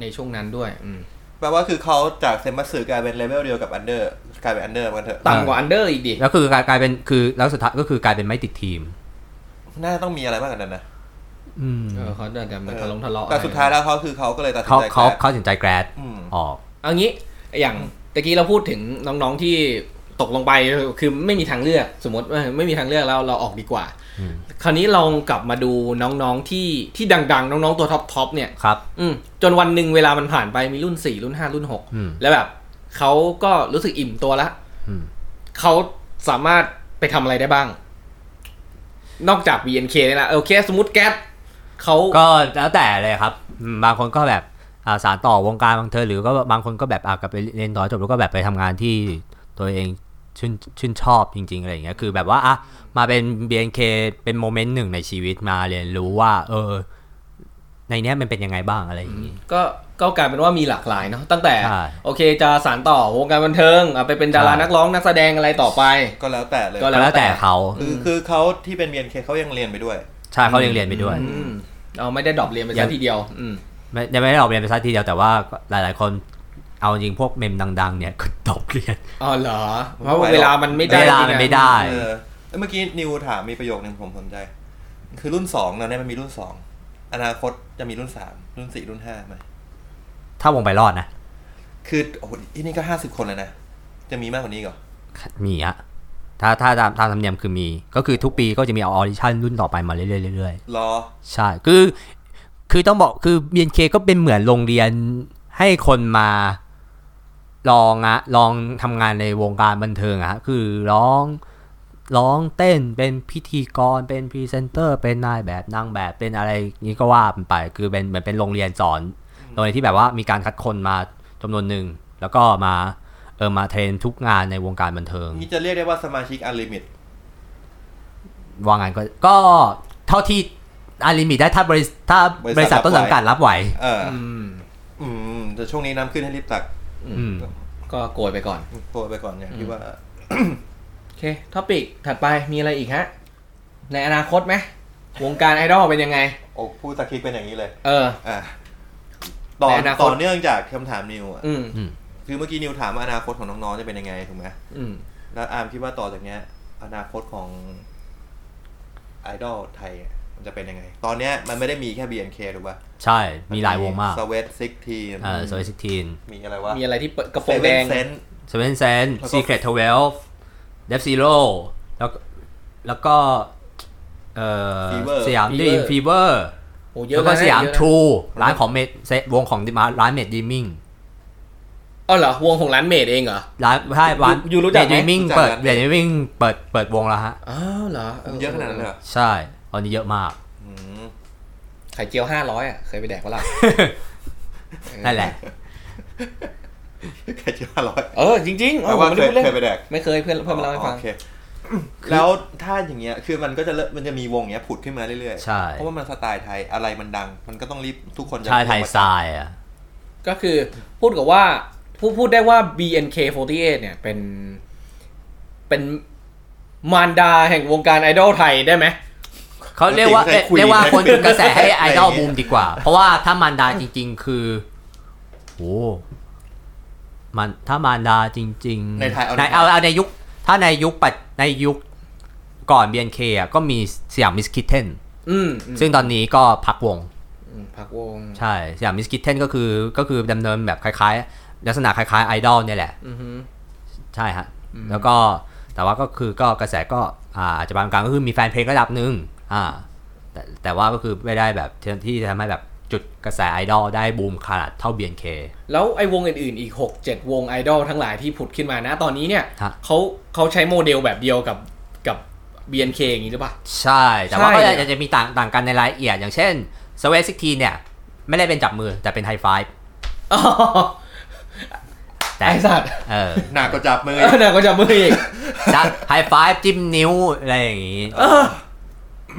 Speaker 3: ในช่วงนั้นด้วยอืม
Speaker 2: แปลว่าคือเขาจากเซมบัสสึกลายเป็นเลเวลเดียวกับอันเดอร์กลายเป็นอันเดอร์มันเถอะ
Speaker 3: ต่ำกว่าอันเดอร์อีกดิ
Speaker 4: แล้วคือกลายกลายเป็นคือแล้วสุดท้ายก็คือกลายเป็นไม่ติดทีม
Speaker 2: น่าต้องมีอะไรมากกว่านั้นนะ
Speaker 4: อืม
Speaker 3: เออเขาอาจจะมีทะลงทะเลาะ
Speaker 2: แต่สุดท้ายแล้วเขาคือเขาก็เลยตัดสิน
Speaker 4: เขา
Speaker 2: ใจ
Speaker 4: เขา
Speaker 2: แกะ
Speaker 4: เขาตัดสินใจแกรด
Speaker 2: อืม
Speaker 4: ออก
Speaker 3: เอางี้อย่างตะกี้เราพูดถึงน้องๆที่ตกลงไปคือไม่มีทางเลือกสมมติว่าไม่มีทางเลือกแล้วเราออกดีกว่า
Speaker 4: อืม
Speaker 3: คราวนี้ลองกลับมาดูน้องๆที่ที่ดังๆ น้องๆตัวท็อปทอปเนี่ย
Speaker 4: ครับ
Speaker 3: อืมจนวันหนึ่งเวลามันผ่านไปมีรุ่น 4 รุ่น 5 รุ่น
Speaker 4: อืม
Speaker 3: 6 แล้วแบบเขาก็รู้สึกอิ่มตัวละ
Speaker 4: อืม
Speaker 3: เขาสามารถไปทำอะไรได้บ้าง นอกจาก BNK นี่แหละโอเคสมมติแก๊สเขา
Speaker 4: ก็แล้วแต่เลยครับอืมบางคนก็แบบอ่าสารต่อวงการบางเธอหรือก็บางคนก็แบบอ่ากลับไปเรียนต่อจบแล้วก็แบบไปทำงานที่ตัวเองชื่นชื่นชอบจริงๆอะไรอย่างเงี้ยคือแบบว่าอ่ะมาเป็น BNK เป็นโมเมนต์หนึ่งในชีวิตมาเรียนรู้ว่า เออ ในเนี้ยมันเป็นยังไงบ้างอะไรอย่างงี้
Speaker 3: ก็ก็กลายเป็นว่ามีหลากหลายเนาะตั้งแต่
Speaker 4: ใช่
Speaker 3: โอเคจะสารต่อวงการบันเทิงอ่ะไปเป็นดารา
Speaker 4: ใช่
Speaker 3: นักร้องนักแสดงอะไรต่อไป
Speaker 2: ก็แล้วแต่เลย
Speaker 3: ก็
Speaker 4: ก็แล้วแต่เขา
Speaker 2: คือคือเขาที่เป็น BNK เขายังเรียนไปด้วย
Speaker 4: ใช่เขายังเรียนไปด้วย
Speaker 3: อืมเอาไม่ได้ดรอปเรียนไป
Speaker 4: ยั
Speaker 3: ซะ
Speaker 4: ง
Speaker 3: ทีเดียว อืม
Speaker 4: ไม่ยังไม่ได้ออกเรียนไปซะทีเดียวแต่ว่าหลาย ๆ คนเอาจริงพวกเมมดัง ๆ เนี่ย ก็ตกเรียน
Speaker 3: อ๋อเหรอ เพราะว่าเวลามันไม่ได้
Speaker 4: เวลา
Speaker 3: จริงๆ
Speaker 4: มัน
Speaker 3: อะ
Speaker 4: ไม่ได้
Speaker 2: เออเอ้ยเมื่อกี้นิวถามมีประโยคนึงผมสนใจ คือรุ่นสองตอนนี้มันมีรุ่นสองอนาคตจะมีรุ่นสามรุ่นสี่รุ่นห้าไหม
Speaker 4: ถ้าวงไปรอดนะ
Speaker 2: คือโอ้โหอีนี่ก็ห้าสิบคนแล้วนะ จะมีมากกว่านี้อีก่อ
Speaker 4: มีอะถ้าถ้าตามตามธรรมเนียมคือมี ก็คือทุกปีก็จะมีเอาออดิชั่นรุ่นต่อไปมาเรื่อยๆเรื่อย
Speaker 2: รอ
Speaker 4: ๆใช่คือคือต้องบอกคือ BNK ก็เป็นเหมือนโรงเรียนให้คนมาลองอะลองทำงานในวงการบันเทิงอะฮะคือร้องร้องเต้นเป็นพิธีกรเป็นพรีเซนเตอร์ เป็นนายแบบนางแบบเป็นอะไรอย่างนี้ก็ว่าไป คือเป็นเหมือนเป็นโรงเรียนสอนโรงเรียนที่แบบว่ามีการคัดคนมาจำนวนหนึ่งแล้วก็มาเออมาเทรนทุกงานในวงการบันเทิง
Speaker 2: นี่จะเรียกได้ว่าสมาชิกอันลิมิต
Speaker 4: ว่างั้นก็ก็เท่าที่อาลิมิตได้ถ้าบริษัทถ้าบบ
Speaker 2: ริ
Speaker 4: ริ
Speaker 2: ษั
Speaker 4: ษัท
Speaker 2: ท
Speaker 4: ต้นสังกัดรับไหว
Speaker 2: เอออ
Speaker 3: อืม
Speaker 2: อืมแต่ช่วงนี้น้ำขึ้นให้รีบตัก
Speaker 4: อืม
Speaker 3: ก็โกยไปก่อน
Speaker 2: ตัวไปก่อนเนี่ยที่ว่า
Speaker 3: โอเคท็อปิกถัดไปมีอะไรอีกฮะ ในอนาคตไหมวงการไอดอลเป็นยังไง
Speaker 2: โอ้พูดตะคิดเป็นอย่างนี้เลย
Speaker 3: เออ
Speaker 2: อ่ะต่อ
Speaker 3: ในอนาคต
Speaker 2: ต่อเนื่องจากคำถามนิวอะ
Speaker 3: อืม
Speaker 2: คือเมื่อกี้นิวถามว่าอนาคตของน้องๆจะเป็นยังไงถูกไหม
Speaker 3: อืม
Speaker 2: แล้วอาร์มคิดว่าต่อจากเนี้ย อนาคตของไอดอลไทยอ่ะมันจะเป็นยังไง ตอนเนี้ยมันไม่ได้มีแค่ BNK ถูกป่ะ
Speaker 4: ใช่มีหลายวงมาก
Speaker 2: สเวตซิกที
Speaker 4: เออโซลิสิทีน
Speaker 2: มีอะไรวะ
Speaker 3: มีอะไรที่เปิดกระโป
Speaker 2: เซ
Speaker 3: รงแด
Speaker 2: เว่น
Speaker 3: ง
Speaker 2: เซน
Speaker 4: เซเว่นเซน
Speaker 2: แล้วก็
Speaker 4: ซีเครตทเวลเดฟซีโร่แล้วแล้วก็เออ
Speaker 2: Fever
Speaker 4: สยามดีม
Speaker 3: Fever
Speaker 4: ฟีเวอร์
Speaker 3: โอ้เยอะ
Speaker 4: แล้วก็
Speaker 3: นะ
Speaker 4: สยาม
Speaker 3: เอะนะ
Speaker 4: ทรูร้านของเมดเซวงของมาร้านเมดดีมิง
Speaker 3: อ๋อเหรอ วงของร้านเมดเองเหรอ
Speaker 4: ร้านใช่ร้าน
Speaker 3: ยูยูรู้จักไหม
Speaker 4: เมดดีมิง
Speaker 2: รู้จัก
Speaker 4: เปิด
Speaker 2: ร้าน
Speaker 4: เมดดีมิงเปิดเปิดวงแล้วฮะ
Speaker 3: อ้าวเหรอ
Speaker 2: เยอะขนาดนั้นเลยเหรอ
Speaker 4: ใช่ตอนนี้เยอะมาก
Speaker 2: อืม
Speaker 3: ไข่เจียวห้าร้อยอ่ะ เคยไปแดกปะล่ะ
Speaker 4: นั่นแหละ
Speaker 2: แค่เจ็ดห้าร้อย
Speaker 3: เออ จริงๆเอ
Speaker 2: แปล
Speaker 3: อผม
Speaker 2: ว่า
Speaker 3: ไม่
Speaker 2: เค
Speaker 3: ได้
Speaker 2: ย
Speaker 3: พูดเล่น
Speaker 2: เคยไปแดก
Speaker 3: ไม่เคยเพื่อนเพื่อนมาเล่าให้ฟัง
Speaker 2: โอเคแล้วถ้าอย่างเงี้ย คือมันก็จะเริ่มมันจะมีวงเนี้ยผุดขึ้นมาเรื่อยๆ
Speaker 4: ใช่
Speaker 2: เพราะว่ามันสไตล์ไทยอะไรมันดัง มันก็ต้องรีบทุกคนจะ
Speaker 4: ใช่ไทยสไตล์อ่ะ
Speaker 3: ก็คือพูดกับว่าพูดพูดได้ว่า BNK48 เนี่ยเป็นเป็นมารดาแห่งวงการไอดอลไทยได้ไหม
Speaker 4: เขาเรียกว่าเอ่อเรียกว่าคนดึงกระแส ให้ไอดอลบูมดีกว่า เพราะว่าถ้ามารดาจริง ๆ คือโอ้มันถ้ามารดาจริงๆ
Speaker 2: ในไทยเอา
Speaker 4: ในเอาเอาในยุค ถ้าในยุคปัจในยุคก่อน BNK อ่ะก็มีสยามมิสคิทเทน
Speaker 3: อืม
Speaker 4: ซึ่งตอนนี้ก็พักวง
Speaker 3: อืมพักวง
Speaker 4: ใช่สยามมิสคิทเทนก็คือก็คือดำเนินแบบคล้ายๆ ลักษณะคล้ายๆไอดอลเนี่ยแหละ
Speaker 3: อือฮึ
Speaker 4: ใช่ฮะ แล้วก็แต่ว่าก็คือก็กระแสก็อาอาจจะบางกลางก็คือมีแฟนเพลงระดับหนึ่งอ่าแต่แต่ว่าก็คือไม่ได้แบบที่ที่จะทำให้แบบจุดกระแสไอดอลได้บูมขนาดเท่า BNK
Speaker 3: แล้วไอวงอื่นๆอีก 6 7 วงไอดอลทั้งหลายที่ผุดขึ้นมานะ ตอนนี้เนี่ย
Speaker 4: ฮะ
Speaker 3: เขาเขาใช้โมเดลแบบเดียวกับกับ BNK อย่างนี้หรือเปล่า
Speaker 4: ใช่ แต่ว่า
Speaker 3: ใช่
Speaker 4: ก็
Speaker 3: เนี่ย
Speaker 4: จะจะมีต่างต่างกันในรายละเอียด อย่างเช่นสวีซิกทีเนี่ย ไม่ได้เป็นจับมือแต่เป็นไฮไฟฟ์
Speaker 3: อ๋อ
Speaker 4: แต่
Speaker 3: ไอสัตว์
Speaker 4: เอ อ
Speaker 2: หนักก็จับมือ
Speaker 3: เออน่าก็จะมืออีก
Speaker 4: จะไฮไฟฟ์จิ้มนิ้ว อะไรอย่างงี้
Speaker 3: เออ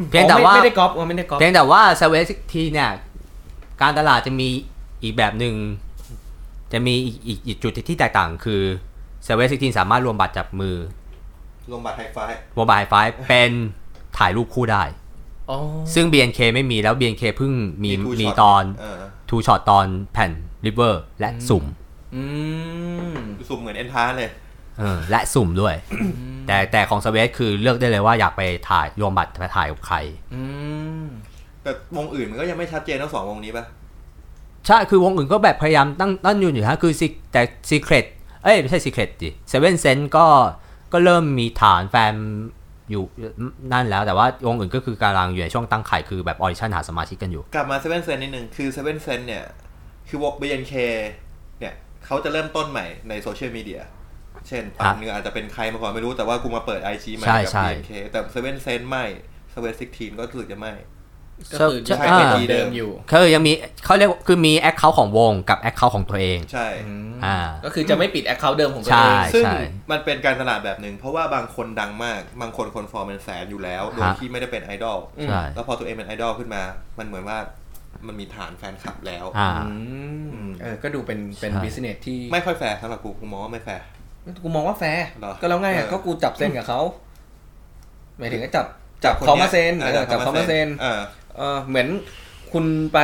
Speaker 4: เพียงแต่ว่า
Speaker 3: ไม่ได้ก๊อปอ๋อไม่ได้ก๊อป
Speaker 4: เพียงแต่ว่าเซเว่นซิกทีเนี่ย การตลาดจะมีอีกแบบหนึ่ง จะมีอีกอีกอีกจุดที่แตกต่างคือเซเว่นซิกทีสามารถรวมบัตรจับมือ
Speaker 2: ลงบัตรไฮไฟว์
Speaker 4: โมบายไฟเป็นถ่ายรูปคู่ได้
Speaker 3: อ๋อ
Speaker 4: ซึ่ง BNK ไม่มีแล้ว BNK เพิ่งมี
Speaker 2: ทู
Speaker 4: มี
Speaker 2: ช็
Speaker 4: ตอน
Speaker 2: เออ
Speaker 4: ทูช็อตตอนแผ่นริเวอร์และสุ่ม
Speaker 3: อืม
Speaker 2: สุ่มเหมือนเอนทานเลย
Speaker 4: เออและสุ่มด้วย แต่แต่ของเซเว่นคือเลือกได้เลยว่าอยากไปถ่ายรวมบัตรไปถ่ายกับใคร
Speaker 3: อืม
Speaker 2: แต่วงอื่นมันก็ยังไม่ชัดเจนทั้งสองวงนี้ปะ
Speaker 4: ใช่ คือวงอื่นก็แบบพยายามตั้งตั้งยืนอยู่ฮะ คือ Sec- แต่ Secret เอ้ย ไม่ใช่ Secret ดิ Seven Sense ก็ก็เริ่มมีฐานแฟนอยู่นั่นแล้ว แต่ว่าวงอื่นก็คือกำลังอยู่ในช่วงตั้งไข่คือแบบออดิชั่นหาสมาชิกกันอยู่
Speaker 2: กลับมาเซเว่นเซนนิดนึงคือเซเว่นเซนเนี่ย คือวง BNK เนี่ยเขาจะเริ่มต้นใหม่ในโซเชียลมีเดียเช่น
Speaker 4: ครั
Speaker 2: ปั
Speaker 4: บ
Speaker 2: นนึงอาจจะเป็นใครมาก่อนไม่รู้แต่ว่ากูมาเปิด IG ใหม่
Speaker 4: ใช่
Speaker 2: กับ
Speaker 4: ใช่
Speaker 2: BNK แต่เซเว่นเซนไม่เซเว่นซิกทีนก็รู้สึกจะไม่
Speaker 3: ก็คือ
Speaker 4: ใช
Speaker 3: ยัง
Speaker 4: ่
Speaker 3: เป็น
Speaker 4: อ่า
Speaker 3: คนเดิมอยู่
Speaker 4: คือยังมีเขาเรียกว่าคือมีแอคเคาท์ของวงกับแอคเคาท์ของตัวเอง
Speaker 2: ใช่
Speaker 4: อ่า
Speaker 3: ก็คือจะไม่ปิดแอคเคาท์เดิมของตัวเอง
Speaker 4: ใช่
Speaker 2: ซึ่งมันเป็นการตลาดแบบหนึ่งเพราะว่าบางคนดังมาก บางคนคนฟอร์มเป็นแสนอยู่แล้ว โดย
Speaker 4: ฮะ
Speaker 2: ที่ไม่ได้เป็นไอดอล
Speaker 4: ใช่
Speaker 2: แล้วพอตัวเองเป็นไอดอลขึ้นมา มันเหมือนว่ามันมีฐานแฟนคลับแล้ว
Speaker 4: อ่า
Speaker 3: อืมเออ ก็ดูเป็นเป็น
Speaker 4: ใช่
Speaker 3: บิสเนสที่
Speaker 2: ไม่ค่อยแฟร์สำหรับกูกูมองว่าไม่แฟร์
Speaker 3: กูมองว่าแฟร์
Speaker 2: เหรอ
Speaker 3: ก็แล้วไง
Speaker 2: เอ
Speaker 3: อ่ะ
Speaker 2: อ
Speaker 3: ก็กูจับเส้นกับเขาหมายถึงก็จับจับเขามาเซ็นเออจับเขามาเซ็น
Speaker 2: เออ
Speaker 3: เออเหมือนคุณไป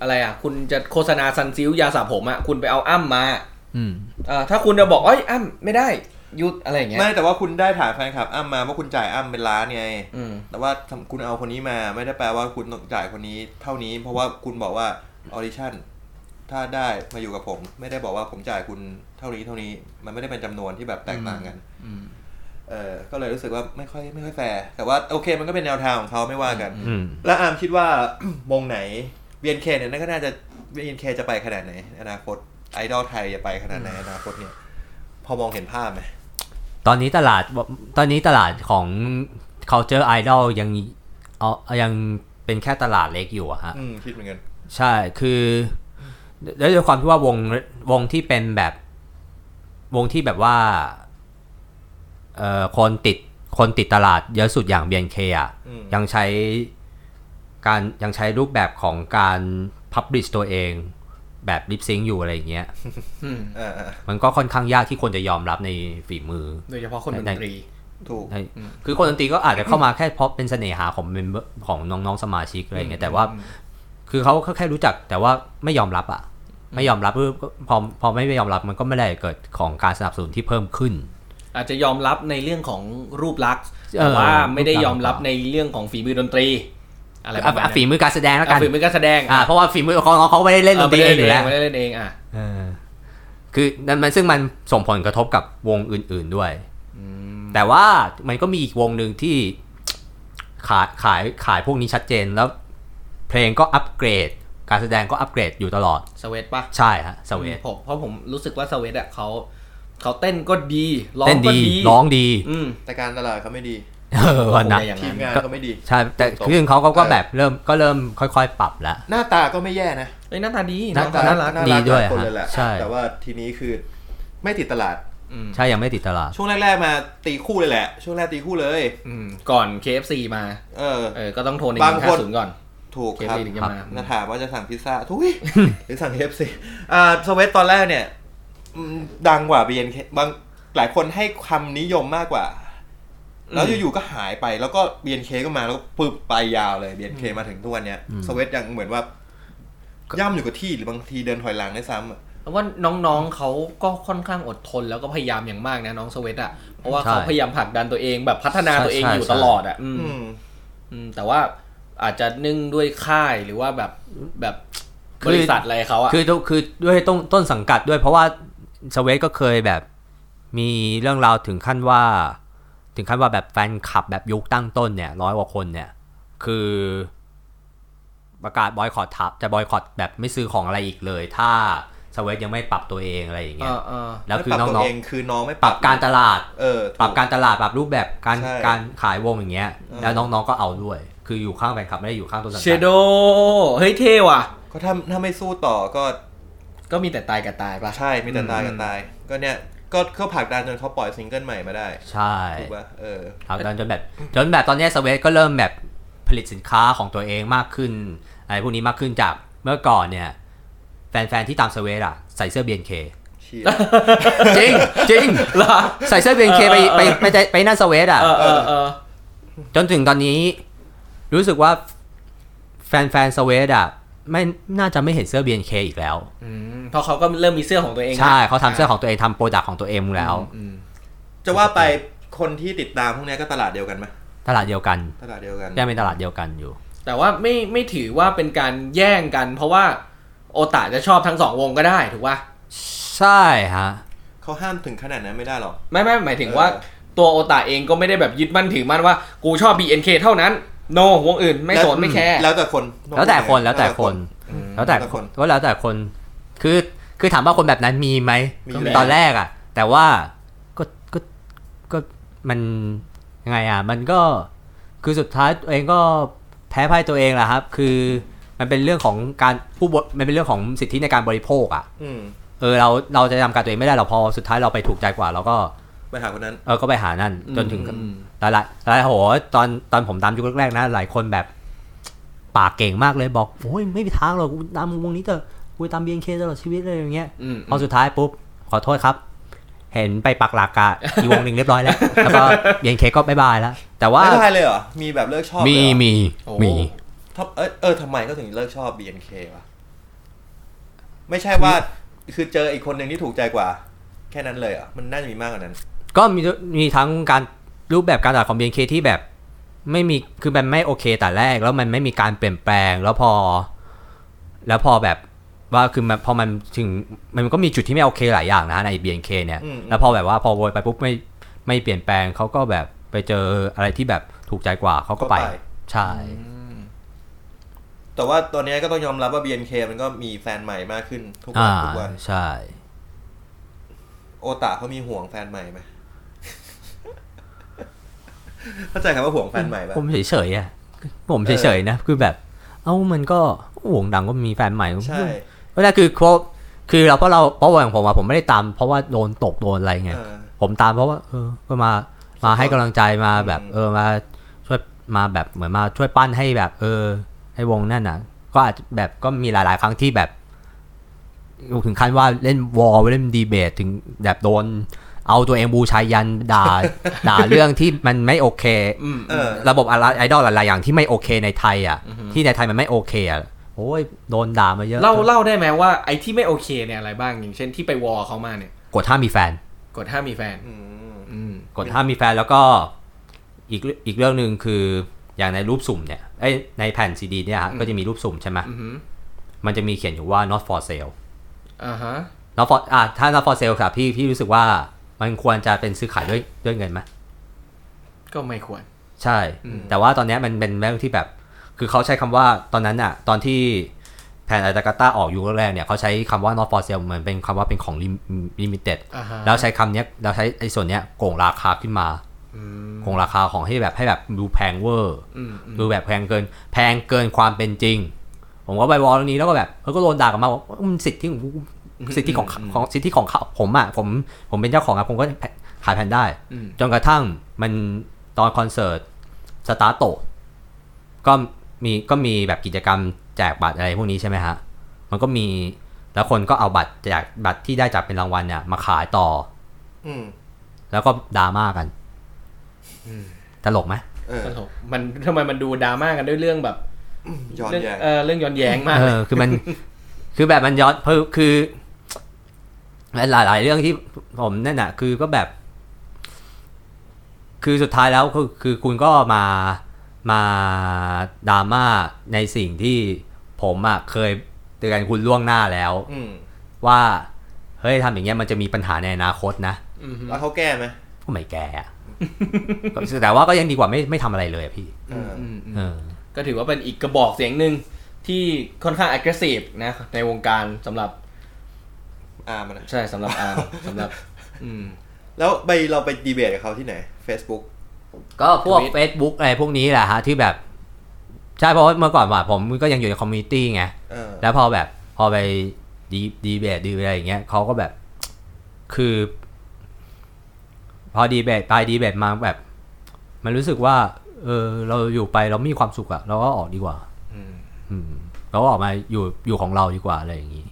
Speaker 3: อะไรอ่ะ คุณจะโฆษณาซันซิลยาสระผมอ่ะคุณไปเอาอ้ำมา
Speaker 4: อืม
Speaker 3: เออถ้าคุณจะบอกเอ้ยอ้ำไม่ได้ยุดอะไรอย่างเงี้ย
Speaker 2: ไม่แต่ว่าคุณได้ฐานแฟนคลับอ้ำมาเพราะคุณจ่ายอ้ำเป็นล้านไง
Speaker 3: อืม
Speaker 2: แต่ว่าทำคุณเอาคนนี้มาไม่ได้แปลว่าคุณต้องจ่ายคนนี้เท่านี้ เพราะว่าคุณบอกว่าออดิชั่นถ้าได้มาอยู่กับผม ไม่ได้บอกว่าผมจ่ายคุณเท่านี้เท่านี้ มันไม่ได้เป็นจำนวนที่แบบแตกต่างกันเออก็เลยรู้สึกว่าไม่ค่อยไม่ค่อยแฟร์แต่ว่าโอเคมันก็เป็นแนวทางของเขาไม่ว่ากัน
Speaker 4: อืม
Speaker 2: แล้วอาร์มคิดว่า วงไหนเบียนเคเนี่ยน่าจะเบียนเคจะไปขนาดไหนในอนาคตไอดอลไทยจะไปขนาดไหนอนาคตเนี่ย พอมองเห็นภาพไหม
Speaker 4: ตอนนี้ตลาดตอนนี้ตลาดของ culture idol ยังเอายังเป็นแค่ตลาดเล็กอยู่อะฮะ
Speaker 2: อืมคิดเหมือนกัน
Speaker 4: ใช่ คือแล้วด้วยความที่ว่าวงวงที่เป็นแบบวงที่แบบว่าเอ่อคนติดคนติดตลาดเยอะสุดอย่าง BNK อ่ะ
Speaker 2: อืม
Speaker 4: ยังใช้การยังใช้รูปแบบของการพับลิชตัวเองแบบลิปซิงอยู่อะไรอย่าง เงี้ย
Speaker 2: เออเออ
Speaker 4: มันก็ค่อนข้างยากที่คนจะยอมรับในฝีมือ
Speaker 3: โดยเฉพาะคนดนตรี
Speaker 2: ถูก
Speaker 4: ใช่คือคนดนตรีก็อาจจะเข้ามาแค่เพราะเป็นเสน่หาของ member ของน้องๆสมาชิกอะไรอย่างเงี้ยแต่ว่า คือเขาแค่รู้จักแต่ว่าไม่ยอมรับอ่ะ ไม่ยอมรับปุ๊บก็พอพอไม่ยอมรับมันก็ไม่ได้เกิดของการสนับสนุนที่เพิ่มขึ้น
Speaker 3: อาจจะยอมรับในเรื่องของรูปลักษณ์
Speaker 4: เอ
Speaker 3: แต่
Speaker 4: อ
Speaker 3: ว่าไม่ได้ยอมรับในเรื่องของฝีมือดนตรี อะไรประมาณ
Speaker 4: อ่ะฝี
Speaker 3: นั้น
Speaker 4: มือการแสดงแล้วกั
Speaker 3: อ่ะ
Speaker 4: น
Speaker 3: ฝีมือการแสดง
Speaker 4: อ่าเพราะว่าฝีมือของน้องเขาไม่ได้เล่นดนตรีเองอยู่แล้ว
Speaker 3: ไม่ได้เล่นเองอ่ะ
Speaker 4: เออคือนั่นมันซึ่งมันส่งผลกระทบกับวงอื่น ๆด้วย แต่ว่ามันก็มีอีกวงหนึ่งที่ขายขายขายพวกนี้ชัดเจนแล้ว เพลงก็อัปเกรด การแสดงก็อัปเกรดอยู่ตลอด
Speaker 3: สเวตปะ
Speaker 4: ใช่ฮะสเวท
Speaker 3: ผมเพราะผมรู้สึกว่าสเวตอ่ะเขาเขาเต้นก็ดีร้อง
Speaker 4: เต้น
Speaker 3: ก็
Speaker 4: ดี
Speaker 3: ดี
Speaker 4: ร้องดี
Speaker 3: อืม
Speaker 2: แต่การตลาดเขาไม่ดี
Speaker 4: เออวัน
Speaker 3: คง
Speaker 4: นะ
Speaker 3: จอย่าง
Speaker 2: ทีมงานก็ไม่ดี
Speaker 4: ใช่แต่
Speaker 2: ตรง
Speaker 4: คือเขาก็ก็
Speaker 2: เออ
Speaker 4: แบบเริ่มก็เริ่มค่อยๆ ปรับแล้ว
Speaker 2: หน้าตาก็ไม่แย่นะ
Speaker 3: เอ้ยหน้าตาดี
Speaker 4: หน้าตา
Speaker 3: องรัก
Speaker 4: ดีด้วย
Speaker 2: คนเลยแหละ
Speaker 4: ฮะใช่
Speaker 2: แต่ว่าทีนี้คือไม่ติดตลาด
Speaker 4: ใช่ยังไม่ติดตลาด
Speaker 2: ช่วงแรกๆมาตีคู่เลยแหละ ช่วงแรกตีคู่เลย
Speaker 3: อืมก่อน KFC มา
Speaker 2: เออ
Speaker 3: เออก็ต้องโทรใน
Speaker 2: บางคน
Speaker 3: ห้าศูนย์ก่อน
Speaker 2: ถูกครับ
Speaker 3: KFC ถึงจะมา
Speaker 2: นะถามว่าจะสั่งพิซ ซ่าทุย หรือสั่งเ f ฟซีอ่าสเวตตอนแรกเนี่ยอืมดังกว่า BNK บางหลายคนให้คำนิยมมากกว่า แล้วอยู่ๆก็หายไปแล้วก็ BNK ก็มาแล้วก็ปึ๊บไปยาวเลย BNK มาถึงทุกวันเนี้ยสเวตยังเหมือนว่า ย่ำอยู่กับที่หรือบางทีเดินถอยหลังได้วยซ้ำอะ
Speaker 3: เพราะว่าน้องๆเขาก็ค่อนข้างอดทนแล้วก็พยายามอย่างมากนะน้องสเวตอ่ะเพราะว่า
Speaker 4: ใช่
Speaker 3: เขาพยายามผลักดันตัวเองแบบพัฒนา
Speaker 4: ใช่
Speaker 3: ตัวเอง
Speaker 4: ใช่
Speaker 3: อยู่
Speaker 4: ใช่
Speaker 3: ตลอดอ่ะอืม
Speaker 2: อืม
Speaker 3: อืมแต่ว่าอาจจะนึ่งด้วยค่ายหรือว่าแบบแบบ
Speaker 4: คื
Speaker 3: บ
Speaker 4: อ
Speaker 3: ริษัทอะไรเขาอะ
Speaker 4: คือต้องคือด้วยต้นต้นสังกัดด้วยเพราะว่าสเวทก็เคยแบบมีเรื่องราวถึงขั้นว่า ถึงขั้นว่าแบบแฟนคลับแบบยุคตั้งต้นเนี่ยร้อยกว่าคนเนี่ย คือประกาศบอยคอรทับจะบอยคอรแบบไม่ซื้อของอะไรอีกเลย ถ้าสเวทยังไม่ปรับตัวเองอะไรอย่างเงี้ย
Speaker 3: เอ่าอ่า
Speaker 4: แล้วคือ
Speaker 2: ไม่ป
Speaker 4: น้
Speaker 2: รับตัว
Speaker 4: อง
Speaker 2: เองคือน้องไม่
Speaker 4: ๆปรับการตลาด
Speaker 2: เออถู
Speaker 4: ปรับการตลาดปรับรูปแบบการ
Speaker 2: ใช่
Speaker 4: การขายวงอย่างเงี้ย
Speaker 2: เออ
Speaker 4: แล้วน้องๆก็เอาด้วย คืออยู่ข้างแฟนคลับไม่ได้อยู่ข้างต้นสัง
Speaker 3: เช
Speaker 4: กัด
Speaker 3: โดเฮ้ยเท่ว่ะ
Speaker 2: ก็ถ้าถ้าไม่สู้ต่อก็
Speaker 3: ก็มีแต่ตายกับตายปะ
Speaker 2: ใช่มีแต่ตายกับตาย ก็เนี่ยก็ก็ผลักดันจนเขาปล่อยซิงเกิลใหม่มาได้
Speaker 4: ใช่
Speaker 2: ถูกป่ะเออ
Speaker 4: ครับจนจนแบบจนแบบตอนเนี้สเวทก็เริ่มแบบผลิตสินค้าของตัวเองมากขึ้นอะไรพวกนี้มากขึ้นจากเมื่อก่อนเนี่ย แฟนๆที่ตามสเวทอะใส่เสื้อ BNK
Speaker 2: เชีย
Speaker 4: จริงจริง
Speaker 3: เหรอ
Speaker 4: ใส่เสื้อ BNK ไปไปไปไปไปหนั่นสเวทอะ
Speaker 3: เออเออเออ
Speaker 4: จนถึงตอนนี้ รู้สึกว่าแฟนๆสเวทอะไม่น่าจะไม่เห็นเสื้อ BNK อีกแล้ว
Speaker 3: อืมเพราะเขาก็เริ่มมีเสื้อของตัวเองนะ
Speaker 4: ใช่เขาทำเสื้อของตัวเองทำโปรดักต์ของตัวเองแล้ว
Speaker 3: อืม
Speaker 2: จะว่าไปคนที่ติดตามพวกเนี้ยก็ตลาดเดียวกันไหม
Speaker 4: ตลาดเดียวกัน
Speaker 2: ตลาดเดียวกัน
Speaker 4: ยังเป็นตลาดเดียวกันอยู่
Speaker 5: แต่ว่าไม่ไม่ถือว่าเป็นการแย่งกัน เพราะว่าโอตาจะชอบทั้งสองวงก็ได้ถูกป่ะ
Speaker 4: ใช่ฮะ
Speaker 2: เขาห้ามถึงขนาดนั้นไม่ได้หรอก
Speaker 5: ไม่ไม่หมายถึง
Speaker 2: เออ
Speaker 5: ว่าตัวโอตาเองก็ไม่ได้แบบยึดมั่นถือมั่นว่ากูชอบ BNK เท่านั้น โนวงอื่นไม่สนไม่แคร์
Speaker 2: แล้วแต่คน
Speaker 4: แล้วแต่คนแล้วแต่คน
Speaker 2: อืม
Speaker 4: แล้วแต่คนก็แล้วแต่คน คือ คือถามว่าคนแบบนั้นมีไหม
Speaker 2: มีแหละ
Speaker 4: ตอนแรกอ่ะ แต่ว่า ก็ ก็ ก็ มัน ยังไงอ่ะ มันก็ คือสุดท้ายตัวเองก็แพ้พ่ายตัวเองแหละครับ คือ มันเป็นเรื่องของการผู้บมันเป็นเรื่องของสิทธิในการบริโภคอ่ะ
Speaker 2: อืม
Speaker 4: เออ เรา เราจะทำการตัวเองไม่ได้หรอกพอสุดท้ายเราไปถูกใจกว่าเราก็
Speaker 2: ไปหาคนนั้น
Speaker 4: เออ ก็ไปหานั่น จนถึง
Speaker 5: อืม
Speaker 4: หลายๆหลายๆโห ตอน ตอนผมตามยุคแรกๆนะ หลายคนแบบ ปากเก่งมากเลยบอก โอ้ย ไม่มีทางหรอก กูตามวงนี้เถอะกูตาม BNK ตลอดชีวิตเลยอย่างเงี้ย
Speaker 5: อืม
Speaker 4: พอสุดท้ายปุ๊บ ขอโทษครับ เห็นไปปักหลักกะ อีวงหนึ่งเรียบร้อยแล้ว แล้วก็ BNK ก็บายบายแล้ว แต่ว่า
Speaker 2: ไม่ได้เลยเหรอ มีแบบเลิกชอบเลย
Speaker 4: มี
Speaker 2: เหรอ
Speaker 4: มี
Speaker 5: โอ้
Speaker 4: มี
Speaker 2: ท็อปเอ้ยเออทำไมก็ถึงเลิกชอบ BNK วะ ไม่ใช่ว่า คือเจออีกคนหนึ่งที่ถูกใจกว่า แค่นั้นเลยเหรอ่ะ มันน่าจะมีมากกว่านั้น
Speaker 4: ก็มี มีทั้งการรูปแบบการตลาดของ BNK ที่แบบ ไม่มี คือมันไม่โอเคแต่แรก แล้วมันไม่มีการเปลี่ยนแปลง แล้วพอ แล้วพอแบบว่า คือมันพอมันถึง มันก็มีจุดที่ไม่โอเคหลายอย่างนะใน BNK เนี่ย
Speaker 2: อืม
Speaker 4: แล้วพอแบบว่าพอโวยไปปุ๊บไม่ ไม่เปลี่ยนแปลงเขาก็แบบไปเจออะไรที่แบบถูกใจกว่าเขาก็ไป ใช่
Speaker 2: แต่ว่าตอนนี้ก็ต้องยอมรับว่า BNK มันก็มีแฟนใหม่มากขึ้น ทุกวั
Speaker 4: อ่าน
Speaker 2: ทุกวัน
Speaker 4: ใช่
Speaker 2: โอตาเขามีห่วงแฟนใหม่ ไหม เข้าใจคำว่าห่วงแฟนใหม่ปะ
Speaker 4: ผมเฉยๆอ่ะ ผมเฉยๆนะ คือแบบ เอ้ามันก็วงดังก็มีแฟนใหม่
Speaker 2: ใช่
Speaker 4: ก็นั่นคือเพราะคือเราเพราะเราเพราะว่าอย่างผมอะผมไม่ได้ตาม เพราะว่าโดนตกโดนอะไรไง
Speaker 2: เออ
Speaker 4: ผมตามเพราะว่า เออ ก็มามาให้กำลังใจมาแบบ
Speaker 2: อืม
Speaker 4: เออมาช่วยมาแบบเหมือนมาช่วยปั้นให้แบบ เออ ให้วงนั่นน่ะ ก็อาจจะแบบก็มีหลาย ๆ ครั้งที่แบบ ถึงขั้นว่าเล่นวอลเล่นดีเบตถึงแบบโดน เอาตัวเองบูชายัน ด่า ด่าเรื่องที่มันไม่โอเค
Speaker 5: อืม
Speaker 2: เออ
Speaker 4: ระบบอะไรไอดอลหลายๆอย่างที่ไม่โอเคในไทยอ่ะ ที่ในไทยมันไม่โอเคอ่ะโอ้ยโดนด่ามาเยอะ
Speaker 5: เล่าเล่าได้ไหมว่าไอ้ที่ไม่โอเคเนี่ยอะไรบ้างอย่างเช่นที่ไปวอเขามาเนี่ย
Speaker 4: กดห้ามมีแฟน
Speaker 5: กดห้ามมีแฟน
Speaker 2: อืม
Speaker 5: อืม
Speaker 4: กดห้ามมีแฟนแล้วก็อีกเรื่องอีกเรื่องหนึ่งคืออย่างในรูปสุ่มเนี่ยไอยในแผ่นซีดีเนี่ยฮะก็จะมีรูปสุ่มใช่ไหม
Speaker 5: อือหือ
Speaker 4: มันจะมีเขียนอยู่ว่า not for sale
Speaker 5: อ่าฮะ
Speaker 4: not for อ่ะถ้า not for sale ครับพี่พี่รู้สึกว่ามันควรจะเป็นซื้อขายด้วยด้วยเงินไหม
Speaker 5: ก็ไม่ควร
Speaker 4: ใช่ แต่ว่าตอนเนี้ยมันเป็นเรื่องที่แบบ คือเขาใช้คำว่าตอนนั้นอะตอนที่แผนอาตากาต้าออกอยู่แรกๆเนี่ยเขาใช้คำว่า not for sale เหมือนเป็นคำว่าเป็นของ lim- limited
Speaker 5: อ่าฮะ
Speaker 4: แล้วใช้คำเนี้ยแล้วใช้ไอ้ส่วนเนี้ยโกงราคาขึ้นมาโกงราคาของให้แบบให้แบบดูแพงเวอร์ดูแบบแพงเกิน แพงเกินความเป็นจริง ผมก็ไปวอลเรื่องนี้แล้วก็แบบเขาก็โดนด่ากลันมาว่าอืมสิทธิของกูสิทธิของของสิทธิของเขาผมอ่ะผมผมเป็นเจ้าของอะผมก็ขายแผ่นได้
Speaker 5: อืม
Speaker 4: จนกระทั่งมันตอนคอนเสิร์ตสตาร์โตะก็มีก็มีแบบกิจกรรมแจกบัตรอะไรพวกนี้ใช่ไหมฮะ มันก็มีแล้วคนก็เอาบัตรจากบัตรที่ได้จากเป็นรางวัลเนี่ยมาขายต่อ
Speaker 2: อืม
Speaker 4: แล้วก็ดราม่ากันตลกไหม
Speaker 2: เออ
Speaker 5: ตลกมันทำไมมันดูดราม่ากันด้วยเรื่องแบบ
Speaker 2: ย้อน
Speaker 5: เรื่อง
Speaker 2: แย้ง
Speaker 5: เออเรื่องย้อนแย้งมาก
Speaker 4: เอ
Speaker 5: เลย
Speaker 4: อคือมัน คือแบบมันย้อนคือคือหลายหลาย ๆ เรื่องที่ผมนั่นน่ะ คือก็แบบ คือสุดท้ายแล้วคือคือคุณก็มามาดราม่าในสิ่งที่ผมอ่ะเคยเตือนคุณล่วงหน้าแล้ว
Speaker 2: อืม
Speaker 4: ว่า เฮ้ยทำอย่างเงี้ยมันจะมีปัญหาในอนาคตนะ
Speaker 5: มฮึ
Speaker 2: แล้วเขาแก้ไหม
Speaker 4: ก็ไม่แกอ่ะ ก็แต่ว่าก็ยังดีกว่าไม่ไม่ทำอะไรเลยอะพี่
Speaker 2: เออ
Speaker 5: อืมอืม
Speaker 4: เออ
Speaker 5: ก็ถือว่าเป็นอีกกระบอกเสียงหนึ่งที่ค่อนข้าง aggressive นะในวงการสำหรับ
Speaker 2: อ่ามันนะ
Speaker 5: ใช่สำหรับ อาร์มสำหรับ อืม
Speaker 2: แล้วไปเราไปดีเบตกับเขาที่ไหน Facebook
Speaker 4: ก็พวก
Speaker 5: Tweet
Speaker 4: Facebook อะไรพวกนี้แหละฮะ ที่แบบ ใช่เพราะว่าเมื่อก่อนว่าผมก็ยังอยู่ในคอมมูนิตี้ไง
Speaker 2: เออ
Speaker 4: แล้วพอแบบพอไปดีดีเบตดีอะไรอย่างเงี้ยเขาก็แบบ คือ พอดีเบตไปดีเบตมาแบบ มันรู้สึกว่า เออ เราอยู่ไปเรามีความสุขอะเราก็ออกดีกว่า อืมเราก็ออกมาอยู่อยู่ของเราดีกว่าอะไรอย่างงี้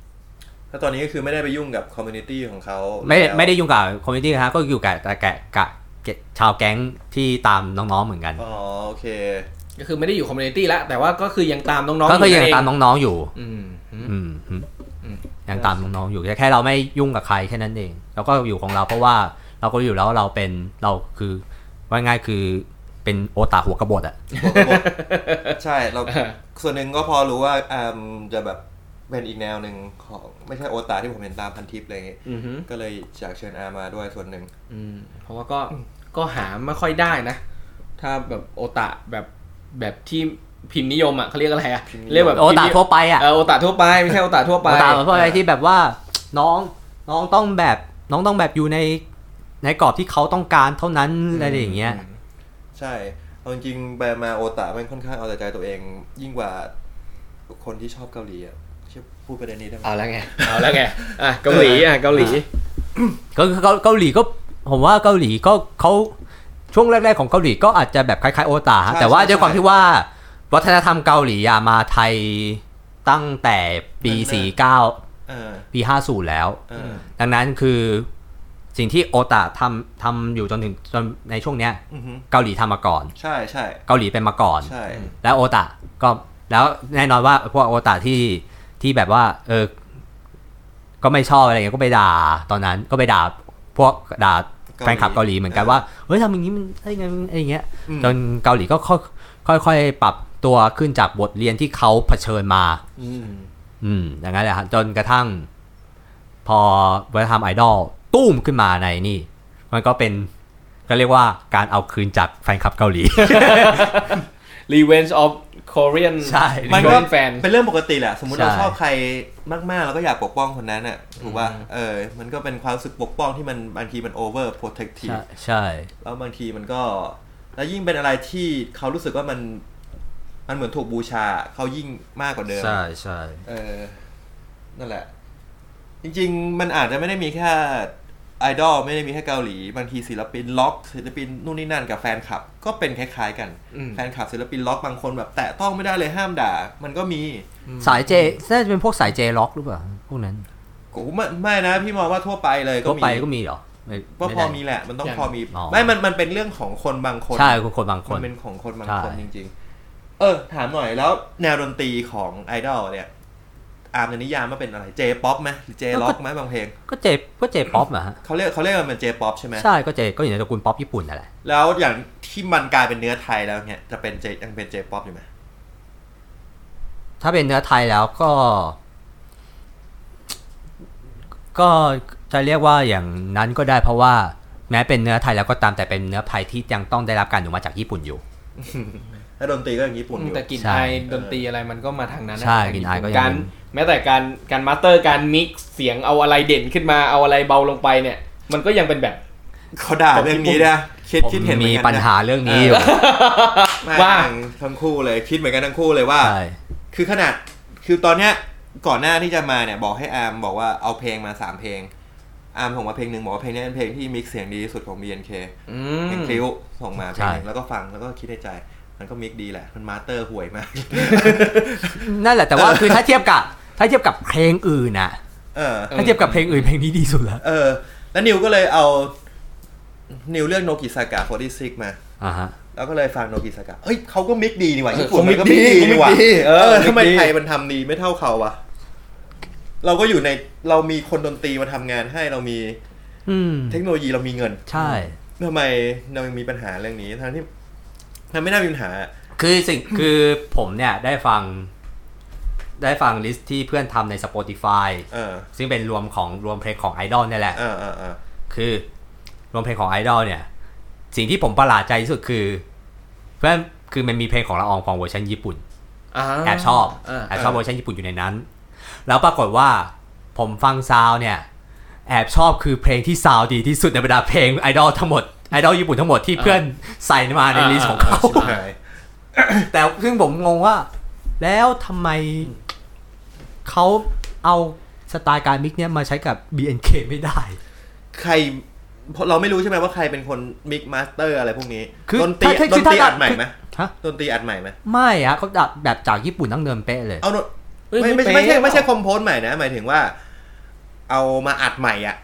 Speaker 2: แล้วตอนนี้ก็คือไม่ได้ไปยุ่งกับคอมมูนิตี้ของเขา
Speaker 4: ไม่ได้
Speaker 2: แล้ว
Speaker 4: ไม่ได้ยุ่งกับคอมมูนิตี้นะฮะก็อยู่กับแต่แกะกะแกะชาวแก๊งที่ตามน้องๆเหมือนกัน
Speaker 2: อ๋อโอเค
Speaker 5: ก็คือไม่ได้อยู่คอมมูนิตี้แล้วแต่ว่าก็คือยังตามน้องๆ
Speaker 4: ก็คือยัง
Speaker 5: เ
Speaker 4: ตามน้องๆอยู่
Speaker 5: อืมฮึ
Speaker 4: อืมอืมยังตามน้องๆอยู่แค่แค่เราไม่ยุ่งกับใครแค่นั้นเองเราก็อยู่ของเราเพราะว่าเราก็อยู่แล้วเราเป็นเราคือว่าง่ายคือ เป็นโอตาหัวกระบดอะ
Speaker 2: ใช่เรา ส่วนหนึ่งก็พอรู้ว่าอามจะแบบเป็นอีกแนวหนึ่งของไม่ใช่โอตาที่ผมเห็นตามพันทิปอะไรอย่างเงี้ย
Speaker 5: อือฮึ
Speaker 2: ก็เลยอยากเชิญอามาด้วยส่วนหนึ่ง
Speaker 5: อืมเพราะว่าก็ก็หาไม่ค่อยได้นะ ถ้าแบบโอตะแบบแบบที่พิมพ์นิยมอ่ะเขาเรียกอะไรอ่ะ
Speaker 2: พิมพ์นิยม
Speaker 5: เรียกแบบ
Speaker 4: โอตาทั่วไปอะ
Speaker 5: เออโอตะทั่วไปไม่ใช่โอตะทั่วไป
Speaker 4: โอตาทั่วไปที่แบบว่าน้องน้องต้องแบบน้องต้องแบบอยู่ในในกรอบที่เขาต้องการเท่านั้นอะไรอย่างเงี้ย
Speaker 2: ใช่เอาจริงๆไปมาโอตามันค่อนข้างเอาแต่ใจตัวเอง ยิ่งกว่าคนที่ชอบเกาหลีอ่ะเชื่อพูดประเด็นนี้ได้ไหม
Speaker 5: เอาแล้วไงเอาแล้วไงอ่ะเกาหลีอ่ะเกาหลี
Speaker 4: ก็คือเกาเกาหลีก็ผมว่าเกาหลีก็เขาช่วงแรกๆของเกาหลีก็อาจจะแบบคล้ายๆโอตาฮะแต่ว่าด้วยความที่ว่าวัฒนธรรมเกาหลีอะมาไทยตั้งแต่ปี 49
Speaker 2: เออ
Speaker 4: ปี 50 แล้ว
Speaker 2: เออ
Speaker 4: ดังนั้นคือสิ่งที่โอตาทำทำอยู่จนถึงจนในช่วงเนี้ย
Speaker 2: อือฮึ
Speaker 4: เกาหลีทำมาก่อน
Speaker 2: ใช่ใช่
Speaker 4: เกาหลีเป็นมาก่อน
Speaker 2: ใช่
Speaker 4: แล้วโอตาก็แล้วแน่นอนว่าพวกโอตาที่ที่แบบว่า เออ ก็ไม่ชอบอะไรเงี้ยก็ไปด่าตอนนั้นก็ไปด่าพวกด่าแฟนคลับเกาหลีเหมือนกันว่าเฮ้ยทำอย่างนี้มันอะไรไงมันอะไรเงี้ย
Speaker 2: อืม
Speaker 4: จนเกาหลีก็ค่อยค่อยๆปรับตัวขึ้นจากบทเรียนที่เขาเผชิญมา
Speaker 2: อืม
Speaker 4: อืมอย่างนั้นแหละครับจนกระทั่ง พอวัฒนธรรมไอดอลตู้มขึ้นมาในนี่ มันก็เป็นก็เรียกว่าการเอาคืนจากแฟนคลับเกาหลี
Speaker 5: Revenge of Korean
Speaker 4: ใช่
Speaker 2: มันก็
Speaker 5: Korean fan
Speaker 2: เป็นเรื่องปกติแหละ สมมติ
Speaker 4: ใช่
Speaker 2: เราชอบใครมากๆเราก็อยากปกป้องคนนั้นอ่ะถูกป่ะเออ มันก็เป็นความรู้สึกปกป้องที่มันบางทีมัน over protective
Speaker 4: ใช่ใช่
Speaker 2: แล้วบางทีมันก็ แล้วยิ่งเป็นอะไรที่เขารู้สึกว่ามัน มันเหมือนถูกบูชา เขายิ่งมากกว่าเดิม
Speaker 4: ใช่ใช่
Speaker 2: เออ นั่นแหละ จริง ๆ มันอาจจะไม่ได้มีแค่ไอดอลไม่ได้มีแค่เกาหลี บางทีศิลปินล็อก ศิลปินนู่นนี่นั่นกับแฟนคลับ ก็เป็นคล้ายๆกัน
Speaker 5: อืม
Speaker 2: แฟนคลับศิลปินล็อกบางคนแบบแตะต้องไม่ได้เลยห้ามด่า มันก็มี
Speaker 4: สายเจน่าจะเป็นพวกสายเจล็อกหรือเปล่า พวกนั้น
Speaker 2: กูไม่ไม่นะ พี่มองว่าทั่วไปเลยก็
Speaker 4: ทั่ว
Speaker 2: มี
Speaker 4: ไปก็มีเหรอไม่
Speaker 2: ก็พอ
Speaker 4: ไได้
Speaker 2: มีแหละ มันต้อง
Speaker 5: อย่าง
Speaker 2: พอมี
Speaker 4: อ๋อ
Speaker 2: ไม่ มัน มันเป็นเรื่องของคนบางคน
Speaker 4: ใช่คนคนบางค
Speaker 2: มัน นเป็นของคนบาง
Speaker 4: ใช่
Speaker 2: คนจริง ๆ เออ ถามหน่อยแล้วแนวดนตรีของไอดอลเนี่ย อาร์มจะนิยามว่าเป็นอะไร เจป๊อปไหมหรือเจร็อกไหมบางเพลง
Speaker 4: ก็เจก็เจป๊อปอะฮะ
Speaker 2: เขาเรียกเขาเรียกมันเป็นเจป๊อปใช่ไหม
Speaker 4: ใช่ก็เจก็อยู่ในตระกูลป๊อปญี่ปุ่นนั่นแหละ
Speaker 2: แล้วอย่างที่มันกลายเป็นเนื้อไทยแล้วเนี่ยจะเป็นเจยังเป็นเจป๊อปอยู่ไหม
Speaker 4: ถ้าเป็นเนื้อไทยแล้วก็ ก็จะเรียกว่าอย่างนั้นก็ได้เพราะว่าแม้เป็นเนื้อไทยแล้วก็ตามแต่เป็นเนื้อไทยที่ยังต้องได้รับการอนุมัติจากญี่ปุ่นอยู่
Speaker 2: แล้วดนตรีก็อย่างญี่ปุ่นอยู่
Speaker 5: แต่กลิ่น
Speaker 4: ใช่
Speaker 5: ไอดนตรีอะไรมันก็มาทางนั้นนะ
Speaker 4: ใช่
Speaker 5: ทาง
Speaker 4: กลิ่นไอก็
Speaker 5: ญี่ปุ่กา
Speaker 4: ยัง
Speaker 5: รแม้แต่การการมาสเตอร์การมิกซ์เสียงเอาอะไรเด่นขึ้นมาเอาอะไรเบาลงไปเนี่ย มันก็ยังเป็นแบบ
Speaker 2: เขาด่าเรื่องนี้นะคิด
Speaker 4: ผม
Speaker 2: คิดเห็นเหมือ
Speaker 4: มี
Speaker 2: นกันนะ
Speaker 4: ปัญหาเรื่องนี้อยู่
Speaker 2: ไม่
Speaker 5: ว่า
Speaker 2: ทั้งคู่เลยคิดเหมือนกันทั้งคู่เลยว่า
Speaker 4: ใช่
Speaker 2: คือขนาดคือตอนเนี้ยก่อนหน้าที่จะมาเนี่ย บอกให้อาร์มบอกว่าเอาเพลงมาสามเพลง อาร์มส่งมาเพลงหนึ่งบอกว่าเพลงนี้เป็นเพลงที่มิกซ์เสียงดีที่สุดของ BNK
Speaker 5: อื
Speaker 2: เพลงค
Speaker 5: ม
Speaker 2: ลิ้วส่งมาเพลงหนึ่
Speaker 4: ใช่
Speaker 2: งแล้วก็ฟังแล้วก็คิดในใจ มันก็มิกซ์ดีแหละ มันมาสเตอร์ห่วยมาก
Speaker 4: นั่นแหละแต่ว่าคือถ้าเทียบกับ ถ้าเทียบกับเพลงอื่นน่ะ
Speaker 2: เออ
Speaker 4: ถ้าเทียบกับเพลงอื่นเพลงนี้ดีสุดแล้ว
Speaker 2: เออ แล้วนิวก็เลยเอา นิวเลือกโนกิซากะ46 มา
Speaker 4: อ่าฮะ
Speaker 2: แล้วก็เลยฟังโนกิซากะเอ้ยเขาก็มิกซ์ดีนี่หว่า
Speaker 5: เออ
Speaker 2: ญี่ปุ่นมันก็
Speaker 5: เขามิ
Speaker 2: มิก
Speaker 5: ก
Speaker 2: ซ์
Speaker 5: ซ์
Speaker 2: ดี
Speaker 5: ดี
Speaker 2: นี่หว่า
Speaker 5: เขามิกซ์ดี
Speaker 2: เอ
Speaker 5: เอ
Speaker 2: อ
Speaker 5: อ
Speaker 2: ทำไม
Speaker 5: มิกซ์ดี
Speaker 2: ไทยมันทำดีไม่เท่าเขาวะเราก็อยู่ในเรามีคนดนตรีมาทำงานให้เรามี
Speaker 4: อืม
Speaker 2: เทคโนโลยีเรามีเงิน
Speaker 4: ใช่
Speaker 2: ทำไมเรายังมีปัญหาเรื่องนี้ทั้งที่มันไม่น่ามีปัญหา
Speaker 4: คือสิ่ง คือผมเนี่ยได้ฟัง ได้ฟังลิสต์ที่เพื่อนทำใน Spotify
Speaker 2: เออ
Speaker 4: ซึ่งเป็นรวมของรวมเพลงของไอดอลเนี่ยแหละ
Speaker 2: เออเออเออ
Speaker 4: คือ รวมเพลงของไอดอลเนี่ย สิ่งที่ผมประหลาดใจที่สุดคือ เพื่อนคือมันมีเพลงของละอองฟองเวอร์ชันญี่ปุ่น
Speaker 5: า
Speaker 4: แอบชอบ
Speaker 5: า
Speaker 4: แอบชอบเวอร์ชันญี่ปุ่นอยู่ในนั้น แล้วปรากฏว่าผมฟังซาวด์เนี่ย แอบชอบคือเพลงที่ซาวด์ดีที่สุดในบรรดาเพลงไอดอลทั้งหมดไอดอลญี่ปุ่นทั้งหมดที่เพื่อนใส่มาในลิสต์ของเขา
Speaker 2: ชิบหาย
Speaker 4: แต่ซึ่งผมงงว่า แล้วทำไมเขาเอาสไตล์การมิกเนี่ยมาใช้กับ BNK ไม่ได้
Speaker 2: ใครเพราะเราไม่รู้ใช่ไหมว่าใครเป็นคนมิกมาสเตอร์อะไรพวกนี้
Speaker 4: คือ
Speaker 2: ดนตรี
Speaker 4: ถ้า
Speaker 2: ด
Speaker 4: คื
Speaker 2: น
Speaker 4: อ
Speaker 2: ตรี
Speaker 4: ถ้า
Speaker 2: อัดใหม่ไหม
Speaker 4: ฮะ
Speaker 2: ดนตรีอัดใหม่ไหม
Speaker 4: ไม่ฮะเขาดัดแบบจากญี่ปุ่นตั้งเดิมเป๊ะเลย
Speaker 2: เอาดน
Speaker 5: เอ้ย
Speaker 2: ไม่ไม่
Speaker 5: เป๊ะ
Speaker 2: ไม่ใช่ไม่ใช่คอมโพสใหม่นะ หมายถึงว่า เอามาอัดใหม่อ่ะ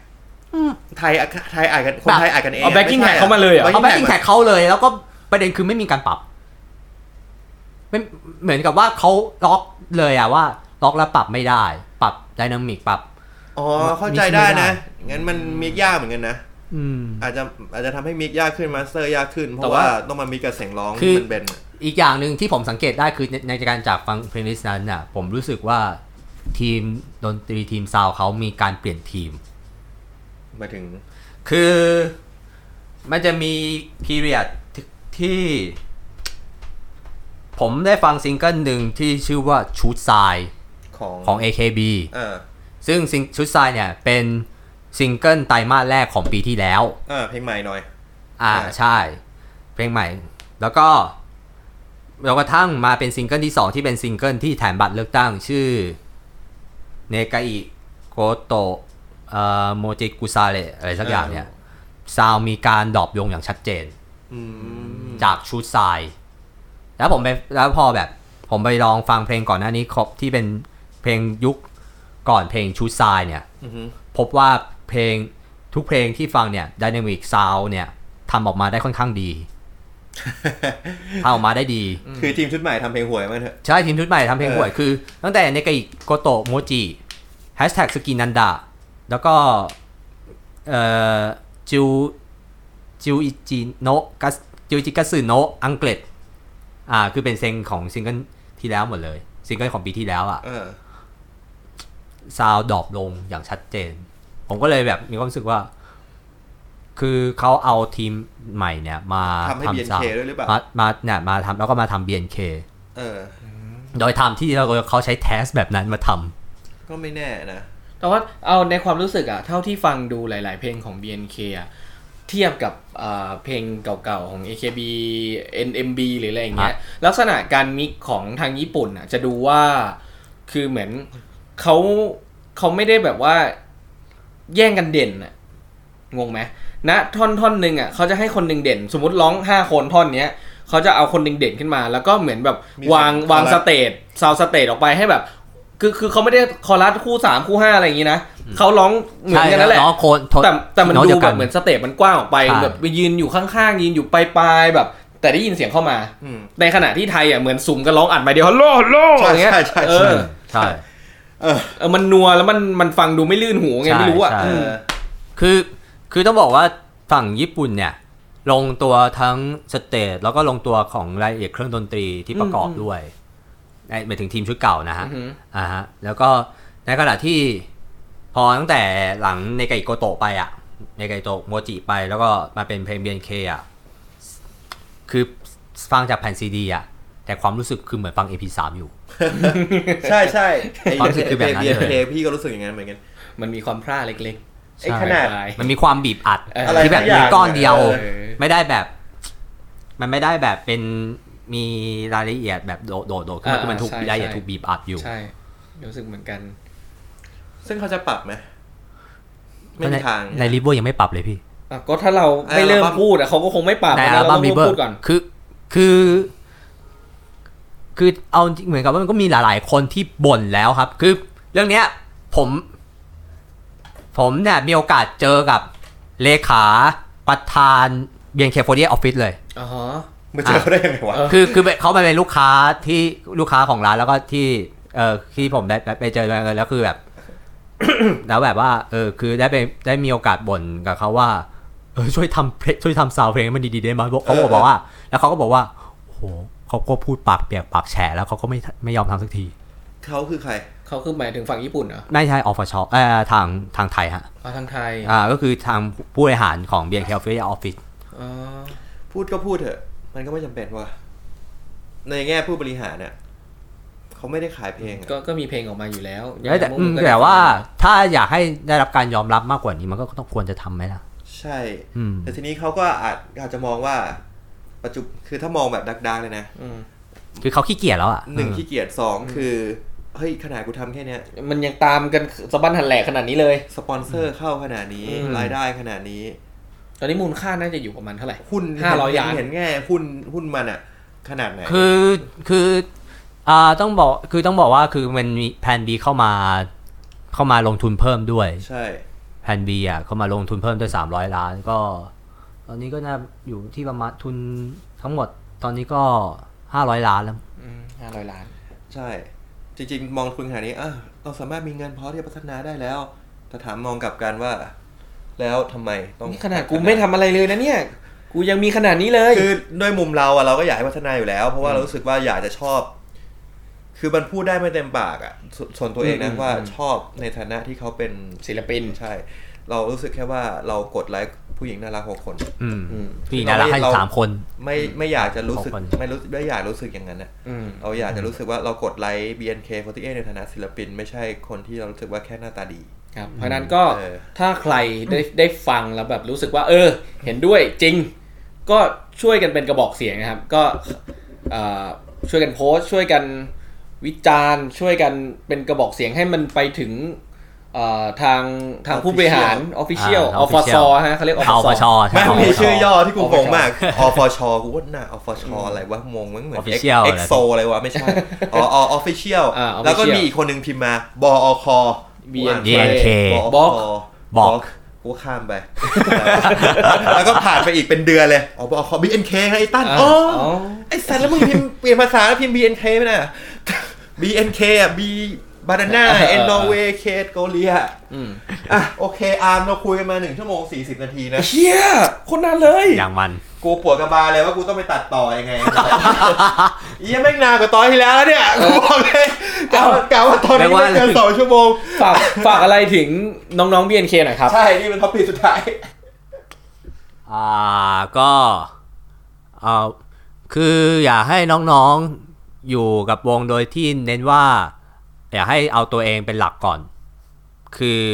Speaker 2: ไทยไทยอัดกันคนไทยอัดกันเอง
Speaker 5: เอา backing track เข้ามาเลยเหรอ
Speaker 4: เอาแบ็กกิ้งแท็กเขาเลย แล้วก็ประเด็นคือไม่มีการปรับไม่เหมือนกับว่าเขาล็อกเลยอะว่าล็อกแล้วปรับไม่ได้ ปรับไดนามิกปรับ
Speaker 2: อ๋อเข้าใจได้
Speaker 4: มิกซ์ไม่ได้
Speaker 2: นะงั้นมันมิกยากเหมือนกันนะ
Speaker 4: อืม
Speaker 2: อาจจะอาจจะทำให้มิกยากขึ้นมาสเตอร์ยากขึ้น เพ
Speaker 3: แต่
Speaker 2: ราะ
Speaker 3: ว่า
Speaker 2: ว่าต้องมามิกกับเสียงร้อง
Speaker 4: คือ
Speaker 2: เป็นๆ
Speaker 4: อีกอย่างหนึ่งที่ผมสังเกตได้คือในในการจากฟังเพลงลิสต์นั้นน่ะผมรู้สึกว่าทีมดนตรีทีมซาวด์เขามีการเปลี่ยนทีม
Speaker 2: หมายถึง
Speaker 4: คือมันจะมีพีเรียดที่ ผมได้ฟังซิงเกิลหนึ่งที่ชื่อว่าชุดทราย
Speaker 2: ของ
Speaker 4: ของ AKB
Speaker 2: อ่า
Speaker 4: ซึ่งซิงชุดทรายเนี่ยเป็นซิงเกิลไตรมาสแรกของปีที่แล้ว
Speaker 2: อ่าเพลงใหม่หน่อย
Speaker 4: อ่า
Speaker 2: อ่า
Speaker 4: ใช่ เพลงใหม่ แล้วก็เรากระทั่งมาเป็นซิงเกิลที่ 2 ที่เป็นซิงเกิลที่แถมบัตรเลือกตั้งชื่อเนกาอิโกโตเอ่อโมจิกุซาเรอะไรสักอย่างเนี่ยซาวมีการดรอปลงอย่างชัดเจน
Speaker 2: อืม
Speaker 4: จากชุดทราย แล้วผมไปแล้วพอแบบ ผมไปลองฟังเพลงก่อนหน้านี้ครบที่เป็นเพลงยุคก่อนเพลงชุดทรายเนี่ย
Speaker 2: อือฮึ
Speaker 4: พบว่าเพลงทุกเพลงที่ฟังเนี่ยดินามิกซาวเนี่ยทำออกมาได้ค่อนข้างดี ทำออกมาได้ดี
Speaker 2: คือทีมชุดใหม่ทำเพลงหวยมาเถอะ
Speaker 4: ใช่ทีมชุดใหม่ทำเพลง
Speaker 2: เออ
Speaker 4: ห่วยคือ ตั้งแต่เนกาอิโกโตะโมจิแฮชแท็กสกินันดาแล้วก็เอ่อจิวจิวอิจิโนะกัสจิวอิจิกัสึโนะอังกฤษอ่าคือเป็นเซงของซิงเกิลที่แล้วหมดเลยซิงเกิลของปีที่แล้วอ่ะ
Speaker 2: เออ
Speaker 4: ซาวดรอปลงอย่างชัดเจน ผมก็เลยแบบมีความรู้สึกว่า คือเขาเอาทีมใหม่เนี่ย มา
Speaker 2: ทำให้ BNK
Speaker 4: ซาว
Speaker 2: ด้วยหรือเปล่า
Speaker 4: มามาเนี่ยมาทำแล้วก็มาทำ BNK
Speaker 2: เออ
Speaker 4: โดยทำที่เราเขาใช้แทสแบบนั้นมาท
Speaker 2: ก็ไม่แน่นะ
Speaker 3: แต่ว่าเอาในความรู้สึกอะเท่าที่ฟังดูหลาย ๆ เพลงของ BNK อะเทียบกับอ่าเพลงเก่า ๆ ของ AKB NMB หรืออะไรอย่างเงี้ยลักษณะการมิกของทางญี่ปุ่นอะจะดูว่าคือเหมือนเขาเขาไม่ได้แบบว่าแย่งกันเด่นอะงงไหมณท่อนท่อนหนึ่งอะเขาจะให้คนหนึ่งเด่น สมมติร้อง 5 คนท่อนเนี้ยเขาจะเอาคนหนึ่งเด่นขึ้นมา แล้วก็เหมือนแบบ
Speaker 2: มี
Speaker 3: วาง
Speaker 2: คอรัส
Speaker 3: วางสเตจซาวสเตจออกไปให้แบบ คือคือเขาไม่ได้คอรัสคู่สามคู่ห้าอะไรอย่างนี้นะเขาร้อง
Speaker 4: ำ
Speaker 3: เหมือนกันนั่นแหละ
Speaker 4: ใช่องโคนทด
Speaker 3: แต่แต่มัน
Speaker 4: โต
Speaker 3: ดู
Speaker 4: เยว
Speaker 3: แบ
Speaker 4: กับ
Speaker 3: เหมือนสเตปมันกว้างออกไปแบบไปยืนอยู่ข้างๆยืนอยู่ปลายๆแบบ แต่ได้ยินเสียงเข้ามา
Speaker 2: อืม
Speaker 3: ในขณะที่ไทยอ่ะเหมือนสุ่มกันร้องอัดไปเดียวฮัลโหลฮัลโหล
Speaker 2: ใช่
Speaker 3: อย่างเงี้ย
Speaker 2: ใช่ใช่
Speaker 3: เอ
Speaker 2: ใช่
Speaker 3: อ
Speaker 4: ใช่
Speaker 2: เออ
Speaker 3: เออมันนัวแล้วมันมันฟังดูไม่ลื่นหูไง
Speaker 4: ใช่
Speaker 3: ไม่รู้อ่ะ
Speaker 4: ใช่
Speaker 3: เออ
Speaker 4: คือคือต้องบอกว่าฝั่งญี่ปุ่นเนี่ย ลงตัวทั้งสเตจแล้วก็ลงตัวของรายละเอียดเครื่องดนตรีที่ประกอบด้วยไอ้หมายถึงทีมชุดเก่านะฮะ
Speaker 3: อือหือ
Speaker 4: อ่าฮะแล้วก็ในขณะที่พอตั้งแต่หลังในไก่โกโตะไปอะ่ะในไก่โตะโมจิไปแล้วก็มาเป็นเพลง BNK อ่ะคือฟังจากแผ่นซีดีอ่ะ แต่ความรู้สึกคือเหมือนฟัง EP3 อยู่
Speaker 2: ใช่ใช่ไอ้
Speaker 4: ความรู้สึกคือแบบนั้น
Speaker 2: เพลง
Speaker 4: เลย
Speaker 2: เพลงพี่ก็รู้สึกอย่างนั้นเหมือนกัน
Speaker 3: มันมีความพลาดเล็ก
Speaker 2: ไอ้ขนาด
Speaker 3: ใช่
Speaker 4: มันมีความบีบอัด
Speaker 3: เออ
Speaker 4: ที่แบบ
Speaker 2: อะไรสักอ
Speaker 4: มี
Speaker 2: ย่าง
Speaker 4: ก้อนเดียว
Speaker 2: เออ
Speaker 4: ไม่ได้แบบ มันไม่ได้แบบเป็นมีรายละเอียดแบบโดดโดดโดดขึ้นมา
Speaker 3: อ่า
Speaker 4: คือมันถูก
Speaker 3: ใช่
Speaker 4: รายละเอียด
Speaker 3: ใช่
Speaker 4: ถูกบีบอัดอยู่
Speaker 3: ๆ ใช่ รู้สึกเหมือนกัน
Speaker 2: ซึ่งเขาจะปรับไหมไม่
Speaker 4: ใน
Speaker 2: มีทาง
Speaker 4: ในริบเวอร์ยังไม่ปรับเลยพี่
Speaker 3: อ่ะก็ถ้าเราไม่เริ่
Speaker 2: เออ
Speaker 3: ม
Speaker 2: เราก็
Speaker 3: พูดอ่ะเขาก็คงไม่ปรับ
Speaker 4: ใน
Speaker 3: นะ
Speaker 4: อัลบั้ม
Speaker 3: เรา
Speaker 4: บี
Speaker 3: ต้อง
Speaker 4: เบอ
Speaker 3: พู
Speaker 4: ร์
Speaker 3: ดก่อน
Speaker 4: คือคือ คือเอาจริงเหมือนกับว่ามันก็มีหลาย ๆ คนที่บ่นแล้วครับ คือเรื่องเนี้ย ผม ผมเนี่ยมีโอกาสเจอกับเลขาประธานเบียนเคโฟเดียออฟฟิศเลย
Speaker 3: อ๋อ
Speaker 2: มาเจอเขาได้ยังไงวะ
Speaker 3: เออ
Speaker 4: คือคือเขาไปเป็นลูกค้าที่ลูกค้าของร้านแล้วก็ที่เออที่ผมได้ไปเจอมาแล้วคือแบบ แล้วแบบว่า เออ คือได้ไปได้มีโอกาสบ่นกับเขาว่า เออช่วยทำเพลงช่วยทำซาวด์เพลงให้มันดีๆได้ไหมบอกเขาก็บอกว่า แล้วเขาก็บอกว่าโอ้โหเขาก็พูดปากเปียกปากแฉะแล้วเขาก็ไม่ไม่ยอมทำสักที
Speaker 2: เขาคือใคร
Speaker 3: เขาคือหมายถึงฝั่งญี่ปุ่นเหรอ
Speaker 4: ไม่ใช่อฟชเอ่อทางทางไทยฮะ
Speaker 3: อ๋อทางไทย
Speaker 4: อ่าก็คือทางผู้บริหารของเบียร์เคลฟิออฟฟิศ
Speaker 3: อ๋อ
Speaker 2: พูดก็พูดเถอะ มันก็ไม่จำเป็นว่ะในแง่ผู้บริหารเนี่ยเขาไม่ได้ขายเพลงอะ
Speaker 3: ก็ก็มีเพลงออกมาอยู่แล้ว
Speaker 4: แต่
Speaker 3: ยังไงพก
Speaker 4: อืม
Speaker 3: มึงก็
Speaker 4: แต่ว่าถ้าอยากให้ได้รับการยอมรับมากกว่านี้มันก็ต้องควรจะทำไหมล่ะ
Speaker 2: ใช่
Speaker 4: อืม
Speaker 2: แต่ทีนี้เขาก็อาจอาจจะมองว่า ปัจจุบคือถ้ามองแบบดักๆเลยนะ
Speaker 3: อืม
Speaker 4: คือเขาขี้เกียจแล้วอ่ะ
Speaker 2: หนึ่ง
Speaker 4: เออ
Speaker 2: ขี้เกียจสองคือเฮ้ยขนาดกูทำแค่เนี้ย
Speaker 3: มันยังตามกันสะบั้นหันแหลกขนาดนี้เลย
Speaker 2: สปอนเซอร์เข้าขนาดนี้
Speaker 3: อืม
Speaker 2: รายได้ขนาดนี้
Speaker 3: ตอนนี้มูลค่าน่าจะอยู่ประมาณเท่าไหร่
Speaker 2: หุ้น
Speaker 3: 500ล้าน
Speaker 2: เห็นแง่หุ้นหุ้นมันอะขนาดไหน
Speaker 4: คือคืออ่าต้องบอกคือต้องบอกว่าคือมันมีแผน B เข้ามาเข้ามาลงทุนเพิ่มด้วย
Speaker 2: ใช่
Speaker 4: แผน B อ่ะเข้ามาลงทุนเพิ่มด้วย 300 ล้านก็ ตอนนี้ก็น่าอยู่ที่ประมาณทุนทั้งหมดตอนนี้ก็ 500 ล้านแล้ว
Speaker 3: ห้าร้อยล้าน
Speaker 2: ใช่ จริง ๆ มองคุณขนาดนี้อ่ะเราสามารถมีเงินพอที่จะพัฒนาได้แล้วแต่ถามมองกลับกันว่า แล้วทำไมต้อง
Speaker 5: นี่ขนาดกูไม่ทำอะไรเลยนะเนี่ย กูยังมีขนาดนี้เลย
Speaker 2: คือด้วยมุมเราอะเราก็อยากให้พัฒนาอยู่แล้ว เพราะว่าเรารู้สึกว่าอยากจะชอบ คือมันพูดได้ไม่เต็มปากอะสส่วนตัวเองนะว่าชอบในฐานะที่เขาเป็น
Speaker 5: ศิลปิน
Speaker 2: ใช่ เรารู้สึกแค่ว่าเรากดไลค์ผู้หญิงน่ารักหกคน
Speaker 4: อืม
Speaker 5: อืม
Speaker 4: พี่น่ารักให้สามคน
Speaker 2: ไม่ไม่อยากจะรู้สึก
Speaker 4: หกคน
Speaker 2: ไม่รู้ไม่อยากรู้สึกอย่างนั้นอะ
Speaker 5: อืม
Speaker 2: เราอยากจะรู้สึกว่าเรากดไลค์ BNK48 ในฐานะศิลปิน ไม่ใช่คนที่เรารู้สึกว่าแค่หน้าตาดี
Speaker 5: ครับเพราะฉะนั้นก็
Speaker 2: เออ
Speaker 5: ถ้าใครได้ได้ฟังแล้วแบบรู้สึกว่า เออ เห็นด้วยจริง ก็ช่วยกันเป็นกระบอกเสียงนะครับ ก็เอ่อช่วยกันโพสต์ช่วยกันวิจารณ์ ช่วยกันเป็นกระบอกเสียงให้มันไปถึงเอ่อทางทางผู้บริหาร Official
Speaker 4: อ่า
Speaker 5: อฟ
Speaker 4: Official
Speaker 5: ซอฮะเขาเรียกอ
Speaker 4: เอา
Speaker 5: ฟ
Speaker 4: ปช
Speaker 5: ซอ
Speaker 4: ใช่
Speaker 2: แม่ง
Speaker 4: ไหม
Speaker 2: มีชื่อย่อที่กู
Speaker 5: อฟช
Speaker 2: งงมาก อฟช กูว่าหน้าอฟช อะไรวะงงมันเหมือน
Speaker 4: Official
Speaker 2: เอ็กโซอะไรวะ ไม่ใช่ อ๋อออฟฟิเชียล
Speaker 5: อ่า Official
Speaker 2: แล้วก็มีอีกคนหนึ่งพิมพ์มา บออค
Speaker 5: BNK
Speaker 4: BNK
Speaker 2: บบอ
Speaker 5: อ
Speaker 2: ค
Speaker 5: ก
Speaker 4: บอก
Speaker 2: กูข้ามไป แล้วก็ผ่านไปอีกเป็นเดือนเลย อ๋อบอค BNK ให้ไอ้ตั้น
Speaker 5: อ่า
Speaker 2: อ๋ออ
Speaker 5: อ
Speaker 2: ไอ้สัตว์แล้วมึงพิมพ์ เปลี่ยนภาษาแล้วพิมพ์ BNK ไปน่ะ BNK อ่ะ B บานา น่า
Speaker 5: เออเออเออ
Speaker 2: เอนนอร์เวย์เคสเกาหลีอ่ะ
Speaker 5: อืม
Speaker 2: อ่ะ โอเค อาร์มเราคุยกันมา1ชั่วโมง 40 นาทีนะ
Speaker 5: เชี่ยคนนั้นเลย
Speaker 4: อย่างมัน
Speaker 2: กูปวดกระบาลเลยว่ากูต้องไปตัดต่อยังไง เยี่ยแม่งนานกว่าตอนที่แล้วแล้วเนี่ย กูบอกเลยกล่าวกล่าวว่าตอนนี้
Speaker 4: ไม่ว่า
Speaker 2: ไม่เกินสองชั่วโมง
Speaker 5: ฝากฝากอะไรถึงน้องๆ BNK หน่อยครับ
Speaker 2: ใช่ นี่เป็นท็อปปีสุดท้าย
Speaker 4: อ่าก็เออคืออยากให้น้องๆอยู่กับวงโดยที่เน้นว่า อยากให้เอาตัวเองเป็นหลักก่อน คือ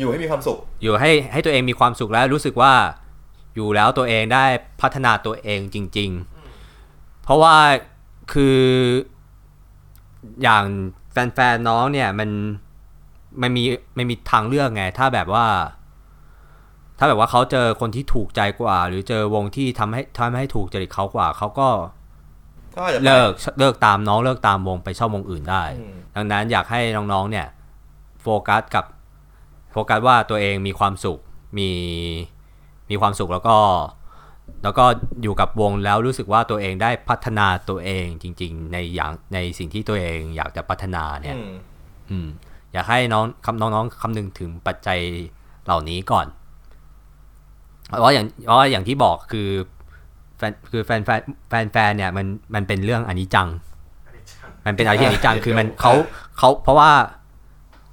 Speaker 2: อยู่ให้มีความสุข
Speaker 4: อยู่ให้ให้ตัวเองมีความสุขแล้วรู้สึกว่าอยู่แล้วตัวเองได้พัฒนาตัวเองจริง ๆ เพราะว่าคืออย่างแฟนๆน้องเนี่ยมันมันมีมันมีทางเลือกไง ถ้าแบบว่า ถ้าแบบว่าเขาเจอคนที่ถูกใจกว่า หรือเจอวงที่ทำให้ทำให้ถูกจริตเขากว่า เขาก็
Speaker 2: ก็อาจจะ
Speaker 4: เลิกเลิกตามน้องเลิกตามวงไปเช่าวงอื่นได้
Speaker 2: อืม
Speaker 4: ดังนั้นอยากให้น้องๆเนี่ยโฟกัสกับโฟกัสว่าตัวเองมีความสุขมีมีความสุขแล้วก็ แล้วก็อยู่กับวงแล้วรู้สึกว่าตัวเองได้พัฒนาตัวเองจริง ๆ ในอย่างในสิ่งที่ตัวเองอยากจะพัฒนาเนี่ย
Speaker 2: อืม
Speaker 4: อืมอยากให้น้องคำน้องๆคำนึงถึงปัจจัยเหล่านี้ก่อนเพราะอย่างเพราะอย่างที่บอกคือแฟนคือแฟนแฟนแฟนแฟนเนี่ยมันมันเป็นเรื่องอนิจจัง มันเป็นอะไรที่อนิจจังคือมันเขาเขาเพราะว่า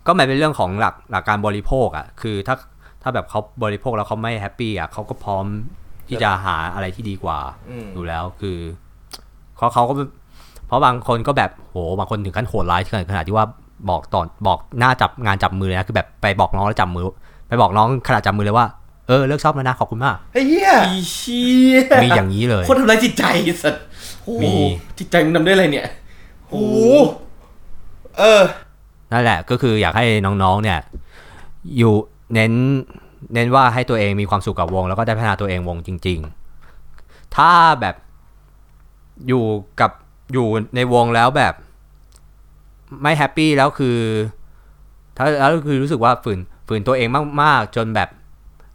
Speaker 4: ก็มันเป็นเรื่องของหลักหลักการบริโภคอ่ะคือถ้าถ้าแบบเขาบริโภคแล้วเขาไม่แฮปปี้อ่ะเขาก็พร้อมที่จะหาอะไรที่ดีกว่า
Speaker 2: อืม
Speaker 4: อยู่แล้วคือเขาเขาก็เพราะบางคนก็แบบโหบางคนถึงขั้นโหดร้ายขนาดที่ว่าบอกตอนบอกหน้าจับงานจับมือเลยนะคือแบบไปบอกน้องแล้วจับมือ ไปบอกน้องขนาดจับมือเลยว่าเออเลิกชอบแล้วนะขอบคุณมาก
Speaker 2: เฮ้ยเหี้ย
Speaker 5: อีเชี่ย
Speaker 4: มีอย่างนี้เลย
Speaker 5: คนทำร้ายจิตใจไอ้สัตว์โอ้โห
Speaker 4: มี
Speaker 5: จิตใจมึงทำด้วยอะไรเนี่ย
Speaker 2: โอ้โหเออ
Speaker 4: นั่นแหละก็คืออยากให้น้องๆเนี่ย อยู่เน้นเน้นว่าให้ตัวเองมีความสุขกับวง แล้วก็ได้พัฒนาตัวเองวงจริง ๆ ถ้าแบบอยู่กับอยู่ในวงแล้วแบบไม่แฮปปี้แล้วคือ ถ้าแล้วคือรู้สึกว่าฝืนฝืนตัวเองมากๆ จนแบบ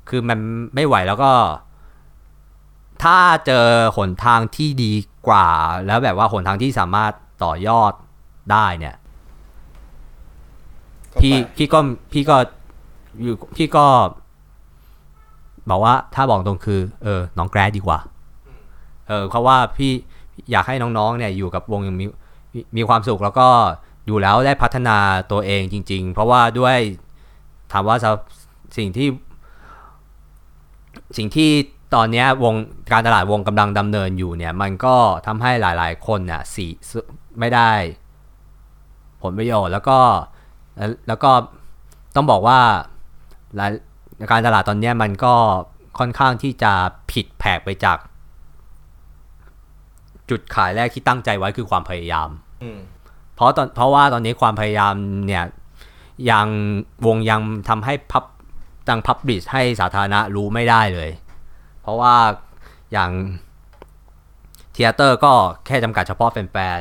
Speaker 4: คือมันไม่ไหวแล้วก็ ถ้าเจอหนทางที่ดีกว่า แล้วแบบว่าหนทางที่สามารถต่อยอดได้เนี่ย พี่พี่ก็พี่ก็อยู่พี่ก็ บอกว่าถ้าบอกตรงคือ เออ น้องแกรดดีกว่า เออเพราะว่าพี่อยากให้น้องๆ เนี่ยอยู่กับวงอย่างมีมีมีความสุขแล้วก็อยู่แล้วได้พัฒนาตัวเองจริง ๆ เพราะว่าด้วยถามว่าสสิ่งที่ สิ่งที่ตอนเนี้ยวงการตลาดวงกำลังดำเนินอยู่เนี่ย มันก็ทำให้หลายๆ คนเนี่ยสีไม่ได้ ผลประโยชน์แล้วก็ แล้วแล้วก็ต้องบอกว่าหลายการตลาดตอนเนี้ยมันก็ค่อนข้างที่จะผิดแผกไปจาก จุดขายแรกที่ตั้งใจไว้คือความพยายาม
Speaker 2: อืม
Speaker 4: เพราะตอนเพราะว่าตอนนี้ความพยายามเนี่ยยังวงยังทำให้พับตังพับบิชให้สาธารณะรู้ไม่ได้เลย เพราะว่าอย่างเทยเตอร์ก็แค่จำกัดเฉพาะแฟน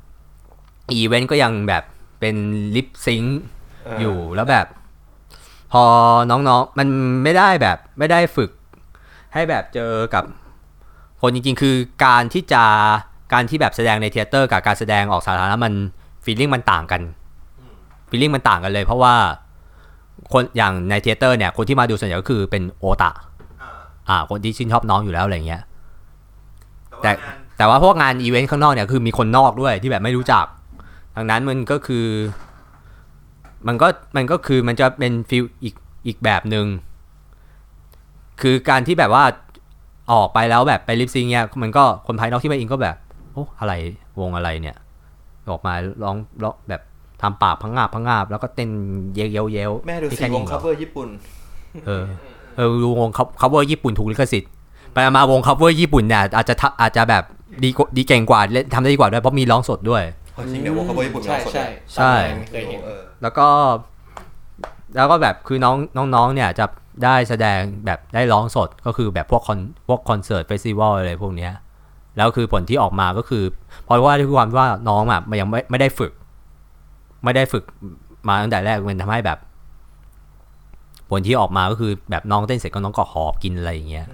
Speaker 4: ๆอีเวนต์ก็ยังแบบเป็นลิปซิงค์
Speaker 2: เอออ
Speaker 4: อยู่แล้วแบบ พอน้องๆ มันไม่ได้แบบไม่ได้ฝึก ให้แบบเจอกับ คนจริงๆ คือการที่จะการที่แบบแสดงในเทเตอร์กับการแสดงออกสาธารณะมันฟีลลิ่งมันต่างกันฟีลลิ่งมันต่างกันเลย เพราะว่า คนอย่างในเทเตอร์เนี่ยคนที่มาดูส่วนใหญ่ก็คือเป็นโอตะอ่าคนที่ชื่นชอบน้องอยู่แล้วอะไรเงี้ย แต่แต่ว่าพวกงานอีเวนต์ข้างนอกเนี่ยคือมีคนนอกด้วยที่แบบไม่รู้จักดังนั้นมันก็คือ มันก็มันก็คือมันจะเป็นฟิลอีกอีกแบบหนึ่งคือการที่แบบว่าออกไปแล้วแบบไปลิปซิงเนี่ยมันก็คนภายนอกที่ไม่อินก็แบบ โอ้อะไรวงอะไรเนี่ย ออกมาร้องร้องแบบทำปากพังงาบพังงาบ แล้วก็เต้นเย้ยวเย้ยวเย้ยว
Speaker 2: แม่ดู
Speaker 4: นี่
Speaker 2: สี
Speaker 4: แค่
Speaker 2: ว
Speaker 4: นี้
Speaker 2: ง
Speaker 4: เหร
Speaker 2: คั
Speaker 4: อ
Speaker 2: ฟเวอร์ญี่ปุ่น
Speaker 4: เออเออดูวง cover- cover ญี่ปุ่นถูกลิขสิทธิ์ไปมาวง cover ญี่ปุ่นเนี่ยอาจจะทะอาจจะแบบดีกว่าดีเก่งกว่าและทำได้ดีกว่าด้วยเพราะมีร้องสดด้วย
Speaker 2: จริงเดี๋ยววงคัฟเวอร์ญี่ปุ่น
Speaker 5: ใช่
Speaker 2: มันสดนะ
Speaker 5: ใช่
Speaker 4: ใช่
Speaker 5: ไม่เคยเห็น
Speaker 2: ออ
Speaker 4: แล้วก็ แล้วก็แบบคือน้องน้องๆเนี่ยจะได้แสดงแบบได้ร้องสดก็คือแบบพวกคอนพวกคอนเสิร์ตเฟสติวัลอะไรพวกเนี้ยแล้วคือผลที่ออกมาก็คือ เพราะว่าด้วยความว่าน้องอ่ะมันยังไม่ไม่ได้ฝึก ไม่ได้ฝึกมาตั้งแต่แรกมันทำให้แบบ ผลที่ออกมาก็คือแบบน้องเต้นเสร็จก็น้องก็หอบกินอะไรอย่างเงี้ย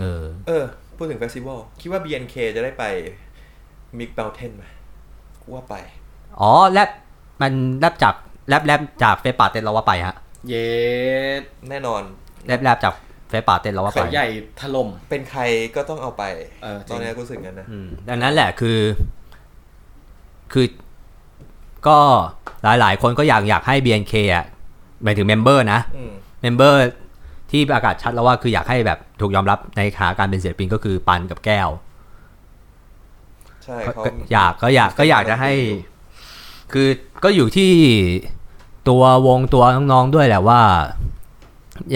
Speaker 4: เออ
Speaker 2: เออ พูดถึงเฟสติวัลคิดว่า BNK จะได้ไปมิกเบลเทนไหมกูว่าไป
Speaker 4: อ๋อแลบมันแลบจากแลบแลบจากเฟซป่าเต้นเราว่าไปฮะ
Speaker 5: เย็ด
Speaker 2: แน่นอน
Speaker 4: แลบแลบจากเฟซป่าเต้นเราว่าไป
Speaker 5: เขาใหญ่ถล่ม
Speaker 2: เป็นใครก็ต้องเอาไป
Speaker 5: เออจริง
Speaker 2: ตอนนี้กูรู้สึกกันนะ
Speaker 4: อืมดังนั้นแหละคือ คือ ก็หลายๆ คนก็อยากอยากให้ BNK อ่ะหมายถึงเมมเบอร์นะ
Speaker 2: อืม
Speaker 4: เมมเบอร์ที่ประกาศชัดแล้วว่าคืออยากให้แบบถูกยอมรับในขาการเป็นศิลปินก็คือปันกับแก้ว
Speaker 2: ใช่
Speaker 4: ก็
Speaker 2: เขา
Speaker 4: ก็อยากก็อยากก็อยากจะให้ คือก็อยู่ที่ตัววงตัวน้องๆด้วยแหละว่า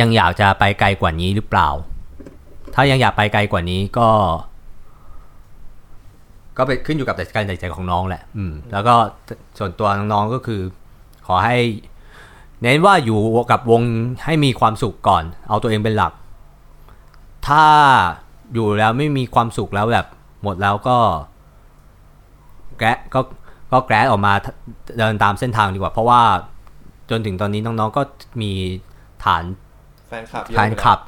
Speaker 4: ยังอยากจะไปไกลกว่านี้หรือเปล่า ถ้ายังอยากไปไกลกว่านี้ก็ ก็เป็นขึ้นอยู่กับแต่การตัดสินใจของน้องแหละ อืม แล้วก็ส่วนตัวน้องๆก็คือ ขอให้ เน้นว่าอยู่กับวงให้มีความสุขก่อน เอาตัวเองเป็นหลัก ถ้าอยู่แล้วไม่มีความสุขแล้วแบบ หมดแล้วก็ แกะก็ก็แกะออกมาเดินตามเส้นทางดีกว่า เพราะว่าจนถึงตอนนี้น้องๆก็มีฐาน
Speaker 2: แฟนคลับ
Speaker 4: ฐานขับ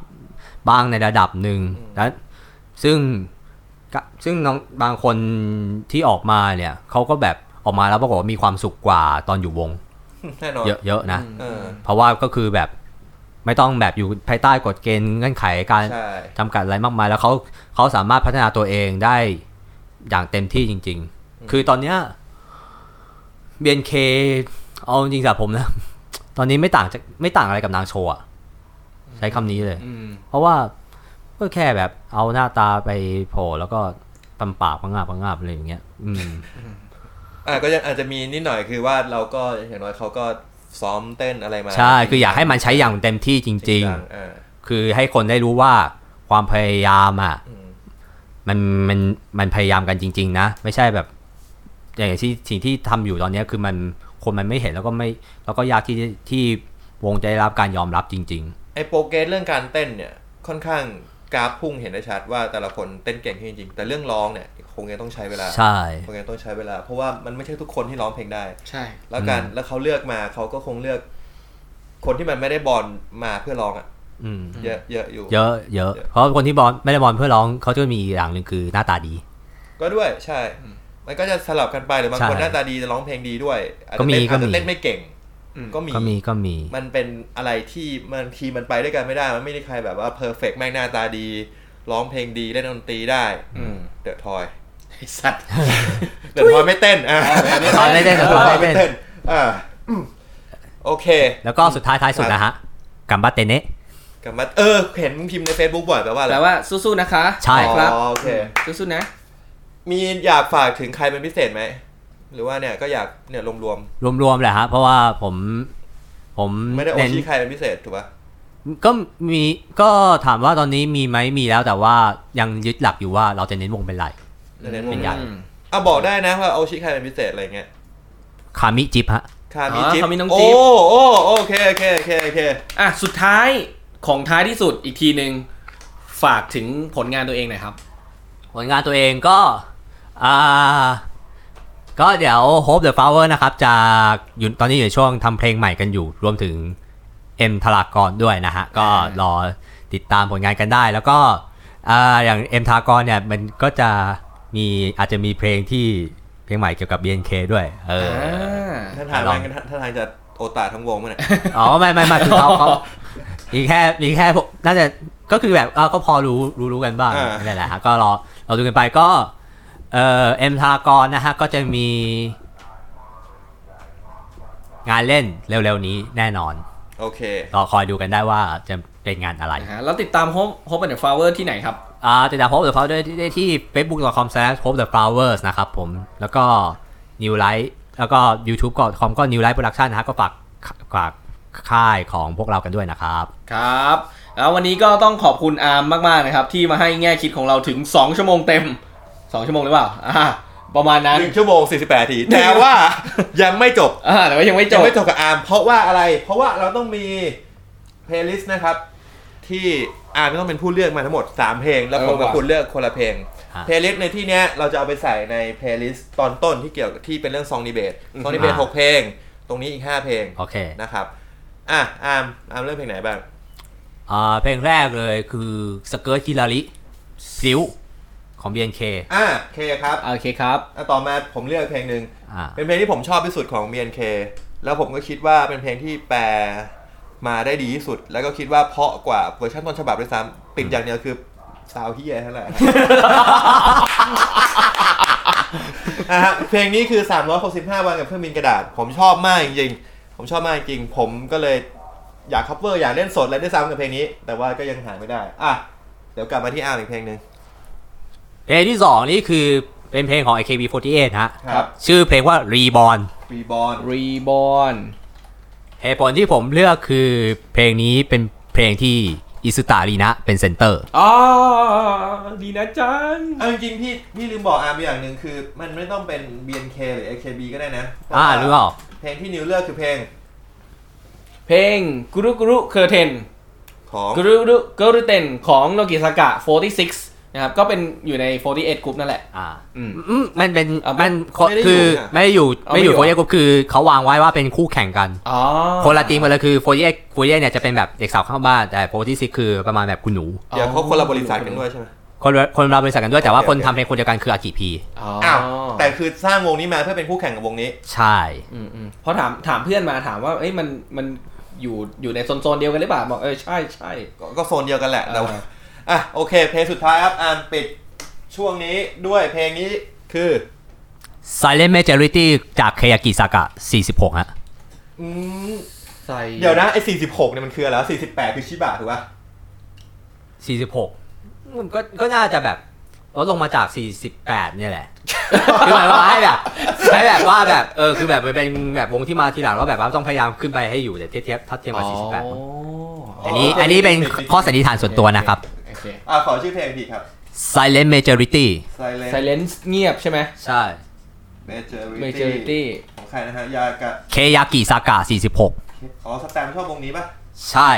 Speaker 4: บ้างในระดับหนึ่งและซึ่งก็ซึ่งน้องบางคนที่ออกมาเนี่ยเขาก็แบบออกมาแล้วปรากฏว่ามีความสุขกว่าตอนอยู่วง
Speaker 2: แน่นอน
Speaker 4: เยอะเยอะนะ
Speaker 2: เออ
Speaker 4: เพราะว่าก็คือแบบไม่ต้องแบบอยู่ภายใต้กฎเกณฑ์เงื่อนไขการ
Speaker 2: ใช่
Speaker 4: จำกัดอะไรมากมายแล้วเขาเขาสามารถพัฒนาตัวเองได้อย่างเต็มที่จริง ๆ คือตอนเนี้ย BNK เอาจริงๆสำหรับผมนะ ตอนนี้ไม่ต่างจากไม่ต่างอะไรกับนางโชว์อะใช้คำนี้เลย
Speaker 5: อืม
Speaker 4: เพราะว่าก็แค่แบบเอาหน้าตาไปโผล่แล้วก็ตำปากพังงาบพังงาบอะไรอย่างเงี้ย อืม
Speaker 2: อ่ะก็ยังอาจจะมีนิดหน่อยคือว่าเราก็อย่างน้อยเขาก็ซ้อมเต้นอะไรมา
Speaker 4: ใช่คืออยากให้มันใช้อย่างเต็มที่
Speaker 2: จ
Speaker 4: จริ
Speaker 2: ริ
Speaker 4: ง
Speaker 2: งจังอ่า
Speaker 4: ๆ คือให้คนได้รู้ว่าความพยายามอ่ะ
Speaker 2: อืม
Speaker 4: มันมันมันพยายามกันจริง ๆ นะ ไม่ใช่แบบ อย่างที่สิ่งที่ทำอยู่ตอนเนี้ยคือมันคนมันไม่เห็นแล้วก็ไม่ แล้วก็ยากที่ที่วงจะได้รับการยอมรับจริง
Speaker 2: ไอโปรเกรสเรื่องการเต้นเนี่ย ค่อนข้างกราฟพุ่งเห็นได้ชัดว่าแต่ละคนเต้นเก่งขึ้นจริงๆ แต่เรื่องร้องเนี่ยคงยังต้องใช้เวลา
Speaker 4: ๆ ใช่
Speaker 2: คงยังต้องใช้เวลา เพราะว่ามันไม่ใช่ทุกคนที่ร้องเพลงได้
Speaker 5: ใช่
Speaker 2: แล้วการแล้วเขาเลือกมาเขาก็คงเลือก คนที่มันไม่ได้บอลมาเพื่อร้องอ่ะ
Speaker 4: อืม
Speaker 2: เยอะเยอะอยู่
Speaker 4: เยอะเยอะ
Speaker 2: เยอะ
Speaker 4: เพราะคนที่บอลไม่ได้บอลเพื่อร้องเขาจะมีอย่างหนึ่งคือหน้าตาดี
Speaker 2: ก็ด้วยใช่ มันก็จะสลับกันไปหรือบางคน
Speaker 4: ใช่
Speaker 2: หน้าตาดีจะร้องเพลงดีด้วยอาจ
Speaker 4: ก็
Speaker 2: จะ
Speaker 4: มี
Speaker 2: เต้นอาจ
Speaker 4: ก็
Speaker 2: จะ
Speaker 4: มี
Speaker 2: เต้นไม่เก่ง ก็มี
Speaker 4: ก็มีก็มี
Speaker 2: มันเป็นอะไรที่บางทีมันไปด้วยกันไม่ได้ มันไม่ได้ใครแบบว่าเพอร์เฟกแม่งหน้าตาดี ร้องเพลงดีเล่นดนตรีได้
Speaker 5: อืม
Speaker 2: เดอะทอย
Speaker 5: ไอ้สัตว์
Speaker 2: เดอะทอยไม่เต้นอ่ะ
Speaker 4: อ๋อไม่เต้น
Speaker 2: อ
Speaker 4: The
Speaker 2: อ
Speaker 4: Toy ไม่
Speaker 2: ไม่
Speaker 4: เต้
Speaker 2: เต้น
Speaker 4: น
Speaker 2: อ่าอืมโอเค
Speaker 4: แล้วก็สุดท้ายท้ายสุดนะฮะกัมบัตเตเนะ
Speaker 2: กลับมาเออ เห็นมึงพิมพ์ใน Facebook บ่อยแปลว่าอะไร
Speaker 5: แปลว่าสู้ๆนะคะ
Speaker 4: ใช่
Speaker 2: อ๋อ
Speaker 5: ครับ
Speaker 2: โอเค
Speaker 5: สู้ๆนะ
Speaker 2: มีอยากฝากถึงใครเป็นพิเศษไหม หรือว่าเนี่ยก็อยากเนี่ยรวม
Speaker 4: รวมๆแหละฮะเพราะว่าผมผม
Speaker 2: ๆ ไม่ได้โอ
Speaker 4: เน้น
Speaker 2: ชี้ใครเป็นพิเศษถูกปะ
Speaker 4: ก็มีก็ถามว่าตอนนี้มีไหมมีแล้วแต่ว่ายังยึดหลักอยู่ว่าเราจะเน้นวงเป็นหลัก
Speaker 2: เน้นว
Speaker 4: เป็
Speaker 2: ง
Speaker 4: น
Speaker 2: ให
Speaker 4: ใหญ่
Speaker 2: ญ่อ่ะบอกได้นะว่าเอาชิคใครเป็นพิเศษอะไรเงี้ย
Speaker 4: คามิจิบฮะ
Speaker 2: คามิ
Speaker 5: อ๋อ
Speaker 2: จิ๊บ
Speaker 5: คามิน้องจิ๊บ
Speaker 2: โอ้โอ้โอเคโอเคโอเคโอเค
Speaker 5: อ่ะ สุดท้ายของท้ายที่สุดอีกทีหนึ่งฝากถึงผลงานตัวเองหน่อยครับ
Speaker 4: ผลงานตัวเองก็อ่าก็เดี๋ยว Hope the Flower นะครับ จะอยู่ตอนนี้อยู่ในช่วงทำเพลงใหม่กันอยู่ รวมถึง M ทลากรด้วยนะฮะ ก็รอติดตามผลงานกันได้ แล้วก็อ่าอย่าง M ทลากรเนี่ย มันก็จะมีอาจจะมีเพลงที่เพลงใหม่เกี่ยวกับ BNK ด้วย เออ
Speaker 5: อ่า
Speaker 2: ท่านทาง
Speaker 4: ลอง
Speaker 2: ท่านทางจะ โอตาทั้งวงมันอ่ะ
Speaker 4: อ๋อไม่ไม่ไม่คือเขาเขามีแค่มีแค่พวกน่าจะก็คือแบบเออก็พอรู้รู้รู้กันบ้าง
Speaker 2: อ่า
Speaker 4: นั่นแหละฮะก็รอเราดูกันไปก็ เอ่อเอ็มทากรนะฮะ ก็จะมี งานเล่นเร็วๆนี้แน่นอน
Speaker 2: โอเค
Speaker 4: รอคอยดูกันได้ว่าจะเป็นงานอะไร
Speaker 3: นะฮะแล้วติดตามโฮมโฮมเป็นฟลาเวอร์ที่ไหนครับ
Speaker 4: อ่าติดตามพบเดอะฟลาวเดอร์ได้ที่ facebook.com slash p o p the flowers นะครับผม แล้วก็ new light แล้วก็ youtube.com ก็ new light production นะฮะก็ฝากฝากค่ายของพวกเรากันด้วยนะครับ
Speaker 3: ครับ แล้ววันนี้ก็ต้องขอบคุณอาร์มมากๆนะครับ ที่มาให้แง่คิดของเราถึง 2 ชั่วโมงเต็ม 2 ชั่วโมงหรือเปล่าอ่าประมาณนั้น
Speaker 2: หนึ่งชั่วโมง 48นาที แต่ว่ายังไม่จบ
Speaker 3: อ่าแต่ว่ายังไม่จ
Speaker 2: ยัง
Speaker 3: บ
Speaker 2: ไม่จบกับอาร์มเพราะว่าอะไร เพราะว่าเราต้องมีเพลย์ลิสต์นะครับ ที่อาร์มต้องเป็นผู้เลือกมาทั้งหมด 3 เพลง แล้ว
Speaker 3: เออ
Speaker 2: ผมกับ
Speaker 3: ว่ะ
Speaker 2: คุณเลือกคนละเพลง
Speaker 4: อ่ะ
Speaker 2: เพลย์ลิสต์ในที่เนี้ยเราจะเอาไปใส่ในเพลย์ลิสต์ตอนต้นที่เกี่ยวกับที่เป็นเรื่องซองดีเบตซองดีเบต
Speaker 4: อ่ะ
Speaker 2: หกเพลง ตรงนี้อีก 5 เพลง
Speaker 4: โอเค
Speaker 2: นะครับอ่ะอาร์มอาร์มเลือกเพลงไหนบ้าง
Speaker 4: อ่าเพลงแรกเลยคือสเกิร์ตฮิลาริซิวของ BNK
Speaker 2: อ่ะเคครับ
Speaker 3: โอเคครับ
Speaker 2: อ่ะต่อมาผมเลือกเพลงหนึ่ง
Speaker 4: อ่า
Speaker 2: เป็นเพลงที่ผมชอบที่สุดของ BNK แล้วผมก็คิดว่าเป็นเพลงที่แปลมาได้ดีที่สุด แล้วก็คิดว่าเพราะกว่าเวอร์ชันต้นฉบับด้วยซ้ำติดอย่างเดียวคือซาวเฮียเท่านั้นแหละ อ่ะฮะเพลงนี้คือ 365 วันกับเครื่องบินกระดาษ ผมชอบมากจริงๆ ผมชอบมากจริงๆผมก็เลยอยากคัฟเวอร์อยากเล่นสดอะไรด้วยซ้ำกับเพลงนี้ แต่ว่าก็ยังหาไม่ได้ อ่ะ เดี๋ยวกลับมาที่อาร์มอีกเพลงหนึ่ง
Speaker 4: เพลงที่สองนี่คือเป็นเพลงของ AKB48 ฮะ
Speaker 3: ครับ
Speaker 4: ชื่อเพลงว่า Reborn
Speaker 2: ปีบอล
Speaker 3: รีบอ n
Speaker 4: เหตุผลที่ผมเลือกคือเพลงนี้เป็นเพลงที่อิสุตารีนะเป็นเซนเตอร์
Speaker 3: อ๋อดีนะจัง
Speaker 2: เอาจริงๆพี่พี่ลืมบอกอาร์มไปอย่างหนึ่งคือมันไม่ต้องเป็น BNK หรือ AKB ก็ได้นะ
Speaker 4: อ่ารู้เปล่า
Speaker 2: เพลงที่นิวเลือกคือเพลง
Speaker 3: เพลงกุรุกุรุเคอร์เทน
Speaker 2: ของ
Speaker 3: กุรุกุรุเกอร์เทนของโนกิสากะ 46 นะครับ ก็เป็นอยู่ใน 48กรุ๊ปนั่นแหละ
Speaker 4: อ่า
Speaker 3: อืม
Speaker 4: อืมมันเป็น
Speaker 3: อ่ะ
Speaker 4: มัน
Speaker 2: ไม่ได้อยู่
Speaker 4: คือ
Speaker 2: น่ะ
Speaker 4: ไม่ได้อยู่
Speaker 3: เอา
Speaker 4: ไม่ได้อยู่
Speaker 3: ไม่
Speaker 4: โฟ
Speaker 3: อยู่
Speaker 4: เยกรุ๊ปคือเขาวางไว้ว่าเป็นคู่แข่งกัน
Speaker 3: อ๋อ
Speaker 4: คนละทีมกันเลยคือโฟเยกโฟเยกเนี่ยจะเป็นแบบเด็กสาวข้างบ้าน แต่โฟที่ซิคือประมาณแบบคุณหนู
Speaker 2: เดี๋ยวเขาคนละบริษัทกันด้วยใช่ไหม
Speaker 4: คนละคนเราบริษัทกันด้วยแต่
Speaker 2: โอ
Speaker 4: ว่า
Speaker 2: เค
Speaker 4: คนทำเพลงคนเดียวกันคืออากิพี
Speaker 3: อ๋อ
Speaker 2: อ้าว
Speaker 3: แต่
Speaker 2: แต่คือสร้างวงนี้มาเพื่อเป็นคู่แข่งกับวงนี้
Speaker 4: ใช่
Speaker 3: อืมอืมเพราะถามถามเพื่อนมาถามว่าเอ้ยมันมันอยู่อยู่ในโซนโซนเดียวกันหรือเปล่าบอกเออใช่ใช่
Speaker 2: ก็ก็โซนเดียวกันแหละแต่ว่า
Speaker 3: เออ
Speaker 2: อ่ะโอเค เพลงสุดท้ายครับอาร์มปิดช่วงนี้ด้วยเพลงนี้คือ
Speaker 4: ไซเลนเมเจอริตี้จากเคยากิซากะ 46ฮะ
Speaker 2: อืม
Speaker 3: ใส่
Speaker 2: เดี๋ยวนะไอ้46เนี่ยมันคืออะไรวะ48 คือชิบะถูกป่ะ
Speaker 4: 46มันก็ก็น่าจะแบบลดลงมาจาก 48เนี่ยแหละ คือหมายว่าให้แบบให้แบบว่าแบบเออคือแบบมันเป็นแบบวงที่มาทีหลังแล้วแบบว่าต้องพยายามขึ้นไปให้อยู่แต่เทียบเทียบทัดเทียมกับ48มั้ง อันนี้อันนี้เป็นข้อสันนิษฐานส่วนตัวนะครับ
Speaker 2: อ่ะขอชื่อเพลงทีครับ
Speaker 4: silent majority
Speaker 2: Silent
Speaker 3: ไซเลนส์เงียบใช่ไหม
Speaker 4: ใช่
Speaker 3: majority
Speaker 2: ของใครนะฮะยากะ
Speaker 4: เคยากิซากะ
Speaker 2: อ๋อสแตมชอบวงนี้ป่ะ
Speaker 4: 46 ใช่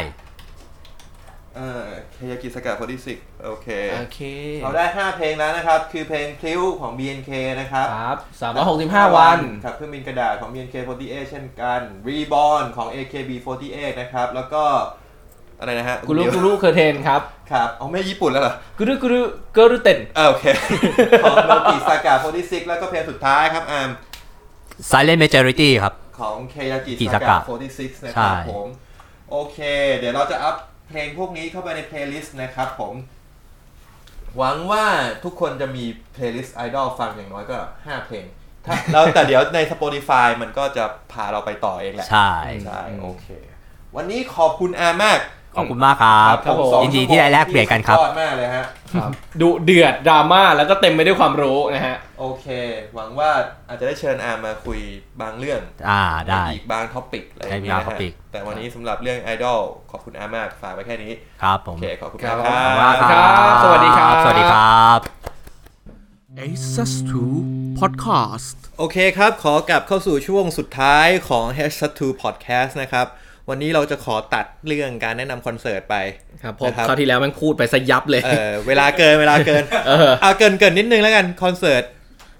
Speaker 2: เออเคยากิสกะโพดิสิกโอเค
Speaker 3: โอเค
Speaker 2: เราได้ 5 เพลงแล้วนะครับ คือเพลงพลิ้วของ BNK นะครับ
Speaker 3: ครับสามร้อยหกสิบห้าวัน
Speaker 2: กับเครื่องบินกระดาษของ BNK48 เช่นกัน Reborn ของ AKB48 นะครับ แล้วก็อะไรนะฮะ
Speaker 3: กุรุ
Speaker 2: เดี๋ยว
Speaker 3: กุรุเคอร์เทนครับ
Speaker 2: ครับเอาไม่ญี่ปุ่นแล้วเหรอ
Speaker 3: กุรุกุรุเกอร์เทน
Speaker 2: เอ อโอเค ของโนกิสากะโพดิสิกแล้วก็เพลงสุดท้ายครับอาร์ม
Speaker 4: ไซเลนเมเจอริตี้ครับ
Speaker 2: ของเคยากิ
Speaker 4: กิ
Speaker 2: ซา
Speaker 4: ซาก
Speaker 2: ะ
Speaker 4: กะ
Speaker 2: 46 นะค
Speaker 4: ใช่
Speaker 2: รับผม โอเค เดี๋ยวเราจะอัพเพลงพวกนี้เข้าไปในเพลย์ลิสต์นะครับผม หวังว่าทุกคนจะมีเพลย์ลิสต์ไอดอลฟังอย่างน้อยก็ 5 เพลง ถ้า แล้วแต่เดี๋ยวใน Spotify มันก็จะพาเราไปต่อเองแหละ
Speaker 4: ใช่
Speaker 2: ใช่ โอเค วันนี้ขอบคุณอามาก
Speaker 4: ขอบคุณมากครับ
Speaker 2: ผมสอง
Speaker 4: ยินดีที่ได้แลกเปลี่ยนกันครับ
Speaker 2: ยอดมากเลยฮะ
Speaker 3: ดุเดือดดราม่าแล้วก็เต็มไปด้วยความรู้นะฮะ
Speaker 2: โอเค หวังว่าอาจจะได้เชิญอามมาคุยบางเรื่อง
Speaker 4: อ่าได้
Speaker 2: อีกบางท็อปิกอะไรอย่างเงี้
Speaker 4: ได้
Speaker 2: ย
Speaker 4: บา
Speaker 2: นะ
Speaker 4: ง
Speaker 2: ฮะ
Speaker 4: topic
Speaker 2: แต่วันนี้สำหรับเรื่องไอดอลขอบคุณอามาก ฝากไว้แค่นี้
Speaker 4: ครับผ
Speaker 2: โอ
Speaker 4: ม
Speaker 2: เค ขอบคุณ
Speaker 3: ครั
Speaker 2: มา
Speaker 3: บ
Speaker 2: ก
Speaker 3: ข
Speaker 2: ค
Speaker 3: อ
Speaker 2: รับ
Speaker 3: ณมากครับ สวัสดีครับ
Speaker 4: สวัสดีครับ
Speaker 1: Aces 2 Podcast
Speaker 2: โอเคครับ ขอกลับเข้าสู่ช่วงสุดท้ายของ h a s h t o Podcast นะครับ วันนี้เราจะขอตัดเรื่องการแนะนำคอนเสิร์ตไป
Speaker 3: ครับผม
Speaker 2: นะครับ
Speaker 3: คราวที่แล้วแมันพูดไปซะยับเลย
Speaker 2: เออเวลาเกินเวลาเกิน
Speaker 3: เออ
Speaker 2: เอาเกินเกินนิดนึงแล้วกัน คอนเสิร์ต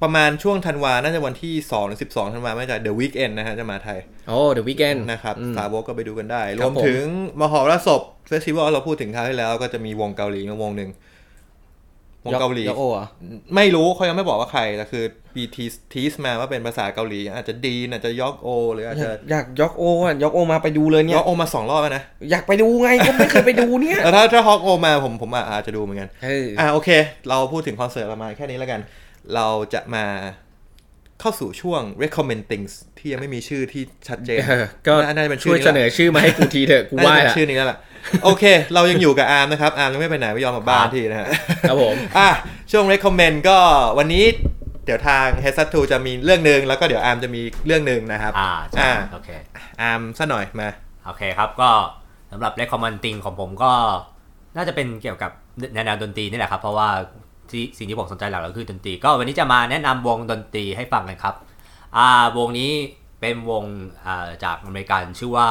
Speaker 2: ประมาณช่วงธันวา น่าจะวันที่2หรือ12ธันวาไม่จะเดอะวีคเอนนะฮะจะมาไทย
Speaker 3: โอ้เดอะวีแกน
Speaker 2: นะครับสาวกก็ไปดูกันได้ร
Speaker 3: ครับ
Speaker 2: วม
Speaker 3: ผม
Speaker 2: ถึงมหรสพเฟสติวัลเราพูดถึงคราวที่แล้วก็จะมีวงเกาหลีมาวงหนึ่ง วงเกาหลี
Speaker 5: ยโอเหรอ่ะ
Speaker 2: ไม่รู้เขายังไม่บอกว่าใครแต่คือมีทีทีสมาว่าเป็นภาษาเกาหลี อาจจะดีนอาจจะยอกโอ หรืออาจจะ
Speaker 5: อยากยอกโออ่ะยอกโอมาไปดูเลยเนี่ย
Speaker 2: ยอกโอมาสองรอบแล้วนะ
Speaker 5: อยากไปดูไงก็ไม่เคยไปดูเนี่ย
Speaker 2: แต่ถ้าถ้าฮอกโอมาผมผมอ่ะอาจจะดูเหมือนกัน
Speaker 5: เออ
Speaker 2: อ่าโอเค เราพูดถึงคอนเสิร์ตประมาณแค่นี้แล้วกัน เราจะมาเข้าสู่ช่วง recommend things ที่ยังไม่มีชื่อที่ชัดเจน
Speaker 5: เออก็
Speaker 2: น่าน่าจะเป็น
Speaker 5: ช่
Speaker 2: ชื่
Speaker 5: วย
Speaker 2: อ
Speaker 5: เส
Speaker 2: นี้
Speaker 5: น
Speaker 2: แหละ
Speaker 5: อชื่อมาให้กูทีเถอะกูไห
Speaker 2: น่า
Speaker 5: ว้
Speaker 2: จะเป็
Speaker 5: ละ
Speaker 2: นชื่อนี้แล้วล่ะ โอเค เรายังอยู่กับอาร์มนะครับ อาร์มยังไม่ไปไหนไม่ยอมกลับบ้านทีนะฮะ
Speaker 5: ครับผม
Speaker 2: อ่ะช่วง recommend ก็วันนี้เดี๋ยวทาง h e a d s t จะมีเรื่องหนึ่งแล้วก็เดี๋ยวอาร์มจะมีเรื่องหนึ่งนะครับ
Speaker 4: อ่าใช่
Speaker 2: อ่า
Speaker 4: โอเค
Speaker 2: อาร์มซะหน่อยมา
Speaker 4: โอเคครับก็สำหรับ recommending ของผมก็น่าจะเป็นเกี่ยวกับแนวๆดนตรีนี่แหละครับ เพราะว่าที่สิ่งที่ผมสนใจหลักก็คือดนตรี ก็วันนี้จะมาแนะนำวงดนตรีให้ฟังกันครับอ่าวงนี้เป็นวงอ่าจากอเมริกันชื่อว่า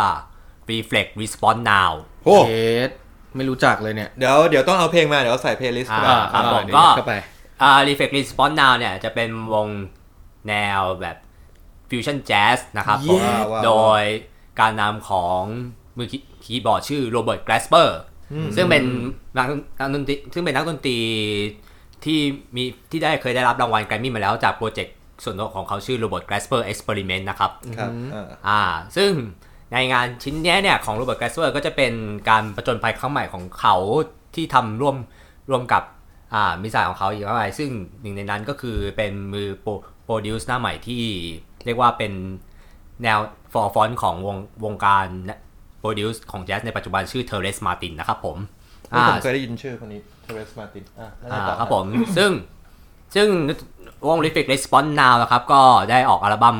Speaker 4: Reflect Response Now
Speaker 2: โอ้
Speaker 5: เอ็ดไม่รู้จักเลยเนี่ย
Speaker 2: เดี๋ยวเดี๋ยวต้องเอาเพลงมา เดี๋ยวใส่ playlist เข้าไป
Speaker 4: อ่า ครับผม
Speaker 5: เดี๋ยว
Speaker 4: ก็
Speaker 5: เข้าไป
Speaker 4: อ่า Reflect Response Now เนี่ยจะเป็นวงแนวแบบ Fusion Jazz นะครับผม
Speaker 2: ว้าวว้าว
Speaker 4: โดยการนำของมือคีย์บอร์ดชื่อโรเบิร์ตแกรสเปอร์ซึ่งเป็นนักนักดนตรีซึ่งเป็นนักดนตรีที่มีที่ได้เคยได้รับรางวัลแกรมมี่มาแล้วจากโปรเจกต์ส่วนตัวของเขาชื่อโรเบิร์ตแกรสเปอร์เอ็กซ์เพร์เมนต์นะครับ
Speaker 2: ครับอ่า
Speaker 4: อ่า ซึ่งในงานชิ้นเนี้ยเนี่ยของโรเบิร์ตแกสเ e อร์ก็จะเป็นการประจนภัยครั้งใหม่ของเขาที่ทำร่วมร่วมกับอ่ามิสซาของเขาอีกหลายซึ่งหนึ่งในนั้นก็คือเป็นมือโปรดิวซ์หน้าใหม่ที่เรียกว่าเป็นแนวฟอร์ฟอนของวงวงการโปรดิวซ์ของแจ๊สในปัจจุบันชื่อเทเรสมาตินนะครับผม
Speaker 2: นี่ผมเคยได้ยินชื่อคนนี้เทเรสมาตินอ่ะแล้วไง
Speaker 4: อ่า
Speaker 2: ต่อ
Speaker 4: ครับผม ซึ่งซึ่งวง r e f l e c t Response Now นะครับ ก็ได้ออกอัลบั้ม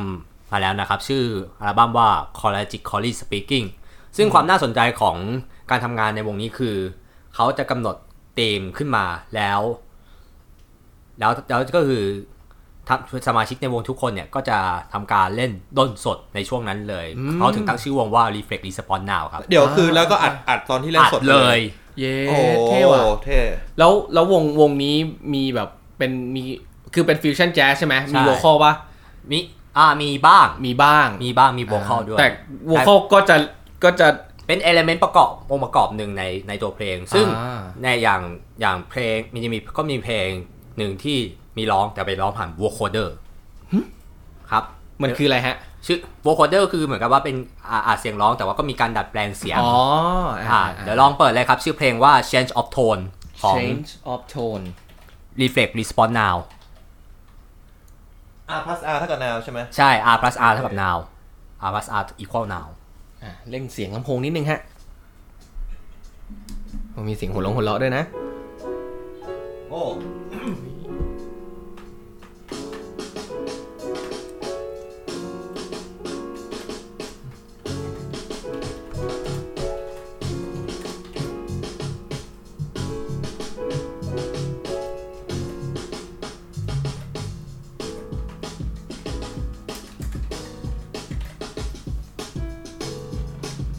Speaker 4: มาแล้วนะครับ ชื่ออัลบั้มว่า c o l l a g i c a l l y Speaking ซึ่งความน่าสนใจของการทำงานในวงนี้คือ เขาจะกำหนดธีมขึ้นมาแล้ว แล้วแล้วก็คือทำสมาชิกในวงทุกคนเนี่ย ก็จะทำการเล่นด้นสดในช่วงนั้นเลย เขาถึงตั้งชื่อวงว่า Reflect Response Now ครับ
Speaker 2: เดี๋ยวคือแล้วก็อัดอัดตอนที่เล่น
Speaker 4: อัด
Speaker 2: สด
Speaker 4: เลย
Speaker 5: เย้
Speaker 2: โอ้โห
Speaker 5: เท่ว่ะ
Speaker 2: เท่
Speaker 5: แล้วแล้ววงวงนี้มีแบบเป็นมีคือเป็นฟิวชั่นแจ๊สใช่ไหมมี
Speaker 4: ใช่
Speaker 5: ว o คอลปะ
Speaker 4: มีอ่ามีบ้าง
Speaker 5: มีบ้าง
Speaker 4: มีบ้างมีโวคอลด้วย
Speaker 5: แต่ว o คอลก็จะก็จะ
Speaker 4: เป็นเอลเมนต์ประกอบองค์ประกอบหนึ่งในในตัวเพลง ซึ่ง
Speaker 5: อ่า
Speaker 4: ในอย่างอย่างเพลงมันจะมีก็มีเพลงหนึ่งที่มีร้องแต่ไปร้องผ่านวัวโคเดอร์ครับ
Speaker 5: มันคืออะไรฮะ
Speaker 4: ชื่อวัวโคเดอร์คือเหมือนกับว่าเป็นอาอาจเสียงร้องแต่ว่าก็มีการดัดแปลงเสียง
Speaker 5: อ๋ออ่า
Speaker 4: ่าเดี๋ยวลองเปิดเลยครับ ชื่อเพลงว่า change of tone ของ
Speaker 5: change of tone
Speaker 4: reflect response now
Speaker 2: อาร์พลัสอาร์เท่ากับนาวใช่ไหม
Speaker 4: ใช่ r plus r เท่ากับ now r plus r equal now
Speaker 5: อ่ะเร่งเสียงลำโพงนิดนึงฮะโอ้มีเสียงหัวเราะหัวเราะด้วยนะ
Speaker 2: โอ้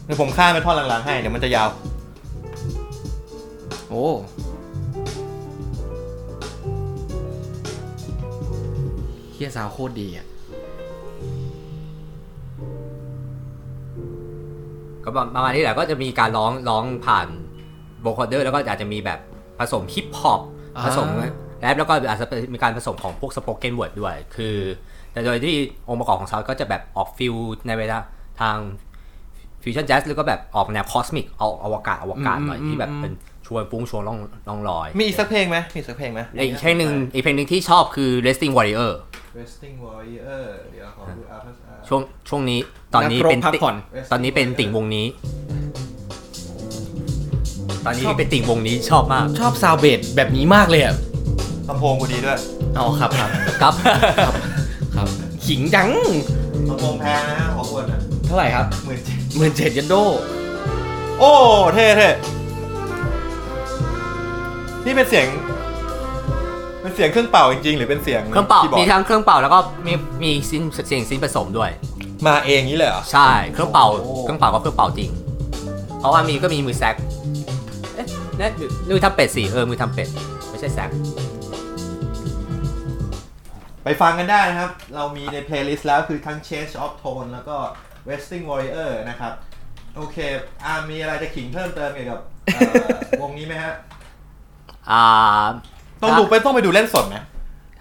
Speaker 2: เดี๋ยวผมข้ามไปท่อนหลังๆให้ เดี๋ยวมันจะยาว
Speaker 5: โอ้เฮียสาวโคตรดีอ่ะ
Speaker 4: ก็ประมาณนี้แหละก็จะมีการร้องร้องผ่านโวคอเดอร์แล้วก็อาจจะมีแบบผสมฮิปฮอป
Speaker 5: อ่า
Speaker 4: ผสมแรปแล้วก็อาจจะมีการผสมของพวกสป o อ e n เวิร์ดด้วย คือ แต่โดยที่องค์ประกอบของซาวด์ก็จะแบบออกฟิลในเวลาทางฟิวชั่นแจ๊สหรือก็แบบออกแนวคอสมิกเอาอวกาศอวกาศหน่อยที่แบบเป็นชวนฟุ้งชวนล่องล่องลอย
Speaker 2: มีอีกสักเพลงไหมมีอีกสักเพลงไหม
Speaker 4: อีกเพลงหนึ่งอีกเพลงหนึ่งที่ชอบคือ resting warrior
Speaker 2: Resting Warrior เดี๋ยวขอดู R plus R
Speaker 4: ช่วงช่วงนี้ตอนนี้เป็น
Speaker 5: นักรบพัก
Speaker 4: ติ่ง
Speaker 5: ผ่อน
Speaker 4: ตอนนี้เป็นติ่งวงนี้ ตอนนี้เป็นติ่งวงนี้ชอบมาก
Speaker 5: ชอบซาวเบดแบบนี้มากเลยอ่ะ
Speaker 2: ลำโพงกูดีด้วย
Speaker 5: เอาครับครับ
Speaker 4: ครับ
Speaker 5: ครับขิงจัง
Speaker 2: ลำโพงแพงนะขออวดอ่ะ
Speaker 5: เท่าไหร่ครับ
Speaker 2: หมื่นเจ็ด
Speaker 5: หมื่นเจ็ดยันโด
Speaker 2: โอ้ เท่เท่นี่เป็นเสียง เป็นเสียงเครื่องเป่าจริง ๆ หรือเป็นเสียง
Speaker 4: เครื่องเป่า
Speaker 2: คีย์บอร์ด
Speaker 4: มีทั้งเครื่องเป่าแล้วก็มีมีซินเสียงซินผสมด้วย
Speaker 2: มาเองนี้เลยเหรอ
Speaker 4: ใช่เครื่องเป่า
Speaker 2: โอ้
Speaker 4: เครื่องเป่าก็เครื่องเป่าจริง เพราะว่ามีก็มีมือแซกเอ๊ะนั่นมือทำเป็ดสิเออมือทำเป็ดไม่ใช่แซก
Speaker 2: ไปฟังกันได้นะครับ เรามีใน playlist แล้วคือทั้ง Change of Tone แล้วก็ Resting Warrior นะครับ โอเคอา มีอะไรจะขิงเพิ่มเติมเกี่ยวกับเอ่อ วงนี้ไหมฮะ
Speaker 4: อ่า
Speaker 2: ต้องดูไปต้องไปดูเล่นสดนะ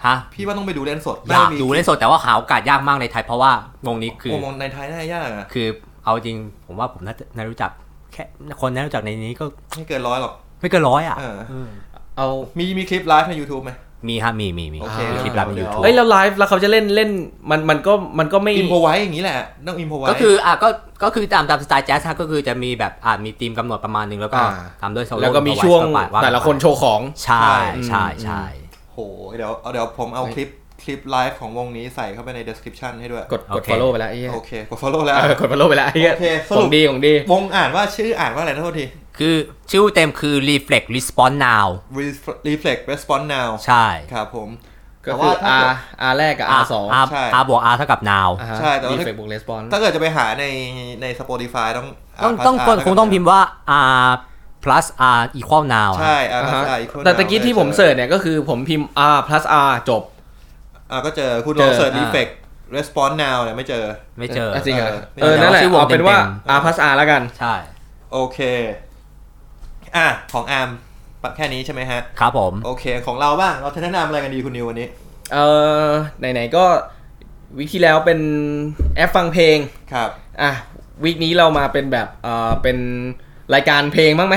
Speaker 4: ฮะ
Speaker 2: พี่ว่าต้องไปดูเล่นสด
Speaker 4: อยากดูเล่นสดแต่ว่าหาโอกาสยากมากในไทยเพราะว่าวงนี้คือ
Speaker 2: โอ้มองในไทยน่ายากอะ
Speaker 4: คือเอาจริงผมว่าผมน่าจะน่ารู้จักแค่คนน่ารู้จักในนี้ก็
Speaker 2: ไม่เกินร้อยหรอก
Speaker 4: ไม่เกินร้อยอ่ะ
Speaker 2: เออ
Speaker 4: เออ
Speaker 3: เอา
Speaker 2: มีมีคลิปไลฟ์ใน YouTube ไหม
Speaker 4: มีฮะมีมีมี
Speaker 2: โอเค
Speaker 4: มีคลิปลับในยูทูบ
Speaker 3: เอ้ยแล้วไลฟ์แล้วเขาจะเล่นเล่นมันมันก็มันก็ไม่
Speaker 2: อินโพไว้อย่างนี้แหละ ต้องอินโพไว้
Speaker 4: ก็คืออ่ะก็ก็คือตามตามสไตล์แจ๊สฮะก็คือจะมีแบบอ่ะมีธีมกำหนดประมาณหนึงแล้วก็
Speaker 3: อ่า
Speaker 4: ตามด้วยโซโล่
Speaker 3: แล้วก็มีช่วง
Speaker 4: เข้าไปา
Speaker 3: แต่ละคนโชว์ของ
Speaker 4: ใช่ใช่ใช่
Speaker 2: โหเดี๋ยวเอาเดี๋ยวผมเอาคลิปคลิปไลฟ์ของวงนี้ใส่เข้าไปใน description ให้ด้วย
Speaker 3: กดกด follow ไปแล้วไอ้เหี้ย
Speaker 2: โอเคกด follow แล้ว
Speaker 3: เออกด follow ไปแล้วไอ้เหี้ย
Speaker 2: โอเคส
Speaker 3: ข
Speaker 2: รุ
Speaker 3: อ
Speaker 2: ป
Speaker 3: งดีของดี
Speaker 2: วงอ่านว่าชื่ออ่านว่าอะไรนะโทษที
Speaker 4: คือชื่อเต็มคือ reflect response now
Speaker 2: Re- reflect response now
Speaker 4: ใช่
Speaker 2: ครับผม
Speaker 3: ก็
Speaker 2: แต่
Speaker 3: คื
Speaker 2: ว่า
Speaker 3: อ
Speaker 2: ถ้า
Speaker 3: R
Speaker 2: เกิด
Speaker 3: R แรกกับ R สอง
Speaker 4: อา
Speaker 2: ใช่
Speaker 4: อาบวกอาเท่ากับ now
Speaker 2: ใช่แต่ว่า
Speaker 3: ดี
Speaker 2: ถ้า
Speaker 3: เฟกต์บวกレスปอน
Speaker 2: ถ้าเกิดจะไปหาในใน Spotify ต้องา
Speaker 4: ต้อง
Speaker 2: ภาษา
Speaker 4: ต้อง
Speaker 2: แล้ว
Speaker 4: คงต้องพิมพ์ว่า r plus r equal now อะ
Speaker 2: ใช่อ่า
Speaker 3: อ่า
Speaker 2: ภา
Speaker 3: ฮะ
Speaker 2: ษาอีกคน
Speaker 3: แต่ตะกี้ที่ผมเสิร์ชเนี่ยก็คือผมพิมพ์ R plus R จบ
Speaker 2: อ่าก็เจอคุณล
Speaker 3: เจ
Speaker 2: อง
Speaker 3: อ
Speaker 2: เสิร์ช reflect response now เนี่ยไม่เจอ
Speaker 4: ไม่เจอ
Speaker 3: จริงเหรอ
Speaker 2: เออ
Speaker 3: เออ นั่นแหละ
Speaker 4: ชื่อวง
Speaker 3: เอาเป็นว่า
Speaker 4: เต็ม
Speaker 3: R plus R แล้วกัน
Speaker 4: ใช่
Speaker 2: โอเค อ่ะ ของอาร์มแค่นี้ใช่ไหมฮะ
Speaker 4: ครับผม
Speaker 2: โอเค ของเราบ้าง เราจะแนะนำอะไรกันดีคุณนิววันนี้
Speaker 3: เออไหนๆก็วิกที่แล้วเป็นแอปฟังเพลง
Speaker 2: ครับ
Speaker 3: อ่ะวิกนี้เรามาเป็นแบบเออเป็นรายการเพลงบ้างไหม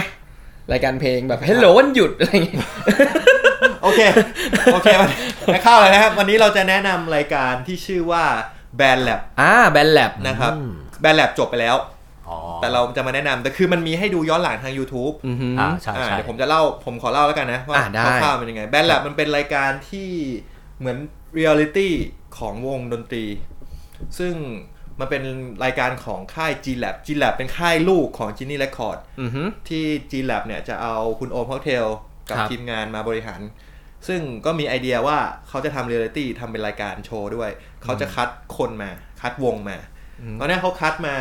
Speaker 3: รายการเพลงแบบ Hello วันหยุดอะไรอย่างเงี้ย
Speaker 2: โอ เค โอเควันจะเข้าเลยนะครับ วันนี้เราจะแนะนำรายการที่ชื่อว่า Band Lab
Speaker 3: อ่าแบนแลบ
Speaker 2: นะครับ
Speaker 4: อืม
Speaker 2: Band Lab จบไปแล้ว
Speaker 4: อ๋อ
Speaker 2: แต่เราจะมาแนะนำแต่คือมันมีให้ดูย้อนหลังทาง YouTube
Speaker 3: อือฮึ
Speaker 4: อ่าใช่
Speaker 2: อ่า
Speaker 4: ใช่
Speaker 2: เดี๋ยวผมจะเล่า ผมขอเล่าแล้วกันนะว่า
Speaker 3: อ่ะได้
Speaker 2: คร่าวๆเป็นยังไง Band Lab มันเป็นรายการที่เหมือนเรียลลิตี้ของวงดนตรี ซึ่งมันเป็นรายการของค่าย G Lab G Lab เป็นค่ายลูกของ Genie Record
Speaker 3: อือฮึ
Speaker 2: ที่ G Lab เนี่ยจะเอาคุณโอม o อ t เทลกับ
Speaker 3: ครับ
Speaker 2: ทีมงานมาบริหาร ซึ่งก็มีไอเดียว่าเขาจะทำเรียลลิตี้ทำเป็นรายการโชว์ด้วย เขาจะคัดคนมา คัดวงมา ตอนนี้เขาคัดมา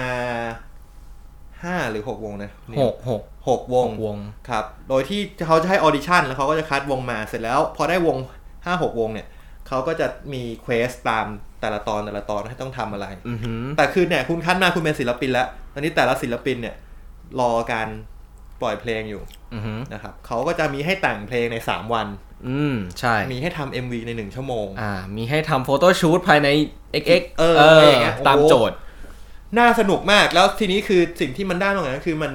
Speaker 2: ห้าหรือหกวงนะ
Speaker 3: หกหก
Speaker 2: หกวง
Speaker 3: วง
Speaker 2: ครับ โดยที่เขาจะให้ออดิชั่นแล้วเขาก็จะคัดวงมาเสร็จแล้ว พอได้วง 5 6 วงเนี่ยเขาก็จะมีเควสตามแต่ละตอนแต่ละตอนให้ต้องทำอะไร
Speaker 3: อือฮึ
Speaker 2: แต่คือเนี่ยคุณคัดมาคุณเป็นศิลปินแล้ว ตอนนี้แต่ละศิลปินเนี่ยรอการปล่อยเพลงอยู่
Speaker 3: อือฮึ
Speaker 2: นะครับเขาก็จะมีให้แต่งเพลงใน 3 วัน
Speaker 3: อืมใช่
Speaker 2: มีให้ทำ MV ใน 1 ชั่วโมง
Speaker 3: อ่า มีให้ทำโฟโต้ชูตภายใน XX
Speaker 2: เออ
Speaker 3: อ
Speaker 2: อะไรอย่างเงี้ย
Speaker 3: ตามโจทย์
Speaker 2: น่าสนุกมากแล้วทีนี้คือสิ่งที่มันได้มากกว่านั้นคือมัน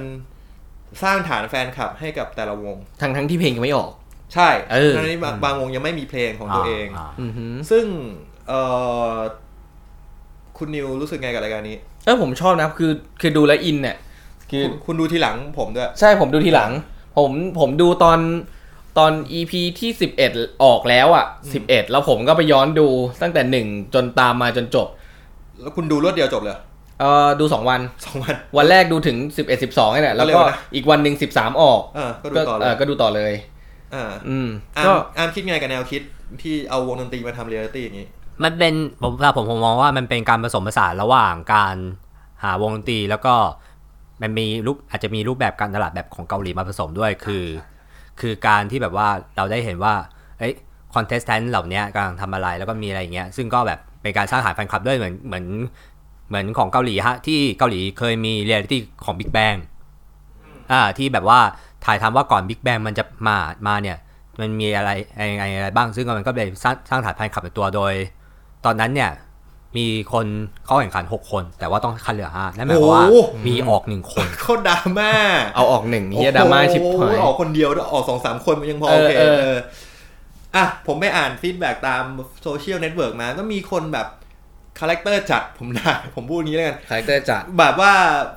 Speaker 2: สร้างฐานแฟนคลับให้กับแต่ละวง
Speaker 3: ทั้งทั้งที่เพลงยังไม่ออก
Speaker 2: ใช่
Speaker 3: เออ
Speaker 2: ตอนนี้บางบางวงยังไม่มีเพลงของตัวเอง
Speaker 4: า
Speaker 3: อือฮึ
Speaker 2: ซึ่งเออคุณนิวรู้สึกไงกับรายการนี้
Speaker 3: เออผมชอบนะ คือคือดูแลวอินเนี่ยคือ
Speaker 2: คุณคุณดูทีหลังผมด้วย
Speaker 3: ใช่ผมดูทีหลัง ผมผมดูตอนตอน EP ที่ 11 ออกแล้วอะ่ะ 11 แล้วผมก็ไปย้อนดูตั้งแต่ 1 จนตามมาจนจบ
Speaker 2: แล้วคุณดูรวดเดียวจบเลย
Speaker 3: เอ่อดู 2 วัน
Speaker 2: สองวัน
Speaker 3: วันแรกดูถึง 11 12นี่แหละแล้ว
Speaker 2: ก็
Speaker 3: ก็
Speaker 2: เร็วนะ
Speaker 3: อีกวันหนึ่ง13 ออก
Speaker 2: เออก็ดูต่อเลย
Speaker 3: ก็ก็ดูต่อเลย
Speaker 2: อ่า
Speaker 3: อืม
Speaker 2: อา
Speaker 3: ก็
Speaker 2: มอามคิดไงกับแนวคิดที่เอาวงดนตรีมาทำเรียลลิตี้อย่างนี้
Speaker 4: มันเป็นผมว่าผมผมมองว่ามันเป็นการผสมผสานระหว่างการหาวงดนตรีแล้วก็มันมีรูปอาจจะมีรูปแบบการตลาดแบบของเกาหลีมาผสมด้วยคือ คือการที่แบบว่าเราได้เห็นว่าเอ้ยคอนเทสแตนต์เหล่านี้กำลังทำอะไรแล้วก็มีอะไรอย่างเงี้ยซึ่งก็แบบเป็นการสร้างฐานแฟนคลับด้วยเหมือนเหมือนเหมือนของเกาหลีฮะที่เกาหลีเคยมีเรียลิตี้ของ Big Bang อ่าที่แบบว่าถ่ายทำว่าก่อน Big Bang มันจะมามาเนี่ย มันมีอะไรอะไรอะไรบ้าง ซึ่งมันก็เลยสร้างสร้างฐานแฟนคลับในตัวโดย ตอนนั้นเนี่ย มีคนเข้าแข่งขัน 6 คน แต่ว่าต้องคัดเหลือห้านั่นหมายความว่า
Speaker 2: โอ้โห
Speaker 4: มีออกหนึ่งคน
Speaker 2: โคตรดราม่า
Speaker 3: เอาออกหนึ่งเฮียดราม่าชิบหาย
Speaker 2: โอ้โออกคนเดียวด้วยออกสองสามคนมันยังพอ
Speaker 3: เอ
Speaker 2: โอ
Speaker 3: อ
Speaker 2: เค
Speaker 3: เออ
Speaker 2: เอออ่ะผมไปอ่านฟีดแบ็กตามโซเชียลเน็ตเวิร์กมา ก็มีคนแบบคาแรคเตอร์จัดผมได้ ผมพูดอย่างนี้แล้วกัน
Speaker 3: คาแรคเตอร์จัด
Speaker 2: แบบว่า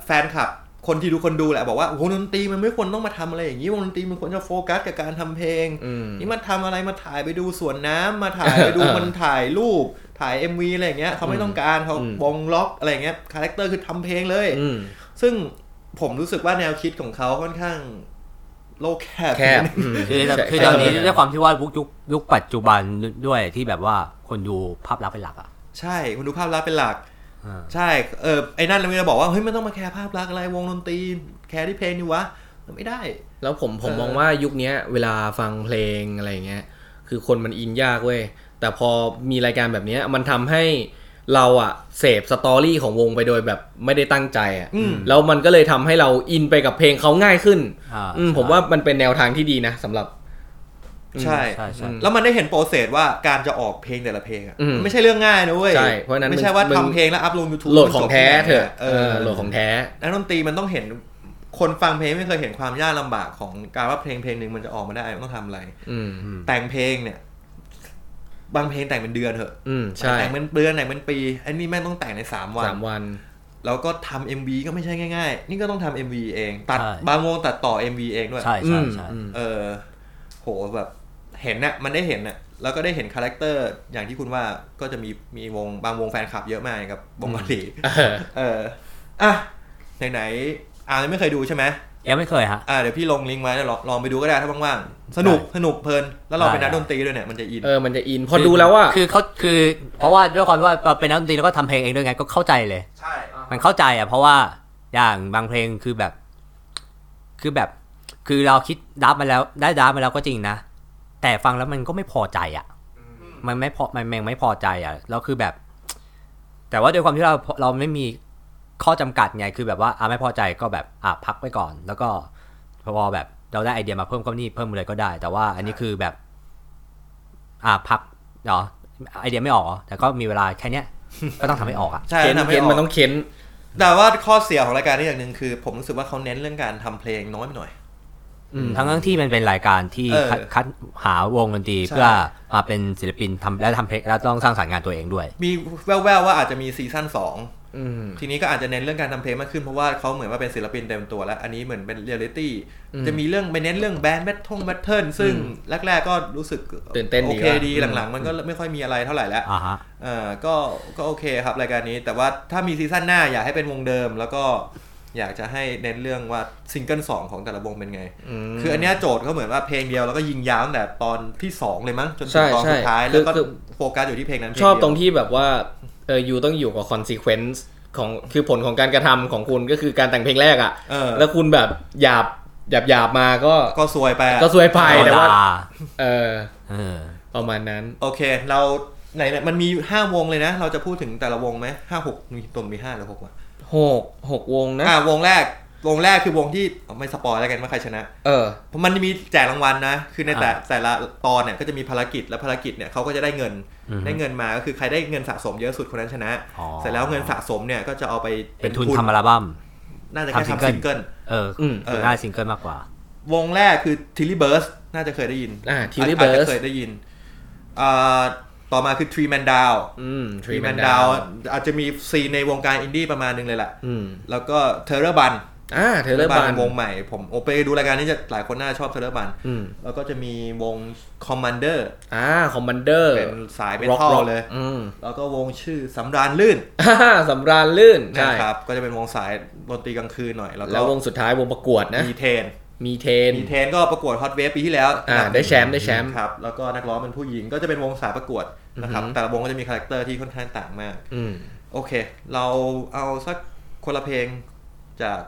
Speaker 2: แฟนคลับ คนที่ดูคนดูแหละบอกว่าโอ้โหวงดนตรีมันไม่ควรต้องมาทำอะไรอย่างนี้วงดนตรีมันควรจะโฟกัสกับการทำเพลง
Speaker 3: อืม
Speaker 2: นี่มาทำอะไรมาถ่ายไปดูสวนน้ำมาถ่ายไป ดู
Speaker 3: เออ
Speaker 2: มันถ่ายรูปถ่าย MV อะไรอย่างเงี้ยเขาไม่ต้องการเขา
Speaker 3: อืม
Speaker 2: วงล็อกอะไรอย่างเงี้ยคาแรคเตอร์คือทำเพลงเลย
Speaker 3: อืม
Speaker 2: ซึ่งผมรู้สึกว่าแนวคิดของเขาค่อนข้าง โลกแคบ
Speaker 3: แคบอืม
Speaker 4: คือ
Speaker 3: ใช่
Speaker 4: คือตอนนี้
Speaker 3: ใช่
Speaker 4: ด้วยความที่ว่ายุคยุคยุคปัจจุบันด้วยที่แบบว่าคนดูภาพลักษณ์เป็นหลักอ่ะ
Speaker 2: ใช่คุณดูภาพลักษณ์เป็นหลัก
Speaker 4: อ่า
Speaker 2: ใช่เออไอ้นั่นเลยจะบอกว่าเฮ้ยไม่ต้องมาแคร์ภาพลักษณ์อะไรวงดนตรีแคร์ที่เพลงดีวะไม่ได้
Speaker 3: แล้วผมผม
Speaker 2: เออ
Speaker 3: มองว่ายุคเนี้ยเวลาฟังเพลงอะไรอย่างเงี้ยคือคนมันอินยากเว้ย แต่พอมีรายการแบบเนี้ยมันทำให้เราอะเสพสตอรี่ของวงไปโดยแบบไม่ได้ตั้งใจอะ
Speaker 2: อืม
Speaker 3: แล้วมันก็เลยทำให้เราอินไปกับเพลงเขาง่ายขึ้น
Speaker 4: อ่า
Speaker 3: อืมผมว่ามันเป็นแนวทางที่ดีนะสำหรับ
Speaker 2: ใช่
Speaker 4: ใช่ใช่
Speaker 3: อืม
Speaker 2: แล้วมันได้เห็นโปรเซสว่าการจะออกเพลงแต่ละเพลงอะ
Speaker 3: อืม
Speaker 2: มันไม่ใช่เรื่องง่ายนะเว้ย
Speaker 3: ใช่เพราะฉะนั้น
Speaker 2: ไม่ใช่ว่า
Speaker 3: มึง
Speaker 2: ทำเพลงแล้วอัพลงยูทูบ
Speaker 3: โหลดของแท้เถอะ
Speaker 2: เอ
Speaker 3: เอ
Speaker 2: อ
Speaker 3: อโหลดของแท้
Speaker 2: นักดนตรีมันต้องเห็นคนฟังเพลงไม่เคยเห็นความยากลำบากของการว่าเพลงเพลงหนึ่งมันจะออกมาได้มันต้องทำอะไร
Speaker 3: อืม
Speaker 2: แต่งเพลงเนี่ย บางเพลงแต่งเป็นเดือนเถอะ
Speaker 3: อืมใช่
Speaker 2: แต่งเป็นเดือนแต่งเป็นปีไอ้นี่แม่งต้องแต่งในสามวัน
Speaker 3: สามวัน
Speaker 2: แล้วก็ทำ MV ก็ไม่ใช่ง่ายๆ นี่ก็ต้องทำ MV เอง ตัด
Speaker 4: ใช่
Speaker 2: บางวงตัดต่อ MV เองด้วย
Speaker 4: ใช่
Speaker 3: อื
Speaker 4: ใช่
Speaker 3: ม
Speaker 4: ใช่
Speaker 3: อืม
Speaker 2: เออโหแบบเห็นน่ะมันได้เห็นน่ะแล้วก็ได้เห็นคาแรคเตอร์อย่างที่คุณว่าก็จะมีมีวงบางวงแฟนคลับเยอะมากกับวงเกาหลี
Speaker 3: เออ
Speaker 2: เอออ่ะไหนๆอาร์มยังไม่เคยดูใช่ไหม
Speaker 4: ยังไม่เคยฮะ
Speaker 2: อ่ะเดี๋ยวพี่ลงลิงก์ไว้แล้วลองลองไปดูก็ได้ถ้าว่างๆสนุก
Speaker 4: ได้
Speaker 2: สนุกเพลิน แล้วเรา
Speaker 4: ได้
Speaker 2: เป็นนักดนตรีด้วยเนี่ยมันจะอิน
Speaker 3: เออ มันจะอิน พอดูแล้วว่า
Speaker 4: คือเขาคือ เพราะว่าด้วยความว่าเราเป็นนักดนตรีแล้วก็ทำเพลงเองด้วยไงก็เข้าใจเลย
Speaker 2: ใช่
Speaker 4: มันเข้าใจอ่ะเพราะว่าอย่างบางเพลงคือแบบ คือแบบ คือเราคิดดับมาแล้วได้ดับมาแล้วก็จริงนะ แต่ฟังแล้วมันก็ไม่พอใจอ่ะ มันไม่พอมันแมงไม่พอใจอ่ะแล้วคือแบบ แต่ว่าด้วยความที่เราเราไม่มีข้อจำกัดไงคือแบบว่าอ่ะไม่พอใจก็แบบอ่ะพักไว้ก่อน แล้วก็พอแบบเราได้ไอเดียมาเพิ่มก็นี่เพิ่มเลยก็ได้ แต่ว่าอันนี้คือแบบ อ่ะพักเหรอไอเดียไม่ออกเหรอแต่ก็มีเวลาแค่เนี้ย ก็ต้องทำให้ออกอ่ะ
Speaker 2: ใช่
Speaker 3: เค้น
Speaker 2: ทำให้
Speaker 3: เค้น
Speaker 2: ออ
Speaker 3: มัน
Speaker 2: ก
Speaker 3: ต้องเค้น
Speaker 2: แต่ว่าข้อเสียของรายการนี้อย่างหนึ่งคือ ผมรู้สึกว่าเขาเน้นเรื่องการทำเพลงน้อยไปหน่อย
Speaker 4: ทั้งทั้งที่มันเป็นรายการที่
Speaker 2: เออ
Speaker 4: คัดคัดหาวงดนตรี
Speaker 2: ใช่
Speaker 4: เพื่อมาเป็นศิลปินทำและทำเพลงและต้องสร้างสรรค์งานตัวเองด้วย
Speaker 2: มีแว่วๆว่าอาจจะมีซีซั่นสอง
Speaker 3: อืม
Speaker 2: ทีนี้ก็อาจจะเน้นเรื่องการทำเพลงมากขึ้นเพราะว่าเขาเหมือนว่าเป็นศิลปินเต็มตัวแล้ว อันนี้เหมือนเป็นเรียลลิตี้จะมีเรื่องไปเน้นเรื่องแบนด์แบททงแบทเทิลซึ่งแรกๆก็รู้สึก
Speaker 3: ตื่นเต้นดี
Speaker 2: โอเค
Speaker 3: ว่ะ
Speaker 2: ดีหลังๆ มันก็ไม่ค่อยมีอะไรเท่าไหร่แล้ว
Speaker 4: อ่าฮะ
Speaker 2: เออก็ก็โอเคครับรายการนี้ แต่ว่าถ้ามีซีซั่นหน้าอยากให้เป็นวงเดิม แล้วก็อยากจะให้เน้นเรื่องว่าซิงเกิลสองของแต่ละวงเป็นไง คืออันเนี้ยโจทย์ก็เหมือนว่าเพลงเดียวแล้วก็ยิงยาวตั้งแต่ตอนที่สองเลยมั้งจนถึงตอนสุดท้าย
Speaker 3: ใช่ใช่
Speaker 2: แล้วก็
Speaker 3: คือ
Speaker 2: โฟกัสอยู่ที่เพลงนั้นเพล
Speaker 3: ชอบ
Speaker 2: เดียว
Speaker 3: ตรงที่แบบว่า เออ อยู่ต้องอยู่กับ consequence ของ คือผลของการกระทำของคุณก็คือการแต่งเพลงแรกอ่ะ
Speaker 2: เออ
Speaker 3: แล้วคุณแบบหยาบหยาบหยาบมาก็
Speaker 2: ก็ซวยไปอะ
Speaker 3: ก็ซวยไป
Speaker 4: โดน
Speaker 3: แต่ว่า
Speaker 4: ด่
Speaker 3: เออ
Speaker 4: เออ
Speaker 3: ประมาณนั้น
Speaker 2: โอเค เราไหนๆมันมีอยู่ห้าวงเลยนะ เราจะพูดถึงแต่ละวงไหมห้าหกมีตัวมีห้าหรือหกวะ
Speaker 3: หกหกวงนะ
Speaker 2: อ่าวงแรก วงแรกคือวงที่เอาไม่สปอยแล้วกันว่าใครชนะ
Speaker 3: เออ
Speaker 2: เพราะมันมีแจกรางวัลนะ คือในแต่
Speaker 4: อ่า
Speaker 2: แต่ละตอนเนี่ยก็จะมีภารกิจ และภารกิจเนี่ยเขาก็จะได้เงิน
Speaker 4: อือฮึ
Speaker 2: ได้เงินมา ก็คือใครได้เงินสะสมเยอะสุดคนนั้นชนะ
Speaker 4: อ๋อ
Speaker 2: เสร็จแล้วเงินสะสมเนี่ยก็จะเอาไป
Speaker 4: เป็นทุนทำอัลบั้ม
Speaker 2: น่าจะแค่
Speaker 4: ทำซิง
Speaker 2: ทำซิง
Speaker 4: เกิล
Speaker 2: เกิล
Speaker 4: เอออ
Speaker 3: ม
Speaker 4: คือ
Speaker 2: เออ
Speaker 4: น่าซิงเกิลมากกว่า
Speaker 2: วงแรกคือทิลลี่เบิร์สน่าจะเคยได้ยิน
Speaker 3: อ่า
Speaker 2: า
Speaker 3: Tilly
Speaker 2: าจ
Speaker 3: Burst
Speaker 2: จะเคยได้ยินอ่าต่อมาคือทรีแมนดาว
Speaker 3: อืม
Speaker 2: ทรีแม
Speaker 3: Treatment
Speaker 2: นดาว
Speaker 3: Down
Speaker 2: อาจจะมีซีนในวงการอินดี้ประมาณนึงเลยแหละ
Speaker 3: อืม
Speaker 2: แล้วก็เทเลอร์บัน
Speaker 3: อ่า เธอเลิกบาน
Speaker 2: วงใหม่ผมโอไปดูรายการนี้จะหลายคนน่าชอบเทเลอร์บัน
Speaker 3: อืม
Speaker 2: แล้วก็จะมีวงคอมมานเดอร์
Speaker 3: อ่า คอมมานเดอร์
Speaker 2: เป็นสายเม
Speaker 3: ร็อก
Speaker 2: ทัล
Speaker 3: ร็อก
Speaker 2: เลย
Speaker 3: อืม
Speaker 2: แล้วก็วงชื่อสำราญลื่น
Speaker 3: อ่าสำราญลื่น ใช่
Speaker 2: นะครับก็จะเป็นวงสายดนตรีกลางคืนหน่อย แล้วก็
Speaker 3: แล้ววงสุดท้ายวงประกวดนะ
Speaker 2: มีเทน
Speaker 3: มีเทน
Speaker 2: มีเทนก็ประกวดฮอตเวฟปีที่แล้ว
Speaker 3: อ่า ได้แชมป์ ได้แชมป์
Speaker 2: ครับแล้วก็นักร้องเป็นผู้หญิงก็จะเป็นวงสายประกวดนะครับแต่ละวงก็จะมีคาแรคเตอร์ที่ค่อนข้างต่างมาก
Speaker 3: อืม
Speaker 2: โอเค เราเอาสักคนละเพลงจาก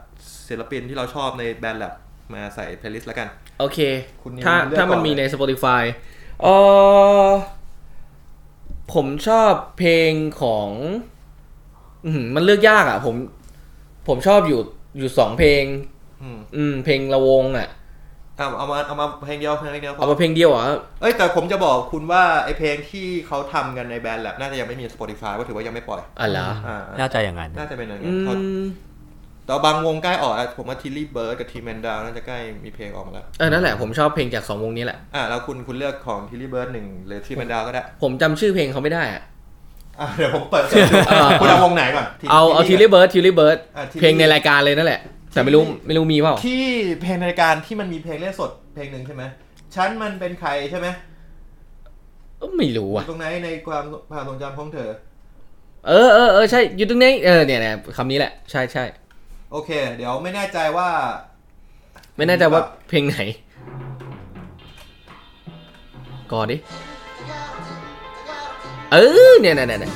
Speaker 2: ศิลปินที่เราชอบในแบนด์แลบมาใส่เพลย์ลิสต์แล้วกัน
Speaker 3: โอเค
Speaker 2: คุณนิว
Speaker 3: ถ้า
Speaker 2: เลือก
Speaker 3: ถ้ามัน
Speaker 2: ก่อน
Speaker 3: มี
Speaker 2: เลย
Speaker 3: ใน Spotify เออผมชอบเพลงของ อืมมันเลือกยากอ่ะ ผม ผมชอบอยู่อยู่สองเพลง
Speaker 2: อืม
Speaker 3: อืม เพลงละวงอ่ะ
Speaker 2: เอาเอามาเอามาเพลงเดียวเพลงเดียวพ
Speaker 3: เอา
Speaker 2: อ
Speaker 3: มาเพลงเดียวเหรอ่ะ
Speaker 2: เอ้ยแต่ผมจะบอกคุณว่าไอเพลงที่เขาทำกันในแบนด์แลบน่าจะยังไม่มี Spotify ว่าถือว่ายังไม่ปล่อย
Speaker 3: อ่ะเหรอ
Speaker 2: อ่า
Speaker 4: น่าจะอย่างนั้น
Speaker 2: น่าจะเป็นอย่างนั้
Speaker 3: อื
Speaker 2: นเขา
Speaker 3: ม
Speaker 2: แต่ว่าบางวงใกล้ออกอะผมว่าทิลลี่เบิร์ดกับทีแมนดาวน่าจะใกล้มีเพลงออกมาแล้ว
Speaker 3: เออ นั่นแหละ ผมชอบเพลงจากสองวงนี้แหละ
Speaker 2: อ่าแล้วคุณคุณเลือกของทิลลี่เบิร์ดหนึ่งหรือทีแมนดาวก็ได้
Speaker 3: ผมจำชื่อเพลงเขาไม่ได้อ่ะ
Speaker 2: อ่ะเดี๋ยวผมเปิดเสิร์ชดู
Speaker 3: อ่า
Speaker 2: คุณเอาวงไหนก่อน
Speaker 3: เอาเอาทิลลี่เบิร์ดทิลลี่เบิร์ด
Speaker 2: อ่ะ Tilly
Speaker 3: เพลงในรายการเลยนั่นแหละ แต่ไม่รู้
Speaker 2: Tilly
Speaker 3: ไม่รู้มีเปล่า
Speaker 2: ที่เพลงในรายการที่มันมีเพลงเล่นสดเพลงหนึ่งใช่ไหมฉันมันเป็นใครใช่ไหม
Speaker 3: ไม่รู้
Speaker 2: อยู่
Speaker 3: อ่ะ
Speaker 2: ตรงไหนในความความทรงจำของเธอ
Speaker 3: เออเออเออใช่ อยู่ตรงไหนเออ เนี่ยเนี่ยคำนี้แหละ ใช่ใช่
Speaker 2: โอเค เดี๋ยวไม่แน่ใจว่า
Speaker 3: ไม่แน่ใจว่าเพลงไหน ก่อนดิ เออเนี่ยเนี่ยเนี่ย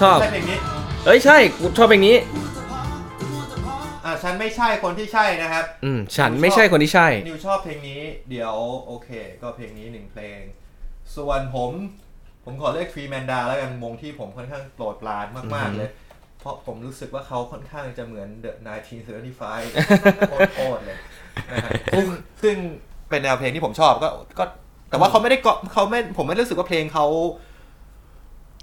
Speaker 3: ชอบ
Speaker 2: ใช่เพลงนี้
Speaker 3: เอ้ยใช่กูชอบเพลงนี้
Speaker 2: อ่ะฉันไม่ใช่คนที่ใช่นะครับ
Speaker 3: อืม ฉันไม่ใช่คนที่ใช่
Speaker 2: นิวชอบเพลงนี้ เดี๋ยวโอเค ก็เพลงนี้หนึ่งเพลง ส่วนผม ผมขอเลือกฟรีแมนดาแล้วกันวงที่ผมค่อนข้างโปรดปรานมาก ๆ เลย เพราะผมรู้สึกว่าเขาค่อนข้าง จะเหมือน The 1975โคตรๆเลยนะครับซึ่งซึ่ง เป็นแนวเพลงที่ผมชอบก็ก็แต่ว่าเขาไม่ได้เกาะเขาไม่ผมไม่รู้สึกว่าเพลงเขา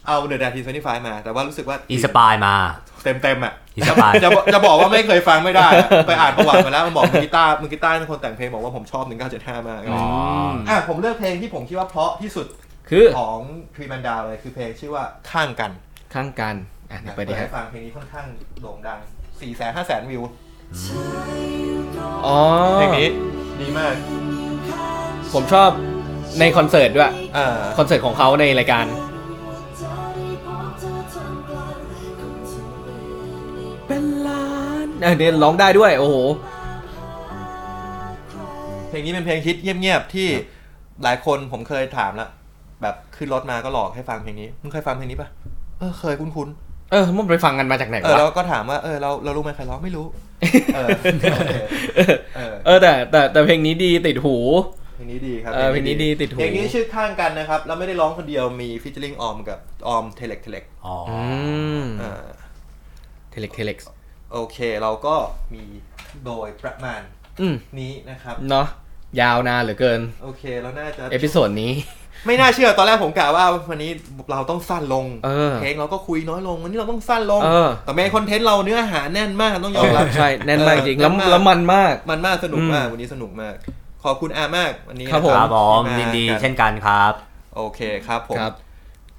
Speaker 2: เอาเดอะดาทีซนิฟมา แต่ว่ารู้สึกว่า
Speaker 4: อินสปายมา
Speaker 2: เต็มเต็มๆอ่ะ
Speaker 4: อินสปาย
Speaker 2: จะบอกจะบอกว่าไม่เคยฟังไม่ได้อะไปอ่านประวัติมาแล้วมันบอกมือกีตาร์มือกีตาร์เป็นคนแต่งเพลงบอกว่าผมชอบ 1975 มาก
Speaker 4: อ๋อ
Speaker 2: อ่ะผมเลือกเพลงที่ผมคิดว่าเพราะที่สุด
Speaker 3: คือ
Speaker 2: ของทรีแมนดาวเลยคือเพลงชื่อว่าข้างกัน
Speaker 3: ข้างกันอ่ะเดี๋ยวไป
Speaker 2: เปิ
Speaker 3: ดี
Speaker 2: ด
Speaker 3: ฮะ
Speaker 2: ให้ฟังเพลงนี้ค่อนข้างโด่งดัง4แสน5แสนวิว
Speaker 3: อ๋อ
Speaker 2: เพลงนี้ดีมาก
Speaker 3: ผมชอบในคอนเสิร์ตด้วย
Speaker 2: อ่า
Speaker 3: คอนเสิร์ตของเขาในรายการ เป็นล้านเออเดนร้องได้ด้วย โอ้โห
Speaker 2: เพลงนี้เป็นเพลงฮิตเงียบๆที่หลายคนผมเคยถามแล้วแบบขึ้นรถมาก็หลอกให้ฟังเพลงนี้มึงเคยฟังเพลงนี้ปะเออเคยคุ้น
Speaker 3: เออมันไปฟังกันมาจากไหน
Speaker 2: ๆเออ
Speaker 3: วะ
Speaker 2: เราก็ถามว่าเออเราเรารู้ไหมใครร้องไม่รู้ เออโอเคเออ
Speaker 3: เออแต่แต่แต่เพลงนี้ดีติดหู
Speaker 2: เพลงนี้ดีครับ
Speaker 3: เออเพลงนี้ดีติดหู
Speaker 2: เพลงนี้ชื่อข้างกันนะครับแล้วไม่ได้ร้องคนเดียวมีฟิชเชอร์ลิงออมกับออมเทเล็กเทเล็ก
Speaker 4: อ๋ออ
Speaker 3: อืม
Speaker 2: เออ
Speaker 3: เทเล็กเทเล็ก
Speaker 2: โอเคเราก็มีโดยประมาณ
Speaker 3: อืม
Speaker 2: นี้นะครับ
Speaker 3: เนาะยาวนานเหลือเกิน
Speaker 2: โอเคเราน่าจะ
Speaker 3: เอพิโซดนี้
Speaker 2: ไม่น่าเชื่อตอนแรกผมกะว่าวันนี้เราต้องสั้นลง
Speaker 3: เออ
Speaker 2: ลงเราก็คุยน้อยลงวันนี้เราต้องสั้นลง
Speaker 3: เออ
Speaker 2: แต่แม่คอนเทนต์เราเนื้อหาแน่นมากต้องยอม รับ
Speaker 3: ใช่ แน่นมากจริงแล้ว
Speaker 2: แน่นมาก
Speaker 3: แล้วมันมาก
Speaker 2: มันมากสนุกมาก
Speaker 3: อืม
Speaker 2: วันนี้สนุกมาก ขอบคุณอามากวันนี้
Speaker 3: ครับ
Speaker 4: ครับผม
Speaker 2: ที่า
Speaker 4: ยินดี
Speaker 2: กัน
Speaker 4: เช่นกันครับ
Speaker 2: โอเคครับผม
Speaker 3: ครับ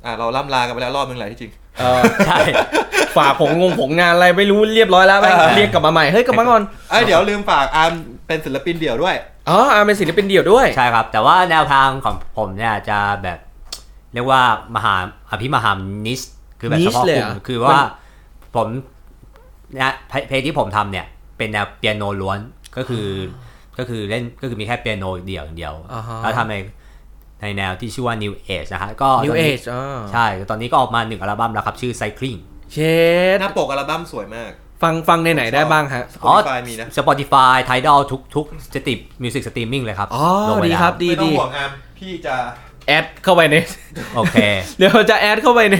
Speaker 2: อ่ะเราล่ำลากันไปแล้วรอบนึงแหละที่จริง
Speaker 3: เออ
Speaker 4: ใช่
Speaker 3: ฝากผมงงผมงานอะไรไม่รู้เรียบ ร้อยแล้วแม่ง
Speaker 2: เออ
Speaker 3: เรียกกลับมาใหม่ เฮ้ยกลับมาก่อน
Speaker 2: เอ้ยเดี๋ยวลืมฝากอามเป็นศิลปินเดี่ยวด้วย
Speaker 3: อ๋ออาเป็นศิลปินเดี่ยวด้วย
Speaker 4: ใช่ครับ แต่ว่าแนวทางของผมเนี่ยจะแบบ เรียกว่ามหาอภิมหานิชคือแบบ
Speaker 3: niche
Speaker 4: เฉพาะ
Speaker 3: เลย
Speaker 4: ก
Speaker 3: เหร
Speaker 4: ลุ่
Speaker 3: อ
Speaker 4: มคือว่า
Speaker 3: มัน
Speaker 4: ผมนะเพลงเพลงที่ผมทำเนี่ย เป็นแนวเปียโนล้วนก็คือก็คือเล่นก็คือมีแค่เปียโนเดี่ยวอย่างเดียว
Speaker 3: อ่าฮะ
Speaker 4: แล้วทำในในแนวที่ชื่อว่า New Age นะฮะก็
Speaker 3: New
Speaker 4: ตอนนี้
Speaker 3: Age อ่า
Speaker 4: ใช่ ตอนนี้ก็ออกมาหนึ่งอัลบั้มแล้วครับ ชื่อ Cycling
Speaker 3: เชด
Speaker 2: หน้าปกอัลบั้มสวยมาก
Speaker 3: ฟังฟังในไหนๆได้บ้างฮะ
Speaker 2: Spotify มีนะ
Speaker 4: Spotify Tidal ทุกทุกสตรีมมิวสิกสตรีมมิ่งเลยครับ
Speaker 3: อ๋อ
Speaker 4: ลงไป
Speaker 3: ดี
Speaker 4: แล้ว
Speaker 3: ครับดี
Speaker 2: ไม่ต้อง
Speaker 3: ดี
Speaker 2: ห่วงอามพี่จะ
Speaker 3: แอดเข้าไปใน
Speaker 4: โอเค
Speaker 3: เดี๋ยวจะแอดเข้าไปใน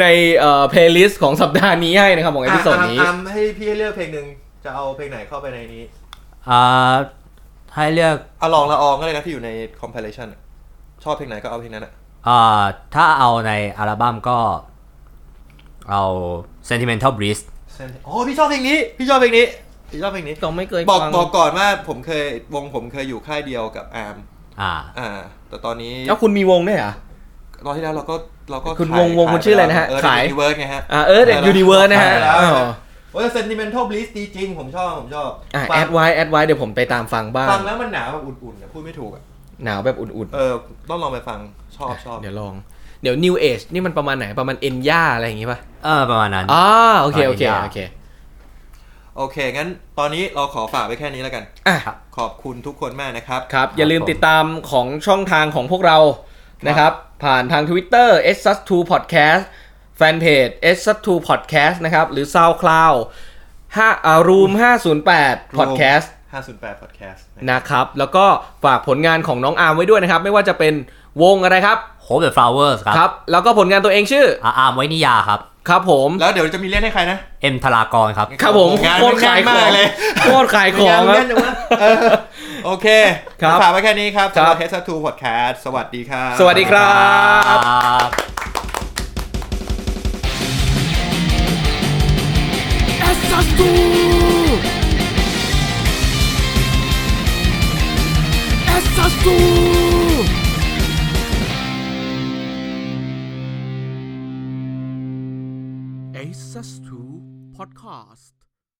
Speaker 3: ในเอ่อ playlist ของสัปดาห์นี้ให้นะครับ ของเอพิโซดนี้
Speaker 2: อ่ะอามอามให้พี่ให้เลือกเพลงหนึ่งจะเอาเพลงไหนเข้าไปในนี้
Speaker 4: อ่าให้เลือก
Speaker 2: เอาลองละอองก็เลยนะที่อยู่ใน compilation อะชอบเพลงไหนก็เอาเพลงนั้นอะ
Speaker 4: อ่าถ้าเอาในอัลบั้มก็เอา sentimental breeze
Speaker 2: โอ้พี่ชอบเพลงนี้ พี่ชอบเพลงนี้พี่ชอบเพลงนี้
Speaker 3: ต้องไม่เคย
Speaker 2: บอก
Speaker 3: ฟัง
Speaker 2: บอกก่อนว่าผมเคยวงผมเคยอยู่ค่ายเดียวกับอาร์ม
Speaker 4: อ่า
Speaker 2: อ่า แต่ตอนนี้
Speaker 3: แล้วคุณมีวงด้วยเหรอ
Speaker 2: ตอนที่แล้วเราก็เราก็
Speaker 3: คุณ
Speaker 2: ขายว
Speaker 3: งวงคุณชื่ออะไรนะฮะ
Speaker 2: ขา
Speaker 3: ขาย
Speaker 2: ยเวิร์ดไงฮะ
Speaker 3: อ่าเออเด็กยูนิเวิร์นะฮะ
Speaker 2: ขายแล้ว
Speaker 3: อ้าว
Speaker 2: โอ้ยเซนติเมนทัลบลิสดีจริง ผมชอบผมชอบ
Speaker 3: อ่ะ
Speaker 2: ฟั
Speaker 3: แอดไว้แอดไว้เดี๋ยวผมไปตามฟังบ้าง
Speaker 2: ฟังแล้วมันหนาวแบบอุ่นๆอะพูดไม่ถูกอะ
Speaker 3: หนาวแบบอุ่น
Speaker 2: เออต้องลองไปฟังชอบชอบ
Speaker 3: ๆ เดี๋ยวลอง เดี๋ยว New Age นี่มันประมาณไหนประมาณเอ็นย่าอะไรอย่างงี้ป่ะ
Speaker 4: เออประมาณนั้น
Speaker 3: อ๋อโอเคโอเค
Speaker 4: ประมาณ Enya
Speaker 3: โอเค
Speaker 2: โอเค งั้นตอนนี้เราขอฝากไว้แค่นี้แล้วกัน
Speaker 3: อ่ะ
Speaker 2: ขอบคุณทุกคนมากนะครับ
Speaker 3: ครับ อย่าลืม
Speaker 4: ผม
Speaker 3: ติดตามของช่องทางของพวกเรานะครับ ผ่านทาง Twitter s s 2 podcast แฟนเพจ s s 2 podcast นะครับ หรือ SoundCloud ห้าอ่ารูม508 podcast
Speaker 2: 508 podcast นะ
Speaker 3: นะครับ แล้วก็ฝากผลงานของน้องอาร์มไว้ด้วยนะครับ ไม่ว่าจะเป็นวงอะไรครับ
Speaker 4: hope the flowers ครับ
Speaker 3: ครับ แล้วก็ผลงานตัวเองชื่อ
Speaker 4: อาอาร์มไว้นิยาครับ
Speaker 3: ครับผม
Speaker 2: แล้วเดี๋ยวจะมีเล่นให้ใครนะ
Speaker 4: เอ็มทรากรครับ
Speaker 3: ครับผม
Speaker 2: งาน
Speaker 3: โคตรขาย
Speaker 2: มันง่ายมาง ก
Speaker 3: ขอ
Speaker 2: เลย
Speaker 3: โคตรขายของ
Speaker 2: ไม่เา
Speaker 3: ครั
Speaker 2: เล่
Speaker 3: บ
Speaker 2: นจังวะเออโอเค
Speaker 3: ครับ
Speaker 2: ฝากไว้แค่นี้ครับสำห
Speaker 3: ครั
Speaker 2: รับบ เทสทูพอดแคสต์สวัสดีครับ
Speaker 3: สวัสดีครับ
Speaker 1: SS2 SS2「Aces2 Podcast」